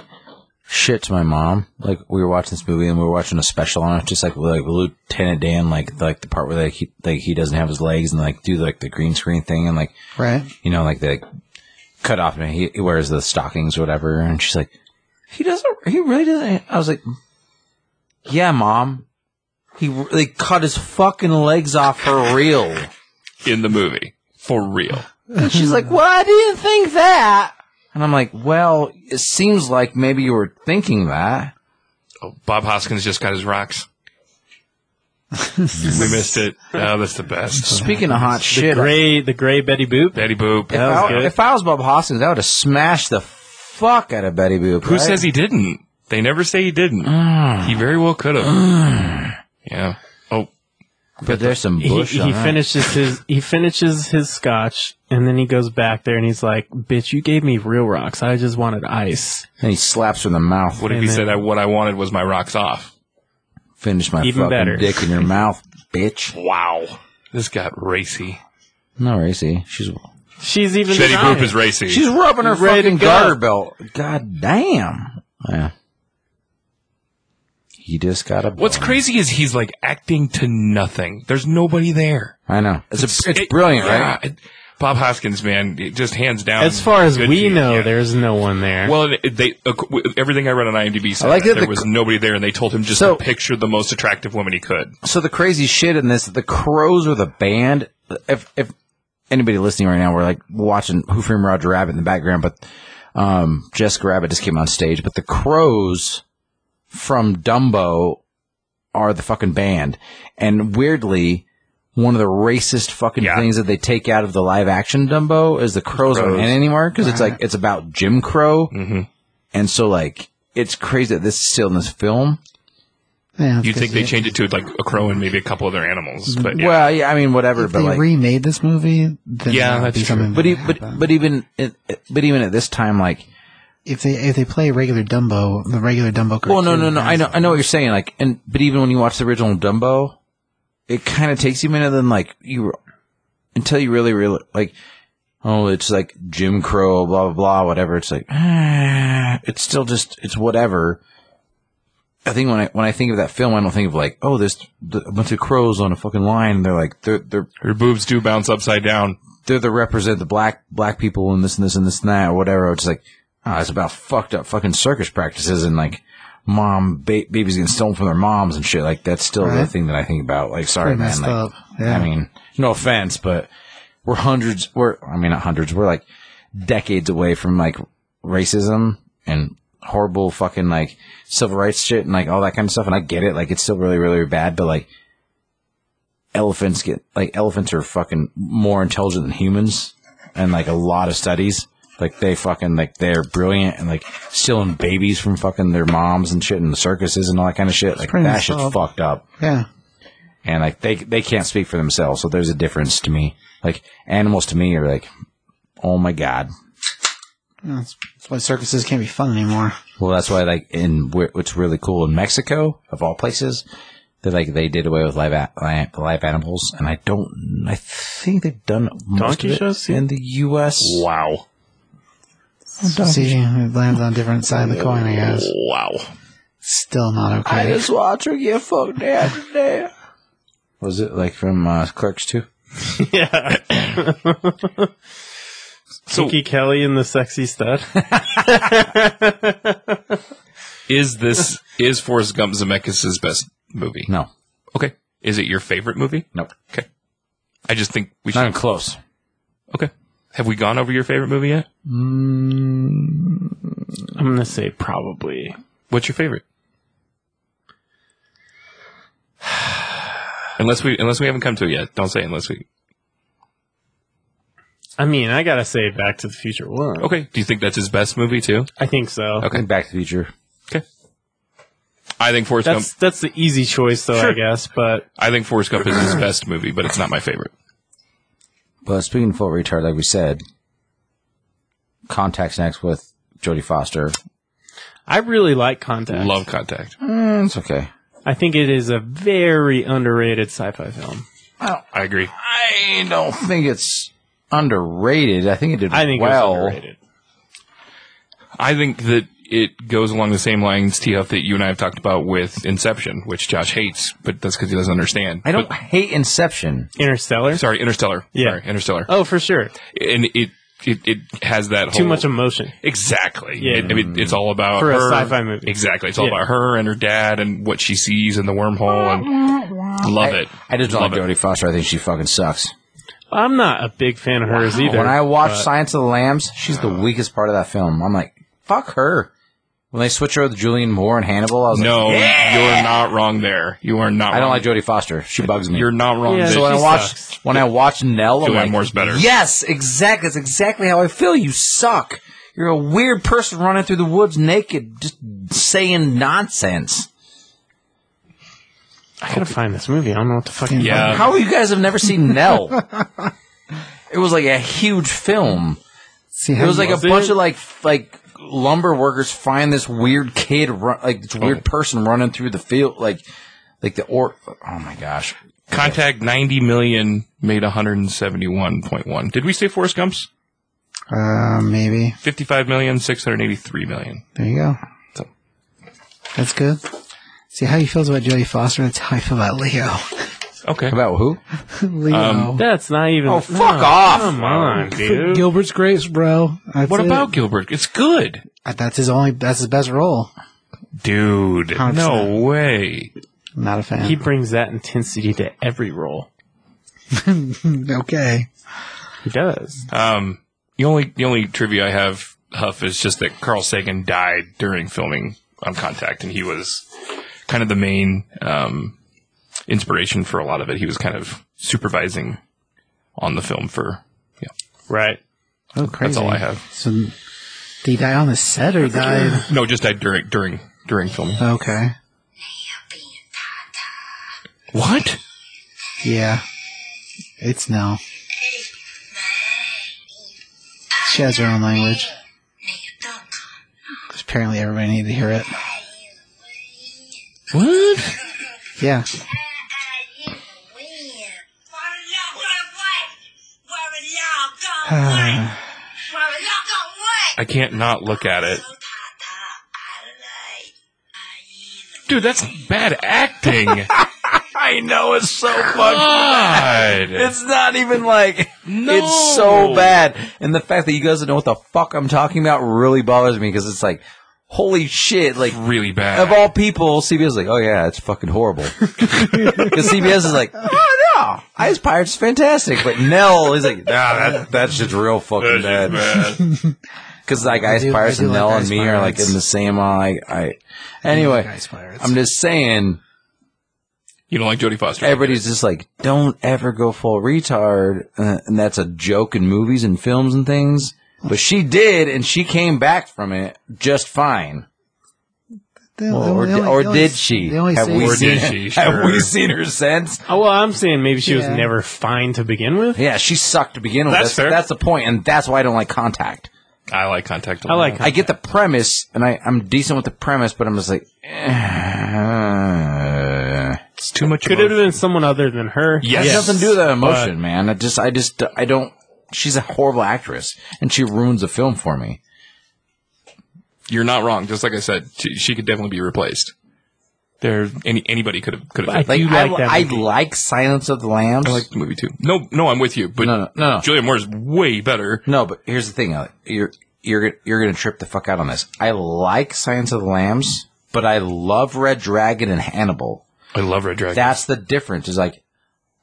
[SPEAKER 1] shit to my mom. Like, we were watching this movie and we were watching a special on it, just like like Lieutenant Dan, like like the part where like he like he doesn't have his legs and like do like the green screen thing and like
[SPEAKER 4] Right.
[SPEAKER 1] you know like they cut off and he, he wears the stockings or whatever, and she's like, he doesn't, he really doesn't. I was like, yeah, mom. He re- they cut his fucking legs off for real.
[SPEAKER 3] In the movie, for real.
[SPEAKER 1] And she's like, Well, I didn't think that. And I'm like, Well, it seems like maybe you were thinking that.
[SPEAKER 3] Oh, Bob Hoskins just got his rocks. we missed it. Oh, that's the best.
[SPEAKER 1] Speaking of hot shit,
[SPEAKER 2] Gray, the gray Betty Boop.
[SPEAKER 3] Betty Boop.
[SPEAKER 1] if,
[SPEAKER 2] was
[SPEAKER 1] I,
[SPEAKER 2] good.
[SPEAKER 1] if I was Bob Hoskins, I would have smashed the fuck out of Betty Boop.
[SPEAKER 3] Who says he didn't? They never say he didn't. he very well could have. yeah. Oh,
[SPEAKER 1] But there's some
[SPEAKER 2] He,
[SPEAKER 1] bush. on
[SPEAKER 2] he
[SPEAKER 1] that.
[SPEAKER 2] finishes his he finishes his scotch and then he goes back there and he's like, "Bitch, you gave me real rocks. I just wanted ice."
[SPEAKER 1] and he slaps her in the mouth.
[SPEAKER 3] what if he
[SPEAKER 2] Amen.
[SPEAKER 3] said I, what I wanted was my rocks off?
[SPEAKER 1] Finish my
[SPEAKER 2] Even
[SPEAKER 1] fucking
[SPEAKER 2] better.
[SPEAKER 1] dick in your mouth, bitch.
[SPEAKER 3] Wow. This got racy.
[SPEAKER 1] No, Racy. She's
[SPEAKER 2] She's even
[SPEAKER 3] Betty
[SPEAKER 2] denying
[SPEAKER 3] Boop is racy.
[SPEAKER 1] she's rubbing her
[SPEAKER 2] Ready to
[SPEAKER 1] fucking
[SPEAKER 2] go.
[SPEAKER 1] garter belt. God damn. Yeah. He just got a.
[SPEAKER 3] What's
[SPEAKER 1] boner.
[SPEAKER 3] crazy is he's like acting to nothing. There's nobody there.
[SPEAKER 1] I know. It's a, it's brilliant, right?
[SPEAKER 3] Yeah. It- Bob Hoskins, man, it just hands down.
[SPEAKER 2] As far as
[SPEAKER 3] good
[SPEAKER 2] we
[SPEAKER 3] gene,
[SPEAKER 2] know,
[SPEAKER 3] yeah.
[SPEAKER 2] there's no one there.
[SPEAKER 3] Well, it- they uh, everything I read on IMDb said
[SPEAKER 1] I like
[SPEAKER 3] that
[SPEAKER 1] that
[SPEAKER 3] there
[SPEAKER 1] the-
[SPEAKER 3] was nobody there, and they told him just
[SPEAKER 1] So-
[SPEAKER 3] to picture the most attractive woman he could.
[SPEAKER 1] so the crazy shit in this, the crows are the band. If if anybody listening right now, we're like watching Who Framed Roger Rabbit in the background, but um, Jessica Rabbit just came on stage. But the crows from Dumbo are the fucking band, and weirdly. One of the racist fucking
[SPEAKER 3] Yeah.
[SPEAKER 1] things that they take out of the live action Dumbo is the crows, aren't in
[SPEAKER 3] Crows. Uh-huh. Mm-hmm.
[SPEAKER 1] it anymore because it's like it's about Jim Crow, and so like it's crazy that this is still in this film.
[SPEAKER 4] Yeah,
[SPEAKER 3] You'd think they
[SPEAKER 4] changed.
[SPEAKER 3] changed it to Mm-hmm. like a crow and maybe a couple other animals, but yeah.
[SPEAKER 1] Well, yeah, I mean whatever,
[SPEAKER 4] If
[SPEAKER 1] but
[SPEAKER 4] they
[SPEAKER 1] like
[SPEAKER 4] remade this movie, then
[SPEAKER 3] Yeah,
[SPEAKER 4] that would
[SPEAKER 3] that's
[SPEAKER 4] be
[SPEAKER 3] true.
[SPEAKER 4] something
[SPEAKER 1] But
[SPEAKER 4] that
[SPEAKER 1] e but
[SPEAKER 4] would happen.
[SPEAKER 1] but even it, it- but even at this time, like,
[SPEAKER 4] if they if they play regular Dumbo, the regular Dumbo.
[SPEAKER 1] well, oh, no,
[SPEAKER 4] cartoon
[SPEAKER 1] no, no,
[SPEAKER 4] has
[SPEAKER 1] I know, I know what you're saying. Like, and but even when you watch the original Dumbo, it kind of takes you a minute. Then like you until you really real like oh, it's like Jim Crow, blah blah blah, whatever. It's like ah, it's still just it's whatever. I think when I when I think of that film, I don't think of like oh, there's th- a bunch of crows on a fucking line. And they're like they're they're
[SPEAKER 3] Her boobs do bounce upside down.
[SPEAKER 1] they're the represent the black black people and this and this and this and that or whatever. It's like ah, it's about fucked up fucking circus practices and like mom ba- babies getting stolen from their moms and shit. Like that's still the
[SPEAKER 4] Right.
[SPEAKER 1] thing that I think about. Like sorry,
[SPEAKER 4] Pretty
[SPEAKER 1] man.
[SPEAKER 4] messed
[SPEAKER 1] like,
[SPEAKER 4] up. Yeah.
[SPEAKER 1] I mean, no offense, but we're hundreds. We're I mean, not hundreds. We're like decades away from like racism and horrible fucking like civil rights shit and like all that kind of stuff. And I get it. Like it's still really, really bad, but like elephants get like elephants are fucking more intelligent than humans and like a lot of studies like they fucking like they're brilliant and like stealing babies from fucking their moms and shit in the circuses and all that kind of shit like
[SPEAKER 4] pretty
[SPEAKER 1] that
[SPEAKER 4] messed
[SPEAKER 1] shit's
[SPEAKER 4] up.
[SPEAKER 1] fucked up
[SPEAKER 4] Yeah.
[SPEAKER 1] and like they they can't speak for themselves so there's a difference to me like animals to me are like oh my god
[SPEAKER 4] That's, that's why circuses can't be fun anymore.
[SPEAKER 1] well that's why like in where- what's really cool in mexico of all places that like they did away with live a- li- live animals and i don't i think they've done most
[SPEAKER 2] Donkey
[SPEAKER 1] of it
[SPEAKER 2] shows?
[SPEAKER 1] in the us
[SPEAKER 3] Wow.
[SPEAKER 4] See, it lands on a different side of the coin, I guess.
[SPEAKER 3] Wow.
[SPEAKER 4] Still not okay.
[SPEAKER 1] want to get fucked down today. Was it like from uh, Clerks 2?
[SPEAKER 2] yeah.
[SPEAKER 3] So
[SPEAKER 2] Pinky Kelly and the sexy stud.
[SPEAKER 3] is this is Forrest Gump Zemeckis' best movie?
[SPEAKER 1] No.
[SPEAKER 3] Okay. Is it your favorite movie?
[SPEAKER 1] Nope.
[SPEAKER 3] Okay. I just think we
[SPEAKER 1] Not
[SPEAKER 3] should.
[SPEAKER 1] even close.
[SPEAKER 3] Okay. Have we gone over your favorite movie yet?
[SPEAKER 2] I'm gonna say probably.
[SPEAKER 3] What's your favorite? Unless we unless we haven't come to it yet, don't say unless we.
[SPEAKER 2] I mean, I gotta say Back to the Future one.
[SPEAKER 3] Okay. Do you think that's his best movie too?
[SPEAKER 2] I think so.
[SPEAKER 3] Okay.
[SPEAKER 1] Okay. Back to the Future.
[SPEAKER 3] I think Forrest Gump.
[SPEAKER 2] That's that's the easy choice though, I
[SPEAKER 3] Sure.
[SPEAKER 2] guess. But
[SPEAKER 3] I think Forrest Gump is his best movie, but it's not my favorite.
[SPEAKER 1] But speaking of full retard, like we said, contacts next with Jodie Foster.
[SPEAKER 2] I really like Contact.
[SPEAKER 3] Love Contact.
[SPEAKER 1] Mm, it's okay.
[SPEAKER 2] I think it is a very underrated sci-fi film.
[SPEAKER 3] I agree.
[SPEAKER 1] I don't think it's underrated. I think it did
[SPEAKER 2] I think
[SPEAKER 1] well.
[SPEAKER 2] it's underrated.
[SPEAKER 3] I think that it goes along the same lines, T. Huff, that you and I have talked about with Inception, which Josh hates, but that's because he doesn't understand.
[SPEAKER 1] I don't hate Inception.
[SPEAKER 2] Interstellar.
[SPEAKER 3] Sorry, Interstellar.
[SPEAKER 2] Yeah.
[SPEAKER 3] Sorry, Interstellar.
[SPEAKER 2] Oh, for sure.
[SPEAKER 3] And it, it it has that
[SPEAKER 2] Too
[SPEAKER 3] whole-
[SPEAKER 1] Oh.
[SPEAKER 2] much emotion.
[SPEAKER 3] Exactly.
[SPEAKER 2] Yeah.
[SPEAKER 3] It- I mean, it's all about
[SPEAKER 2] For a
[SPEAKER 3] her.
[SPEAKER 2] sci-fi movie.
[SPEAKER 3] Exactly. It's all
[SPEAKER 2] Yeah.
[SPEAKER 3] about her and her dad and what she sees in the wormhole and love
[SPEAKER 1] I,
[SPEAKER 3] it.
[SPEAKER 1] I just don't
[SPEAKER 3] Love
[SPEAKER 1] like Jodie Foster. I think she fucking sucks.
[SPEAKER 2] I'm not a big fan of hers either.
[SPEAKER 1] When I watch
[SPEAKER 2] but-
[SPEAKER 1] Science of the Lambs, she's the weakest part of that film. I'm like, fuck her. When they switch her with Julian Moore and Hannibal, I was like,
[SPEAKER 3] No, you're not wrong there. You are not.
[SPEAKER 1] I don't
[SPEAKER 3] wrong.
[SPEAKER 1] like Jodie Foster. She bugs me.
[SPEAKER 3] You're not wrong.
[SPEAKER 2] Yeah,
[SPEAKER 3] that
[SPEAKER 2] so
[SPEAKER 1] when I
[SPEAKER 2] she
[SPEAKER 1] watch
[SPEAKER 2] sucks.
[SPEAKER 1] when I watch Nell, I'm
[SPEAKER 3] Julianne
[SPEAKER 1] like,
[SPEAKER 3] Moore's better.
[SPEAKER 1] Yes, exactly. That's exactly how I feel. You suck. You're a weird person running through the woods naked, just saying nonsense.
[SPEAKER 2] I gotta find this movie. I don't know what the fuck.
[SPEAKER 3] Yeah.
[SPEAKER 1] How you guys have never seen Nell? it was like a huge film.
[SPEAKER 4] See,
[SPEAKER 1] It was like a
[SPEAKER 2] Was it?
[SPEAKER 1] bunch of like f- like lumber workers find this weird kid, run, like this weird person running through the field, like like the or. Oh my gosh!
[SPEAKER 3] Contact 90 million made 171.1. Did we say Forrest Gump's?
[SPEAKER 4] uh, maybe.
[SPEAKER 3] 55 million, 683 million.
[SPEAKER 4] There you go.
[SPEAKER 3] So-
[SPEAKER 4] That's good. See how he feels about Jodie Foster. That's how I feel about Leo.
[SPEAKER 3] Okay.
[SPEAKER 1] About who?
[SPEAKER 4] Leo.
[SPEAKER 2] That's not even.
[SPEAKER 1] Oh, fuck off.
[SPEAKER 2] Come on, dude.
[SPEAKER 4] Gilbert's Grace, bro. That's
[SPEAKER 3] What
[SPEAKER 4] it.
[SPEAKER 3] about Gilbert? It's good.
[SPEAKER 4] Uh, That's his only. That's his best role.
[SPEAKER 3] Dude. No
[SPEAKER 4] 100%.
[SPEAKER 3] way.
[SPEAKER 4] Not a fan.
[SPEAKER 2] He brings that intensity to every role.
[SPEAKER 4] okay.
[SPEAKER 2] He does.
[SPEAKER 1] Uh,
[SPEAKER 3] Um, the only, the only trivia I have, Huff, is just that Carl Sagan died during filming on Contact, and he was kind of the main, um, inspiration for a lot of it. He was kind of supervising on the film for, yeah.
[SPEAKER 2] Right.
[SPEAKER 4] Oh, crazy.
[SPEAKER 3] all I have.
[SPEAKER 4] So, did he die on the set or he died?
[SPEAKER 3] No, just died during, during, during filming.
[SPEAKER 4] okay.
[SPEAKER 3] What?
[SPEAKER 4] Yeah. It's no. She has her own language. 'Cause apparently everybody needed to hear it.
[SPEAKER 3] What?
[SPEAKER 4] Yeah.
[SPEAKER 5] Where are y'all going? Where are y'all going?
[SPEAKER 3] I can't not look at it. Dude, that's bad acting.
[SPEAKER 1] I know it's so
[SPEAKER 3] God.
[SPEAKER 1] It's not even like
[SPEAKER 3] No.
[SPEAKER 1] it's so bad, and the fact that you guys don't know what the fuck I'm talking about really bothers me because it's like, holy shit! Like
[SPEAKER 3] Really
[SPEAKER 1] of
[SPEAKER 3] bad.
[SPEAKER 1] all people, CBS is like, oh yeah, it's fucking horrible. Because CBS is like, oh no, Ice Pirates is fantastic, but Nell is like, nah, that that shit's real fucking
[SPEAKER 3] That
[SPEAKER 1] bad.
[SPEAKER 3] is bad.
[SPEAKER 1] Because like
[SPEAKER 4] I
[SPEAKER 1] Ice
[SPEAKER 4] do- I
[SPEAKER 1] Pirates
[SPEAKER 4] do
[SPEAKER 1] and
[SPEAKER 4] like
[SPEAKER 1] Nell and
[SPEAKER 4] Ice
[SPEAKER 1] me are like
[SPEAKER 4] Pirates.
[SPEAKER 1] in the same uh, like I. Anyway,
[SPEAKER 4] Guys, pirates.
[SPEAKER 1] I'm just saying,
[SPEAKER 3] You don't like Jodie Foster.
[SPEAKER 1] everybody's just like, don't ever go full retard, uh, and that's a joke in movies and films and things. But she did, and she came back from it just fine.
[SPEAKER 4] They only-
[SPEAKER 1] Or,
[SPEAKER 4] they
[SPEAKER 1] di-
[SPEAKER 4] only-
[SPEAKER 1] or
[SPEAKER 4] they only-
[SPEAKER 1] did she?
[SPEAKER 4] They only
[SPEAKER 1] Have
[SPEAKER 4] say
[SPEAKER 1] we
[SPEAKER 3] Or
[SPEAKER 1] seen?
[SPEAKER 3] did she?
[SPEAKER 1] Have we
[SPEAKER 3] Sure.
[SPEAKER 1] seen her since?
[SPEAKER 2] Oh, well, I'm saying maybe she was
[SPEAKER 4] Yeah.
[SPEAKER 2] never fine to begin with.
[SPEAKER 1] Yeah, she sucked to begin with. That's,
[SPEAKER 3] That's
[SPEAKER 1] that's,
[SPEAKER 3] fair.
[SPEAKER 1] the point, and that's why I don't like contact.
[SPEAKER 3] I like contact. a
[SPEAKER 2] I
[SPEAKER 3] lot.
[SPEAKER 2] like.
[SPEAKER 1] I get the premise, and I, I'm decent with the premise, but I'm just like, eh.
[SPEAKER 3] It's too much.
[SPEAKER 2] Could it have been someone other than her?
[SPEAKER 1] It
[SPEAKER 3] Yes.
[SPEAKER 1] has nothing to do with that emotion, man. I just, I just, I don't. She's a horrible actress, and she ruins the film for me.
[SPEAKER 3] You're not wrong. Just like I said, she, she could definitely be replaced. There, any anybody could have could have.
[SPEAKER 2] But I
[SPEAKER 3] been.
[SPEAKER 1] Like,
[SPEAKER 2] do
[SPEAKER 1] I,
[SPEAKER 2] like that.
[SPEAKER 1] I
[SPEAKER 2] movie.
[SPEAKER 1] like Silence of the Lambs.
[SPEAKER 3] I like the movie too. No, no, I'm with you. But
[SPEAKER 1] no, no, no, no.
[SPEAKER 3] Julia Moore's way better.
[SPEAKER 1] No, but here's the thing. uh, You're you're gonna- you're going to trip the fuck out on this. I like Science of the Lambs, but I love Red Dragon and Hannibal.
[SPEAKER 3] I love Red Dragon.
[SPEAKER 1] That's the difference. Is like,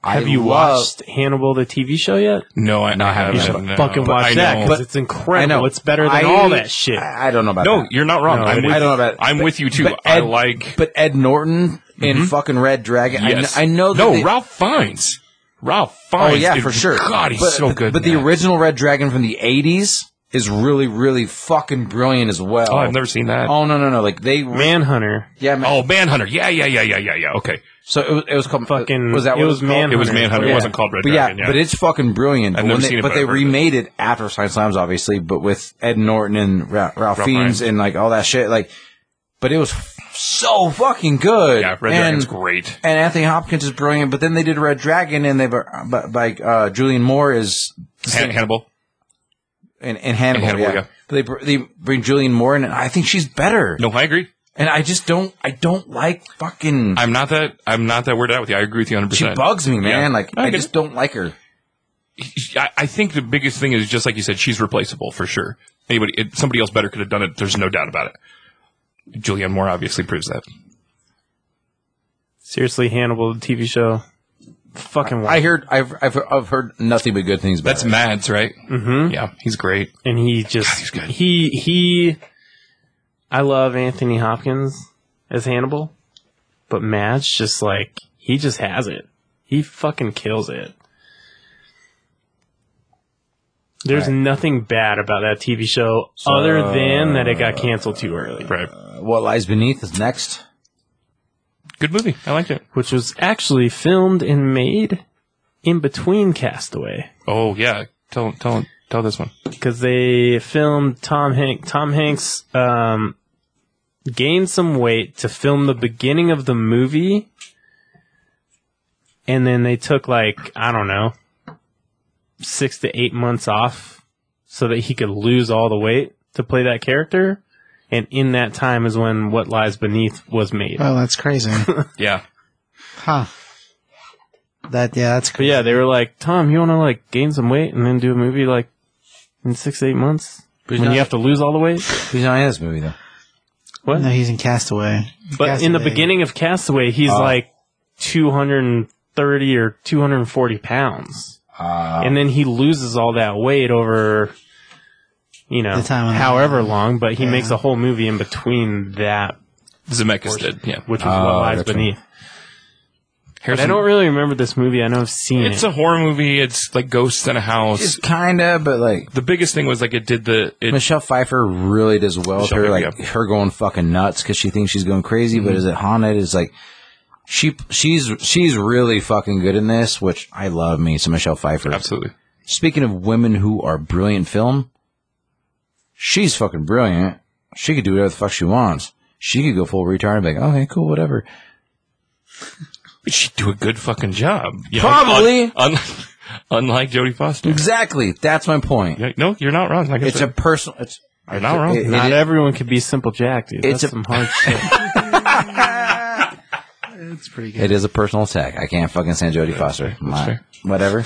[SPEAKER 2] Have
[SPEAKER 1] I
[SPEAKER 2] you
[SPEAKER 1] love-
[SPEAKER 2] watched Hannibal the TV show yet?
[SPEAKER 3] no, I, I haven't.
[SPEAKER 1] you should
[SPEAKER 3] no.
[SPEAKER 2] Fucking
[SPEAKER 3] But I
[SPEAKER 2] watch that
[SPEAKER 3] know.
[SPEAKER 2] because it's incredible. It's better than
[SPEAKER 1] I-
[SPEAKER 2] all that shit.
[SPEAKER 1] I, I don't know about
[SPEAKER 3] no,
[SPEAKER 1] that.
[SPEAKER 3] you're not wrong.
[SPEAKER 2] No,
[SPEAKER 3] I'm
[SPEAKER 2] it
[SPEAKER 3] with,
[SPEAKER 1] I don't know about.
[SPEAKER 3] I'm
[SPEAKER 1] but-
[SPEAKER 3] with you too.
[SPEAKER 1] but
[SPEAKER 3] I
[SPEAKER 1] Ed-
[SPEAKER 3] like.
[SPEAKER 1] But Ed Norton in fucking Red Dragon. I
[SPEAKER 3] Yes,
[SPEAKER 1] kn- I, know. That
[SPEAKER 3] No,
[SPEAKER 1] they-
[SPEAKER 3] Ralph Fiennes. Ralph
[SPEAKER 1] Oh
[SPEAKER 3] Fiennes.
[SPEAKER 1] yeah,
[SPEAKER 3] is-
[SPEAKER 1] for sure.
[SPEAKER 3] God, he's
[SPEAKER 1] But-
[SPEAKER 3] so
[SPEAKER 1] but-
[SPEAKER 3] good.
[SPEAKER 1] But
[SPEAKER 3] in
[SPEAKER 1] the
[SPEAKER 3] that.
[SPEAKER 1] original Red Dragon from the '80s is really, really fucking brilliant as well.
[SPEAKER 3] Oh, I've never seen that.
[SPEAKER 1] Oh no, no, no! Like they,
[SPEAKER 2] Manhunter.
[SPEAKER 1] yeah, man.
[SPEAKER 3] Oh, Manhunter. Yeah, yeah, yeah, yeah, yeah, yeah. Okay.
[SPEAKER 1] So it was, it was called
[SPEAKER 2] Fucking-
[SPEAKER 1] Was that
[SPEAKER 2] it
[SPEAKER 1] what
[SPEAKER 2] was
[SPEAKER 1] it was called?
[SPEAKER 2] Manhunter.
[SPEAKER 3] It was Manhunter. It
[SPEAKER 1] Yeah.
[SPEAKER 3] wasn't called Red
[SPEAKER 1] But
[SPEAKER 3] Dragon.
[SPEAKER 1] yeah, but it's fucking brilliant.
[SPEAKER 3] I've
[SPEAKER 1] But
[SPEAKER 3] never
[SPEAKER 1] when they,
[SPEAKER 3] seen it,
[SPEAKER 1] but
[SPEAKER 3] but
[SPEAKER 1] they
[SPEAKER 3] I've heard of it.
[SPEAKER 1] remade it after Science Slams, obviously, but with Ed Norton and Ra- Ralph, Fiennes
[SPEAKER 3] Fiennes.
[SPEAKER 1] and like all that shit. Like, but it was f- so fucking good.
[SPEAKER 3] yeah, Red
[SPEAKER 1] and,
[SPEAKER 3] Dragon's great.
[SPEAKER 1] and Anthony Hopkins is brilliant. But then they did Red Dragon, and they but like uh, Julian Moore is
[SPEAKER 3] Han- Hannibal.
[SPEAKER 1] and, and Hannibal.
[SPEAKER 3] And Hannibal,
[SPEAKER 1] yeah.
[SPEAKER 3] yeah.
[SPEAKER 1] But They br- they bring Julian Moore in, and I think she's better.
[SPEAKER 3] No, I agree.
[SPEAKER 1] And I just don't I don't like fucking.
[SPEAKER 3] I'm not that. I'm not that weirded out with you. I agree with you 100.
[SPEAKER 1] she
[SPEAKER 3] percent
[SPEAKER 1] bugs me, man.
[SPEAKER 3] Yeah.
[SPEAKER 1] Like
[SPEAKER 3] I
[SPEAKER 1] I
[SPEAKER 3] get
[SPEAKER 1] just don't like her.
[SPEAKER 3] I, I think the biggest thing is just like you said, she's replaceable for sure. Anybody, it, somebody else better could have done it. There's no doubt about it. Julianne Moore obviously proves that.
[SPEAKER 2] Seriously, Hannibal the TV show. Fucking watch.
[SPEAKER 1] I heard I've I've, I've heard nothing but good things about
[SPEAKER 3] That's
[SPEAKER 1] it.
[SPEAKER 3] Mads, right?
[SPEAKER 2] mm-hmm.
[SPEAKER 3] Yeah, he's great.
[SPEAKER 2] And he just
[SPEAKER 3] he's good.
[SPEAKER 2] he he. I love Anthony Hopkins as Hannibal, but Matt's just like he just has it. He fucking kills it. There's nothing bad about that TV show other than that it got canceled too early.
[SPEAKER 3] Right.
[SPEAKER 1] What lies beneath is next.
[SPEAKER 3] Good movie. I liked it.
[SPEAKER 2] which was actually filmed and made in between Castaway
[SPEAKER 3] Oh yeah. Tell tell tell this one.
[SPEAKER 2] because they filmed Tom Hank Tom Hanks um, gained some weight to film the beginning of the movie, and then they took like I don't know six to eight months off so that he could lose all the weight to play that character. And in that time is when What Lies Beneath was made.
[SPEAKER 4] Oh, that's crazy.
[SPEAKER 3] Yeah.
[SPEAKER 4] huh. That yeah, that's
[SPEAKER 2] But
[SPEAKER 4] crazy.
[SPEAKER 2] yeah, they were like, Tom, you want to like gain some weight and then do a movie like in six to eight months when
[SPEAKER 1] not-
[SPEAKER 2] you have to lose all the weight.
[SPEAKER 1] He's not in this movie though.
[SPEAKER 2] What?
[SPEAKER 4] No, he's in Castaway.
[SPEAKER 2] but in the
[SPEAKER 4] Castaway.
[SPEAKER 2] beginning of Castaway, he's
[SPEAKER 1] Oh.
[SPEAKER 2] like 230 or 240 pounds,
[SPEAKER 1] Uh,
[SPEAKER 2] and then he loses all that weight over, you know,
[SPEAKER 4] The time on the-
[SPEAKER 2] however long. But he
[SPEAKER 4] Yeah.
[SPEAKER 2] makes a whole movie in between that,
[SPEAKER 3] Zemeckis did. Yeah.
[SPEAKER 2] which was what
[SPEAKER 1] Oh,
[SPEAKER 2] lies
[SPEAKER 1] gotcha.
[SPEAKER 2] beneath. But
[SPEAKER 3] Harrison.
[SPEAKER 2] I don't really remember this movie. I know I've seen
[SPEAKER 3] it's
[SPEAKER 2] it.
[SPEAKER 3] a horror movie. It's like ghosts in a house.
[SPEAKER 1] just kinda, but like
[SPEAKER 3] the biggest thing was like it did the it,
[SPEAKER 1] Michelle Pfeiffer really does well. with
[SPEAKER 3] Michelle
[SPEAKER 1] her
[SPEAKER 3] Pfeiffer, Mm-hmm.
[SPEAKER 1] like her going fucking nuts because she thinks she's going crazy, but is it haunted? Is like she she's she's really fucking good in this, which I love me some Michelle Pfeiffer.
[SPEAKER 3] absolutely.
[SPEAKER 1] Speaking of women who are brilliant in film, she's fucking brilliant. She could do whatever the fuck she wants. She could go full retard and be like, okay, cool, whatever.
[SPEAKER 3] But she'd do a good fucking job. You know,
[SPEAKER 1] Probably.
[SPEAKER 3] un- un- Unlike Jodie Foster.
[SPEAKER 1] Exactly. That's my point.
[SPEAKER 3] Yeah, No, you're not wrong. Like I
[SPEAKER 1] It's a
[SPEAKER 3] said,
[SPEAKER 1] personal. It's,
[SPEAKER 3] you're not wrong.
[SPEAKER 1] it- it-
[SPEAKER 2] Not everyone could be Simple Jack, dude.
[SPEAKER 1] It's
[SPEAKER 2] That's
[SPEAKER 1] a-
[SPEAKER 2] some hard shit.
[SPEAKER 4] That's pretty good.
[SPEAKER 1] it is a personal attack. I can't fucking stand Jodie Foster. My-
[SPEAKER 3] fair.
[SPEAKER 1] whatever.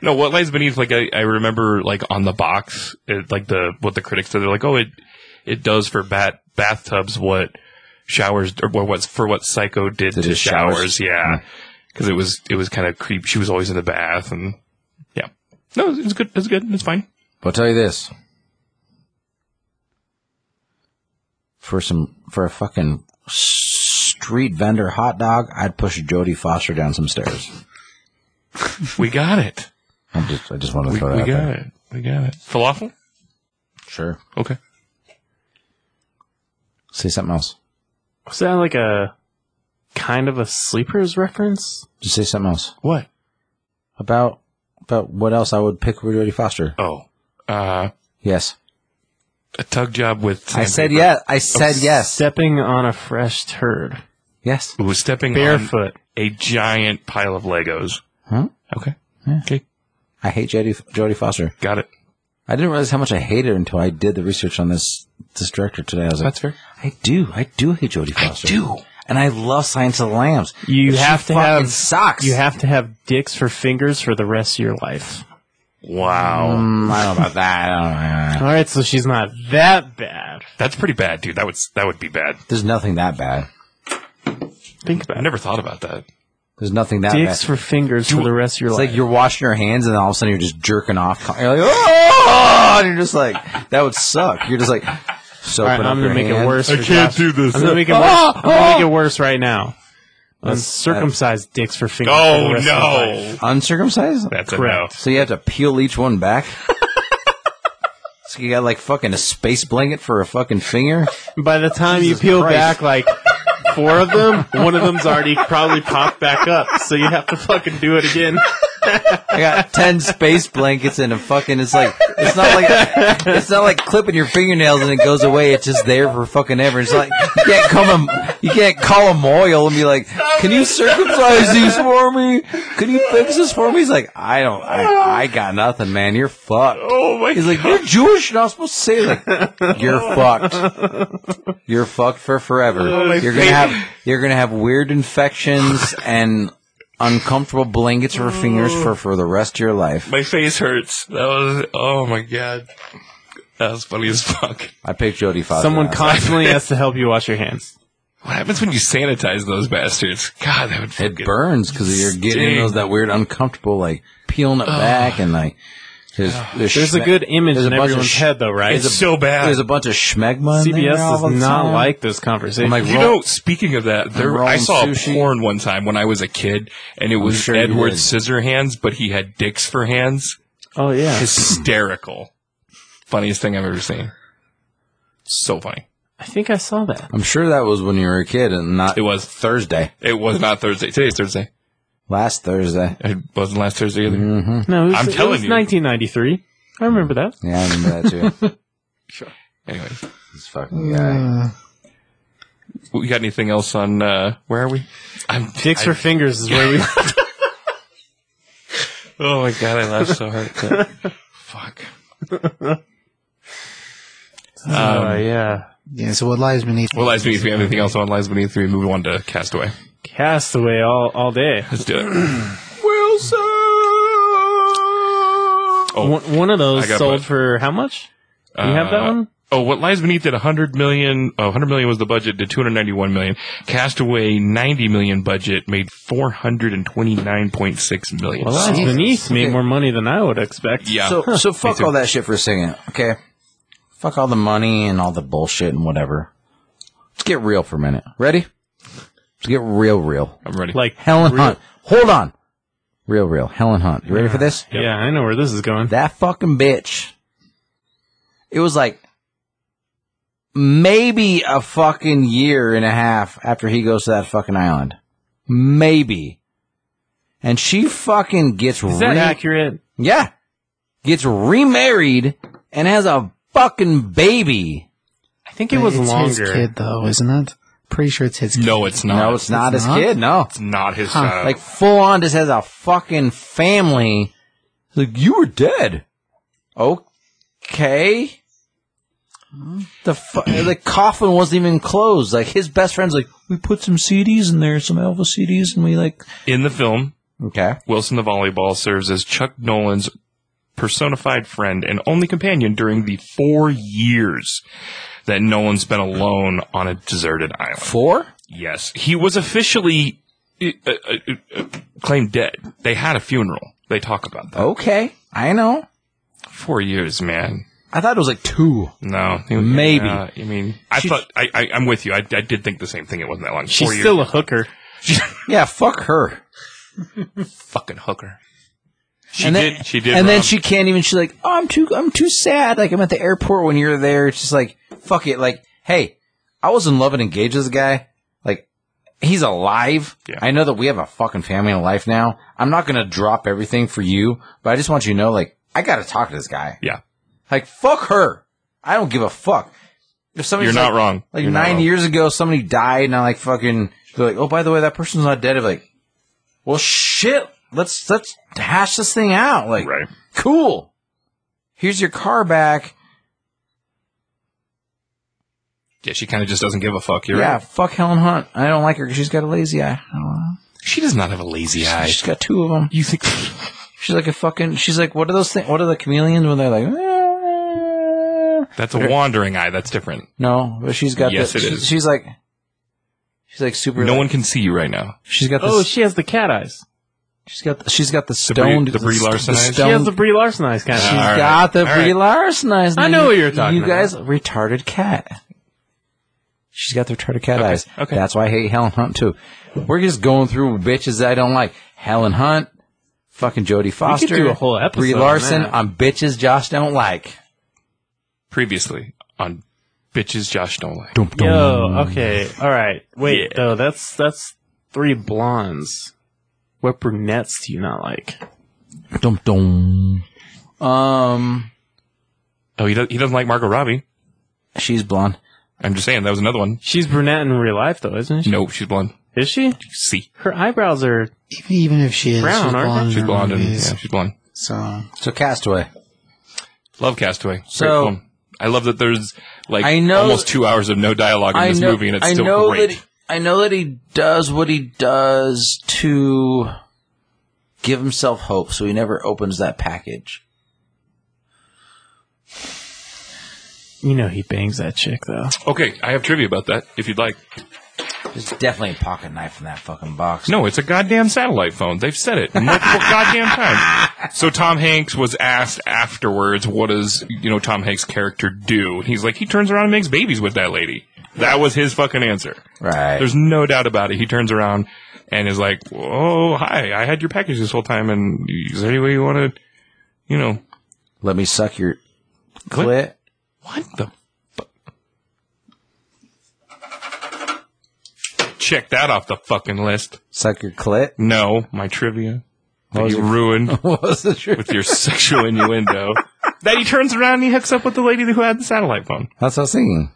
[SPEAKER 3] no, what lies beneath? Like I, I remember, like on the box, it, like the what the critics said. They're like, oh, it it does for bat bathtubs what showers or what- what's for what Psycho did
[SPEAKER 1] Did
[SPEAKER 3] to
[SPEAKER 1] his
[SPEAKER 3] showers.
[SPEAKER 1] showers?
[SPEAKER 3] Yeah, because it was it was kind of creep. She was always in the bath, and yeah, no, it's good. It's good. It's fine.
[SPEAKER 1] But I'll tell you this. For some, for a fucking street vendor hot dog, I'd push Jodie Foster down some stairs.
[SPEAKER 3] We got it.
[SPEAKER 1] I just, I just wanted to
[SPEAKER 3] We,
[SPEAKER 1] throw that
[SPEAKER 3] we
[SPEAKER 1] out
[SPEAKER 3] got
[SPEAKER 1] there.
[SPEAKER 3] it. We got it. Falafel.
[SPEAKER 1] Sure.
[SPEAKER 3] Okay.
[SPEAKER 1] Say something else.
[SPEAKER 2] Was that like a kind of a sleepers reference?
[SPEAKER 1] Just say something else
[SPEAKER 3] What?
[SPEAKER 1] about about what else I would pick for Jodie Foster.
[SPEAKER 3] Oh, uh,
[SPEAKER 1] Yes,
[SPEAKER 3] a tug job with.
[SPEAKER 1] I said
[SPEAKER 3] sandpaper.
[SPEAKER 1] yes. I said yes.
[SPEAKER 2] Stepping on a fresh turd,
[SPEAKER 1] Yes.
[SPEAKER 3] Ooh, stepping on-
[SPEAKER 2] barefoot.
[SPEAKER 3] a giant pile of Legos.
[SPEAKER 1] Huh?
[SPEAKER 3] Okay.
[SPEAKER 1] Yeah.
[SPEAKER 3] Okay.
[SPEAKER 1] I hate Jodie Jodie Foster.
[SPEAKER 3] Got it.
[SPEAKER 1] I didn't realize how much I hated her until I did the research on this this director today. I was like,
[SPEAKER 3] fair.
[SPEAKER 1] I do, I do hate Jodie Foster.
[SPEAKER 3] do.
[SPEAKER 1] and I love Science of the Lambs.
[SPEAKER 2] You
[SPEAKER 1] But she
[SPEAKER 2] have to
[SPEAKER 1] fucking
[SPEAKER 2] have
[SPEAKER 1] socks.
[SPEAKER 2] You have to have dicks for fingers for the rest of your life.
[SPEAKER 3] Wow.
[SPEAKER 1] Mm, I don't know about that. I don't know. I don't know.
[SPEAKER 2] All right, so she's not that bad.
[SPEAKER 3] That's pretty bad, dude. That would that would be bad.
[SPEAKER 1] There's nothing that bad.
[SPEAKER 2] Think
[SPEAKER 3] I
[SPEAKER 2] about it.
[SPEAKER 3] never thought about that.
[SPEAKER 1] There's nothing that
[SPEAKER 2] Dicks
[SPEAKER 1] bad.
[SPEAKER 2] for fingers for the rest of your
[SPEAKER 1] It's
[SPEAKER 2] life.
[SPEAKER 1] like you're washing your hands and then all of a sudden you're just jerking off. You're like, oh, and you're just like, that would suck. You're just like,
[SPEAKER 2] All
[SPEAKER 1] soaping
[SPEAKER 2] right,
[SPEAKER 1] up
[SPEAKER 2] I'm
[SPEAKER 1] your
[SPEAKER 2] gonna make it
[SPEAKER 1] hand.
[SPEAKER 2] worse. for Josh.
[SPEAKER 3] this.
[SPEAKER 2] I'm gonna make it worse. I'm gonna make it worse right now. Uncircumcised dicks for fingers. for the
[SPEAKER 3] Oh
[SPEAKER 2] rest of your life.
[SPEAKER 3] no.
[SPEAKER 1] Uncircumcised?
[SPEAKER 3] That's
[SPEAKER 2] Correct.
[SPEAKER 1] So you have to peel each one back? so you got like fucking a space blanket for a fucking finger?
[SPEAKER 2] By the time
[SPEAKER 1] Jesus
[SPEAKER 2] you peel
[SPEAKER 1] Christ.
[SPEAKER 2] back like four of them, one of them's already probably popped back up, so you have to fucking do it again.
[SPEAKER 1] I got ten space blankets and a fucking. It's like it's not like it's not like clipping your fingernails and it goes away. It's just there for fucking ever. It's like you can't call them. You can't call them oil and be like, "Can you circumcise these for me? Can you fix this for me?" He's like, "I don't. I, I got nothing, man. You're fucked."
[SPEAKER 3] Oh my
[SPEAKER 1] He's like,
[SPEAKER 3] god.
[SPEAKER 1] "You're Jewish." And I was supposed to say like, "You're fucked. You're fucked for forever.
[SPEAKER 3] Oh
[SPEAKER 2] my
[SPEAKER 1] you're gonna have you're gonna have weird infections and." Uncomfortable blankets for fingers for, for the rest of your life.
[SPEAKER 3] My face hurts. That was oh my god. That was funny as fuck.
[SPEAKER 1] I picked Jodie Foster.
[SPEAKER 2] Someone
[SPEAKER 1] That's-
[SPEAKER 2] constantly has to help you wash your hands.
[SPEAKER 3] What happens when you sanitize those bastards? God, that would
[SPEAKER 1] it
[SPEAKER 3] fucking-
[SPEAKER 1] burns because you're getting
[SPEAKER 3] Sting.
[SPEAKER 1] those that weird uncomfortable like peeling it back and like there's,
[SPEAKER 2] There's a
[SPEAKER 1] schme-
[SPEAKER 2] good image
[SPEAKER 1] there's a
[SPEAKER 2] in
[SPEAKER 1] bunch of
[SPEAKER 2] everyone's
[SPEAKER 1] sh-
[SPEAKER 2] head, though, right?
[SPEAKER 3] It's so bad.
[SPEAKER 1] there's a bunch of schmegma. in there
[SPEAKER 2] CBS
[SPEAKER 1] all
[SPEAKER 2] does
[SPEAKER 1] the
[SPEAKER 2] not
[SPEAKER 1] time.
[SPEAKER 2] like those conversations.
[SPEAKER 1] I'm like,
[SPEAKER 3] You
[SPEAKER 1] roll-
[SPEAKER 3] know, speaking of that, there,
[SPEAKER 1] rolling
[SPEAKER 3] I saw
[SPEAKER 1] sushi.
[SPEAKER 3] a porn one time when I was a kid, and it was
[SPEAKER 1] sure you
[SPEAKER 3] Edward
[SPEAKER 1] did.
[SPEAKER 3] Scissorhands, but he had dicks for hands.
[SPEAKER 2] oh yeah.
[SPEAKER 3] Hysterical. Funniest thing I've ever seen. So funny.
[SPEAKER 2] I think I saw that.
[SPEAKER 1] I'm sure that was when you were a kid and not
[SPEAKER 3] It was.
[SPEAKER 1] Thursday,
[SPEAKER 3] It was not Thursday. Today's Thursday.
[SPEAKER 1] last Thursday. Mm-hmm.
[SPEAKER 3] It wasn't last Thursday either.
[SPEAKER 2] No, it was,
[SPEAKER 3] I'm
[SPEAKER 2] it
[SPEAKER 3] telling
[SPEAKER 2] was
[SPEAKER 3] you.
[SPEAKER 2] 1993. I remember that.
[SPEAKER 1] Yeah, I remember that too.
[SPEAKER 2] Mm-hmm.
[SPEAKER 3] Anyway,
[SPEAKER 1] this fucking guy.
[SPEAKER 4] Uh,
[SPEAKER 3] we got anything else on? uh Where are we? I'm.
[SPEAKER 2] Dicks for fingers is where we.
[SPEAKER 3] Um, Oh my god, I laughed so hard. Fuck.
[SPEAKER 2] Oh yeah.
[SPEAKER 4] Yeah, so what lies beneath?
[SPEAKER 3] Um, Well, Lies Beneath. We have anything else on Lies Beneath? We move on to Castaway.
[SPEAKER 2] Castaway all all day.
[SPEAKER 3] Let's do it. Wilson. Oh,
[SPEAKER 2] One, one of
[SPEAKER 3] I
[SPEAKER 2] those
[SPEAKER 3] got
[SPEAKER 2] sold
[SPEAKER 3] both.
[SPEAKER 2] for how much? Do you have that
[SPEAKER 3] Uh,
[SPEAKER 2] one?
[SPEAKER 3] Oh, what lies beneath did 100 million. Oh, 100 million was the budget. Did 291 million. Castaway 90 million budget made 429.6 million.
[SPEAKER 2] Well, that's
[SPEAKER 1] Jesus.
[SPEAKER 2] beneath made
[SPEAKER 1] Okay.
[SPEAKER 2] more money than I would expect.
[SPEAKER 3] yeah.
[SPEAKER 1] So so fuck
[SPEAKER 3] too.
[SPEAKER 1] all that shit for a second, okay? Fuck all the money and all the bullshit and whatever. Let's get real for a minute. Ready? Let's get real, real.
[SPEAKER 3] I'm ready.
[SPEAKER 2] Like
[SPEAKER 1] Helen
[SPEAKER 2] real-
[SPEAKER 1] Hunt. Hold on. Real, real. Helen Hunt. You ready for this?
[SPEAKER 2] Yeah, I know where this is going.
[SPEAKER 1] That fucking bitch. It was like maybe a fucking year and a half after he goes to that fucking island. Maybe. And she fucking gets
[SPEAKER 2] Is that
[SPEAKER 1] re-
[SPEAKER 2] accurate?
[SPEAKER 1] yeah. Gets remarried and has a fucking baby.
[SPEAKER 2] I think it was
[SPEAKER 4] it's
[SPEAKER 2] longer.
[SPEAKER 4] His kid, though, isn't it? Pretty sure it's his. kid.
[SPEAKER 3] no, it's not.
[SPEAKER 1] No, it's not
[SPEAKER 4] It's
[SPEAKER 1] his
[SPEAKER 4] not?
[SPEAKER 1] kid. No.
[SPEAKER 3] It's not his
[SPEAKER 4] Huh.
[SPEAKER 3] child.
[SPEAKER 1] Like full on just has a fucking family like, you were dead. Okay. The fu- the coffin wasn't even closed. Like his best friend's like, we put some CDs in there, some Elvis CDs, and we like.
[SPEAKER 3] In the film,
[SPEAKER 1] Okay.
[SPEAKER 3] Wilson the volleyball serves as Chuck Nolan's personified friend and only companion during the four years that Nolan spent alone on a deserted island.
[SPEAKER 1] Four.
[SPEAKER 3] Yes, he was officially uh, uh, uh, uh, claimed dead. They had a funeral. They talk about that.
[SPEAKER 1] Okay. I know.
[SPEAKER 3] Four years, man.
[SPEAKER 1] I thought it was like two.
[SPEAKER 3] No,
[SPEAKER 1] Maybe.
[SPEAKER 3] Uh, I mean, I
[SPEAKER 1] She's-
[SPEAKER 3] thought I, I, I'm with you. I, I did think the same thing. It wasn't that long.
[SPEAKER 2] She's
[SPEAKER 3] Four
[SPEAKER 2] still
[SPEAKER 3] years.
[SPEAKER 2] a hooker.
[SPEAKER 1] Yeah. Fuck her.
[SPEAKER 3] fucking hooker. She
[SPEAKER 1] and
[SPEAKER 3] did.
[SPEAKER 1] Then,
[SPEAKER 3] she did.
[SPEAKER 1] And then
[SPEAKER 3] wrong.
[SPEAKER 1] she can't even. She's like, oh, I'm too. I'm too sad. Like I'm at the airport when you're there. It's just like, fuck it. Like, hey, I was in love and engaged with this guy. Like, he's alive.
[SPEAKER 3] Yeah.
[SPEAKER 1] I know that we have a fucking family and a life now. I'm not gonna drop everything for you, but I just want you to know, like, I gotta talk to this guy.
[SPEAKER 3] Yeah,
[SPEAKER 1] Like, fuck her. I don't give a fuck. If somebody's
[SPEAKER 3] you're not
[SPEAKER 1] like,
[SPEAKER 3] wrong.
[SPEAKER 1] Like
[SPEAKER 3] You're not
[SPEAKER 1] nine
[SPEAKER 3] wrong.
[SPEAKER 1] years ago, somebody died, and I like fucking. They're like, oh, by the way, that person's not dead. I'm like, well, shit. Let's let's hash this thing out. Like,
[SPEAKER 3] Right.
[SPEAKER 1] cool. Here's your car back.
[SPEAKER 3] Yeah, she kind of just doesn't give a fuck. You're
[SPEAKER 1] yeah,
[SPEAKER 3] right.
[SPEAKER 1] fuck Helen Hunt. I don't like her because she's got a lazy eye. I don't know.
[SPEAKER 3] She does not have a lazy eye.
[SPEAKER 1] She's got two of them.
[SPEAKER 3] You think?
[SPEAKER 1] She's like a fucking. She's like, what are those things? What are the chameleons when they're like? "Ah."
[SPEAKER 3] That's a wandering eye. That's different.
[SPEAKER 1] No, but she's got.
[SPEAKER 3] Yes,
[SPEAKER 1] the,
[SPEAKER 3] it
[SPEAKER 1] she-
[SPEAKER 3] is.
[SPEAKER 1] She's like. She's like super.
[SPEAKER 3] No
[SPEAKER 1] like-
[SPEAKER 3] one can see you right now.
[SPEAKER 1] She's got. This,
[SPEAKER 2] Oh, she has the cat eyes.
[SPEAKER 1] she's got. The, she's got the
[SPEAKER 3] Brie-
[SPEAKER 1] stoned.
[SPEAKER 3] the Brie Larson eyes? She
[SPEAKER 2] She has
[SPEAKER 1] stoned-
[SPEAKER 2] the Brie Larson eyes, kind
[SPEAKER 1] She's
[SPEAKER 3] All
[SPEAKER 2] of.
[SPEAKER 3] right.
[SPEAKER 1] got the
[SPEAKER 3] All
[SPEAKER 1] Brie
[SPEAKER 3] right.
[SPEAKER 1] Larson eyes.
[SPEAKER 2] I
[SPEAKER 1] Now
[SPEAKER 2] know
[SPEAKER 1] you-
[SPEAKER 2] what you're talking
[SPEAKER 1] You
[SPEAKER 2] about.
[SPEAKER 1] guys, retarded cat. She's got the retarded cat eyes.
[SPEAKER 3] okay.
[SPEAKER 1] That's why I hate Helen Hunt too. We're just going through bitches that I don't like. Helen Hunt, fucking Jodie Foster.
[SPEAKER 2] do a whole episode
[SPEAKER 1] Brie
[SPEAKER 2] on
[SPEAKER 1] Larson
[SPEAKER 2] that.
[SPEAKER 1] on, bitches Josh don't like.
[SPEAKER 3] Previously on bitches, Josh don't like.
[SPEAKER 1] Dum, dum.
[SPEAKER 2] Yo, okay, all right. Wait, though, that's that's three blondes. What brunettes do you not like?
[SPEAKER 1] Dum, dum. Um,
[SPEAKER 3] Oh, he, does, he doesn't like Margot Robbie.
[SPEAKER 1] she's blonde.
[SPEAKER 3] I'm just saying that was another one.
[SPEAKER 2] She's brunette in real life, though, isn't she?
[SPEAKER 3] No, she's blonde.
[SPEAKER 2] Is she?
[SPEAKER 3] See,
[SPEAKER 2] Her eyebrows are.
[SPEAKER 4] Even, even if she is
[SPEAKER 2] Brown,
[SPEAKER 4] she's
[SPEAKER 2] aren't they?
[SPEAKER 4] blonde. in
[SPEAKER 3] she's
[SPEAKER 4] her
[SPEAKER 3] blonde and
[SPEAKER 4] movies,
[SPEAKER 3] yeah, she's blonde.
[SPEAKER 4] So
[SPEAKER 1] So Castaway.
[SPEAKER 3] Love Castaway. Great
[SPEAKER 1] So-
[SPEAKER 3] film. I love that there's like
[SPEAKER 1] I know-
[SPEAKER 3] almost two hours of no dialogue in this movie, and it's still great.
[SPEAKER 1] That, I know that he does what he does to give himself hope, so he never opens that package.
[SPEAKER 2] You know, he bangs that chick, though.
[SPEAKER 3] okay, I have trivia about that if you'd like.
[SPEAKER 1] There's definitely a pocket knife in that fucking box.
[SPEAKER 3] No, it's a goddamn satellite phone. They've said it multiple goddamn times. So Tom Hanks was asked afterwards, "What does you know Tom Hanks' character do?" And he's like, "He turns around and makes babies with that lady." That was his fucking answer.
[SPEAKER 1] right?
[SPEAKER 3] There's no doubt about it. He turns around and is like, "Oh, hi! I had your package this whole time, and is there any way you want to, you know,
[SPEAKER 1] Let me suck your clit.
[SPEAKER 3] What the? Fu- Check that off the fucking list.
[SPEAKER 1] Suck your clit.
[SPEAKER 3] No, my trivia that
[SPEAKER 1] was
[SPEAKER 3] you
[SPEAKER 1] your-
[SPEAKER 3] ruined
[SPEAKER 1] What was the truth?
[SPEAKER 3] with your sexual innuendo. That he turns around and he hooks up with the lady who had the satellite phone.
[SPEAKER 1] That's what I was thinking.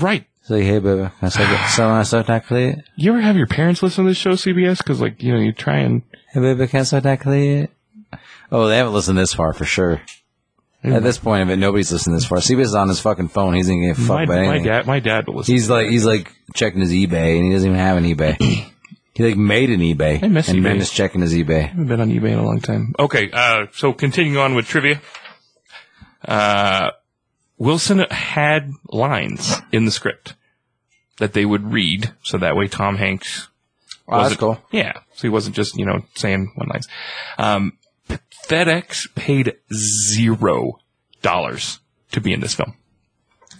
[SPEAKER 3] Right.
[SPEAKER 1] It's like, hey, baby, can I suck it. So I suck that clit.
[SPEAKER 3] You ever have your parents listen to this show, CBS? Because like you know, you try and
[SPEAKER 1] Hey, baby, can I suck that clit? Oh, they haven't listened this far for sure. At this point of it, nobody's listening this far. CBS is on his fucking phone. He's gonna get fucked
[SPEAKER 3] my,
[SPEAKER 1] by anything.
[SPEAKER 3] my dad. My dad will listen.
[SPEAKER 1] He's like he's like checking his eBay, and he doesn't even have an eBay. he like made an eBay,
[SPEAKER 3] I miss
[SPEAKER 1] and then
[SPEAKER 3] eBay.
[SPEAKER 1] is checking his eBay.
[SPEAKER 3] haven't been on eBay in a long time. Okay, uh, so continuing on with trivia. Uh, Wilson had lines in the script that they would read, so that way Tom Hanks
[SPEAKER 1] Wow, that's
[SPEAKER 3] wasn't-
[SPEAKER 1] cool.
[SPEAKER 3] Yeah, so he wasn't just you know saying one lines. Um, P- FedEx paid zero dollars to be in this film.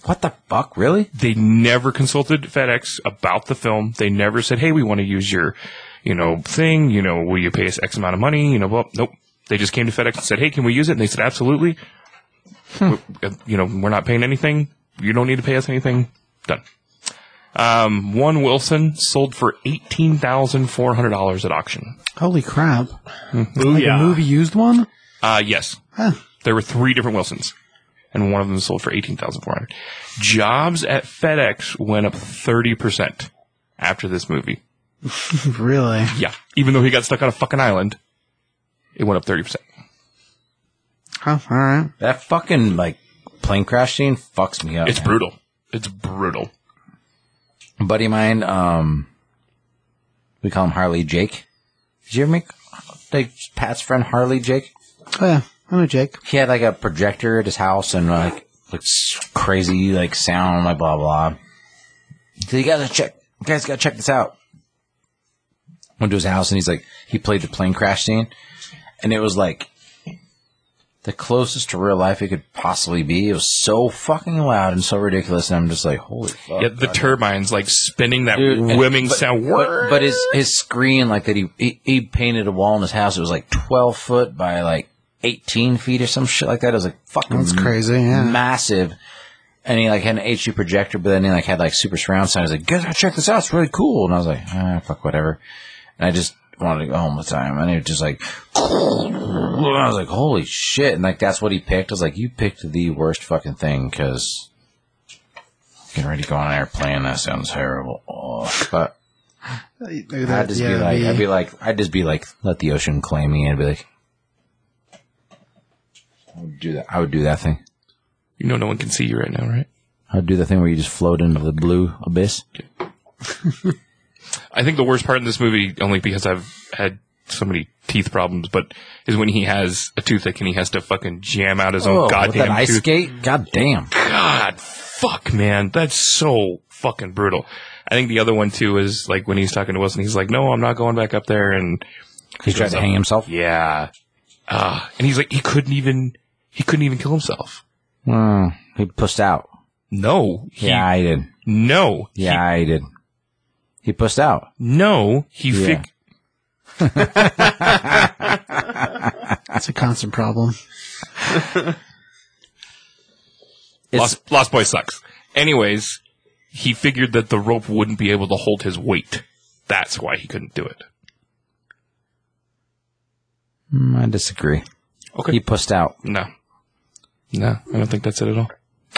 [SPEAKER 1] What the fuck, really?
[SPEAKER 3] They never consulted FedEx about the film. They never said, "Hey, we want to use your, you know, thing. You know, will you pay us X amount of money? You know, well, nope." They just came to FedEx and said, "Hey, can we use it?" And they said, "Absolutely." We- uh, you know, we're not paying anything. You don't need to pay us anything. Done. Um, one Wilson sold for eighteen thousand four hundred dollars at auction.
[SPEAKER 4] holy crap!
[SPEAKER 1] Mm-hmm.
[SPEAKER 4] Like
[SPEAKER 2] Booyah.
[SPEAKER 4] a movie used one.
[SPEAKER 3] Uh, yes.
[SPEAKER 4] Huh.
[SPEAKER 3] There were three different Wilsons, and one of them sold for eighteen thousand four hundred. Jobs at FedEx went up thirty percent after this movie.
[SPEAKER 4] Really?
[SPEAKER 3] Yeah, even though he got stuck on a fucking island, it went up thirty percent.
[SPEAKER 4] Huh, all right.
[SPEAKER 1] That fucking like plane crash scene fucks me up.
[SPEAKER 3] It's
[SPEAKER 1] man.
[SPEAKER 3] brutal. It's brutal.
[SPEAKER 1] A buddy of mine, um, we call him Harley Jake. Did you ever make like Pat's friend Harley Jake?
[SPEAKER 4] Oh, yeah. I know Jake.
[SPEAKER 1] He had like a projector at his house and like like s- crazy like sound like blah blah. So you guys gotta check. You guys gotta check this out. Went to his house and he's like he played the plane crash scene, and it was like the closest to real life it could possibly be. It was so fucking loud and so ridiculous, and I'm just like, holy fuck.
[SPEAKER 3] yeah, the turbines like spinning that
[SPEAKER 1] Dude, and-
[SPEAKER 3] whimming sound.
[SPEAKER 1] But, but his his screen, like that, he, he he painted a wall in his house. It was like twelve foot by like eighteen feet or some shit like that. It was like fucking
[SPEAKER 4] That's crazy, yeah.
[SPEAKER 1] massive. And he like had an HD projector, but then he like had like super surround sound. He's like, "Guys, gotta check this out. It's really cool." And I was like, ah, "Fuck, whatever." And I just wanted to go home all the time. And it was just like, I was like, "Holy shit!" And like that's what he picked. I was like, "You picked the worst fucking thing because." Getting ready to go on an airplane. That sounds terrible. Oh, but Mm-hmm. I'd just be like, I'd be like, I'd just be like, let the ocean claim me, and be like, I would do that. I would do that thing.
[SPEAKER 3] You know, no one can see you right now, right?
[SPEAKER 1] I would do the thing where you just float into the blue abyss.
[SPEAKER 3] I think the worst part in this movie, only because I've had so many teeth problems, but is when he has a toothache and he has to fucking jam out his own
[SPEAKER 1] Oh, with that
[SPEAKER 3] Oh, goddamn
[SPEAKER 1] ice
[SPEAKER 3] tooth.
[SPEAKER 1] skate. God damn.
[SPEAKER 3] God, fuck, man, that's so fucking brutal. I think the other one too is like when he's talking to Wilson, he's like, "No, I'm not going back up there," and
[SPEAKER 1] He tried to hang himself.
[SPEAKER 3] yeah, uh, and he's like, he couldn't even, he couldn't even kill himself.
[SPEAKER 1] Hmm. he pussed out.
[SPEAKER 3] No, he,
[SPEAKER 1] yeah, I did.
[SPEAKER 3] no,
[SPEAKER 1] Yeah, I did. He pussed out.
[SPEAKER 3] no, he
[SPEAKER 1] Yeah.
[SPEAKER 3] fig-
[SPEAKER 4] That's a constant problem.
[SPEAKER 1] It's-
[SPEAKER 3] Lost, Lost Boy sucks. Anyways, he figured that the rope wouldn't be able to hold his weight. That's why he couldn't do it.
[SPEAKER 1] Hmm, I disagree.
[SPEAKER 3] Okay.
[SPEAKER 1] He pussed out.
[SPEAKER 3] No. No, I don't think that's it at all.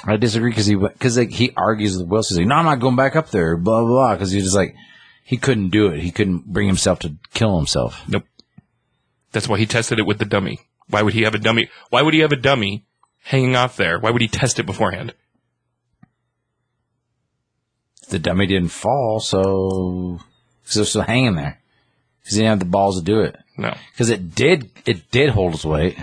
[SPEAKER 1] I disagree because he because like he argues with Wilson. He's like, no, I'm not going back up there. Blah blah. blah Because he's just like he couldn't do it. He couldn't bring himself to kill himself.
[SPEAKER 3] Nope. That's why he tested it with the dummy. Why would he have a dummy? Why would he have a dummy hanging off there? Why would he test it beforehand?
[SPEAKER 1] The dummy didn't fall, so because it was still hanging there. Because he didn't have the balls to do it.
[SPEAKER 3] No.
[SPEAKER 1] Because it did it did hold his weight.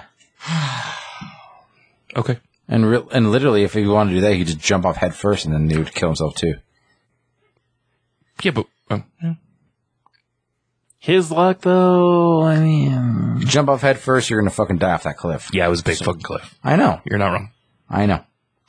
[SPEAKER 3] Okay.
[SPEAKER 1] And real and literally, if he wanted to do that, he could just jump off head first, and then he would kill himself too.
[SPEAKER 3] Yeah, but um,
[SPEAKER 2] His luck, though. I mean,
[SPEAKER 1] You jump off head first, you're gonna fucking die off that cliff.
[SPEAKER 3] yeah, it was a big fucking cliff.
[SPEAKER 1] I know.
[SPEAKER 3] You're not wrong.
[SPEAKER 1] I know.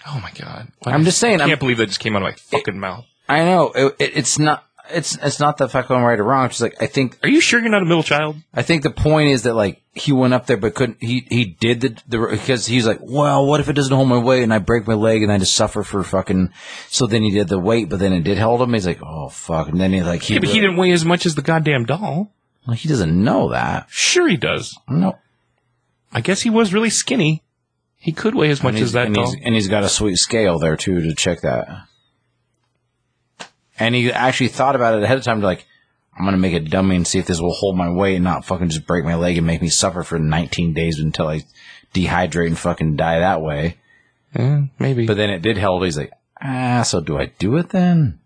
[SPEAKER 3] Oh my god.
[SPEAKER 1] I'm just saying.
[SPEAKER 3] I
[SPEAKER 1] I'm
[SPEAKER 3] can't believe that just came out of my fucking mouth.
[SPEAKER 1] I know it, it, it's not. It's it's not that fucking right or wrong. It's just like I think
[SPEAKER 3] Are you sure you're not a middle child?
[SPEAKER 1] I think the point is that like he went up there but couldn't. He he did the the because he's like, well, what if it doesn't hold my weight and I break my leg and I just suffer for fucking. So then he did the weight, but then it did hold him. He's like, oh fuck, and then he like he
[SPEAKER 3] Yeah, but he
[SPEAKER 1] really-
[SPEAKER 3] didn't weigh as much as the goddamn doll.
[SPEAKER 1] well, he doesn't know that.
[SPEAKER 3] Sure, he does.
[SPEAKER 1] No,
[SPEAKER 3] I guess he was really skinny. He could weigh as much
[SPEAKER 1] And he's-
[SPEAKER 3] as that
[SPEAKER 1] and
[SPEAKER 3] doll.
[SPEAKER 1] he's, and he's got a sweet scale there too to check that. And he actually thought about it ahead of time to like, I'm gonna make a dummy and see if this will hold my weight and not fucking just break my leg and make me suffer for 19 days until I dehydrate and fucking die that way.
[SPEAKER 3] Eh, maybe.
[SPEAKER 1] But
[SPEAKER 3] But
[SPEAKER 1] then it did hold. He's like, ah, so do I do it then?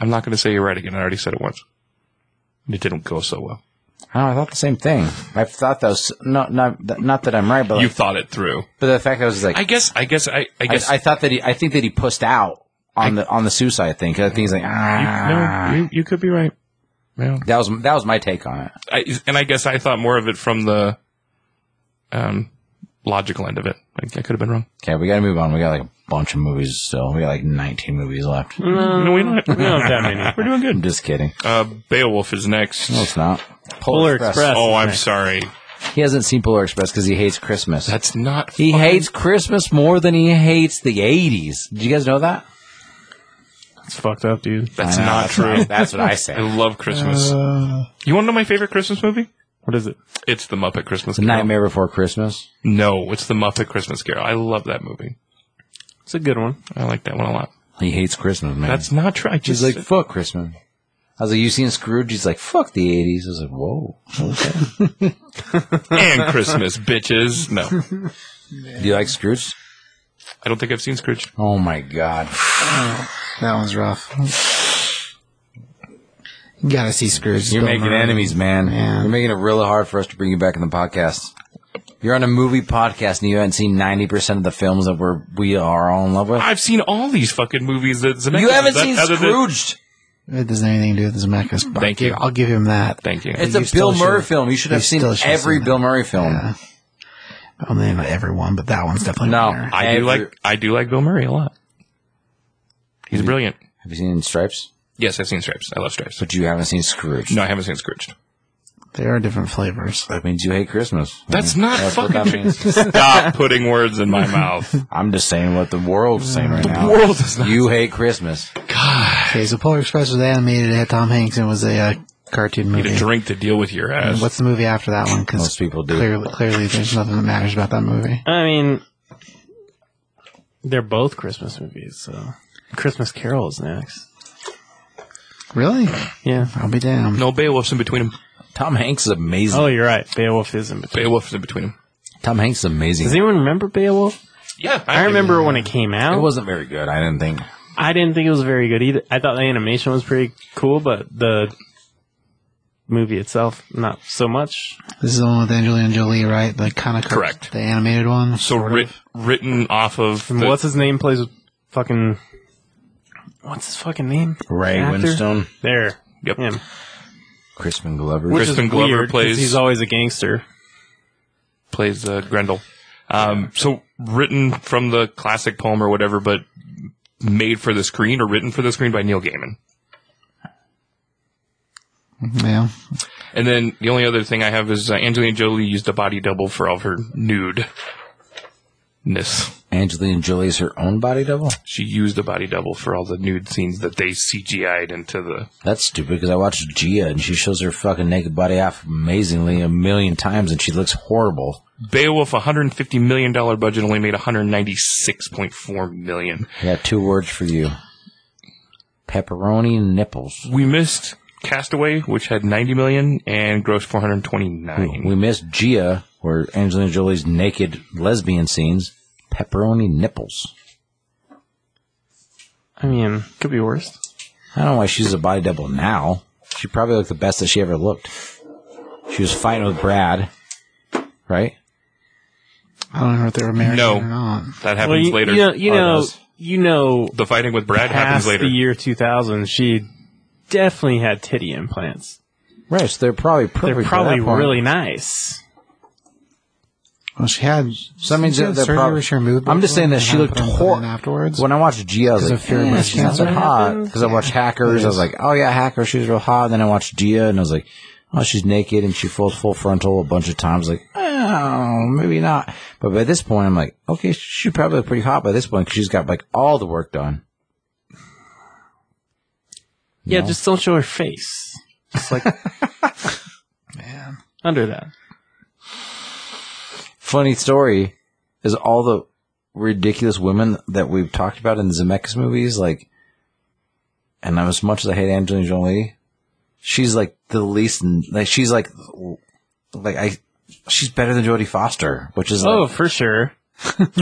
[SPEAKER 3] I'm not going to say you're right again. I already said it once. And It didn't go so well.
[SPEAKER 1] Oh, I thought the same thing. I thought that was not not that- not that I'm right, but
[SPEAKER 3] You
[SPEAKER 1] like,
[SPEAKER 3] thought it through.
[SPEAKER 1] but the fact that I was like,
[SPEAKER 3] I
[SPEAKER 1] I,
[SPEAKER 3] guess. I guess. I. I
[SPEAKER 1] I,
[SPEAKER 3] guess.
[SPEAKER 1] thought that he, I think that he pushed out on the on the suicide thing. 'cause I think he's like, ah,
[SPEAKER 3] no, you, you could be right.
[SPEAKER 1] that was that was my take on it.
[SPEAKER 3] I, and I guess I thought more of it from the um, logical end of it. Like, I could have been wrong.
[SPEAKER 1] Okay, we gotta move on. We got like a bunch of movies still. We got like 19 movies left.
[SPEAKER 3] Hmm. No, we don't.
[SPEAKER 2] we don't have that many.
[SPEAKER 3] We're doing
[SPEAKER 1] I'm
[SPEAKER 3] good.
[SPEAKER 1] just kidding.
[SPEAKER 3] Uh, Beowulf is next.
[SPEAKER 1] No, it's not.
[SPEAKER 2] Polar Express.
[SPEAKER 3] Oh, I'm sorry.
[SPEAKER 1] He hasn't seen Polar Express because he hates Christmas.
[SPEAKER 3] That's not.
[SPEAKER 1] he
[SPEAKER 3] fucking-
[SPEAKER 1] hates Christmas more than he hates the 80s. Did you guys know that?
[SPEAKER 2] It's fucked up, dude.
[SPEAKER 3] That's
[SPEAKER 1] I know,
[SPEAKER 3] not
[SPEAKER 1] that's
[SPEAKER 3] true.
[SPEAKER 1] not- that's what I say.
[SPEAKER 3] I love Christmas. you want to know my favorite Christmas movie?
[SPEAKER 2] Uh, What is it?
[SPEAKER 3] It's the Muppet Christmas
[SPEAKER 1] The
[SPEAKER 3] Carol.
[SPEAKER 1] Nightmare Before Christmas.
[SPEAKER 3] No, it's the Muppet Christmas Carol. I love that movie.
[SPEAKER 2] It's a good one.
[SPEAKER 3] I like that one a lot.
[SPEAKER 1] He hates Christmas, man.
[SPEAKER 3] That's not true. I
[SPEAKER 1] He's
[SPEAKER 3] just
[SPEAKER 1] like, fuck Christmas. I was like, you seen Scrooge? He's like, fuck the 80s. I was like, whoa. Okay.
[SPEAKER 3] and Christmas, bitches. No,
[SPEAKER 1] Do you like Scrooge?
[SPEAKER 3] I don't think I've seen Scrooge.
[SPEAKER 1] Oh my god.
[SPEAKER 4] That one's rough. You gotta see Scrooge.
[SPEAKER 1] You're
[SPEAKER 4] Bill
[SPEAKER 1] making
[SPEAKER 4] Murray.
[SPEAKER 1] enemies, man.
[SPEAKER 4] Yeah.
[SPEAKER 1] You're making it really hard for us to bring you back in the podcast. You're on a movie podcast and you haven't seen 90% of the films that we're, we are all in love with.
[SPEAKER 3] I've seen all these fucking movies. That Zemeckis
[SPEAKER 1] You haven't
[SPEAKER 3] has
[SPEAKER 1] seen
[SPEAKER 3] other than-
[SPEAKER 1] Scrooged.
[SPEAKER 4] It doesn't have anything to do with Zemeckis.
[SPEAKER 3] Thank
[SPEAKER 4] But I'll give-
[SPEAKER 3] you.
[SPEAKER 4] I'll give him that.
[SPEAKER 3] Thank you.
[SPEAKER 1] It's
[SPEAKER 4] You
[SPEAKER 1] a
[SPEAKER 4] still
[SPEAKER 1] Bill Murray
[SPEAKER 4] should-
[SPEAKER 1] film. You should
[SPEAKER 4] you
[SPEAKER 1] have seen
[SPEAKER 4] still should have
[SPEAKER 1] every
[SPEAKER 4] seen
[SPEAKER 1] Bill Murray film.
[SPEAKER 4] Yeah. I mean, not everyone, but that one's definitely
[SPEAKER 1] No.
[SPEAKER 4] a winner.
[SPEAKER 3] I do
[SPEAKER 1] Every-
[SPEAKER 3] like I do like Bill Murray a lot. He's brilliant.
[SPEAKER 1] Have you seen Stripes?
[SPEAKER 3] Yes, I've seen Stripes. I love Stripes.
[SPEAKER 1] But you haven't seen Scrooge.
[SPEAKER 3] No, I haven't seen Scrooge.
[SPEAKER 4] They are different flavors.
[SPEAKER 1] That means you hate Christmas.
[SPEAKER 3] That's not
[SPEAKER 1] That's what
[SPEAKER 3] fucking.
[SPEAKER 1] that means.
[SPEAKER 3] Stop putting words in my mouth.
[SPEAKER 1] I'm just saying what the world's saying right now.
[SPEAKER 3] world is not-
[SPEAKER 1] You hate Christmas.
[SPEAKER 4] Okay, so Polar Express was animated. It had Tom Hanks and it was a uh, cartoon
[SPEAKER 3] Need
[SPEAKER 4] movie.
[SPEAKER 3] a drink to deal with your ass.
[SPEAKER 4] Mm-hmm. What's the movie after that one? Because
[SPEAKER 1] Most people do.
[SPEAKER 4] Clearly, clearly, there's nothing that matters about that movie.
[SPEAKER 2] I mean, they're both Christmas movies, so Christmas Carol is next.
[SPEAKER 4] Really?
[SPEAKER 2] Yeah.
[SPEAKER 4] I'll be damned.
[SPEAKER 3] no Beowulf's in between them.
[SPEAKER 1] Tom Hanks is amazing.
[SPEAKER 2] Oh, you're right. Beowulf is in between.
[SPEAKER 3] Beowulf's in between them.
[SPEAKER 1] Tom Hanks is amazing.
[SPEAKER 2] Does anyone remember Beowulf?
[SPEAKER 3] Yeah,
[SPEAKER 2] I remember when it came out.
[SPEAKER 1] it wasn't very good, I didn't think.
[SPEAKER 2] I didn't think it was very good either. I thought the animation was pretty cool, but the movie itself, not so much.
[SPEAKER 4] This is the one with Angelina Jolie, right? The kind of
[SPEAKER 3] Correct.
[SPEAKER 4] the animated one.
[SPEAKER 3] So
[SPEAKER 4] sort
[SPEAKER 3] writ-
[SPEAKER 4] of.
[SPEAKER 3] written off of
[SPEAKER 2] And
[SPEAKER 3] the-
[SPEAKER 2] what's his name plays with fucking. What's his fucking name?
[SPEAKER 1] Ray
[SPEAKER 2] Actor?
[SPEAKER 1] Winstone,
[SPEAKER 2] There.
[SPEAKER 3] Yep.
[SPEAKER 2] Him.
[SPEAKER 1] Crispin Glover.
[SPEAKER 2] Which
[SPEAKER 3] Crispin
[SPEAKER 2] is
[SPEAKER 3] Glover
[SPEAKER 2] weird, 'cause
[SPEAKER 3] plays-
[SPEAKER 2] He's always a gangster.
[SPEAKER 3] plays uh, Grendel. Um, so written from the classic poem or whatever, but made for the screen or written for the screen by Neil Gaiman.
[SPEAKER 4] Yeah.
[SPEAKER 3] And then the only other thing I have is uh, Angelina Jolie used a body double for all of her nude ness.
[SPEAKER 1] Angelina Jolie is her own body double.
[SPEAKER 3] She used a body double for all the nude scenes that they CGI'd into the.
[SPEAKER 1] That's stupid because I watched Gia and she shows her fucking naked body off amazingly a million times and she looks horrible.
[SPEAKER 3] Beowulf, $150 million budget, only made $196.4 million.
[SPEAKER 1] I got two words for you: pepperoni and nipples.
[SPEAKER 3] We missed Castaway, which had 90 million and grossed 429.
[SPEAKER 1] We missed Gia, where Angelina Jolie's naked lesbian scenes. Pepperoni nipples.
[SPEAKER 2] I mean, could be worse.
[SPEAKER 1] I don't know why she's a body double now. She probably looked the best that she ever looked. She was fighting with Brad, right?
[SPEAKER 4] I don't know if they were married
[SPEAKER 3] No.
[SPEAKER 4] or not.
[SPEAKER 3] That happens
[SPEAKER 2] Well, you,
[SPEAKER 3] later.
[SPEAKER 2] you know, you
[SPEAKER 1] Oh, it
[SPEAKER 2] know,
[SPEAKER 1] does.
[SPEAKER 2] you know
[SPEAKER 3] the fighting with Brad happens
[SPEAKER 2] past
[SPEAKER 3] later.
[SPEAKER 2] the year 2000, she definitely had titty implants.
[SPEAKER 1] Right. So they're probably perfect.
[SPEAKER 2] They're
[SPEAKER 1] at
[SPEAKER 2] probably
[SPEAKER 1] that point.
[SPEAKER 2] really nice.
[SPEAKER 4] Well, she had.
[SPEAKER 1] So that means
[SPEAKER 4] she had
[SPEAKER 1] that they're
[SPEAKER 4] surgery
[SPEAKER 1] prob-
[SPEAKER 4] where she removed
[SPEAKER 1] I'm just
[SPEAKER 4] it
[SPEAKER 1] saying that
[SPEAKER 4] and
[SPEAKER 1] she
[SPEAKER 4] had it
[SPEAKER 1] looked
[SPEAKER 4] put on- put
[SPEAKER 1] hor-
[SPEAKER 4] in afterwards.
[SPEAKER 1] When I watched Gia, I was
[SPEAKER 4] Because
[SPEAKER 1] like,
[SPEAKER 4] of fear of
[SPEAKER 1] yeah,
[SPEAKER 4] breast
[SPEAKER 1] she's not so
[SPEAKER 4] cancer.
[SPEAKER 1] hot. Because I watched Hackers, I was like, oh yeah, Hackers, she was real hot. And then I watched Gia, and I was like, oh, she's naked and she full full frontal a bunch of times. Like, oh, maybe not. But by this point, I'm like, okay, she probably look pretty hot by this point because she's got like all the work done.
[SPEAKER 2] Yeah, just don't show her face. Just like
[SPEAKER 4] Man.
[SPEAKER 2] under that.
[SPEAKER 1] Funny story is all the ridiculous women that we've talked about in Zemeckis movies, like, and as much as I hate Angelina Jolie, she's like the least, like she's like, like I, she's better than Jodie Foster, which is
[SPEAKER 2] Oh,
[SPEAKER 1] like,
[SPEAKER 2] for sure.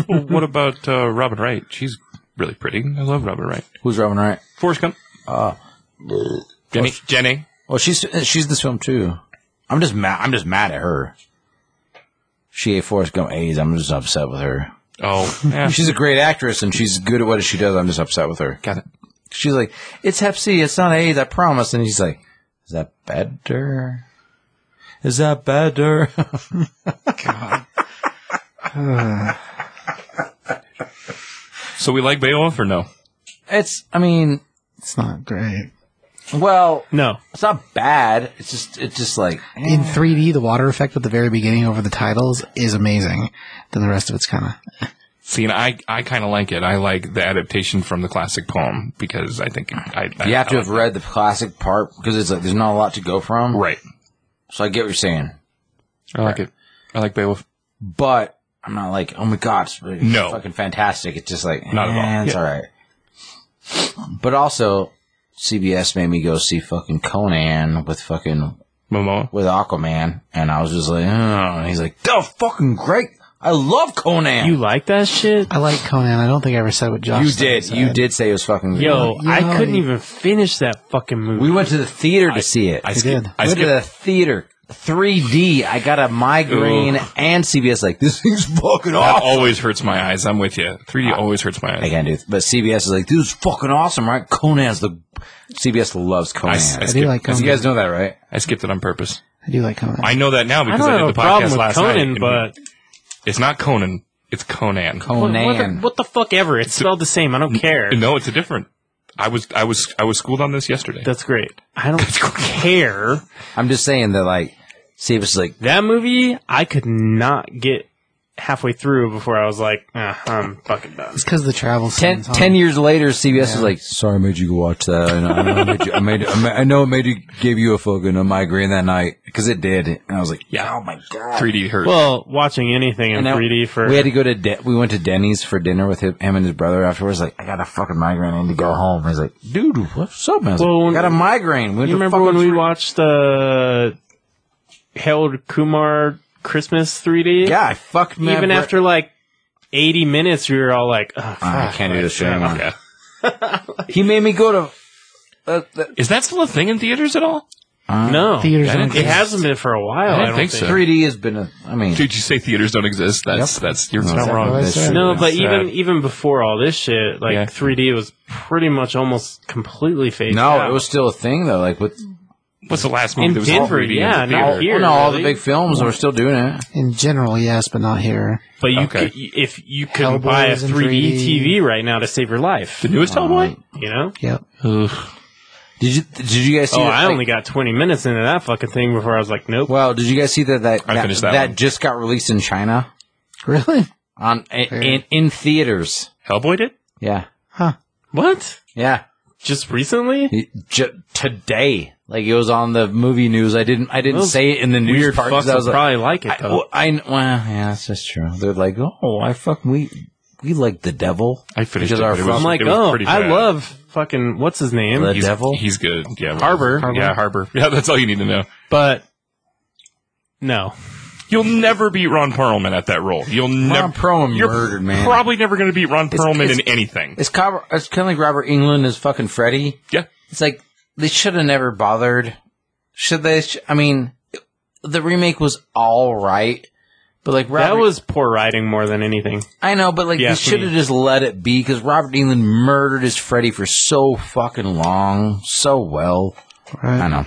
[SPEAKER 3] Well, what about uh, Robin Wright? She's really pretty. I love Robin Wright.
[SPEAKER 1] who's Robin Wright?
[SPEAKER 3] Forrest Gump. Jenny. Jenny.
[SPEAKER 1] Well, she's she's in this film too. I'm just mad. I'm just mad at her. She ate Forrest Gump A's. I'm just upset with her.
[SPEAKER 3] Oh, yeah.
[SPEAKER 1] She's a great actress and she's good at what she does. I'm just upset with her.
[SPEAKER 3] got it.
[SPEAKER 1] She's like, it's Hep C, it's not AIDS, I promise. And he's like, is that better? Is that better?
[SPEAKER 3] So we like Beowulf or no?
[SPEAKER 1] it's, I mean,
[SPEAKER 4] It's not great.
[SPEAKER 1] well,
[SPEAKER 2] No.
[SPEAKER 1] it's not bad. It's just, it's just like,
[SPEAKER 4] In 3D, the water effect at the very beginning over the titles is amazing. Then the rest of it's kind of.
[SPEAKER 3] See, and I, I kind of like it. I like the adaptation from the classic poem because I think I, I
[SPEAKER 1] you have to
[SPEAKER 3] I
[SPEAKER 1] have read the classic part because it's like, there's not a lot to go from.
[SPEAKER 3] right.
[SPEAKER 1] So I get what you're saying.
[SPEAKER 3] I like it. I like Beowulf.
[SPEAKER 1] But I'm not like, oh my God, it's really
[SPEAKER 3] No.
[SPEAKER 1] fucking fantastic. It's just like,
[SPEAKER 3] Not at all.
[SPEAKER 1] eh, It's
[SPEAKER 3] Yeah.
[SPEAKER 1] all right. But also, CBS made me go see fucking Conan with fucking
[SPEAKER 3] Momoa.
[SPEAKER 1] with Aquaman, and I was just like, oh. And he's like, "That was fucking great. I love Conan."
[SPEAKER 2] You like that shit?
[SPEAKER 4] I like Conan. I don't think I ever said what Josh.
[SPEAKER 1] You
[SPEAKER 4] said.
[SPEAKER 1] did. You did say it was fucking. good.
[SPEAKER 2] Yo,
[SPEAKER 4] Yeah,
[SPEAKER 2] I couldn't
[SPEAKER 4] you-
[SPEAKER 2] even finish that fucking movie.
[SPEAKER 1] we went to the theater to see it.
[SPEAKER 3] I
[SPEAKER 4] You
[SPEAKER 3] skipped.
[SPEAKER 4] did.
[SPEAKER 3] I
[SPEAKER 1] went to
[SPEAKER 3] skipped.
[SPEAKER 1] the theater. 3D. I got a migraine and CBS. Like this thing's fucking
[SPEAKER 3] That
[SPEAKER 1] awesome.
[SPEAKER 3] always hurts my eyes. I'm with you. 3D always hurts my
[SPEAKER 1] I
[SPEAKER 3] eyes.
[SPEAKER 1] can't do. It. But CBS is like, this is fucking awesome, right? Conan's the CBS loves Conan.
[SPEAKER 3] I, s- I
[SPEAKER 4] I do
[SPEAKER 3] skipped,
[SPEAKER 4] like
[SPEAKER 1] you
[SPEAKER 4] Conan.
[SPEAKER 1] guys know that, right?
[SPEAKER 3] I skipped it on purpose.
[SPEAKER 4] I do like Conan.
[SPEAKER 3] I know that now
[SPEAKER 2] I
[SPEAKER 3] because
[SPEAKER 2] don't
[SPEAKER 3] I,
[SPEAKER 2] have a
[SPEAKER 3] did the podcast
[SPEAKER 2] problem with
[SPEAKER 3] last
[SPEAKER 2] Conan,
[SPEAKER 3] night.
[SPEAKER 2] but
[SPEAKER 3] it's not Conan. It's Conan.
[SPEAKER 2] what,
[SPEAKER 1] Conan.
[SPEAKER 2] what the, what the fuck ever? It's spelled the same. I don't care.
[SPEAKER 3] No, it's a different. I was I was I was schooled on this yesterday.
[SPEAKER 2] That's great. I don't care.
[SPEAKER 1] I'm just saying that, like, CBS is like,
[SPEAKER 2] That movie, I could not get halfway through before I was like, ah, I'm fucking done.
[SPEAKER 4] it's because the travel.
[SPEAKER 1] Ten,
[SPEAKER 4] scenes, huh?
[SPEAKER 1] ten years later, CBS was like, "Sorry, I made you go watch that. I know, I know, I made you, I, made, I, ma- I know it made you gave you a fucking a migraine that night because it did." And I was like,
[SPEAKER 3] Yeah.
[SPEAKER 1] "Oh my god!"
[SPEAKER 3] 3D hurt.
[SPEAKER 2] Well, watching anything in
[SPEAKER 1] And now-
[SPEAKER 2] 3D for
[SPEAKER 1] we had to go to De- we went to Denny's for dinner with him, him and his brother afterwards. Like, I got a fucking migraine. I need to go home. And he's like, "Dude, what's up, man?" I, was like,
[SPEAKER 2] Well, when-
[SPEAKER 1] "I got a migraine." We went
[SPEAKER 2] You
[SPEAKER 1] to
[SPEAKER 2] remember
[SPEAKER 1] fucking
[SPEAKER 2] when we
[SPEAKER 1] free-
[SPEAKER 2] watched the Harold Kumar Christmas 3D?
[SPEAKER 1] Yeah, I fucked my
[SPEAKER 2] Even
[SPEAKER 1] bra-
[SPEAKER 2] after like 80 minutes, we were all like, oh, fuck.
[SPEAKER 1] Ah, I can't do this shit anymore.
[SPEAKER 3] yeah.
[SPEAKER 1] He made me go to. Uh, the,
[SPEAKER 3] Is that still a thing in theaters at all?
[SPEAKER 1] Ah,
[SPEAKER 2] No,
[SPEAKER 4] Theaters
[SPEAKER 3] I
[SPEAKER 4] don't
[SPEAKER 3] didn't
[SPEAKER 2] it
[SPEAKER 4] exist.
[SPEAKER 2] hasn't been for a while. I,
[SPEAKER 3] didn't
[SPEAKER 2] don't
[SPEAKER 3] think
[SPEAKER 2] think,
[SPEAKER 3] so.
[SPEAKER 1] 3D has been a. I mean,
[SPEAKER 3] Dude, you say theaters don't exist. That's
[SPEAKER 1] Yep.
[SPEAKER 3] that's you're
[SPEAKER 1] No,
[SPEAKER 3] not
[SPEAKER 1] that's
[SPEAKER 3] wrong.
[SPEAKER 4] what I said.
[SPEAKER 2] No, but
[SPEAKER 3] Sad.
[SPEAKER 2] even even before all this shit, like
[SPEAKER 3] Yeah.
[SPEAKER 2] 3D was pretty much almost completely phased
[SPEAKER 1] no,
[SPEAKER 2] out.
[SPEAKER 1] it was still a thing though. Like with
[SPEAKER 3] What's the last movie
[SPEAKER 2] in
[SPEAKER 3] that was
[SPEAKER 2] Denver.
[SPEAKER 3] all 3D
[SPEAKER 2] yeah,
[SPEAKER 3] in the
[SPEAKER 2] not
[SPEAKER 3] theater?
[SPEAKER 2] here.
[SPEAKER 1] oh, no, all the
[SPEAKER 2] really.
[SPEAKER 1] big films are still doing it.
[SPEAKER 4] In general, yes, but not here.
[SPEAKER 2] But you
[SPEAKER 3] Okay.
[SPEAKER 2] could, if you could buy a
[SPEAKER 4] Hellboy's in
[SPEAKER 2] 3D,
[SPEAKER 4] 3D.
[SPEAKER 2] TV right now to save your life,
[SPEAKER 3] The newest
[SPEAKER 1] Um,
[SPEAKER 3] Hellboy?
[SPEAKER 2] you know.
[SPEAKER 4] Yep.
[SPEAKER 1] Did you did you guys see?
[SPEAKER 2] oh,
[SPEAKER 1] that,
[SPEAKER 2] I
[SPEAKER 1] like-
[SPEAKER 2] only got 20 minutes into that fucking thing before I was like, nope.
[SPEAKER 1] Well, did you guys see that that
[SPEAKER 3] I
[SPEAKER 1] that,
[SPEAKER 3] finished that
[SPEAKER 1] that
[SPEAKER 3] one.
[SPEAKER 1] just got released in China
[SPEAKER 4] Really?
[SPEAKER 1] on in, in in theaters?
[SPEAKER 3] Hellboy did?
[SPEAKER 1] Yeah,
[SPEAKER 2] What?
[SPEAKER 1] yeah.
[SPEAKER 2] Just recently?
[SPEAKER 1] It- ju- today, like it was on the movie news. I didn't I didn't
[SPEAKER 2] Those
[SPEAKER 1] say it in the news
[SPEAKER 2] Weird
[SPEAKER 1] part
[SPEAKER 2] fucks
[SPEAKER 1] because I was
[SPEAKER 2] will
[SPEAKER 1] like,
[SPEAKER 2] probably like it
[SPEAKER 1] I,
[SPEAKER 2] though.
[SPEAKER 1] well, I- well, yeah, that's just true. They're like, oh, I fuck we we like the devil.
[SPEAKER 3] I finished
[SPEAKER 1] Because
[SPEAKER 3] it.
[SPEAKER 1] our
[SPEAKER 3] but it
[SPEAKER 1] fr-
[SPEAKER 3] was,
[SPEAKER 2] I'm like,
[SPEAKER 3] it was
[SPEAKER 2] oh,
[SPEAKER 3] pretty
[SPEAKER 2] I
[SPEAKER 3] bad.
[SPEAKER 2] love fucking what's his name,
[SPEAKER 1] The
[SPEAKER 3] he's,
[SPEAKER 1] devil.
[SPEAKER 3] He's good. Yeah.
[SPEAKER 2] Harbor.
[SPEAKER 3] Yeah, Harbor. Yeah, that's all you need to know.
[SPEAKER 2] but no,
[SPEAKER 3] You'll never beat Ron Perlman at that role. You'll
[SPEAKER 1] Ron
[SPEAKER 3] never
[SPEAKER 1] Perlman
[SPEAKER 3] You're
[SPEAKER 1] murdered man.
[SPEAKER 3] probably never going to beat Ron
[SPEAKER 1] It's-
[SPEAKER 3] Perlman
[SPEAKER 1] it's-
[SPEAKER 3] in anything.
[SPEAKER 1] it's kind of, it's kind of like Robert England is fucking Freddy.
[SPEAKER 3] Yeah.
[SPEAKER 1] It's like they should have never bothered. Should they? Sh- I mean, the remake was all right, but like Robert,
[SPEAKER 2] that was poor writing more than anything.
[SPEAKER 1] I know, but like
[SPEAKER 2] Yeah,
[SPEAKER 1] they
[SPEAKER 2] for
[SPEAKER 1] should have
[SPEAKER 2] me.
[SPEAKER 1] just let it be because Robert England murdered his Freddy for so fucking long, so well.
[SPEAKER 4] Right.
[SPEAKER 1] I know.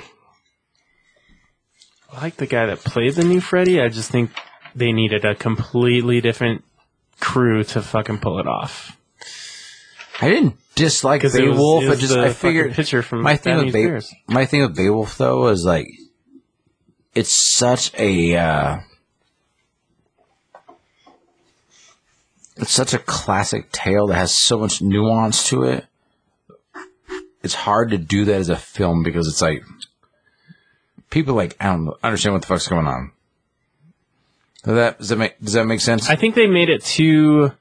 [SPEAKER 2] I like the guy that played the new Freddy. I just think they needed a completely different crew to fucking pull it off.
[SPEAKER 1] I didn't dislike
[SPEAKER 2] Because it was-
[SPEAKER 1] Beowulf.
[SPEAKER 2] it was
[SPEAKER 1] I just
[SPEAKER 2] the
[SPEAKER 1] I
[SPEAKER 2] fucking
[SPEAKER 1] figured
[SPEAKER 2] picture from
[SPEAKER 1] my thing
[SPEAKER 2] Bad
[SPEAKER 1] with
[SPEAKER 2] News
[SPEAKER 1] Be-
[SPEAKER 2] Bears.
[SPEAKER 1] my thing with Beowulf though is like it's such a uh, it's such a classic tale that has so much nuance to it. It's hard to do that as a film because it's like people like I don't know- understand what the fuck's going on. Does that does that make does that make sense?
[SPEAKER 2] I think they made it too.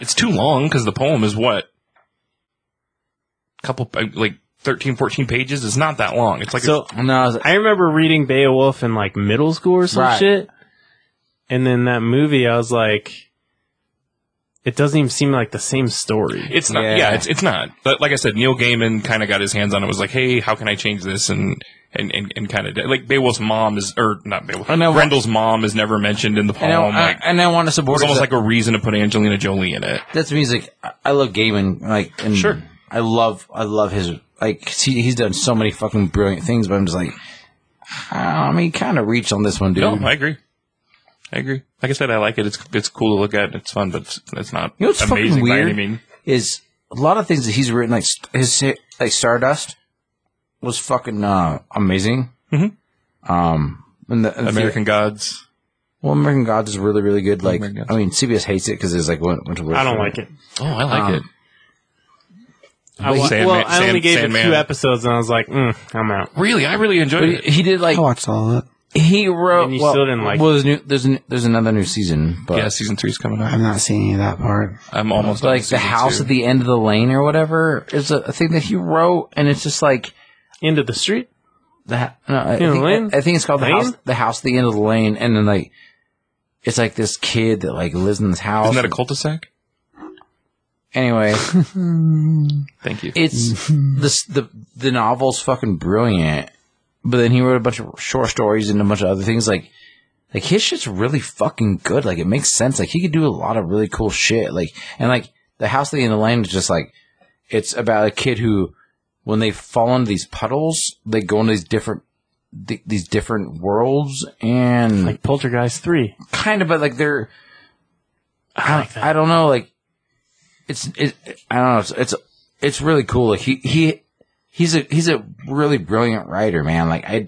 [SPEAKER 3] It's too long because the poem is what? couple, like 13, 14 pages? It's not that long. It's like
[SPEAKER 2] so
[SPEAKER 1] no, it's-
[SPEAKER 2] I remember reading Beowulf in like middle school or some
[SPEAKER 1] Right.
[SPEAKER 2] shit. And then that movie, I was like, it doesn't even seem like the same story.
[SPEAKER 3] It's not.
[SPEAKER 1] Yeah.
[SPEAKER 3] Yeah, it's it's not. But like I said, Neil Gaiman kind of got his hands on it. Was like, hey, how can I change this? And and and, and kind of like Beowulf's mom is, or not Beowulf.
[SPEAKER 1] I know.
[SPEAKER 3] Grendel's mom is never mentioned in the poem.
[SPEAKER 1] and I,
[SPEAKER 3] like,
[SPEAKER 1] I, and I want to
[SPEAKER 3] it
[SPEAKER 1] support
[SPEAKER 3] was
[SPEAKER 1] it,
[SPEAKER 3] almost
[SPEAKER 1] but-
[SPEAKER 3] like a reason to put Angelina Jolie in it.
[SPEAKER 1] that's music. I- I love Gaiman. Like, and
[SPEAKER 3] Sure.
[SPEAKER 1] I love, I love his. Like, 'cause he, he's done so many fucking brilliant things, but I'm just like, I mean, kind of reached on this one, dude.
[SPEAKER 3] No, I agree. I agree. Like I said, I like it. It's it's cool to look at. and It's fun, but it's, it's not
[SPEAKER 1] You know what's fucking
[SPEAKER 3] amazing by
[SPEAKER 1] weird?
[SPEAKER 3] any means.
[SPEAKER 1] Is a lot of things that he's written, like st- his like Stardust, was fucking uh, amazing.
[SPEAKER 3] Mhm.
[SPEAKER 1] Um, and the, and the-
[SPEAKER 3] American Gods.
[SPEAKER 1] well, American Gods is really, really good. Like,
[SPEAKER 3] American Gods.
[SPEAKER 1] I mean, CBS hates it because it's like went, went to
[SPEAKER 2] I don't like it.
[SPEAKER 3] Oh, I like
[SPEAKER 1] Um,
[SPEAKER 3] it.
[SPEAKER 2] I, wa-
[SPEAKER 3] Sandman-
[SPEAKER 2] well, I only
[SPEAKER 3] Sand-
[SPEAKER 2] gave it
[SPEAKER 3] Sandman.
[SPEAKER 2] two episodes and I was like, mm, I'm out.
[SPEAKER 3] Really, I really enjoyed
[SPEAKER 1] But
[SPEAKER 3] it.
[SPEAKER 1] he did like
[SPEAKER 4] I watched all of it.
[SPEAKER 1] He wrote.
[SPEAKER 2] And you still didn't like
[SPEAKER 1] Well, there's, new, there's an, there's another new season, but
[SPEAKER 3] yeah, season three's coming
[SPEAKER 4] I've
[SPEAKER 3] out.
[SPEAKER 4] not seen any of that part.
[SPEAKER 3] I'm almost
[SPEAKER 1] like the house at the end of the lane or whatever is a, a thing that he wrote, and it's just like
[SPEAKER 2] End of the street.
[SPEAKER 1] that. No, I,
[SPEAKER 2] End of the
[SPEAKER 1] think,
[SPEAKER 2] lane?
[SPEAKER 1] I think it's called the
[SPEAKER 2] Lane?
[SPEAKER 1] house. The house at the end of the lane, and then like it's like this kid that like lives in this house.
[SPEAKER 3] Isn't that a cul-de-sac?
[SPEAKER 1] anyway?
[SPEAKER 3] Thank you.
[SPEAKER 1] It's the the the novel's fucking brilliant, but then he wrote a bunch of short stories and a bunch of other things like like his shit's really fucking good. Like it makes sense. Like he could do a lot of really cool shit. Like and like the house at the end of the lane is just like it's about a kid who when they fall into these puddles they go into these different th- these different worlds and
[SPEAKER 2] Like Poltergeist 3.
[SPEAKER 1] kind of but like they're
[SPEAKER 2] I like that.
[SPEAKER 1] I don't know. Like it's it. I don't know. It's it's, it's really cool. Like he he he's a he's a really brilliant writer, man. Like I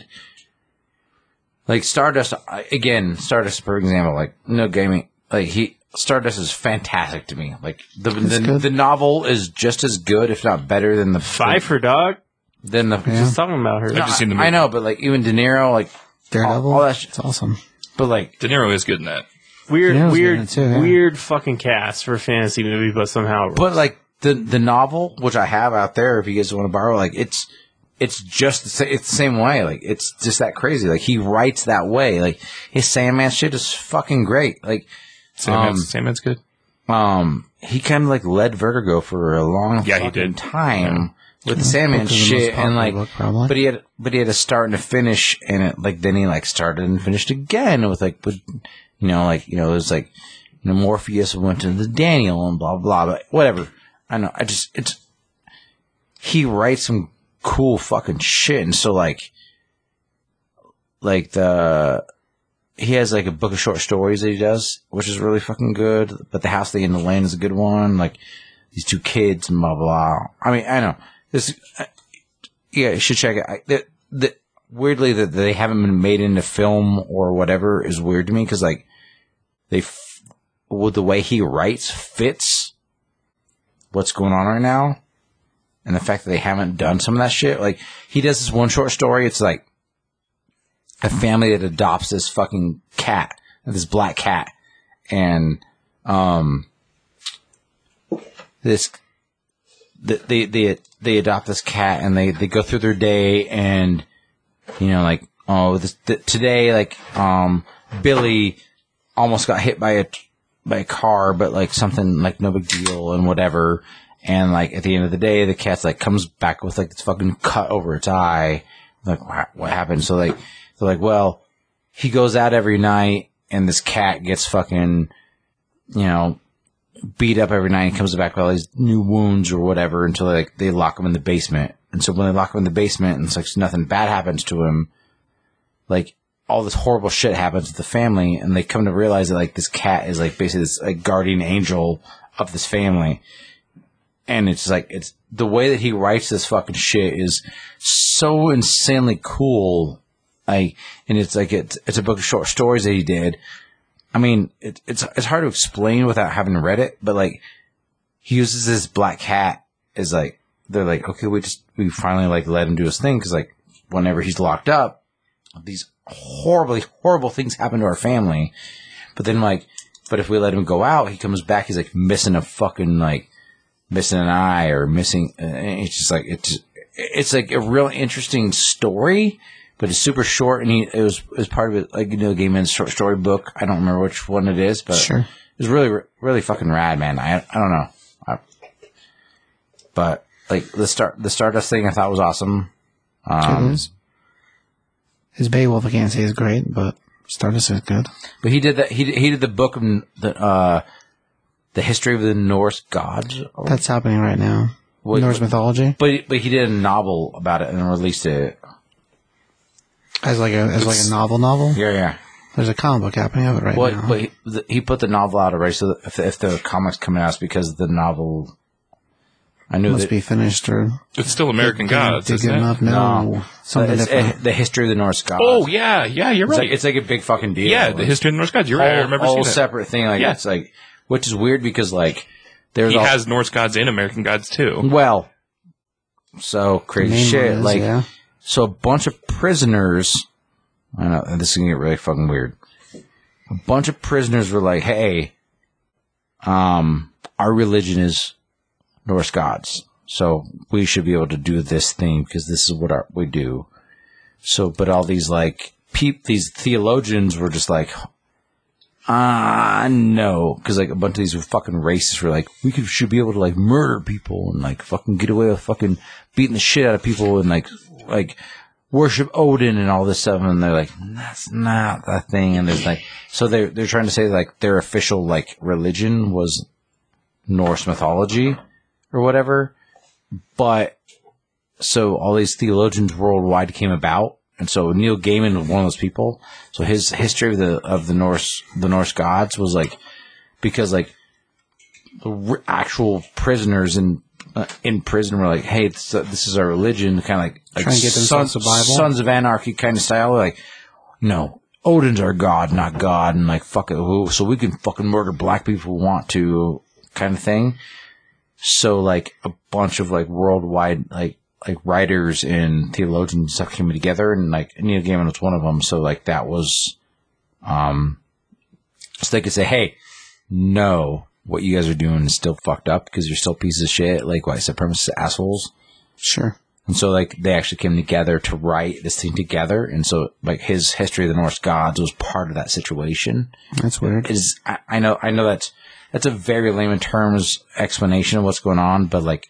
[SPEAKER 1] like Stardust I- again. Stardust for example. Like no gaming. Like he Stardust is fantastic to me. Like the the,
[SPEAKER 4] good.
[SPEAKER 1] the novel is just as good, if not better, than the
[SPEAKER 2] Pfeiffer, dog.
[SPEAKER 1] than the.
[SPEAKER 2] Just talking about her.
[SPEAKER 1] No,
[SPEAKER 3] just seen the
[SPEAKER 1] I-
[SPEAKER 3] movie.
[SPEAKER 1] I know, but like even De Niro, like
[SPEAKER 4] Daredevil.
[SPEAKER 1] All- all that shit.
[SPEAKER 4] It's awesome.
[SPEAKER 1] but like
[SPEAKER 3] De Niro is good in that.
[SPEAKER 2] Weird,
[SPEAKER 4] Yeah, I was gonna
[SPEAKER 2] weird,
[SPEAKER 4] say that.
[SPEAKER 2] weird fucking cast for a fantasy movie, but somehow. it
[SPEAKER 1] But like the the novel, which I have out there, if you guys want to borrow, like it's it's just the same. It's the same way. Like it's just that crazy. Like he writes that way. Like his Sandman shit is fucking great. Like Um,
[SPEAKER 3] Sandman's, Sandman's good.
[SPEAKER 1] um, he kind of like led Vertigo for a long
[SPEAKER 3] Yeah, he
[SPEAKER 1] fucking
[SPEAKER 3] did.
[SPEAKER 1] time with the Sandman
[SPEAKER 4] Book is the most
[SPEAKER 1] shit, and
[SPEAKER 4] popular
[SPEAKER 1] like,
[SPEAKER 4] book, probably.
[SPEAKER 1] but he had but he had a start and a finish, and it like then he like started and finished again with like with you know like you know it was like you know, Morpheus went to the Daniel and blah blah blah whatever. I know. I just it's he writes some cool fucking shit, and so like like the he has like a book of short stories that he does, which is really fucking good. But the house at the end of the lane is a good one. Like these two kids and blah blah. I mean, I know this. I- Yeah, you should check it. I, the, the, weirdly, that they haven't been made into film or whatever is weird to me because like they f- with the way he writes fits what's going on right now, and the fact that they haven't done some of that shit. Like he does this one short story. It's like a family that adopts this fucking cat, this black cat, and um, this th- they they they adopt this cat and they they go through their day and you know like oh this th- today like um Billy almost got hit by a by a car but like something like no big deal and whatever and like at the end of the day the cat's like comes back with like this fucking cut over its eye like what, what happened so like they're like well he goes out every night and this cat gets fucking you know beat up every night and comes back with all these new wounds or whatever until like they lock him in the basement. And so when they lock him in the basement and it's like nothing bad happens to him, like all this horrible shit happens to the family and they come to realize that like this cat is like basically this like guardian angel of this family. And it's like it's the way that he writes this fucking shit is so insanely cool. Like and it's like it's it's a book of short stories that he did I mean, it, it's it's hard to explain without having read it, but like he uses this black cat as like they're like okay, we just we finally like let him do his thing because like whenever he's locked up, these horribly horrible things happen to our family, but then like but if we let him go out, he comes back, he's like missing a fucking like missing an eye or missing. uh, It's just like it's it's like a real interesting story, but it's super short. And he, it was it was part of it like you know Game Man's short story book. I don't remember which one it is, but
[SPEAKER 4] Sure.
[SPEAKER 1] it's really really fucking rad, man. I I don't know, I, but like the start the Stardust thing I thought was awesome. Um,
[SPEAKER 4] Mm-hmm. His Beowulf, I can't say is great, but Stardust is good.
[SPEAKER 1] but he did that. He did, he did the book of n- the uh, the history of the Norse gods. or-
[SPEAKER 4] That's happening right now.
[SPEAKER 1] What-
[SPEAKER 4] Norse mythology
[SPEAKER 1] But but he did a novel about it and released it.
[SPEAKER 4] as like a as like a novel novel.
[SPEAKER 1] Yeah, yeah.
[SPEAKER 4] There's a comic book happening of it right
[SPEAKER 1] Well,
[SPEAKER 4] now.
[SPEAKER 1] but he, the, he put the novel out already, so if, if the comic's coming out, it's because the novel. I knew
[SPEAKER 4] Must
[SPEAKER 1] that.
[SPEAKER 4] be finished or
[SPEAKER 3] It's still American Gods,
[SPEAKER 4] dig
[SPEAKER 3] isn't
[SPEAKER 4] him
[SPEAKER 3] it?
[SPEAKER 4] up. No, something
[SPEAKER 1] it's,
[SPEAKER 4] different.
[SPEAKER 1] eh, the history of the Norse gods.
[SPEAKER 3] Oh yeah, yeah, you're
[SPEAKER 1] it's
[SPEAKER 3] right.
[SPEAKER 1] like it's like a big fucking deal.
[SPEAKER 3] yeah, the
[SPEAKER 1] Like,
[SPEAKER 3] history of the Norse gods. You're right. I
[SPEAKER 1] whole-
[SPEAKER 3] remember
[SPEAKER 1] whole
[SPEAKER 3] seeing that.
[SPEAKER 1] separate thing. Like
[SPEAKER 3] Yeah.
[SPEAKER 1] it's like, which is weird because like there's
[SPEAKER 3] He
[SPEAKER 1] all
[SPEAKER 3] has Norse gods and American gods too.
[SPEAKER 1] well, so crazy
[SPEAKER 4] Main one
[SPEAKER 1] shit.
[SPEAKER 4] is,
[SPEAKER 1] like
[SPEAKER 4] yeah.
[SPEAKER 1] so, a bunch of prisoners I know this is gonna get really fucking weird. A bunch of prisoners were like, "Hey, um, our religion is Norse gods, so we should be able to do this thing because this is what our, we do." So, but all these like peep, these theologians were just like, "Ah, no," because like a bunch of these fucking racists were like, "We could, should be able to like murder people and like fucking get away with fucking beating the shit out of people and like like." worship Odin and all this stuff, and they're like, that's not the thing. And it's like, so they're they're trying to say like their official like religion was Norse mythology or whatever, but so all these theologians worldwide came about, and so Neil Gaiman was one of those people. So his history of the of the Norse the Norse gods was like because like the r- actual prisoners in uh, in prison were like, hey, this, uh, this is our religion, kind of like, like
[SPEAKER 4] Trying to get themselves
[SPEAKER 1] Sons-
[SPEAKER 4] a Bible.
[SPEAKER 1] Sons of Anarchy kind of style. Like, no, Odin's our god, not God, and like fuck it, ooh, so we can fucking murder black people if we want to, kind of thing. So like a bunch of like worldwide like like writers and theologians and stuff came together, and like Neil Gaiman was one of them. So like that was, um, so they could say, hey, no, what you guys are doing is still fucked up because you're still pieces of shit, like white supremacist assholes.
[SPEAKER 4] Sure.
[SPEAKER 1] And so, like, they actually came together to write this thing together. And so, like, his history of the Norse gods was part of that situation.
[SPEAKER 4] That's weird.
[SPEAKER 1] Is I, I know, I know that's that's a very layman terms explanation of what's going on, but like,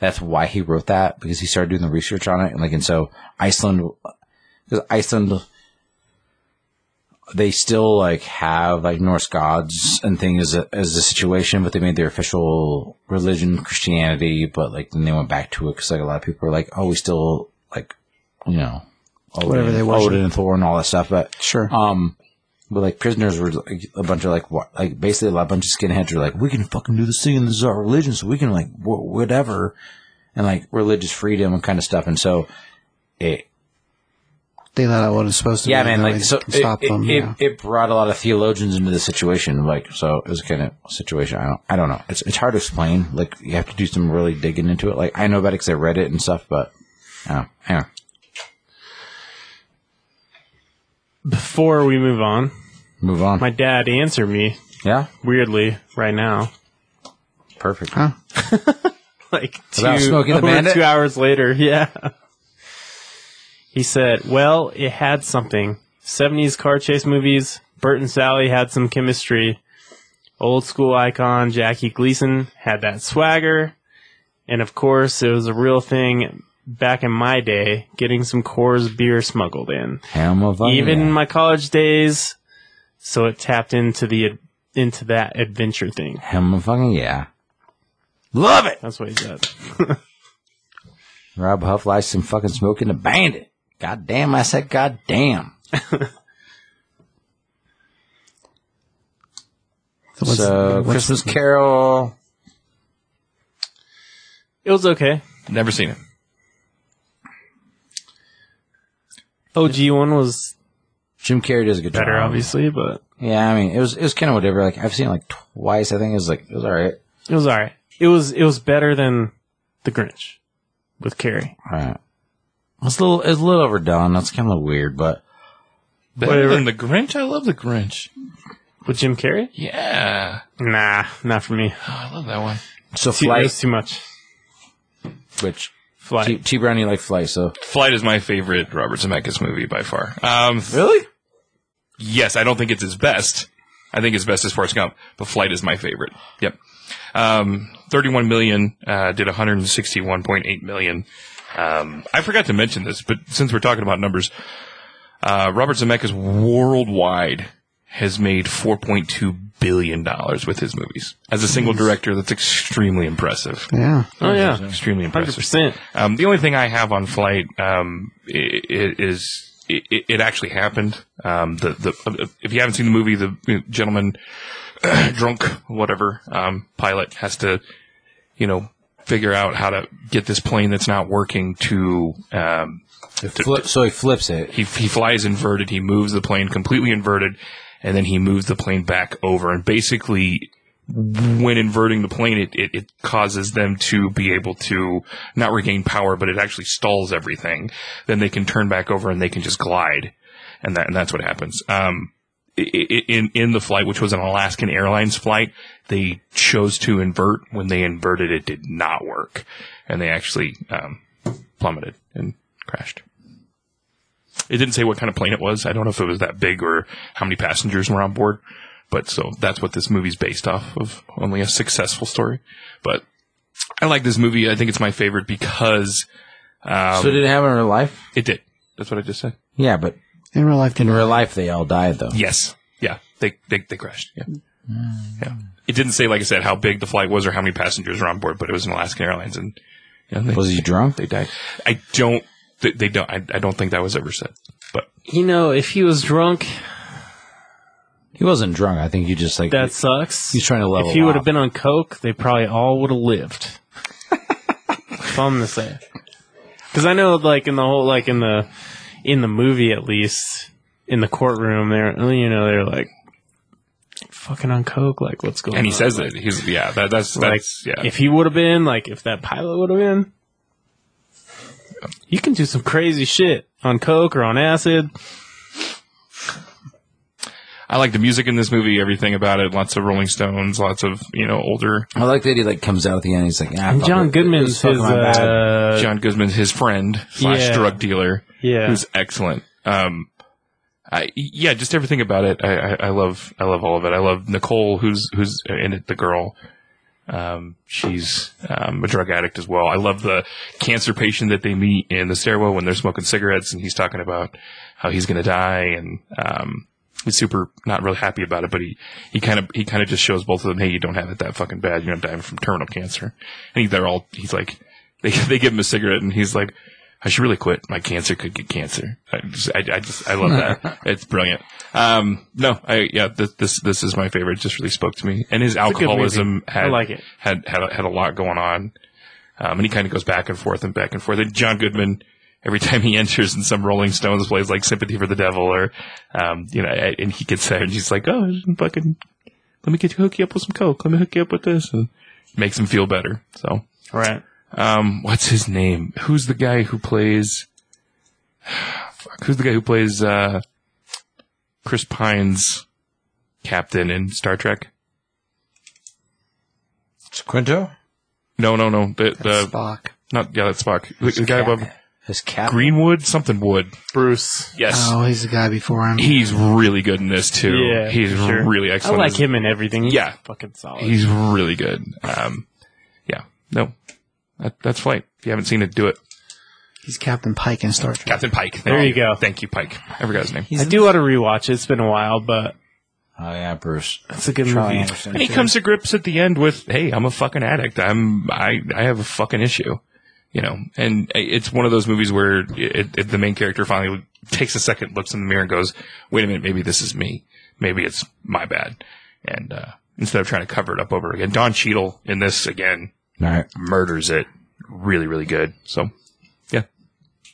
[SPEAKER 1] that's why he wrote that because he started doing the research on it. And like, and so Iceland, because Iceland, they still like have like Norse gods and things as a, as a situation, but they made their official religion Christianity. But like then they went back to it because like a lot of people were like, oh, we still like you know Odin,
[SPEAKER 4] Whatever they worship.
[SPEAKER 1] Odin and Thor and all that stuff. But
[SPEAKER 4] Sure.
[SPEAKER 1] um, but like prisoners were like, a bunch of like what, like basically a lot, bunch of skinheads were like, we can fucking do this thing, and this is our religion, so we can like wh- whatever, and like religious freedom and kind of stuff. And so it,
[SPEAKER 4] they let out what it's supposed to
[SPEAKER 1] yeah,
[SPEAKER 4] be.
[SPEAKER 1] man,
[SPEAKER 4] that way
[SPEAKER 1] like
[SPEAKER 4] they
[SPEAKER 1] so,
[SPEAKER 4] can
[SPEAKER 1] it,
[SPEAKER 4] stop them.
[SPEAKER 1] it,
[SPEAKER 4] yeah.
[SPEAKER 1] it, it brought a lot of theologians into the situation. Like, so it was kind of situation. I don't, I don't know. It's it's hard to explain. Like, you have to do some really digging into it. Like, I know about it because I read it and stuff, but uh, I don't know. Anyway.
[SPEAKER 2] Before we move on,
[SPEAKER 1] Move on.
[SPEAKER 2] my dad answered me
[SPEAKER 1] yeah,
[SPEAKER 2] weirdly right now.
[SPEAKER 1] perfect.
[SPEAKER 4] Huh?
[SPEAKER 2] Like two,
[SPEAKER 1] About Smokey the
[SPEAKER 2] over
[SPEAKER 1] Bandit?
[SPEAKER 2] two hours later, yeah. He said, "Well, it had something. '70s car chase movies. Bert and Sally had some chemistry. Old school icon Jackie Gleason had that swagger, and of course, it was a real thing." Back in my day, getting some Coors beer smuggled in.
[SPEAKER 1] Ham of onion.
[SPEAKER 2] even in my college days. So it tapped into the into that adventure thing.
[SPEAKER 1] Hell of fucking yeah. Love it!
[SPEAKER 2] That's what he said.
[SPEAKER 1] Rob Huff likes some fucking smoking the bandit. God damn, I said god damn.
[SPEAKER 4] So what's-
[SPEAKER 1] so,
[SPEAKER 4] what's-
[SPEAKER 1] Christmas Carol.
[SPEAKER 2] It was okay.
[SPEAKER 3] Never seen it.
[SPEAKER 2] OG one was
[SPEAKER 1] Jim Carrey does a good
[SPEAKER 2] better,
[SPEAKER 1] job.
[SPEAKER 2] obviously, but
[SPEAKER 1] Yeah, I mean, it was it was kind of whatever. Like I've seen it like twice. I think it was like it was all right.
[SPEAKER 2] it was all right. It was it was better than the Grinch with Carrie.
[SPEAKER 1] All right. It's a little it's a little overdone. That's kind of weird, but
[SPEAKER 3] Better
[SPEAKER 2] Whatever.
[SPEAKER 3] than the Grinch. I love the Grinch.
[SPEAKER 2] With Jim Carrey?
[SPEAKER 3] Yeah,
[SPEAKER 2] Nah, not for me.
[SPEAKER 3] oh, I love that one.
[SPEAKER 1] so
[SPEAKER 2] Too,
[SPEAKER 1] flight,
[SPEAKER 2] it was too much.
[SPEAKER 1] which
[SPEAKER 2] Flight.
[SPEAKER 1] T, T Brown you like flight, so
[SPEAKER 3] Flight is my favorite Robert Zemeckis movie by far. Um,
[SPEAKER 1] really
[SPEAKER 3] yes, I don't think it's his best. I think his best is Forrest Gump, but Flight is my favorite. Yep. Um, 31 million, uh, did 161.8 million. Um, I forgot to mention this, but since we're talking about numbers, uh, Robert Zemeckis worldwide has made 4.2 billion dollars with his movies. As a single director, that's extremely impressive.
[SPEAKER 4] yeah.
[SPEAKER 2] Oh yeah.
[SPEAKER 3] Extremely
[SPEAKER 2] Hundred
[SPEAKER 3] impressive.
[SPEAKER 2] percent.
[SPEAKER 3] Um, the only thing I have on flight um, i i- is it, it actually happened. Um, the the if you haven't seen the movie, the gentleman drunk whatever um, pilot has to you know figure out how to get this plane that's not working to um,
[SPEAKER 1] Flip, so he flips it.
[SPEAKER 3] he he flies inverted. He moves the plane completely inverted, and then he moves the plane back over. And basically, when inverting the plane, it, it, it causes them to be able to not regain power, but it actually stalls everything. Then they can turn back over and they can just glide. and that and that's what happens. Um, i- i- in in the flight, which was an Alaskan Airlines flight, they chose to invert. When they inverted, it did not work, and they actually um, plummeted and crashed. It didn't say what kind of plane it was. I don't know if it was that big or how many passengers were on board. But so that's what this movie's based off of. Only a successful story. But I like this movie. I think it's my favorite because um,
[SPEAKER 1] so did it happen in real life?
[SPEAKER 3] it did. That's what I just said.
[SPEAKER 1] Yeah, but
[SPEAKER 4] In real life,
[SPEAKER 1] in
[SPEAKER 4] didn't.
[SPEAKER 1] real life they all died though.
[SPEAKER 3] Yes. Yeah. They they they crashed. Yeah. Yeah. It didn't say, like I said, how big the flight was or how many passengers were on board, but it was an Alaskan Airlines, and you know, they,
[SPEAKER 1] Was he drunk?
[SPEAKER 3] they died. I don't. They, they don't. I, I don't think that was ever said. But
[SPEAKER 2] You know, if he was drunk,
[SPEAKER 1] He wasn't drunk. I think you just like
[SPEAKER 2] that sucks.
[SPEAKER 1] He's trying to level
[SPEAKER 2] If he would
[SPEAKER 1] up.
[SPEAKER 2] have been on coke, they probably all would have lived. if I'm gonna say, because I know, like in the whole, like in the in the movie at least, in the courtroom, they're you know they're like fucking on coke. Like what's going on?
[SPEAKER 3] and he says it. He's yeah. That, that's
[SPEAKER 2] like
[SPEAKER 3] that's yeah.
[SPEAKER 2] if he would have been like if that pilot would have been, you can do some crazy shit on coke or on acid.
[SPEAKER 3] I like the music in this movie. Everything about it. Lots of Rolling Stones. Lots of you know older
[SPEAKER 1] I like that he like comes out at the end. He's like, ah,
[SPEAKER 2] And
[SPEAKER 1] fuck
[SPEAKER 2] John
[SPEAKER 1] it. It
[SPEAKER 2] Goodman's
[SPEAKER 1] was fucking
[SPEAKER 2] his
[SPEAKER 1] my bad.
[SPEAKER 2] uh,
[SPEAKER 3] John Guzman's his friend slash
[SPEAKER 2] Yeah.
[SPEAKER 3] drug dealer.
[SPEAKER 2] yeah.
[SPEAKER 3] who's excellent. Um, I yeah, just everything about it. I, I I love I love all of it. I love Nicole, who's who's in it, the girl. Um, she's um, a drug addict as well. I love the cancer patient that they meet in the stairwell when they're smoking cigarettes, and he's talking about how he's gonna die, and um, he's super not really happy about it. But he he kind of he kind of just shows both of them, hey, you don't have it that fucking bad. You're not dying from terminal cancer. And he, they're all he's like, they they give him a cigarette, and he's like, I should really quit. My cancer could get cancer. I just, I, I just, I love that. it's brilliant. Um, no, I, yeah, this, this, this is my favorite. It just really spoke to me. And his
[SPEAKER 2] good movie.
[SPEAKER 3] alcoholism had,
[SPEAKER 2] I like it.
[SPEAKER 3] had, had, a- had a lot going on. Um, and he kind of goes back and forth and back and forth. And John Goodman, every time he enters in some Rolling Stones plays like Sympathy for the Devil or, um, you know, I- and he gets there and he's like, oh, fucking, let me get you hook you up with some coke. Let me hook you up with this and makes him feel better. So
[SPEAKER 2] right.
[SPEAKER 3] um, what's his name? Who's the guy who plays? Fuck, who's the guy who plays uh, Chris Pine's captain in Star Trek?
[SPEAKER 1] Quinto,
[SPEAKER 3] No, no, no. The, the
[SPEAKER 4] Spock.
[SPEAKER 3] not yeah, that's Spock. The, the guy above
[SPEAKER 1] his cat.
[SPEAKER 3] Greenwood, something Wood.
[SPEAKER 2] Bruce.
[SPEAKER 3] Yes,
[SPEAKER 4] Oh, he's the guy before him.
[SPEAKER 3] he's really good in this too.
[SPEAKER 2] Yeah,
[SPEAKER 3] he's
[SPEAKER 2] sure.
[SPEAKER 3] really
[SPEAKER 2] I
[SPEAKER 3] excellent.
[SPEAKER 2] like him in everything. He's
[SPEAKER 3] Yeah.
[SPEAKER 2] fucking solid.
[SPEAKER 3] He's really good. Um, yeah, no, that, that's flight. If you haven't seen it, do it.
[SPEAKER 4] He's Captain Pike in Star Trek.
[SPEAKER 3] Captain Pike.
[SPEAKER 2] There you go.
[SPEAKER 3] Thank you, Pike. I forgot his name.
[SPEAKER 2] I do want to rewatch it. It's been a while, but
[SPEAKER 1] Oh yeah, Bruce.
[SPEAKER 2] it's a good
[SPEAKER 1] Charlie
[SPEAKER 2] movie.
[SPEAKER 1] Anderson.
[SPEAKER 3] And he comes to grips at the end with, "Hey, I'm a fucking addict. I'm I I have a fucking issue," you know. And it's one of those movies where it, it, the main character finally takes a second, looks in the mirror, and goes, "Wait a minute, maybe this is me. Maybe it's my bad." And uh, instead of trying to cover it up over again, Don Cheadle in this again
[SPEAKER 1] All right.
[SPEAKER 3] murders it really, really good. So, yeah,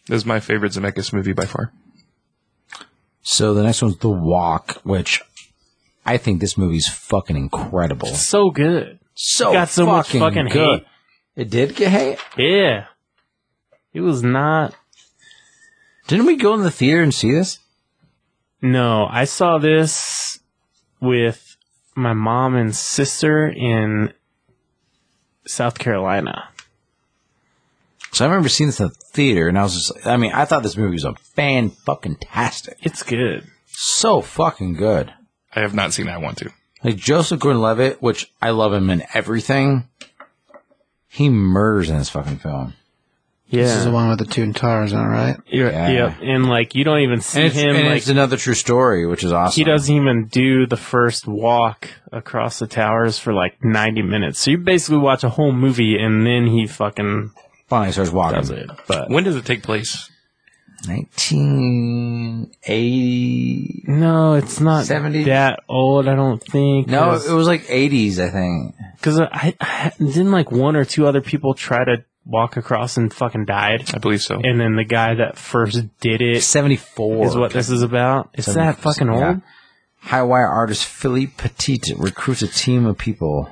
[SPEAKER 3] this is my favorite Zemeckis movie by far.
[SPEAKER 1] So the next one's The Walk, which I think this movie's fucking incredible.
[SPEAKER 2] So good.
[SPEAKER 1] So
[SPEAKER 2] got so much
[SPEAKER 1] fucking,
[SPEAKER 2] fucking
[SPEAKER 1] good. It did get hate.
[SPEAKER 2] Yeah. It was not.
[SPEAKER 1] Didn't we go in the theater and see this?
[SPEAKER 2] No, I saw this with my mom and sister in South Carolina.
[SPEAKER 1] So I remember seeing this in the theater, and I was just—I mean, I thought this movie was a fan fucking tastic.
[SPEAKER 2] It's good.
[SPEAKER 1] So fucking good.
[SPEAKER 3] I have not seen that. I want to.
[SPEAKER 1] Like Joseph Gordon-Levitt, which I love him in everything. He murders in this fucking film.
[SPEAKER 2] Yeah.
[SPEAKER 4] This is the one with the two towers, all right?
[SPEAKER 2] You're-
[SPEAKER 1] Yeah.
[SPEAKER 2] Yep. And like, you don't even see
[SPEAKER 1] And, it's,
[SPEAKER 2] him.
[SPEAKER 1] and
[SPEAKER 2] like,
[SPEAKER 1] it's another true story, which is awesome.
[SPEAKER 2] he doesn't even do the first walk across the towers for like 90 minutes. So you basically watch a whole movie and then he fucking
[SPEAKER 1] Finally starts walking.
[SPEAKER 2] does it. But
[SPEAKER 3] When does it take place?
[SPEAKER 1] 1980.
[SPEAKER 2] no, it's not
[SPEAKER 1] 70?
[SPEAKER 2] that old, I don't think.
[SPEAKER 1] No, it was like 80s, I think.
[SPEAKER 2] Because I, I didn't like one or two other people try to walk across and fucking died.
[SPEAKER 3] I believe so.
[SPEAKER 2] And then the guy that first did it is
[SPEAKER 1] 74.
[SPEAKER 2] what this is about. Is
[SPEAKER 1] Seventy-
[SPEAKER 2] that fucking old?
[SPEAKER 1] yeah. High wire artist Philippe Petit recruits a team of people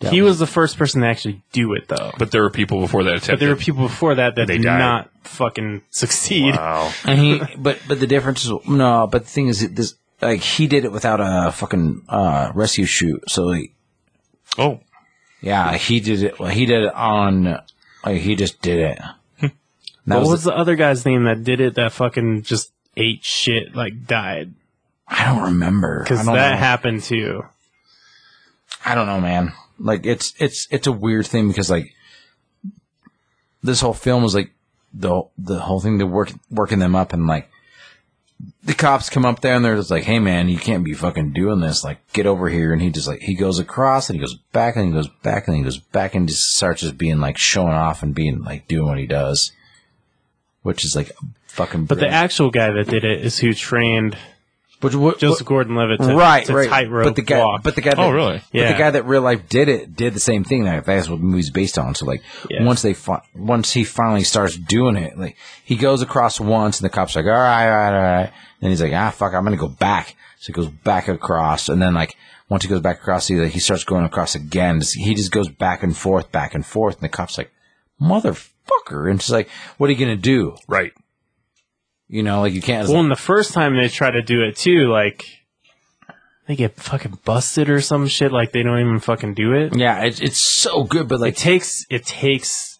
[SPEAKER 1] That
[SPEAKER 2] he was the first person to actually do it, though.
[SPEAKER 3] But there were people before that
[SPEAKER 2] But
[SPEAKER 3] attempted.
[SPEAKER 2] there were people before that that
[SPEAKER 3] They
[SPEAKER 2] did
[SPEAKER 3] died.
[SPEAKER 2] not fucking succeed.
[SPEAKER 3] Wow.
[SPEAKER 1] And he, but but the difference is no. But the thing is, that this like he did it without a fucking uh, rescue chute. So like,
[SPEAKER 3] Oh,
[SPEAKER 1] yeah, he did it. Well, he did it on. Like, he just did it. That
[SPEAKER 2] Hmm. What
[SPEAKER 1] was,
[SPEAKER 2] was the other guy's name that did it that fucking just ate shit, like died?
[SPEAKER 1] I don't remember. I
[SPEAKER 2] Because
[SPEAKER 1] don't
[SPEAKER 2] that
[SPEAKER 1] know.
[SPEAKER 2] happened too.
[SPEAKER 1] I don't know, man. Like it's it's it's a weird thing because like this whole film is like the the whole thing they're work, working them up and like the cops come up there and they're just like, "Hey, man, you can't be fucking doing this. Like, get over here." And he just like he goes across and he goes back and he goes back and he goes back and just starts just being like showing off and being like doing what he does, which is like fucking.
[SPEAKER 2] But the
[SPEAKER 1] brilliant.
[SPEAKER 2] actual guy that did it is who trained
[SPEAKER 1] which, what,
[SPEAKER 2] Joseph Gordon-Levitt to,
[SPEAKER 1] right,
[SPEAKER 2] to
[SPEAKER 1] right.
[SPEAKER 2] tightrope
[SPEAKER 1] but the guy,
[SPEAKER 2] walk.
[SPEAKER 1] but the guy,
[SPEAKER 3] Oh,
[SPEAKER 1] that-
[SPEAKER 3] really?
[SPEAKER 1] But
[SPEAKER 2] Yeah.
[SPEAKER 1] the guy that real life did it did the same thing. Like that's what the movie's based on. So like
[SPEAKER 2] Yeah.
[SPEAKER 1] once they fi- once he finally starts doing it, like he goes across once, and the cops like, all right, all right, all right. Then he's like, ah, fuck, I'm gonna go back. So he goes back across, and then like once he goes back across, he like, he starts going across again. Just- He just goes back and forth, back and forth, and the cops like, motherfucker, and she's like, what are you gonna do?
[SPEAKER 3] right.
[SPEAKER 1] You know, like you can't.
[SPEAKER 2] well, and the first time they try to do it too, like they get fucking busted or some shit. Like they don't even fucking do it.
[SPEAKER 1] yeah, it's it's so good, but
[SPEAKER 2] It
[SPEAKER 1] like
[SPEAKER 2] takes it takes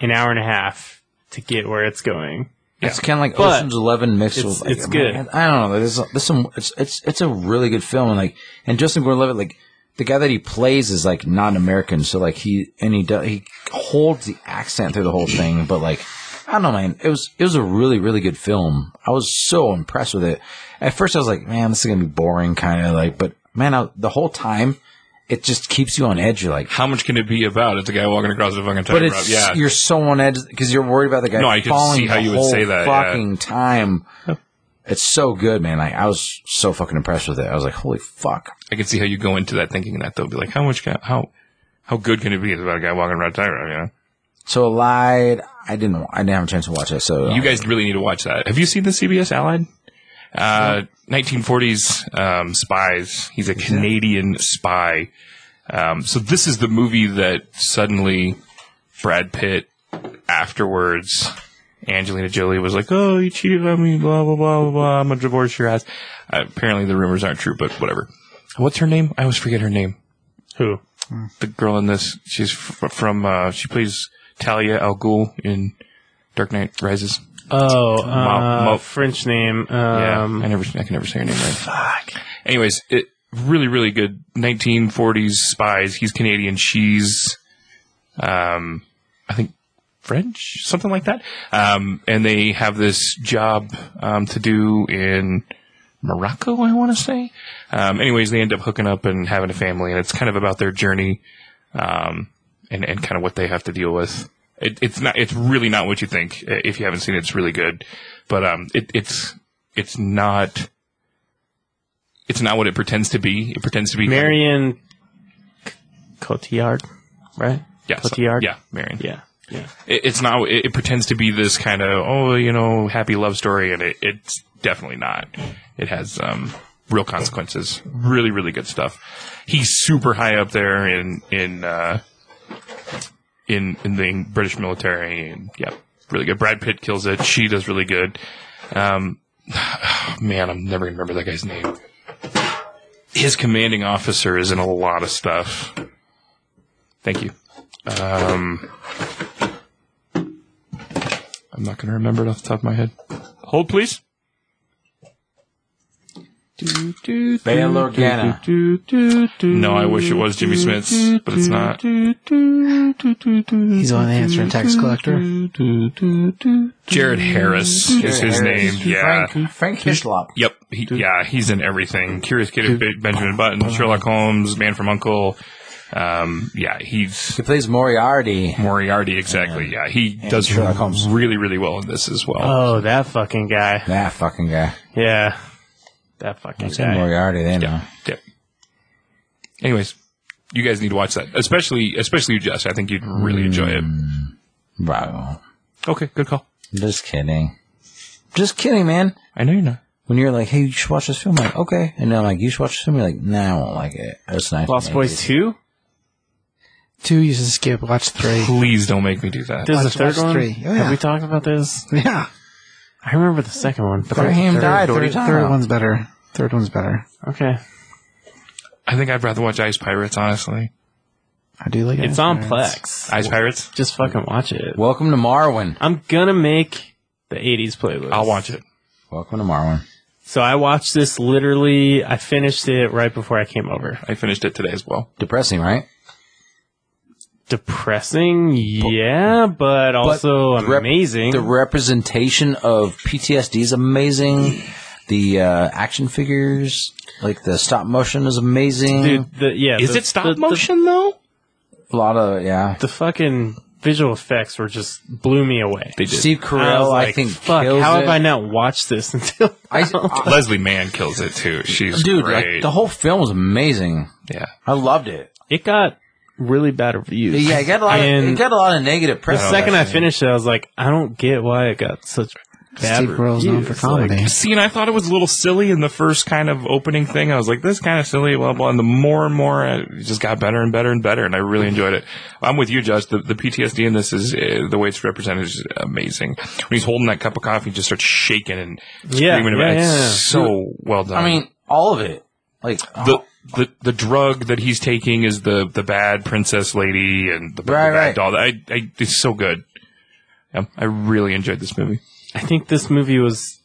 [SPEAKER 2] an hour and a half to get where it's going.
[SPEAKER 1] It's kind of like
[SPEAKER 2] But
[SPEAKER 1] Ocean's Eleven mixed
[SPEAKER 2] it's-
[SPEAKER 1] with like,
[SPEAKER 2] it's good.
[SPEAKER 1] man, I don't know. There's there's some it's it's it's a really good film and like and Justin Gordon-Levitt like the guy that he plays is like non-American, so like he and he does he holds the accent through the whole thing, but like I don't know, man. It was it was a really really good film. I was so impressed with it. At first, I was like, man, this is gonna be boring, kind of like, but man, I, the whole time it just keeps you on edge. You're like.
[SPEAKER 3] How much can it be about? It's a guy walking across the fucking
[SPEAKER 1] But
[SPEAKER 3] tightrope.
[SPEAKER 1] it's
[SPEAKER 3] Yeah.
[SPEAKER 1] you're so on edge because you're worried about the guy.
[SPEAKER 3] No, I could
[SPEAKER 1] falling
[SPEAKER 3] see how
[SPEAKER 1] the
[SPEAKER 3] you would
[SPEAKER 1] whole
[SPEAKER 3] say that, yeah.
[SPEAKER 1] Fucking time. It's so good, man. Like, I was so fucking impressed with it. I was like, holy fuck.
[SPEAKER 3] I can see how you go into that thinking that though. Be like, how much? Can, how how good can it be? It's about a guy walking around a tightrope. You know.
[SPEAKER 1] So Allied, I didn't. I didn't have a chance to watch it. So
[SPEAKER 3] You guys really need to watch that. Have you seen the CBS Allied? Uh, 1940s um, spies. He's a Canadian spy. Um, so this is the movie that suddenly Brad Pitt afterwards. Angelina Jolie was like, "Oh, you cheated on me, blah blah blah blah. blah. I'm gonna divorce your ass." Uh, apparently, the rumors aren't true, but whatever. What's her name? I always forget her name.
[SPEAKER 2] Who?
[SPEAKER 3] The girl in this, she's f- from. Uh, she plays Talia al Ghul in Dark Knight Rises.
[SPEAKER 2] Oh, uh,
[SPEAKER 3] Mo- Mo-
[SPEAKER 2] French name.
[SPEAKER 3] Yeah,
[SPEAKER 2] Um,
[SPEAKER 3] I never, I can never say her name right. Fuck. Anyways, it really, really good. 1940s spies. He's Canadian. She's, um, I think French, something like that. Um, and they have this job um, to do in Morocco, I want to say. Um, anyways, they end up hooking up and having a family, and it's kind of about their journey, um, and and kind of what they have to deal with. It, it's not. It's really not what you think. Uh, If you haven't seen it, it's really good, but um, it, it's it's not. It's not what it pretends to be. It pretends to be
[SPEAKER 2] Marion C- Cotillard, right?
[SPEAKER 3] yeah, so-
[SPEAKER 2] Cotillard.
[SPEAKER 3] yeah, Marion.
[SPEAKER 2] yeah, yeah.
[SPEAKER 3] it, it's not. It, it pretends to be this kind of oh, you know, happy love story, and it, it's definitely not. It has um, real consequences. Really, really good stuff. He's super high up there in in uh, in in the British military, and yeah, really good. Brad Pitt kills it. She does really good. Um, man, I'm never gonna remember that guy's name. His commanding officer is in a lot of stuff. Thank you. Um, I'm not going to remember it off the top of my head. Hold, please.
[SPEAKER 1] Bail Organa.
[SPEAKER 3] No, I wish it was Jimmy Smith's, but it's not.
[SPEAKER 4] He's on the answering tax collector.
[SPEAKER 3] Jared Harris is his name. Yeah.
[SPEAKER 1] Frank, Frank Hislop.
[SPEAKER 3] Yep. He, yeah, he's in everything. Curious Kid, Ben- Benjamin Button, Sherlock Holmes, Man from U.N.C.L.E. Um, yeah, he's
[SPEAKER 1] He plays Moriarty.
[SPEAKER 3] Moriarty, exactly. Yeah, he does
[SPEAKER 1] Sherlock Holmes.
[SPEAKER 3] really, really well in this as well.
[SPEAKER 2] Oh, that fucking guy.
[SPEAKER 1] That fucking guy.
[SPEAKER 2] Yeah, that fucking
[SPEAKER 1] It's
[SPEAKER 2] guy.
[SPEAKER 1] Moriarty. They know.
[SPEAKER 3] Yeah. Yep. Anyways, you guys need to watch that, especially especially you, Jess. I think you'd really enjoy it.
[SPEAKER 1] Wow.
[SPEAKER 3] Okay, good call.
[SPEAKER 1] Just kidding. Just kidding, man.
[SPEAKER 3] I know you're not.
[SPEAKER 1] When you're like, hey, you should watch this film. I'm like, okay. And then I'm like, you should watch this film. You're like, nah, I won't like it. That's nice.
[SPEAKER 2] Lost Boys Two.
[SPEAKER 4] Two, you should skip. Watch three.
[SPEAKER 3] Please don't make me do that.
[SPEAKER 2] There's a
[SPEAKER 4] Watch-
[SPEAKER 2] third
[SPEAKER 4] watch
[SPEAKER 2] one.
[SPEAKER 4] three. Oh, yeah.
[SPEAKER 2] Have we talked about this?
[SPEAKER 4] Yeah.
[SPEAKER 2] I remember the second one. But
[SPEAKER 1] Graham
[SPEAKER 4] Third-
[SPEAKER 1] died. What
[SPEAKER 4] Third,
[SPEAKER 1] are you talking
[SPEAKER 4] third
[SPEAKER 1] about?
[SPEAKER 4] one's better. Third one's better.
[SPEAKER 2] okay,
[SPEAKER 3] I think I'd rather watch Ice Pirates, honestly.
[SPEAKER 4] I do like it.
[SPEAKER 2] it's on Plex.
[SPEAKER 3] Ice Pirates?
[SPEAKER 2] Just fucking watch it.
[SPEAKER 1] Welcome to Marwin.
[SPEAKER 2] I'm gonna make the '80s playlist.
[SPEAKER 3] I'll watch it.
[SPEAKER 1] Welcome to Marwin.
[SPEAKER 2] So I watched this literally. I finished it right before I came over.
[SPEAKER 3] I finished it today as well.
[SPEAKER 1] Depressing, right?
[SPEAKER 2] Depressing, yeah, but also
[SPEAKER 1] the rep-
[SPEAKER 2] amazing.
[SPEAKER 1] The representation of PTSD is amazing. The uh, action figures, like the stop motion, is amazing.
[SPEAKER 2] Dude, the, yeah.
[SPEAKER 3] Is
[SPEAKER 2] the-
[SPEAKER 3] it stop
[SPEAKER 2] the- the-
[SPEAKER 3] motion, though?
[SPEAKER 1] A lot of yeah.
[SPEAKER 2] The fucking visual effects were just blew me away.
[SPEAKER 3] They did.
[SPEAKER 1] Steve
[SPEAKER 2] I
[SPEAKER 1] Carell,
[SPEAKER 2] was
[SPEAKER 1] I,
[SPEAKER 2] like,
[SPEAKER 1] think,
[SPEAKER 2] fuck.
[SPEAKER 1] kills
[SPEAKER 2] How
[SPEAKER 1] it.
[SPEAKER 2] have I not watched this until?
[SPEAKER 1] I- I-
[SPEAKER 3] Leslie Mann kills it, too. She's
[SPEAKER 1] dude,
[SPEAKER 3] great.
[SPEAKER 1] like the whole film was amazing.
[SPEAKER 3] yeah.
[SPEAKER 1] I loved it.
[SPEAKER 2] It got really bad reviews.
[SPEAKER 1] Yeah, it got a lot. Of, it
[SPEAKER 2] And
[SPEAKER 1] got a lot of negative
[SPEAKER 2] the
[SPEAKER 1] press.
[SPEAKER 3] Oh,
[SPEAKER 2] second I finished it, I was like, I don't get why it got such bad
[SPEAKER 4] Steve
[SPEAKER 2] reviews.
[SPEAKER 4] Carell's known for
[SPEAKER 2] Like,
[SPEAKER 4] comedy.
[SPEAKER 3] See, and I thought it was a little silly in the first kind of opening thing. I was like, this is kind of silly, blah, blah. And the more and more, uh, it just got better and better and better. And I really enjoyed it. I'm with you, Josh. The, the PTSD in this is uh, the way it's represented is amazing. When he's holding that cup of coffee, he just starts shaking and
[SPEAKER 2] Yeah,
[SPEAKER 3] screaming
[SPEAKER 2] yeah,
[SPEAKER 3] about it. It's
[SPEAKER 2] yeah.
[SPEAKER 3] so well done.
[SPEAKER 1] I mean, all of it. Like
[SPEAKER 3] the, the, the drug that he's taking is the, the bad princess lady and the, the
[SPEAKER 1] Right,
[SPEAKER 3] bad
[SPEAKER 1] right.
[SPEAKER 3] doll. I, I, it's so good. Yeah, I really enjoyed this movie.
[SPEAKER 2] I think this movie was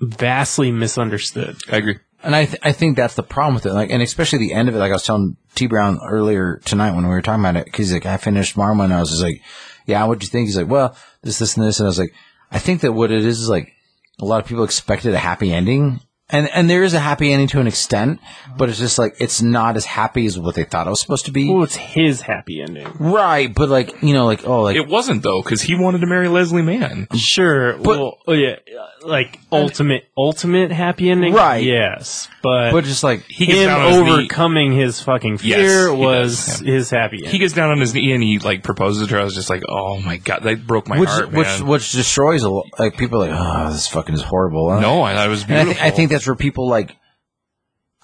[SPEAKER 2] vastly misunderstood.
[SPEAKER 3] I agree.
[SPEAKER 1] And I, th- I think that's the problem with it. Like, and especially the end of it, like I was telling T Brown earlier tonight when we were talking about it, cause he's like, I finished Marma and I was just like, yeah, what'd you think? He's like, well, this, this, and this. And I was like, I think that what it is is like a lot of people expected a happy ending. And, and there is a happy ending to an extent, but it's just like, it's not as happy as what they thought it was supposed to be.
[SPEAKER 2] Well, it's his happy ending.
[SPEAKER 1] Right. But like, you know, like, oh, like,
[SPEAKER 3] It wasn't though, because he wanted to marry Leslie Mann.
[SPEAKER 2] Sure. well, oh yeah, like ultimate, ultimate happy ending.
[SPEAKER 1] Right.
[SPEAKER 2] Yes, but,
[SPEAKER 1] but just like,
[SPEAKER 3] He gets
[SPEAKER 2] him
[SPEAKER 3] down on his knee.
[SPEAKER 2] overcoming his fucking
[SPEAKER 3] Yes,
[SPEAKER 2] fear
[SPEAKER 3] he
[SPEAKER 2] was
[SPEAKER 3] does,
[SPEAKER 2] his happy ending.
[SPEAKER 3] He gets down on his knee and he like proposes to her. I was just like, oh my god, that broke my
[SPEAKER 1] which,
[SPEAKER 3] heart,
[SPEAKER 1] which,
[SPEAKER 3] man.
[SPEAKER 1] which destroys a lot. Like, people are like, oh, this fucking is horrible. And
[SPEAKER 3] no, I thought it was
[SPEAKER 1] And I,
[SPEAKER 3] beautiful.
[SPEAKER 1] th- I think that's where people like,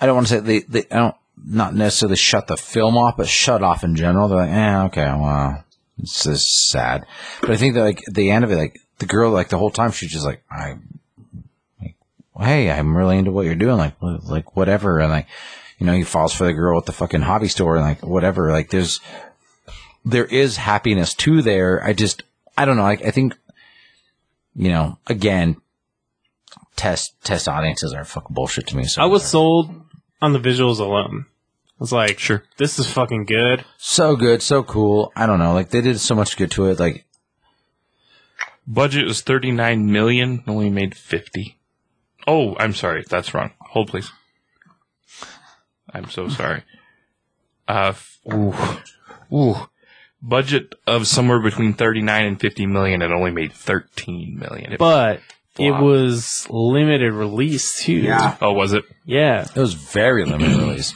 [SPEAKER 1] I don't want to say they, they, I don't, not necessarily shut the film off, but shut off in general. They're like, eh, okay, well, it's just sad. But I think that like at the end of it, like the girl, like the whole time, she's just like, I, like, hey, I'm really into what you're doing, like, wh- like whatever, and like, you know, he falls for the girl at the fucking hobby store, and like whatever, like there's, there is happiness too there. I just, I don't know, like I think, you know, again. Test test audiences are fucking bullshit to me. So
[SPEAKER 2] I was sold on the visuals alone. I was like,
[SPEAKER 3] Sure.
[SPEAKER 2] this is fucking good.
[SPEAKER 1] so good, so cool. I don't know, like they did so much good to it. Like
[SPEAKER 3] Budget was thirty nine million, only made fifty. Oh, I'm sorry, that's wrong. Hold please. I'm so sorry. Uh, f- ooh, ooh. Budget of somewhere between thirty nine and fifty million, and only made thirteen million. It-
[SPEAKER 2] But
[SPEAKER 3] Flop.
[SPEAKER 2] it was limited release too.
[SPEAKER 1] Yeah.
[SPEAKER 3] oh, was it?
[SPEAKER 2] Yeah.
[SPEAKER 1] it was very limited release.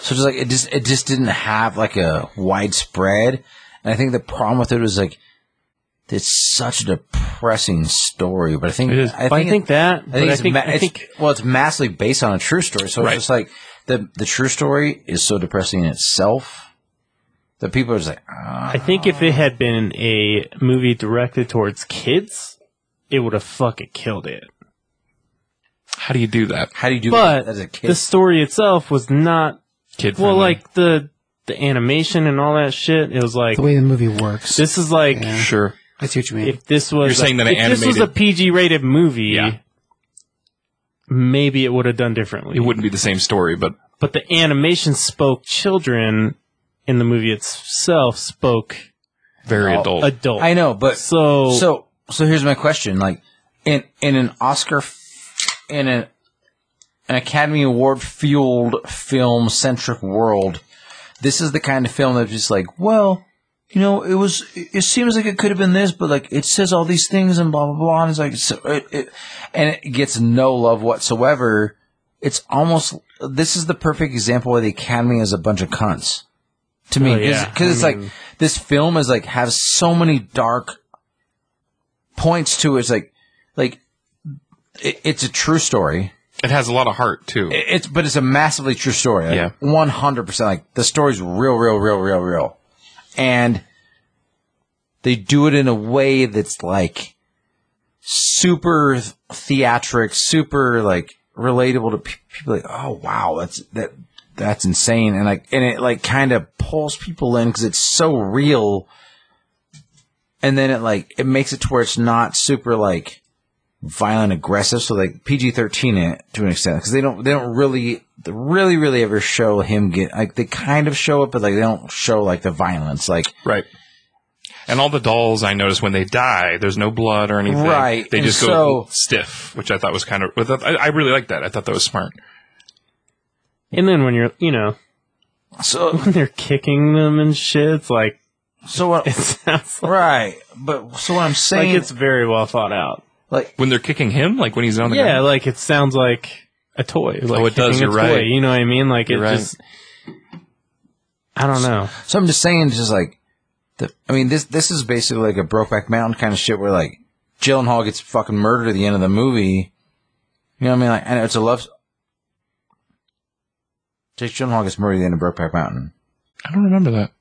[SPEAKER 1] So just like it just it just didn't have like a widespread. And I think the problem with it was like it's such a depressing story. But I think
[SPEAKER 3] It is.
[SPEAKER 1] I
[SPEAKER 2] But I
[SPEAKER 1] think,
[SPEAKER 2] think, that.
[SPEAKER 1] I
[SPEAKER 2] but
[SPEAKER 1] think,
[SPEAKER 2] I
[SPEAKER 1] it's
[SPEAKER 2] think,
[SPEAKER 1] ma-
[SPEAKER 2] I
[SPEAKER 1] it's-
[SPEAKER 2] think
[SPEAKER 1] well, it's massively based on a true story. So
[SPEAKER 3] Right.
[SPEAKER 1] it's just like the the true story is so depressing in itself that people are just like, ah.
[SPEAKER 2] I think if it had been a movie directed towards kids, it would have fucking killed it.
[SPEAKER 3] How do you do that,
[SPEAKER 1] how do you do
[SPEAKER 2] But
[SPEAKER 1] that as a kid?
[SPEAKER 2] the story itself was not
[SPEAKER 3] kid?
[SPEAKER 2] well,
[SPEAKER 3] friendly?
[SPEAKER 2] like the the animation and all that shit. It was like
[SPEAKER 4] The way the movie works.
[SPEAKER 2] this is like
[SPEAKER 3] sure.
[SPEAKER 4] I see what you mean.
[SPEAKER 2] if this was
[SPEAKER 3] You're saying that
[SPEAKER 2] if
[SPEAKER 3] an
[SPEAKER 2] this was a
[SPEAKER 3] animated-
[SPEAKER 2] PG rated movie,
[SPEAKER 3] Yeah.
[SPEAKER 2] maybe it would have done differently.
[SPEAKER 3] It wouldn't be the same story, but
[SPEAKER 2] but the animation spoke children, and the movie itself spoke
[SPEAKER 3] very adult.
[SPEAKER 2] adult.
[SPEAKER 1] I know, but
[SPEAKER 2] So,
[SPEAKER 1] So so here's my question: like in in an Oscar, f- in an an Academy Award fueled film centric world, this is the kind of film that's just like, well, you know, it was. It seems like it could have been this, but like it says all these things and blah blah blah, and it's like, so it, it, and it gets no love whatsoever. It's almost this is the perfect example where the Academy is a bunch of cunts. To me,
[SPEAKER 2] Oh,
[SPEAKER 1] because
[SPEAKER 2] yeah.
[SPEAKER 1] it's
[SPEAKER 2] I
[SPEAKER 1] like this film is like has so many dark points to is like like it, it's a true story.
[SPEAKER 3] It has a lot of heart too.
[SPEAKER 1] It- It's but it's a massively true story. Like,
[SPEAKER 3] Yeah.
[SPEAKER 1] one hundred percent. Like the story's real, real, real, real, real, and they do it in a way that's like super th- theatric, super like relatable to pe- people. Like, oh wow, that's that that's insane, and like and it like kind of pulls people in because it's so real, and then it like it makes it to where it's not super like violent aggressive so like pg-13 it eh, to an extent because they don't they don't really they really really ever show him get like they kind of show it but like they don't show like the violence like
[SPEAKER 3] Right. And all the dolls I noticed when they die, there's no blood or anything.
[SPEAKER 1] Right,
[SPEAKER 3] They
[SPEAKER 1] and
[SPEAKER 3] just go
[SPEAKER 1] so-
[SPEAKER 3] stiff, which I thought was kind of. I I really liked that. I thought that was smart.
[SPEAKER 2] And then when you're, you know,
[SPEAKER 1] so
[SPEAKER 2] when they're kicking them and shit, it's like
[SPEAKER 1] so what
[SPEAKER 2] it sounds like,
[SPEAKER 1] right but so what i'm
[SPEAKER 2] like
[SPEAKER 1] saying
[SPEAKER 2] it's very well thought out.
[SPEAKER 1] like
[SPEAKER 3] When they're kicking him, like when he's on the
[SPEAKER 2] yeah,
[SPEAKER 3] ground.
[SPEAKER 2] like it sounds like a toy. Like
[SPEAKER 3] Oh, it does,
[SPEAKER 2] kicking a
[SPEAKER 3] you're right.
[SPEAKER 2] toy, You know what I mean? Like
[SPEAKER 3] You're
[SPEAKER 2] it
[SPEAKER 3] right.
[SPEAKER 2] just. I don't know.
[SPEAKER 1] So I'm just saying, just like, the, I mean, this this is basically like a Brokeback Mountain kind of shit where like Gyllenhaal gets fucking murdered at the end of the movie. You know what I mean? Like, and it's a love. Jake Gyllenhaal gets murdered at the end of Brokeback Mountain.
[SPEAKER 3] I don't remember that.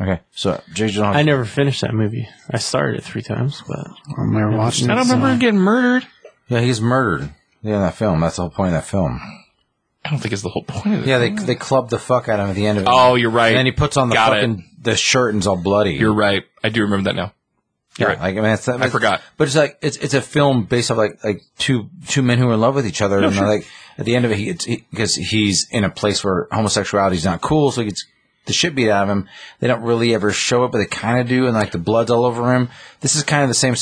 [SPEAKER 1] Okay, so Jake Gyllenhaal.
[SPEAKER 2] I never finished that movie. I started it three times, but
[SPEAKER 4] I'm never watching
[SPEAKER 3] I
[SPEAKER 4] it.
[SPEAKER 3] don't
[SPEAKER 4] so-
[SPEAKER 3] remember him getting murdered.
[SPEAKER 1] yeah, he gets murdered. Yeah, in that film. That's the whole point of that film.
[SPEAKER 3] I don't think it's the whole point of it.
[SPEAKER 1] Yeah, they they club the fuck out of him at the end of it.
[SPEAKER 3] Oh, you're right.
[SPEAKER 1] and then he puts on the
[SPEAKER 3] Got it.
[SPEAKER 1] fucking the shirt and it's all bloody.
[SPEAKER 3] You're right. I do remember that now.
[SPEAKER 1] Yeah,
[SPEAKER 3] You're right.
[SPEAKER 1] like I mean, it's, I
[SPEAKER 3] forgot.
[SPEAKER 1] but it's like it's it's a film based off like like two two men who are in love with each other, and they're like at the end of it, he it's because he's in a place where homosexuality is not cool, so he gets the shit beat out of him. They don't really ever show it, but they kind of do, and like the blood's all over him. This is kind of the same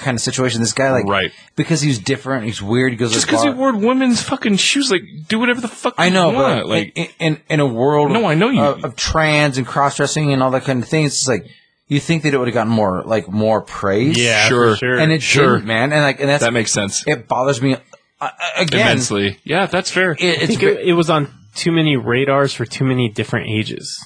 [SPEAKER 1] kind of situation. This guy, like,
[SPEAKER 3] Right.
[SPEAKER 1] because he's different, he's weird. He goes to
[SPEAKER 3] Just
[SPEAKER 1] the
[SPEAKER 3] because he
[SPEAKER 1] bar.
[SPEAKER 3] wore women's fucking shoes, like do whatever the fuck
[SPEAKER 1] I
[SPEAKER 3] you
[SPEAKER 1] know,
[SPEAKER 3] want.
[SPEAKER 1] but
[SPEAKER 3] like
[SPEAKER 1] like in, in in a world
[SPEAKER 3] No,
[SPEAKER 1] of,
[SPEAKER 3] I know you-
[SPEAKER 1] of, of trans and cross dressing and all that kind of thing, it's just like you think that it would have gotten more like more praise.
[SPEAKER 2] yeah,
[SPEAKER 3] Sure.
[SPEAKER 2] for sure.
[SPEAKER 1] and it
[SPEAKER 3] Sure.
[SPEAKER 1] didn't, man. And like, and that's
[SPEAKER 3] that makes sense
[SPEAKER 1] it bothers me uh, uh, again. It,
[SPEAKER 3] immensely. Yeah, that's fair.
[SPEAKER 2] I
[SPEAKER 1] it's
[SPEAKER 2] think it, it was on too many radars for too many different ages.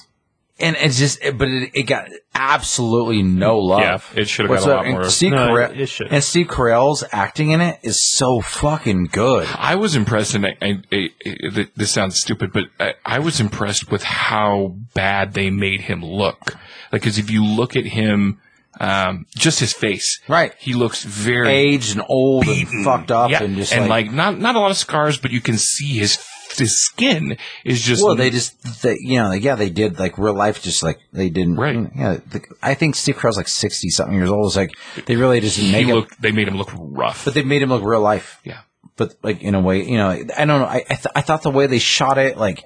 [SPEAKER 1] and it's just, it- but it, it got absolutely no love.
[SPEAKER 3] Yeah, it should have got a
[SPEAKER 1] Whatsoever.
[SPEAKER 3] lot more.
[SPEAKER 1] And Steve,
[SPEAKER 2] No,
[SPEAKER 1] Carell,
[SPEAKER 2] it- it should.
[SPEAKER 1] and Steve Carell's acting in it is so fucking good.
[SPEAKER 3] I was impressed, and I, I, I, th- this sounds stupid, but I, I was impressed with how bad they made him look. Like, because if you look at him, um, just his face,
[SPEAKER 1] Right.
[SPEAKER 3] He looks very
[SPEAKER 1] Aged and old and fucked up
[SPEAKER 3] yeah,
[SPEAKER 1] and just like,
[SPEAKER 3] like, not not a lot of scars, but you can see his his skin is just
[SPEAKER 1] well, they just, they, you know, like, yeah, they did like real life, just like they didn't.
[SPEAKER 3] Right.
[SPEAKER 1] Yeah. The, I think Steve Carell's like 60 something years old. It's like, they really just didn't
[SPEAKER 3] he
[SPEAKER 1] make him,
[SPEAKER 3] looked they made him look rough.
[SPEAKER 1] but they made him look real life.
[SPEAKER 3] yeah,
[SPEAKER 1] but like in a way, you know, I don't know. I I, th- I thought the way they shot it, like,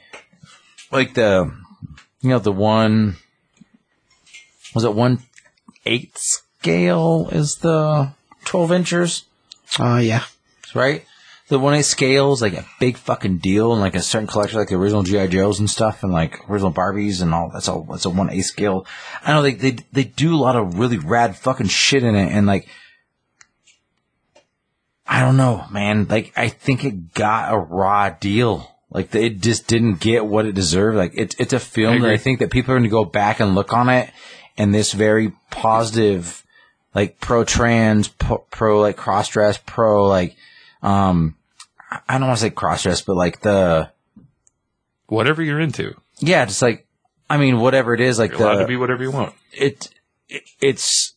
[SPEAKER 1] like the, you know, the one was it one eighth scale is the twelve inchers,
[SPEAKER 4] Oh, yeah.
[SPEAKER 1] right? The one eighth scale is like a big fucking deal, and like a certain collection, like the original GI Joes and stuff, and like original Barbies and all. That's all. That's a one eighth scale. I know they they they do a lot of really rad fucking shit in it, and like I don't know, man. Like I think it got a raw deal. Like it just didn't get what it deserved. Like it's it's a film that I
[SPEAKER 3] agree.
[SPEAKER 1] think that people are going to go back and look on it, and this very positive, like pro trans, pro like cross dress, pro like, um, I- I don't want to say cross dress, but like the
[SPEAKER 3] whatever you're into,
[SPEAKER 1] yeah, just like I mean whatever it is, like
[SPEAKER 3] you're
[SPEAKER 1] the
[SPEAKER 3] allowed to be whatever you want.
[SPEAKER 1] it, it it's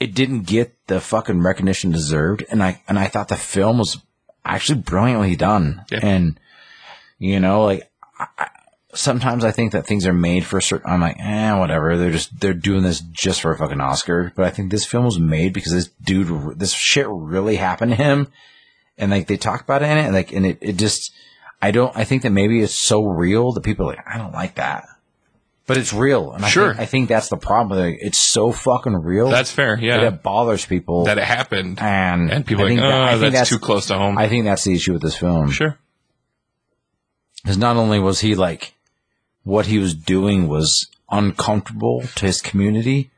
[SPEAKER 1] it didn't get the fucking recognition deserved and i and i thought the film was actually brilliantly done
[SPEAKER 3] Yeah.
[SPEAKER 1] and you know like I, I, sometimes i think that things are made for a certain i'm like eh whatever they're just they're doing this just for a fucking oscar but i think this film was made because this dude r- this shit really happened to him and like they talk about it in it and like and it, it just i don't i think that maybe it's so real that people are like i don't like that but it's real and I
[SPEAKER 3] Sure.
[SPEAKER 1] think, i think that's the problem like, it's so fucking real
[SPEAKER 3] That's fair. Yeah,
[SPEAKER 1] that it bothers people
[SPEAKER 3] that it happened,
[SPEAKER 1] and
[SPEAKER 3] and people
[SPEAKER 1] I
[SPEAKER 3] are like,
[SPEAKER 1] think
[SPEAKER 3] oh,
[SPEAKER 1] that- I think
[SPEAKER 3] that's, too close to home.
[SPEAKER 1] i think that's the issue with this film
[SPEAKER 3] sure.
[SPEAKER 1] because not only was he like what he was doing was uncomfortable to his community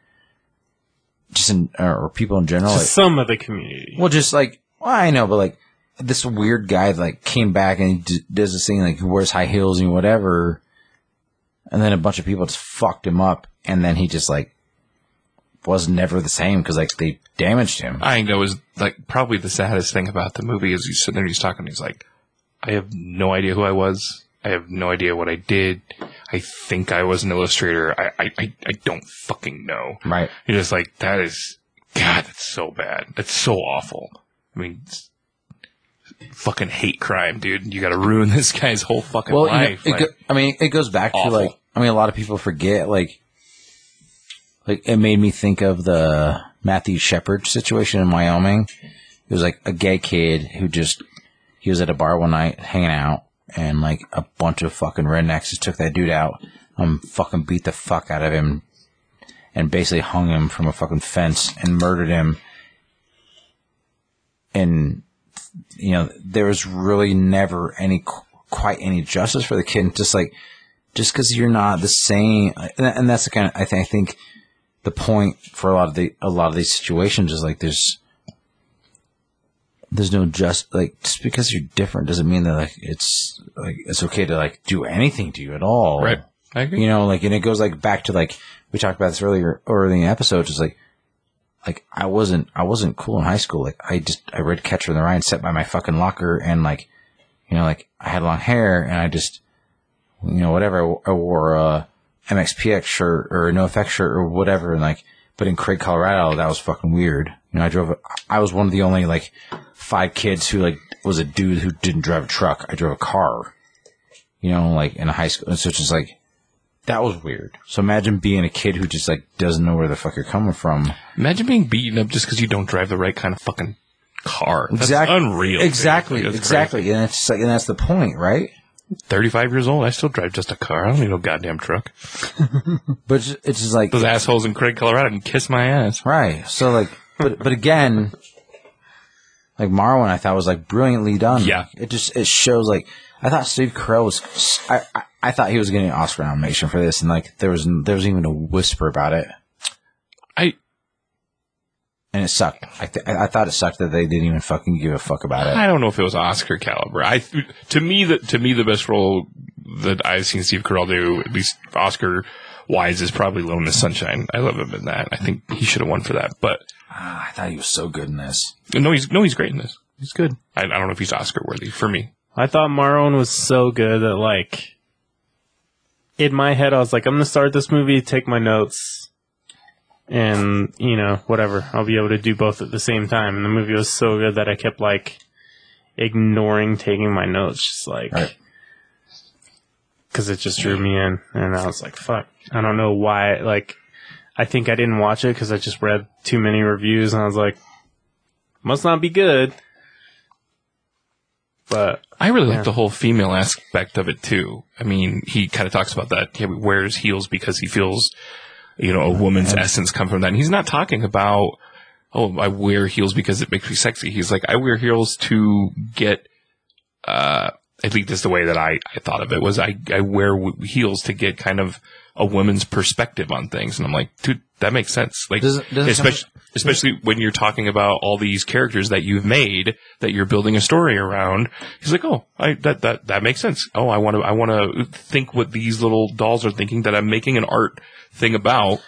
[SPEAKER 1] just in or or people in
[SPEAKER 3] Oh,
[SPEAKER 1] general
[SPEAKER 2] To
[SPEAKER 1] like-
[SPEAKER 2] some of the community.
[SPEAKER 1] Well, just like well, I know, but like this weird guy like came back and he d- does this thing like he wears high heels and whatever, and then a bunch of people just fucked him up, and then he just like was never the same because like they damaged him.
[SPEAKER 3] I think that was like probably the saddest thing about the movie is he's sitting there, he's talking, he's like, I have no idea who I was. I have no idea what I did. I think I was an illustrator. I, I, I, I don't fucking know.
[SPEAKER 1] Right.
[SPEAKER 3] You're just like, that is, God, that's so bad. That's so awful. I mean, it's fucking hate crime, dude. You gotta ruin this guy's whole fucking
[SPEAKER 1] Well, you know,
[SPEAKER 3] life.
[SPEAKER 1] it
[SPEAKER 3] Like,
[SPEAKER 1] go- I mean, it goes back
[SPEAKER 3] Awful.
[SPEAKER 1] to like I mean, a lot of people forget like like it made me think of the Matthew Shepard situation in Wyoming. It was like a gay kid who just he was at a bar one night hanging out, and like a bunch of fucking rednecks just took that dude out, um, fucking beat the fuck out of him, and basically hung him from a fucking fence and murdered him, and you know, there was really never any qu- quite any justice for the kid. And just like, just because you're not the same, and, and that's the kind of I think I think the point for a lot of the a lot of these situations is like there's there's no just like just because you're different doesn't mean that like it's like it's okay to like do anything to you at all,
[SPEAKER 3] right. I agree.
[SPEAKER 1] you know, like, and it goes like back to like we talked about this earlier, earlier in the episode. Just like, like I wasn't, I wasn't cool in high school. Like I just, I read Catcher in the Rye and sat by my fucking locker, and like, you know, like I had long hair, and I just, you know, whatever. I wo- I wore a MXPX shirt or a NoFX shirt or whatever, and like, but in Craig, Colorado, that was fucking weird. You know, I drove. a- I was one of the only like five kids who like was a dude who didn't drive a truck. I drove a car. You know, like in high school, and so it's just like that was weird. So imagine being a kid who just like doesn't know where the fuck you're coming from.
[SPEAKER 3] Imagine being beaten up just because you don't drive the right kind of fucking car. That's
[SPEAKER 1] Exact-
[SPEAKER 3] unreal. dude.
[SPEAKER 1] Exactly,
[SPEAKER 3] That's
[SPEAKER 1] exactly, and it's just like, and that's the point, right?
[SPEAKER 3] crazy. 35 years old, I still drive just a car. I don't need no goddamn truck.
[SPEAKER 1] But it's- it's just like
[SPEAKER 3] Those assholes in Craig, Colorado can kiss my ass.
[SPEAKER 1] right. So like, but but again, like Marwan, I thought was like brilliantly done.
[SPEAKER 3] Yeah.
[SPEAKER 1] it just it shows like I thought Steve Carell was I I, I thought he was getting an Oscar nomination for this, and like there was there was even a whisper about it.
[SPEAKER 3] I,
[SPEAKER 1] And it sucked. I, th- I I thought it sucked that they didn't even fucking give a fuck about it.
[SPEAKER 3] I don't know if it was Oscar caliber. I to me the to me the best role that I've seen Steve Carell do, at least Oscar wise, is probably Lone in the Sunshine. I love him in that. I think he should have won for that. But
[SPEAKER 1] Ah, I thought he was so good in this.
[SPEAKER 3] no, he's no, he's great in this. He's good. I, I don't know if he's Oscar worthy for me.
[SPEAKER 2] I thought Marone was so good that like in my head I was like, I'm gonna start this movie, take my notes, and you know, whatever. I'll be able to do both at the same time. And the movie was so good that I kept like ignoring taking my notes, just like
[SPEAKER 1] Right.
[SPEAKER 2] because it just drew me in, and I was like, fuck, I don't know why. Like, I think I didn't watch it because I just read too many reviews, and I was like, must not be good. But
[SPEAKER 3] I really
[SPEAKER 2] Yeah.
[SPEAKER 3] like the whole female aspect of it too. I mean, he kind of talks about that. He wears heels because he feels, you know, a woman's essence come from that. And he's not talking about, oh, I wear heels because it makes me sexy. He's like, I wear heels to get, uh, at least that's the way that I, I thought of it was I, I wear w- heels to get kind of a woman's perspective on things. And I'm like, dude, that makes sense. Like,
[SPEAKER 1] Doesn't- doesn't
[SPEAKER 3] especially, especially when you're talking about all these characters that you've made that you're building a story around. He's like, oh, I, that, that, that makes sense. Oh, I want to, I want to think what these little dolls are thinking that I'm making an art thing about.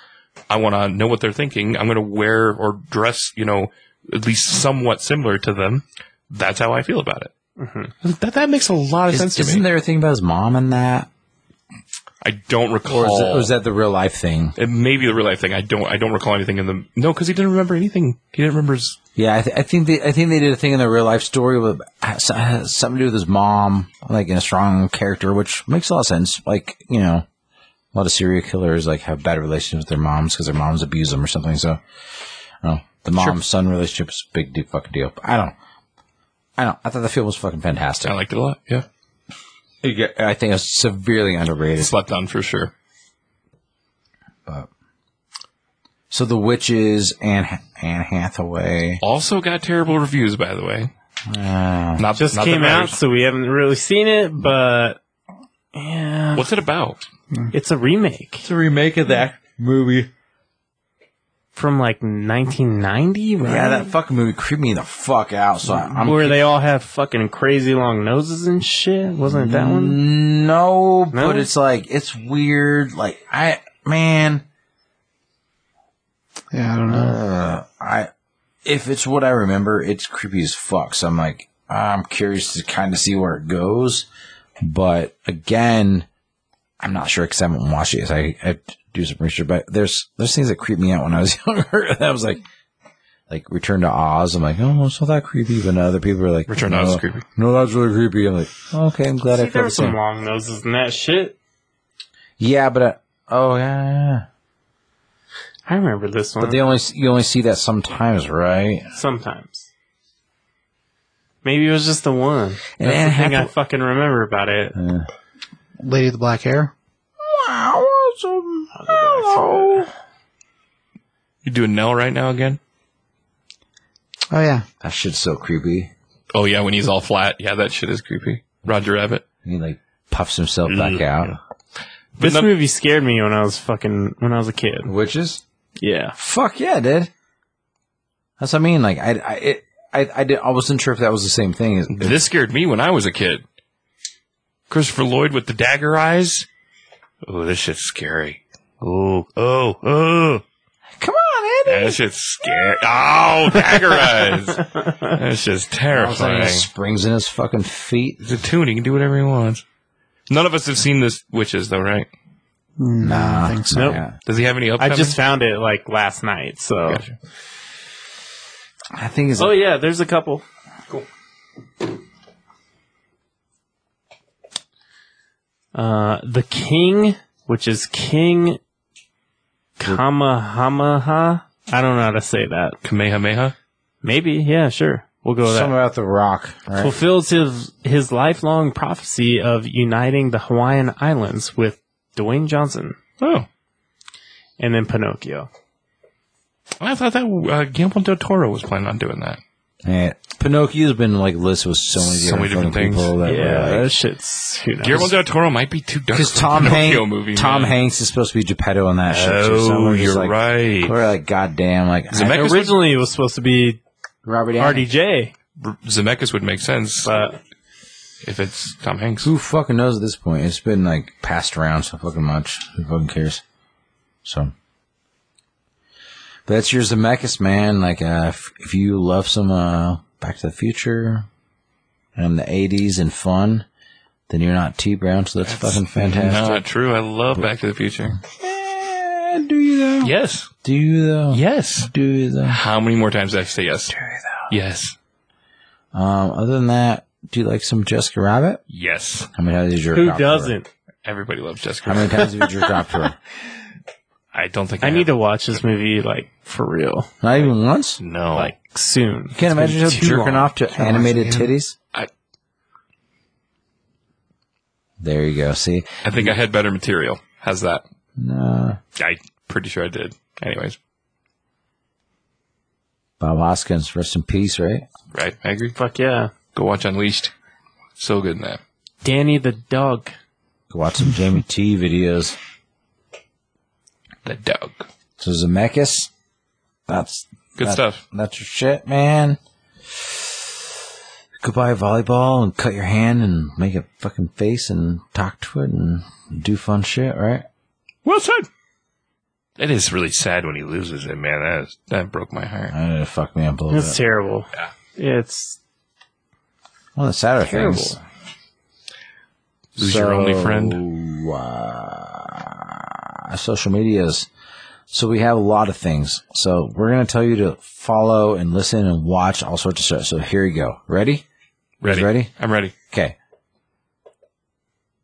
[SPEAKER 3] I want to know what they're thinking. I'm going to wear or dress, you know, at least somewhat similar to them. That's how I feel about it. That, that makes a lot of sense
[SPEAKER 1] Is,
[SPEAKER 3] to
[SPEAKER 1] isn't
[SPEAKER 3] me.
[SPEAKER 1] there a thing about his mom and that?
[SPEAKER 3] I don't recall.
[SPEAKER 1] Or is, it, or is that the real life thing?
[SPEAKER 3] it may be the real life thing. I don't. I don't recall anything in the. No, because he didn't remember anything. He didn't remember his
[SPEAKER 1] Yeah, I, th- I think they, I think they did a thing in the real life story with has something to do with his mom, like in a strong character, which makes a lot of sense. Like you know, a lot of serial killers like have bad relationships with their moms because their moms abuse them or something. So, I don't know, the mom son relationship is a big de- fucking deal. I don't. know. I don't. I thought the film was fucking fantastic.
[SPEAKER 3] I liked it a lot. Yeah,
[SPEAKER 1] I think it was severely underrated.
[SPEAKER 3] slept on for sure.
[SPEAKER 1] So the witches and Anne Hathaway.
[SPEAKER 3] Also got terrible reviews, by the way. not
[SPEAKER 2] just
[SPEAKER 3] not that
[SPEAKER 2] came out,
[SPEAKER 3] matters.
[SPEAKER 2] so we haven't really seen it, but yeah,
[SPEAKER 3] What's it about?
[SPEAKER 2] it's a remake
[SPEAKER 1] It's a remake of that movie.
[SPEAKER 2] from like 1990, right?
[SPEAKER 1] Yeah, that fucking movie creeped me the fuck out. So I, I'm
[SPEAKER 2] where they all have fucking crazy long noses and shit. Wasn't it that one?
[SPEAKER 1] no, but
[SPEAKER 2] No?
[SPEAKER 1] it's like it's weird. Like I man,
[SPEAKER 4] It Yeah, I don't know.
[SPEAKER 1] Uh, I if it's what I remember, it's creepy as fuck. So I'm like, I'm curious to kind of see where it goes, but again, I'm not sure because I haven't watched it. So I, I had to do some research, but there's there's things that creep me out when I was younger. that was like. Like Return to Oz, I'm like, oh, it's not that creepy. But now other people are like,
[SPEAKER 3] Return to
[SPEAKER 1] no,
[SPEAKER 3] Oz is creepy.
[SPEAKER 1] No, that's really creepy. I'm like, okay, I'm glad I
[SPEAKER 2] See,
[SPEAKER 1] felt
[SPEAKER 2] there were
[SPEAKER 1] the same.
[SPEAKER 2] some long noses in that shit.
[SPEAKER 1] Yeah, but uh, oh yeah, yeah, yeah.
[SPEAKER 2] I remember this one.
[SPEAKER 1] But they only you only see that sometimes, right?
[SPEAKER 2] Sometimes. Maybe it was just the one.
[SPEAKER 1] And
[SPEAKER 2] That's
[SPEAKER 1] Anne
[SPEAKER 2] the thing I
[SPEAKER 1] Hathaway-
[SPEAKER 2] fucking remember about it.
[SPEAKER 4] Lady with the black hair.
[SPEAKER 1] Wow, awesome. Hello.
[SPEAKER 3] You doing Nell right now again?
[SPEAKER 4] Oh yeah,
[SPEAKER 1] That shit's so creepy.
[SPEAKER 3] Oh yeah, when he's all flat. Yeah, that shit is creepy. Roger Rabbit.
[SPEAKER 1] And he like puffs himself
[SPEAKER 2] Mm,
[SPEAKER 1] back out.
[SPEAKER 2] This
[SPEAKER 3] no-
[SPEAKER 2] movie scared me when I was fucking when I was a kid.
[SPEAKER 1] Witches?
[SPEAKER 2] Yeah.
[SPEAKER 1] Fuck yeah, dude. That's what I mean. Like I, I, it, I, I, did, I wasn't sure if that was the same thing. as
[SPEAKER 3] This scared me when I was a kid. Christopher Lloyd with the dagger eyes. Oh, this shit's scary. Oh, oh, oh.
[SPEAKER 1] Come on, Eddie.
[SPEAKER 3] That shit's scary. Oh, dagger eyes. That's just
[SPEAKER 1] All of a sudden, he
[SPEAKER 3] terrifying.
[SPEAKER 1] springs in his fucking feet.
[SPEAKER 3] It's a tune. He can do whatever he wants. None of us have seen this Witches, though, right?
[SPEAKER 4] no, I don't think so.
[SPEAKER 2] Nope.
[SPEAKER 1] Ah, Yeah.
[SPEAKER 3] Does he have any
[SPEAKER 2] I
[SPEAKER 3] upcoming?
[SPEAKER 2] just found it like last night, so
[SPEAKER 3] Gotcha.
[SPEAKER 1] I think it's.
[SPEAKER 2] Oh yeah, there's a couple. Cool. Uh, the King, which is King Kamehameha. I don't know how to say that.
[SPEAKER 3] Kamehameha?
[SPEAKER 2] Maybe, yeah, sure. We'll go with that.
[SPEAKER 1] Something about the rock, right?
[SPEAKER 2] Fulfills his his lifelong prophecy of uniting the Hawaiian Islands with Dwayne Johnson
[SPEAKER 3] Oh.
[SPEAKER 2] and then Pinocchio.
[SPEAKER 3] I thought that uh, Guillermo del Toro was planning on doing that.
[SPEAKER 1] Yeah. Pinocchio's been like listed with so many
[SPEAKER 3] So
[SPEAKER 1] different,
[SPEAKER 3] many different
[SPEAKER 1] fucking
[SPEAKER 3] things.
[SPEAKER 1] people that
[SPEAKER 2] yeah,
[SPEAKER 1] were
[SPEAKER 2] that
[SPEAKER 1] like,
[SPEAKER 2] shit's who knows.
[SPEAKER 3] Guillermo del Toro might be too dark.
[SPEAKER 1] because
[SPEAKER 3] for a
[SPEAKER 1] Tom
[SPEAKER 3] Pinocchio
[SPEAKER 1] Hanks,
[SPEAKER 3] movie,
[SPEAKER 1] Tom
[SPEAKER 3] man.
[SPEAKER 1] Hanks is supposed to be Geppetto in that shit. too. So
[SPEAKER 3] Oh,
[SPEAKER 1] we're just
[SPEAKER 3] you're
[SPEAKER 1] like,
[SPEAKER 3] right.
[SPEAKER 1] We're like, goddamn, like I-
[SPEAKER 3] Zemeckis would,
[SPEAKER 2] Originally, it was supposed to be
[SPEAKER 1] Robert Downey.
[SPEAKER 2] RDJ,
[SPEAKER 3] Zemeckis would make sense
[SPEAKER 2] but
[SPEAKER 3] if it's Tom Hanks.
[SPEAKER 1] Who fucking knows at this point? It's been like passed around so fucking much. Who fucking cares? So. But that's your Zemeckis, man. Like, uh, if, if you love some, uh, Back to the Future and the 80s and fun, then you're not T Brown, so that's, fucking fantastic.
[SPEAKER 3] Not true. I love Back to the Future.
[SPEAKER 1] Eh, do you though?
[SPEAKER 3] Yes.
[SPEAKER 1] Do you though?
[SPEAKER 3] Yes.
[SPEAKER 1] Do you though?
[SPEAKER 3] How many more times do I have to say yes? Yes.
[SPEAKER 1] Um, other than that, do you like some Jessica Rabbit?
[SPEAKER 3] Yes.
[SPEAKER 1] How many times did you jerk
[SPEAKER 2] who
[SPEAKER 1] off to her?
[SPEAKER 2] doesn't?
[SPEAKER 3] Everybody loves Jessica.
[SPEAKER 1] How many times have you jerked off to her?
[SPEAKER 3] I don't think
[SPEAKER 2] I
[SPEAKER 3] I,
[SPEAKER 2] need to watch this movie like for real,
[SPEAKER 1] Not even once?
[SPEAKER 3] No.
[SPEAKER 2] like soon.
[SPEAKER 1] Can't
[SPEAKER 2] It's been
[SPEAKER 1] imagine yourself
[SPEAKER 2] too
[SPEAKER 1] jerking
[SPEAKER 2] long.
[SPEAKER 1] off to
[SPEAKER 4] watch
[SPEAKER 1] animated
[SPEAKER 4] it again.
[SPEAKER 1] titties.
[SPEAKER 3] I-
[SPEAKER 1] There you go. See,
[SPEAKER 3] I think I had better material. How's that?
[SPEAKER 1] no.
[SPEAKER 3] I pretty sure I did. Anyways,
[SPEAKER 1] Bob Hoskins, rest in peace. Right?
[SPEAKER 3] right? I agree.
[SPEAKER 2] Fuck yeah,
[SPEAKER 3] Go watch Unleashed. So good in that.
[SPEAKER 2] Danny the dog.
[SPEAKER 1] Go watch some Jamie T videos.
[SPEAKER 3] The dog.
[SPEAKER 1] So Zemeckis, that's
[SPEAKER 3] Good
[SPEAKER 1] that-
[SPEAKER 3] stuff.
[SPEAKER 1] That's your shit, man. Go buy a volleyball and cut your hand and make a fucking face and talk to it and do fun shit, right?
[SPEAKER 3] Well said. It is really sad when he loses it, man. That is, that broke my heart.
[SPEAKER 1] Uh, fuck me up a little
[SPEAKER 2] That's
[SPEAKER 1] bit.
[SPEAKER 2] terrible.
[SPEAKER 3] Yeah.
[SPEAKER 2] It's
[SPEAKER 1] One of the sadder
[SPEAKER 2] terrible.
[SPEAKER 1] things.
[SPEAKER 3] Who's your only friend?
[SPEAKER 1] uh, social medias. So we have a lot of things. So we're going to tell you to follow and listen and watch all sorts of stuff. So here you go. Ready?
[SPEAKER 3] Ready?
[SPEAKER 1] ready?
[SPEAKER 3] I'm ready.
[SPEAKER 1] Okay.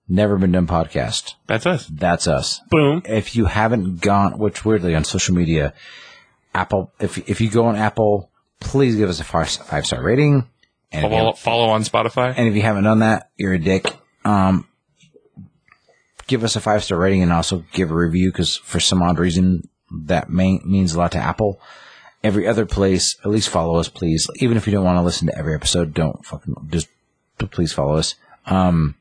[SPEAKER 1] Never been done podcast.
[SPEAKER 3] That's us.
[SPEAKER 1] That's us.
[SPEAKER 2] Boom.
[SPEAKER 1] If you haven't gone, which weirdly on social media, Apple, if, if you go on Apple, please give us a five, five star rating. And if you
[SPEAKER 3] Follow, follow on Spotify.
[SPEAKER 1] and if you haven't done that, you're a dick. Um, give us a five star rating and also give a review because for some odd reason that may, means a lot to Apple. Every other place, at least follow us, please. Even if you don't want to listen to every episode, don't fucking just p- please follow us. Um,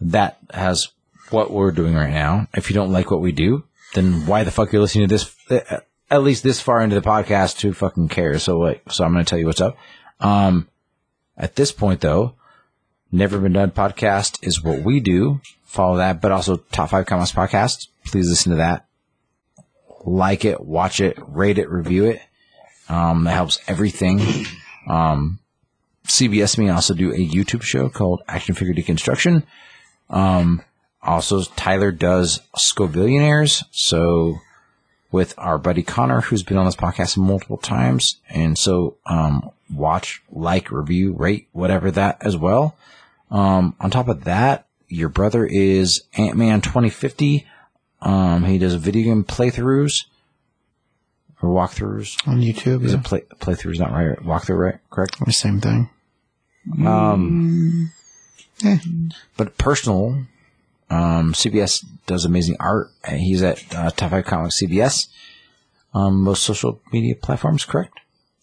[SPEAKER 1] that has what we're doing right now. If you don't like what we do, then why the fuck you're listening to this? uh, At least this far into the podcast, who fucking cares? So like, so I'm going to tell you what's up. Um, at this point, though, Never Been Done podcast is what we do. Follow that, but also Top Five Comments podcast. Please listen to that. like it, watch it, rate it, review it. Um, that helps everything. Um, CBS may also do a YouTube show called Action Figure Deconstruction. Um, also, Tyler does Scovillionaires. So, with our buddy Connor, who's been on this podcast multiple times. And so, um, watch, like, review, rate, whatever that as well. Um, on top of that, your brother is Ant Man 2050. Um, he does video game playthroughs or walkthroughs.
[SPEAKER 4] on YouTube.
[SPEAKER 1] Is
[SPEAKER 4] Yeah.
[SPEAKER 1] it play, playthrough is not right? Walkthrough, right? Correct?
[SPEAKER 4] The same thing.
[SPEAKER 1] Um,
[SPEAKER 4] Eh.
[SPEAKER 1] but personal, um, CBS does amazing art. and He's at uh, Top 5 Comics CBS on um, most social media platforms, correct?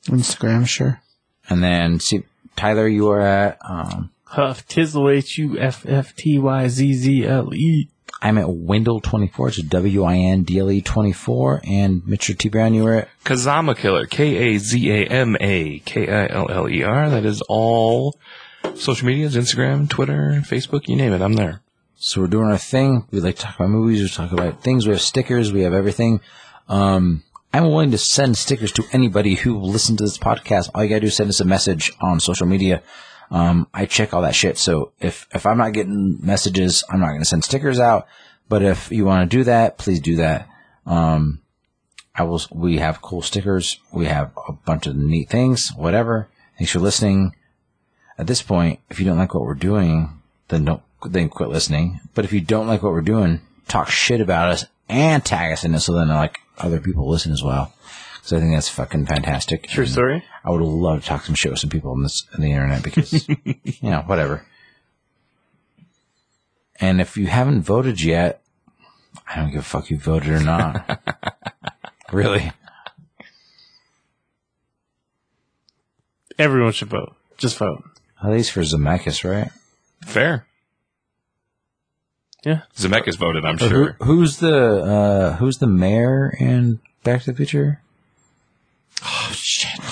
[SPEAKER 4] Instagram, sure.
[SPEAKER 1] And then see, Tyler, you are at, um,
[SPEAKER 2] Huff Tizzle H U F F T Y Z Z L E.
[SPEAKER 1] I'm at Windle24, it's W I N D L E 24. And Mr. T. Brown, you were at,
[SPEAKER 3] Kazama Killer, K A Z A M A K I L L E R. That is all social medias Instagram, Twitter, Facebook, you name it. I'm there.
[SPEAKER 1] so we're doing our thing. We like to talk about movies, we talk about things, we have stickers, we have everything. Um, I'm willing to send stickers to anybody who will listen to this podcast. All you gotta do is send us a message on social media. Um, I check all that shit. So if, if I'm not getting messages, I'm not gonna send stickers out. But if you want to do that, please do that. Um, I will, we have cool stickers. We have a bunch of neat things, whatever. Thanks for listening. At this point, if you don't like what we're doing, then don't, then quit listening. But if you don't like what we're doing, talk shit about us and tag us in it so then like other people listen as well. Cause I think that's fucking fantastic.
[SPEAKER 2] True
[SPEAKER 1] And-
[SPEAKER 2] story.
[SPEAKER 1] I would love to talk some shit with some people on this on the internet because you know whatever. And if you haven't voted yet, I don't give a fuck you voted or not. really,
[SPEAKER 2] Everyone should vote. Just vote.
[SPEAKER 1] at least for Zemeckis, right?
[SPEAKER 3] Fair.
[SPEAKER 2] Yeah.
[SPEAKER 3] Zemeckis voted, I'm
[SPEAKER 1] Or
[SPEAKER 3] sure.
[SPEAKER 1] Who, who's the uh, who's the mayor in Back to the Future?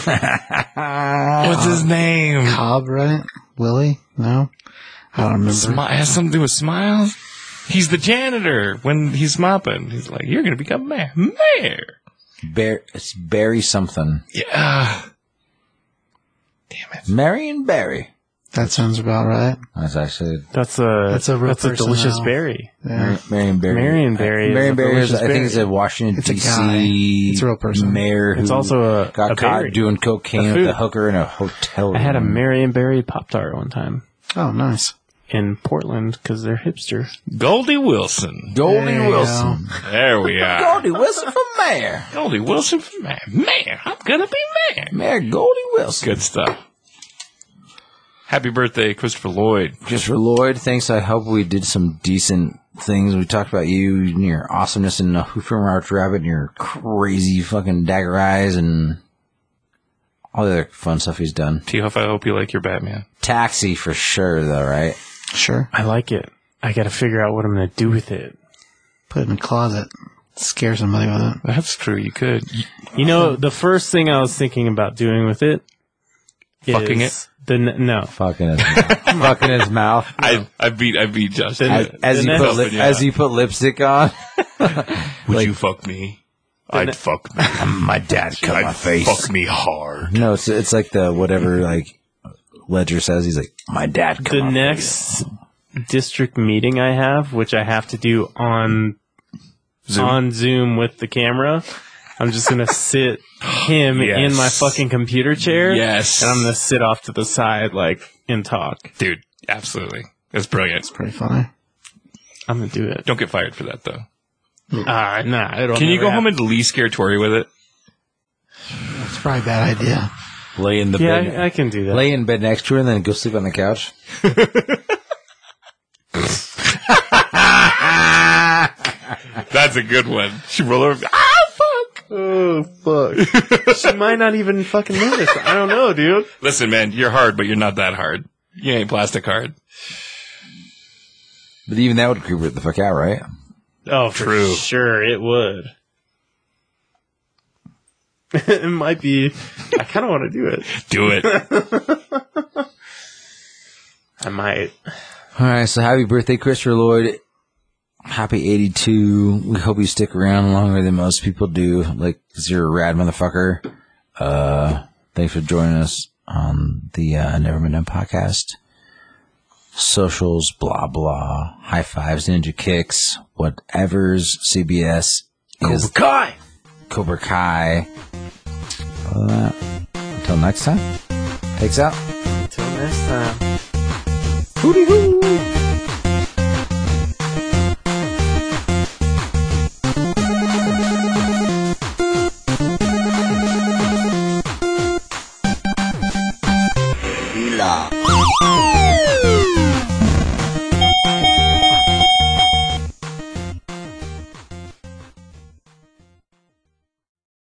[SPEAKER 3] What's his name?
[SPEAKER 4] Cobb, right? Willie? No? I don't remember.
[SPEAKER 3] Smi- has something to do with smiles? He's the janitor when he's mopping. He's like, you're going to become mayor. Mayor!
[SPEAKER 1] Bar- it's Barry something.
[SPEAKER 3] Yeah.
[SPEAKER 1] Mary and Barry.
[SPEAKER 4] that sounds about right.
[SPEAKER 1] That's actually
[SPEAKER 2] That's a
[SPEAKER 4] That's a real
[SPEAKER 2] that's a
[SPEAKER 4] person
[SPEAKER 2] delicious
[SPEAKER 4] now.
[SPEAKER 2] berry.
[SPEAKER 4] Yeah.
[SPEAKER 1] Mary and Barry.
[SPEAKER 2] Marion Barry is
[SPEAKER 1] Marion
[SPEAKER 2] a
[SPEAKER 1] Barry is,
[SPEAKER 2] delicious
[SPEAKER 1] I think,
[SPEAKER 2] berry.
[SPEAKER 1] is a Washington
[SPEAKER 4] It's a
[SPEAKER 1] D.C.
[SPEAKER 4] guy. It's a real person.
[SPEAKER 1] mayor. Who
[SPEAKER 2] It's also a-
[SPEAKER 1] got
[SPEAKER 2] a
[SPEAKER 1] caught
[SPEAKER 2] berry.
[SPEAKER 1] doing cocaine
[SPEAKER 2] A
[SPEAKER 1] with a
[SPEAKER 2] food.
[SPEAKER 1] hooker in a hotel. Room.
[SPEAKER 2] I had a Marion Berry Pop Tart one time
[SPEAKER 4] Oh, nice.
[SPEAKER 2] in Portland because they're hipster.
[SPEAKER 3] Goldie Wilson.
[SPEAKER 1] Goldie
[SPEAKER 4] There you
[SPEAKER 1] Wilson.
[SPEAKER 3] There we are.
[SPEAKER 1] Goldie Wilson for mayor.
[SPEAKER 3] Goldie Wilson for mayor. Mayor. I'm going to be mayor.
[SPEAKER 1] Mayor Goldie Wilson.
[SPEAKER 3] Good stuff. Happy birthday, Christopher Lloyd.
[SPEAKER 1] Just for Lloyd, thanks. I hope we did some decent things. We talked about you and your awesomeness and the Who Framed Roger Rabbit and your crazy fucking dagger eyes and all the other fun stuff he's done.
[SPEAKER 3] T Huff, I hope you like your Batman.
[SPEAKER 1] Taxi for sure, though, right?
[SPEAKER 4] Sure.
[SPEAKER 2] I like it. I got to figure out what I'm going to do with it.
[SPEAKER 4] Put it in a closet. Scare somebody with it.
[SPEAKER 3] That's true. You could. You-
[SPEAKER 2] You know, the first thing I was thinking about doing with it, is
[SPEAKER 3] Fucking it?
[SPEAKER 2] The n- no,
[SPEAKER 1] Fucking his mouth. fucking his mouth.
[SPEAKER 3] I, I beat I beat Justin.
[SPEAKER 1] as, as
[SPEAKER 2] The
[SPEAKER 1] you
[SPEAKER 2] next-
[SPEAKER 1] put lip,
[SPEAKER 3] Yeah.
[SPEAKER 1] as you put lipstick on.
[SPEAKER 3] Would you fuck me? I'd fuck me.
[SPEAKER 1] Um, My dad cut
[SPEAKER 3] I'd fuck me hard.
[SPEAKER 1] No, it's it's like the whatever like Ledger says. He's like, my dad cut
[SPEAKER 2] the
[SPEAKER 1] my face."
[SPEAKER 2] next district meeting I have, which I have to do on
[SPEAKER 3] Zoom.
[SPEAKER 2] on Zoom with the camera. I'm just gonna sit him
[SPEAKER 3] Yes.
[SPEAKER 2] in my fucking computer chair.
[SPEAKER 3] Yes.
[SPEAKER 2] And I'm gonna sit off to the side like and talk.
[SPEAKER 3] Dude, absolutely. That's brilliant.
[SPEAKER 4] Pretty funny.
[SPEAKER 2] I'm gonna do it.
[SPEAKER 3] Don't get fired for that though. Mm.
[SPEAKER 2] Ah, nah, it'll
[SPEAKER 3] Can you
[SPEAKER 2] never
[SPEAKER 3] go home
[SPEAKER 2] happen.
[SPEAKER 3] and at least scare Tori with it?
[SPEAKER 4] It's probably a bad idea.
[SPEAKER 1] lay in the bed,
[SPEAKER 2] Yeah, I, I can do that.
[SPEAKER 1] lay in bed next to her, and then go sleep on the couch.
[SPEAKER 3] That's a good one. She roll over. Ah, fuck.
[SPEAKER 2] Oh fuck. she might not even fucking notice. I don't know, dude.
[SPEAKER 3] Listen, man, you're hard, but you're not that hard. You ain't plastic hard.
[SPEAKER 1] But even that would creep her the fuck out, right?
[SPEAKER 2] Oh, for
[SPEAKER 3] True.
[SPEAKER 2] Sure, it would. it might be. I kind of want to do it.
[SPEAKER 3] Do it.
[SPEAKER 2] I might.
[SPEAKER 1] All right, so happy birthday, Christopher Lloyd. Happy 82. We hope you stick around longer than most people do, like, cause you're a rad motherfucker. Uh, thanks for joining us on the, uh, Never Been Done podcast. Socials, blah, blah, high fives, ninja kicks, whatever's, CBS is
[SPEAKER 3] Kai!
[SPEAKER 1] Cobra Kai. Uh, until next time, peace out.
[SPEAKER 2] Until next time.
[SPEAKER 1] Hootie hoo!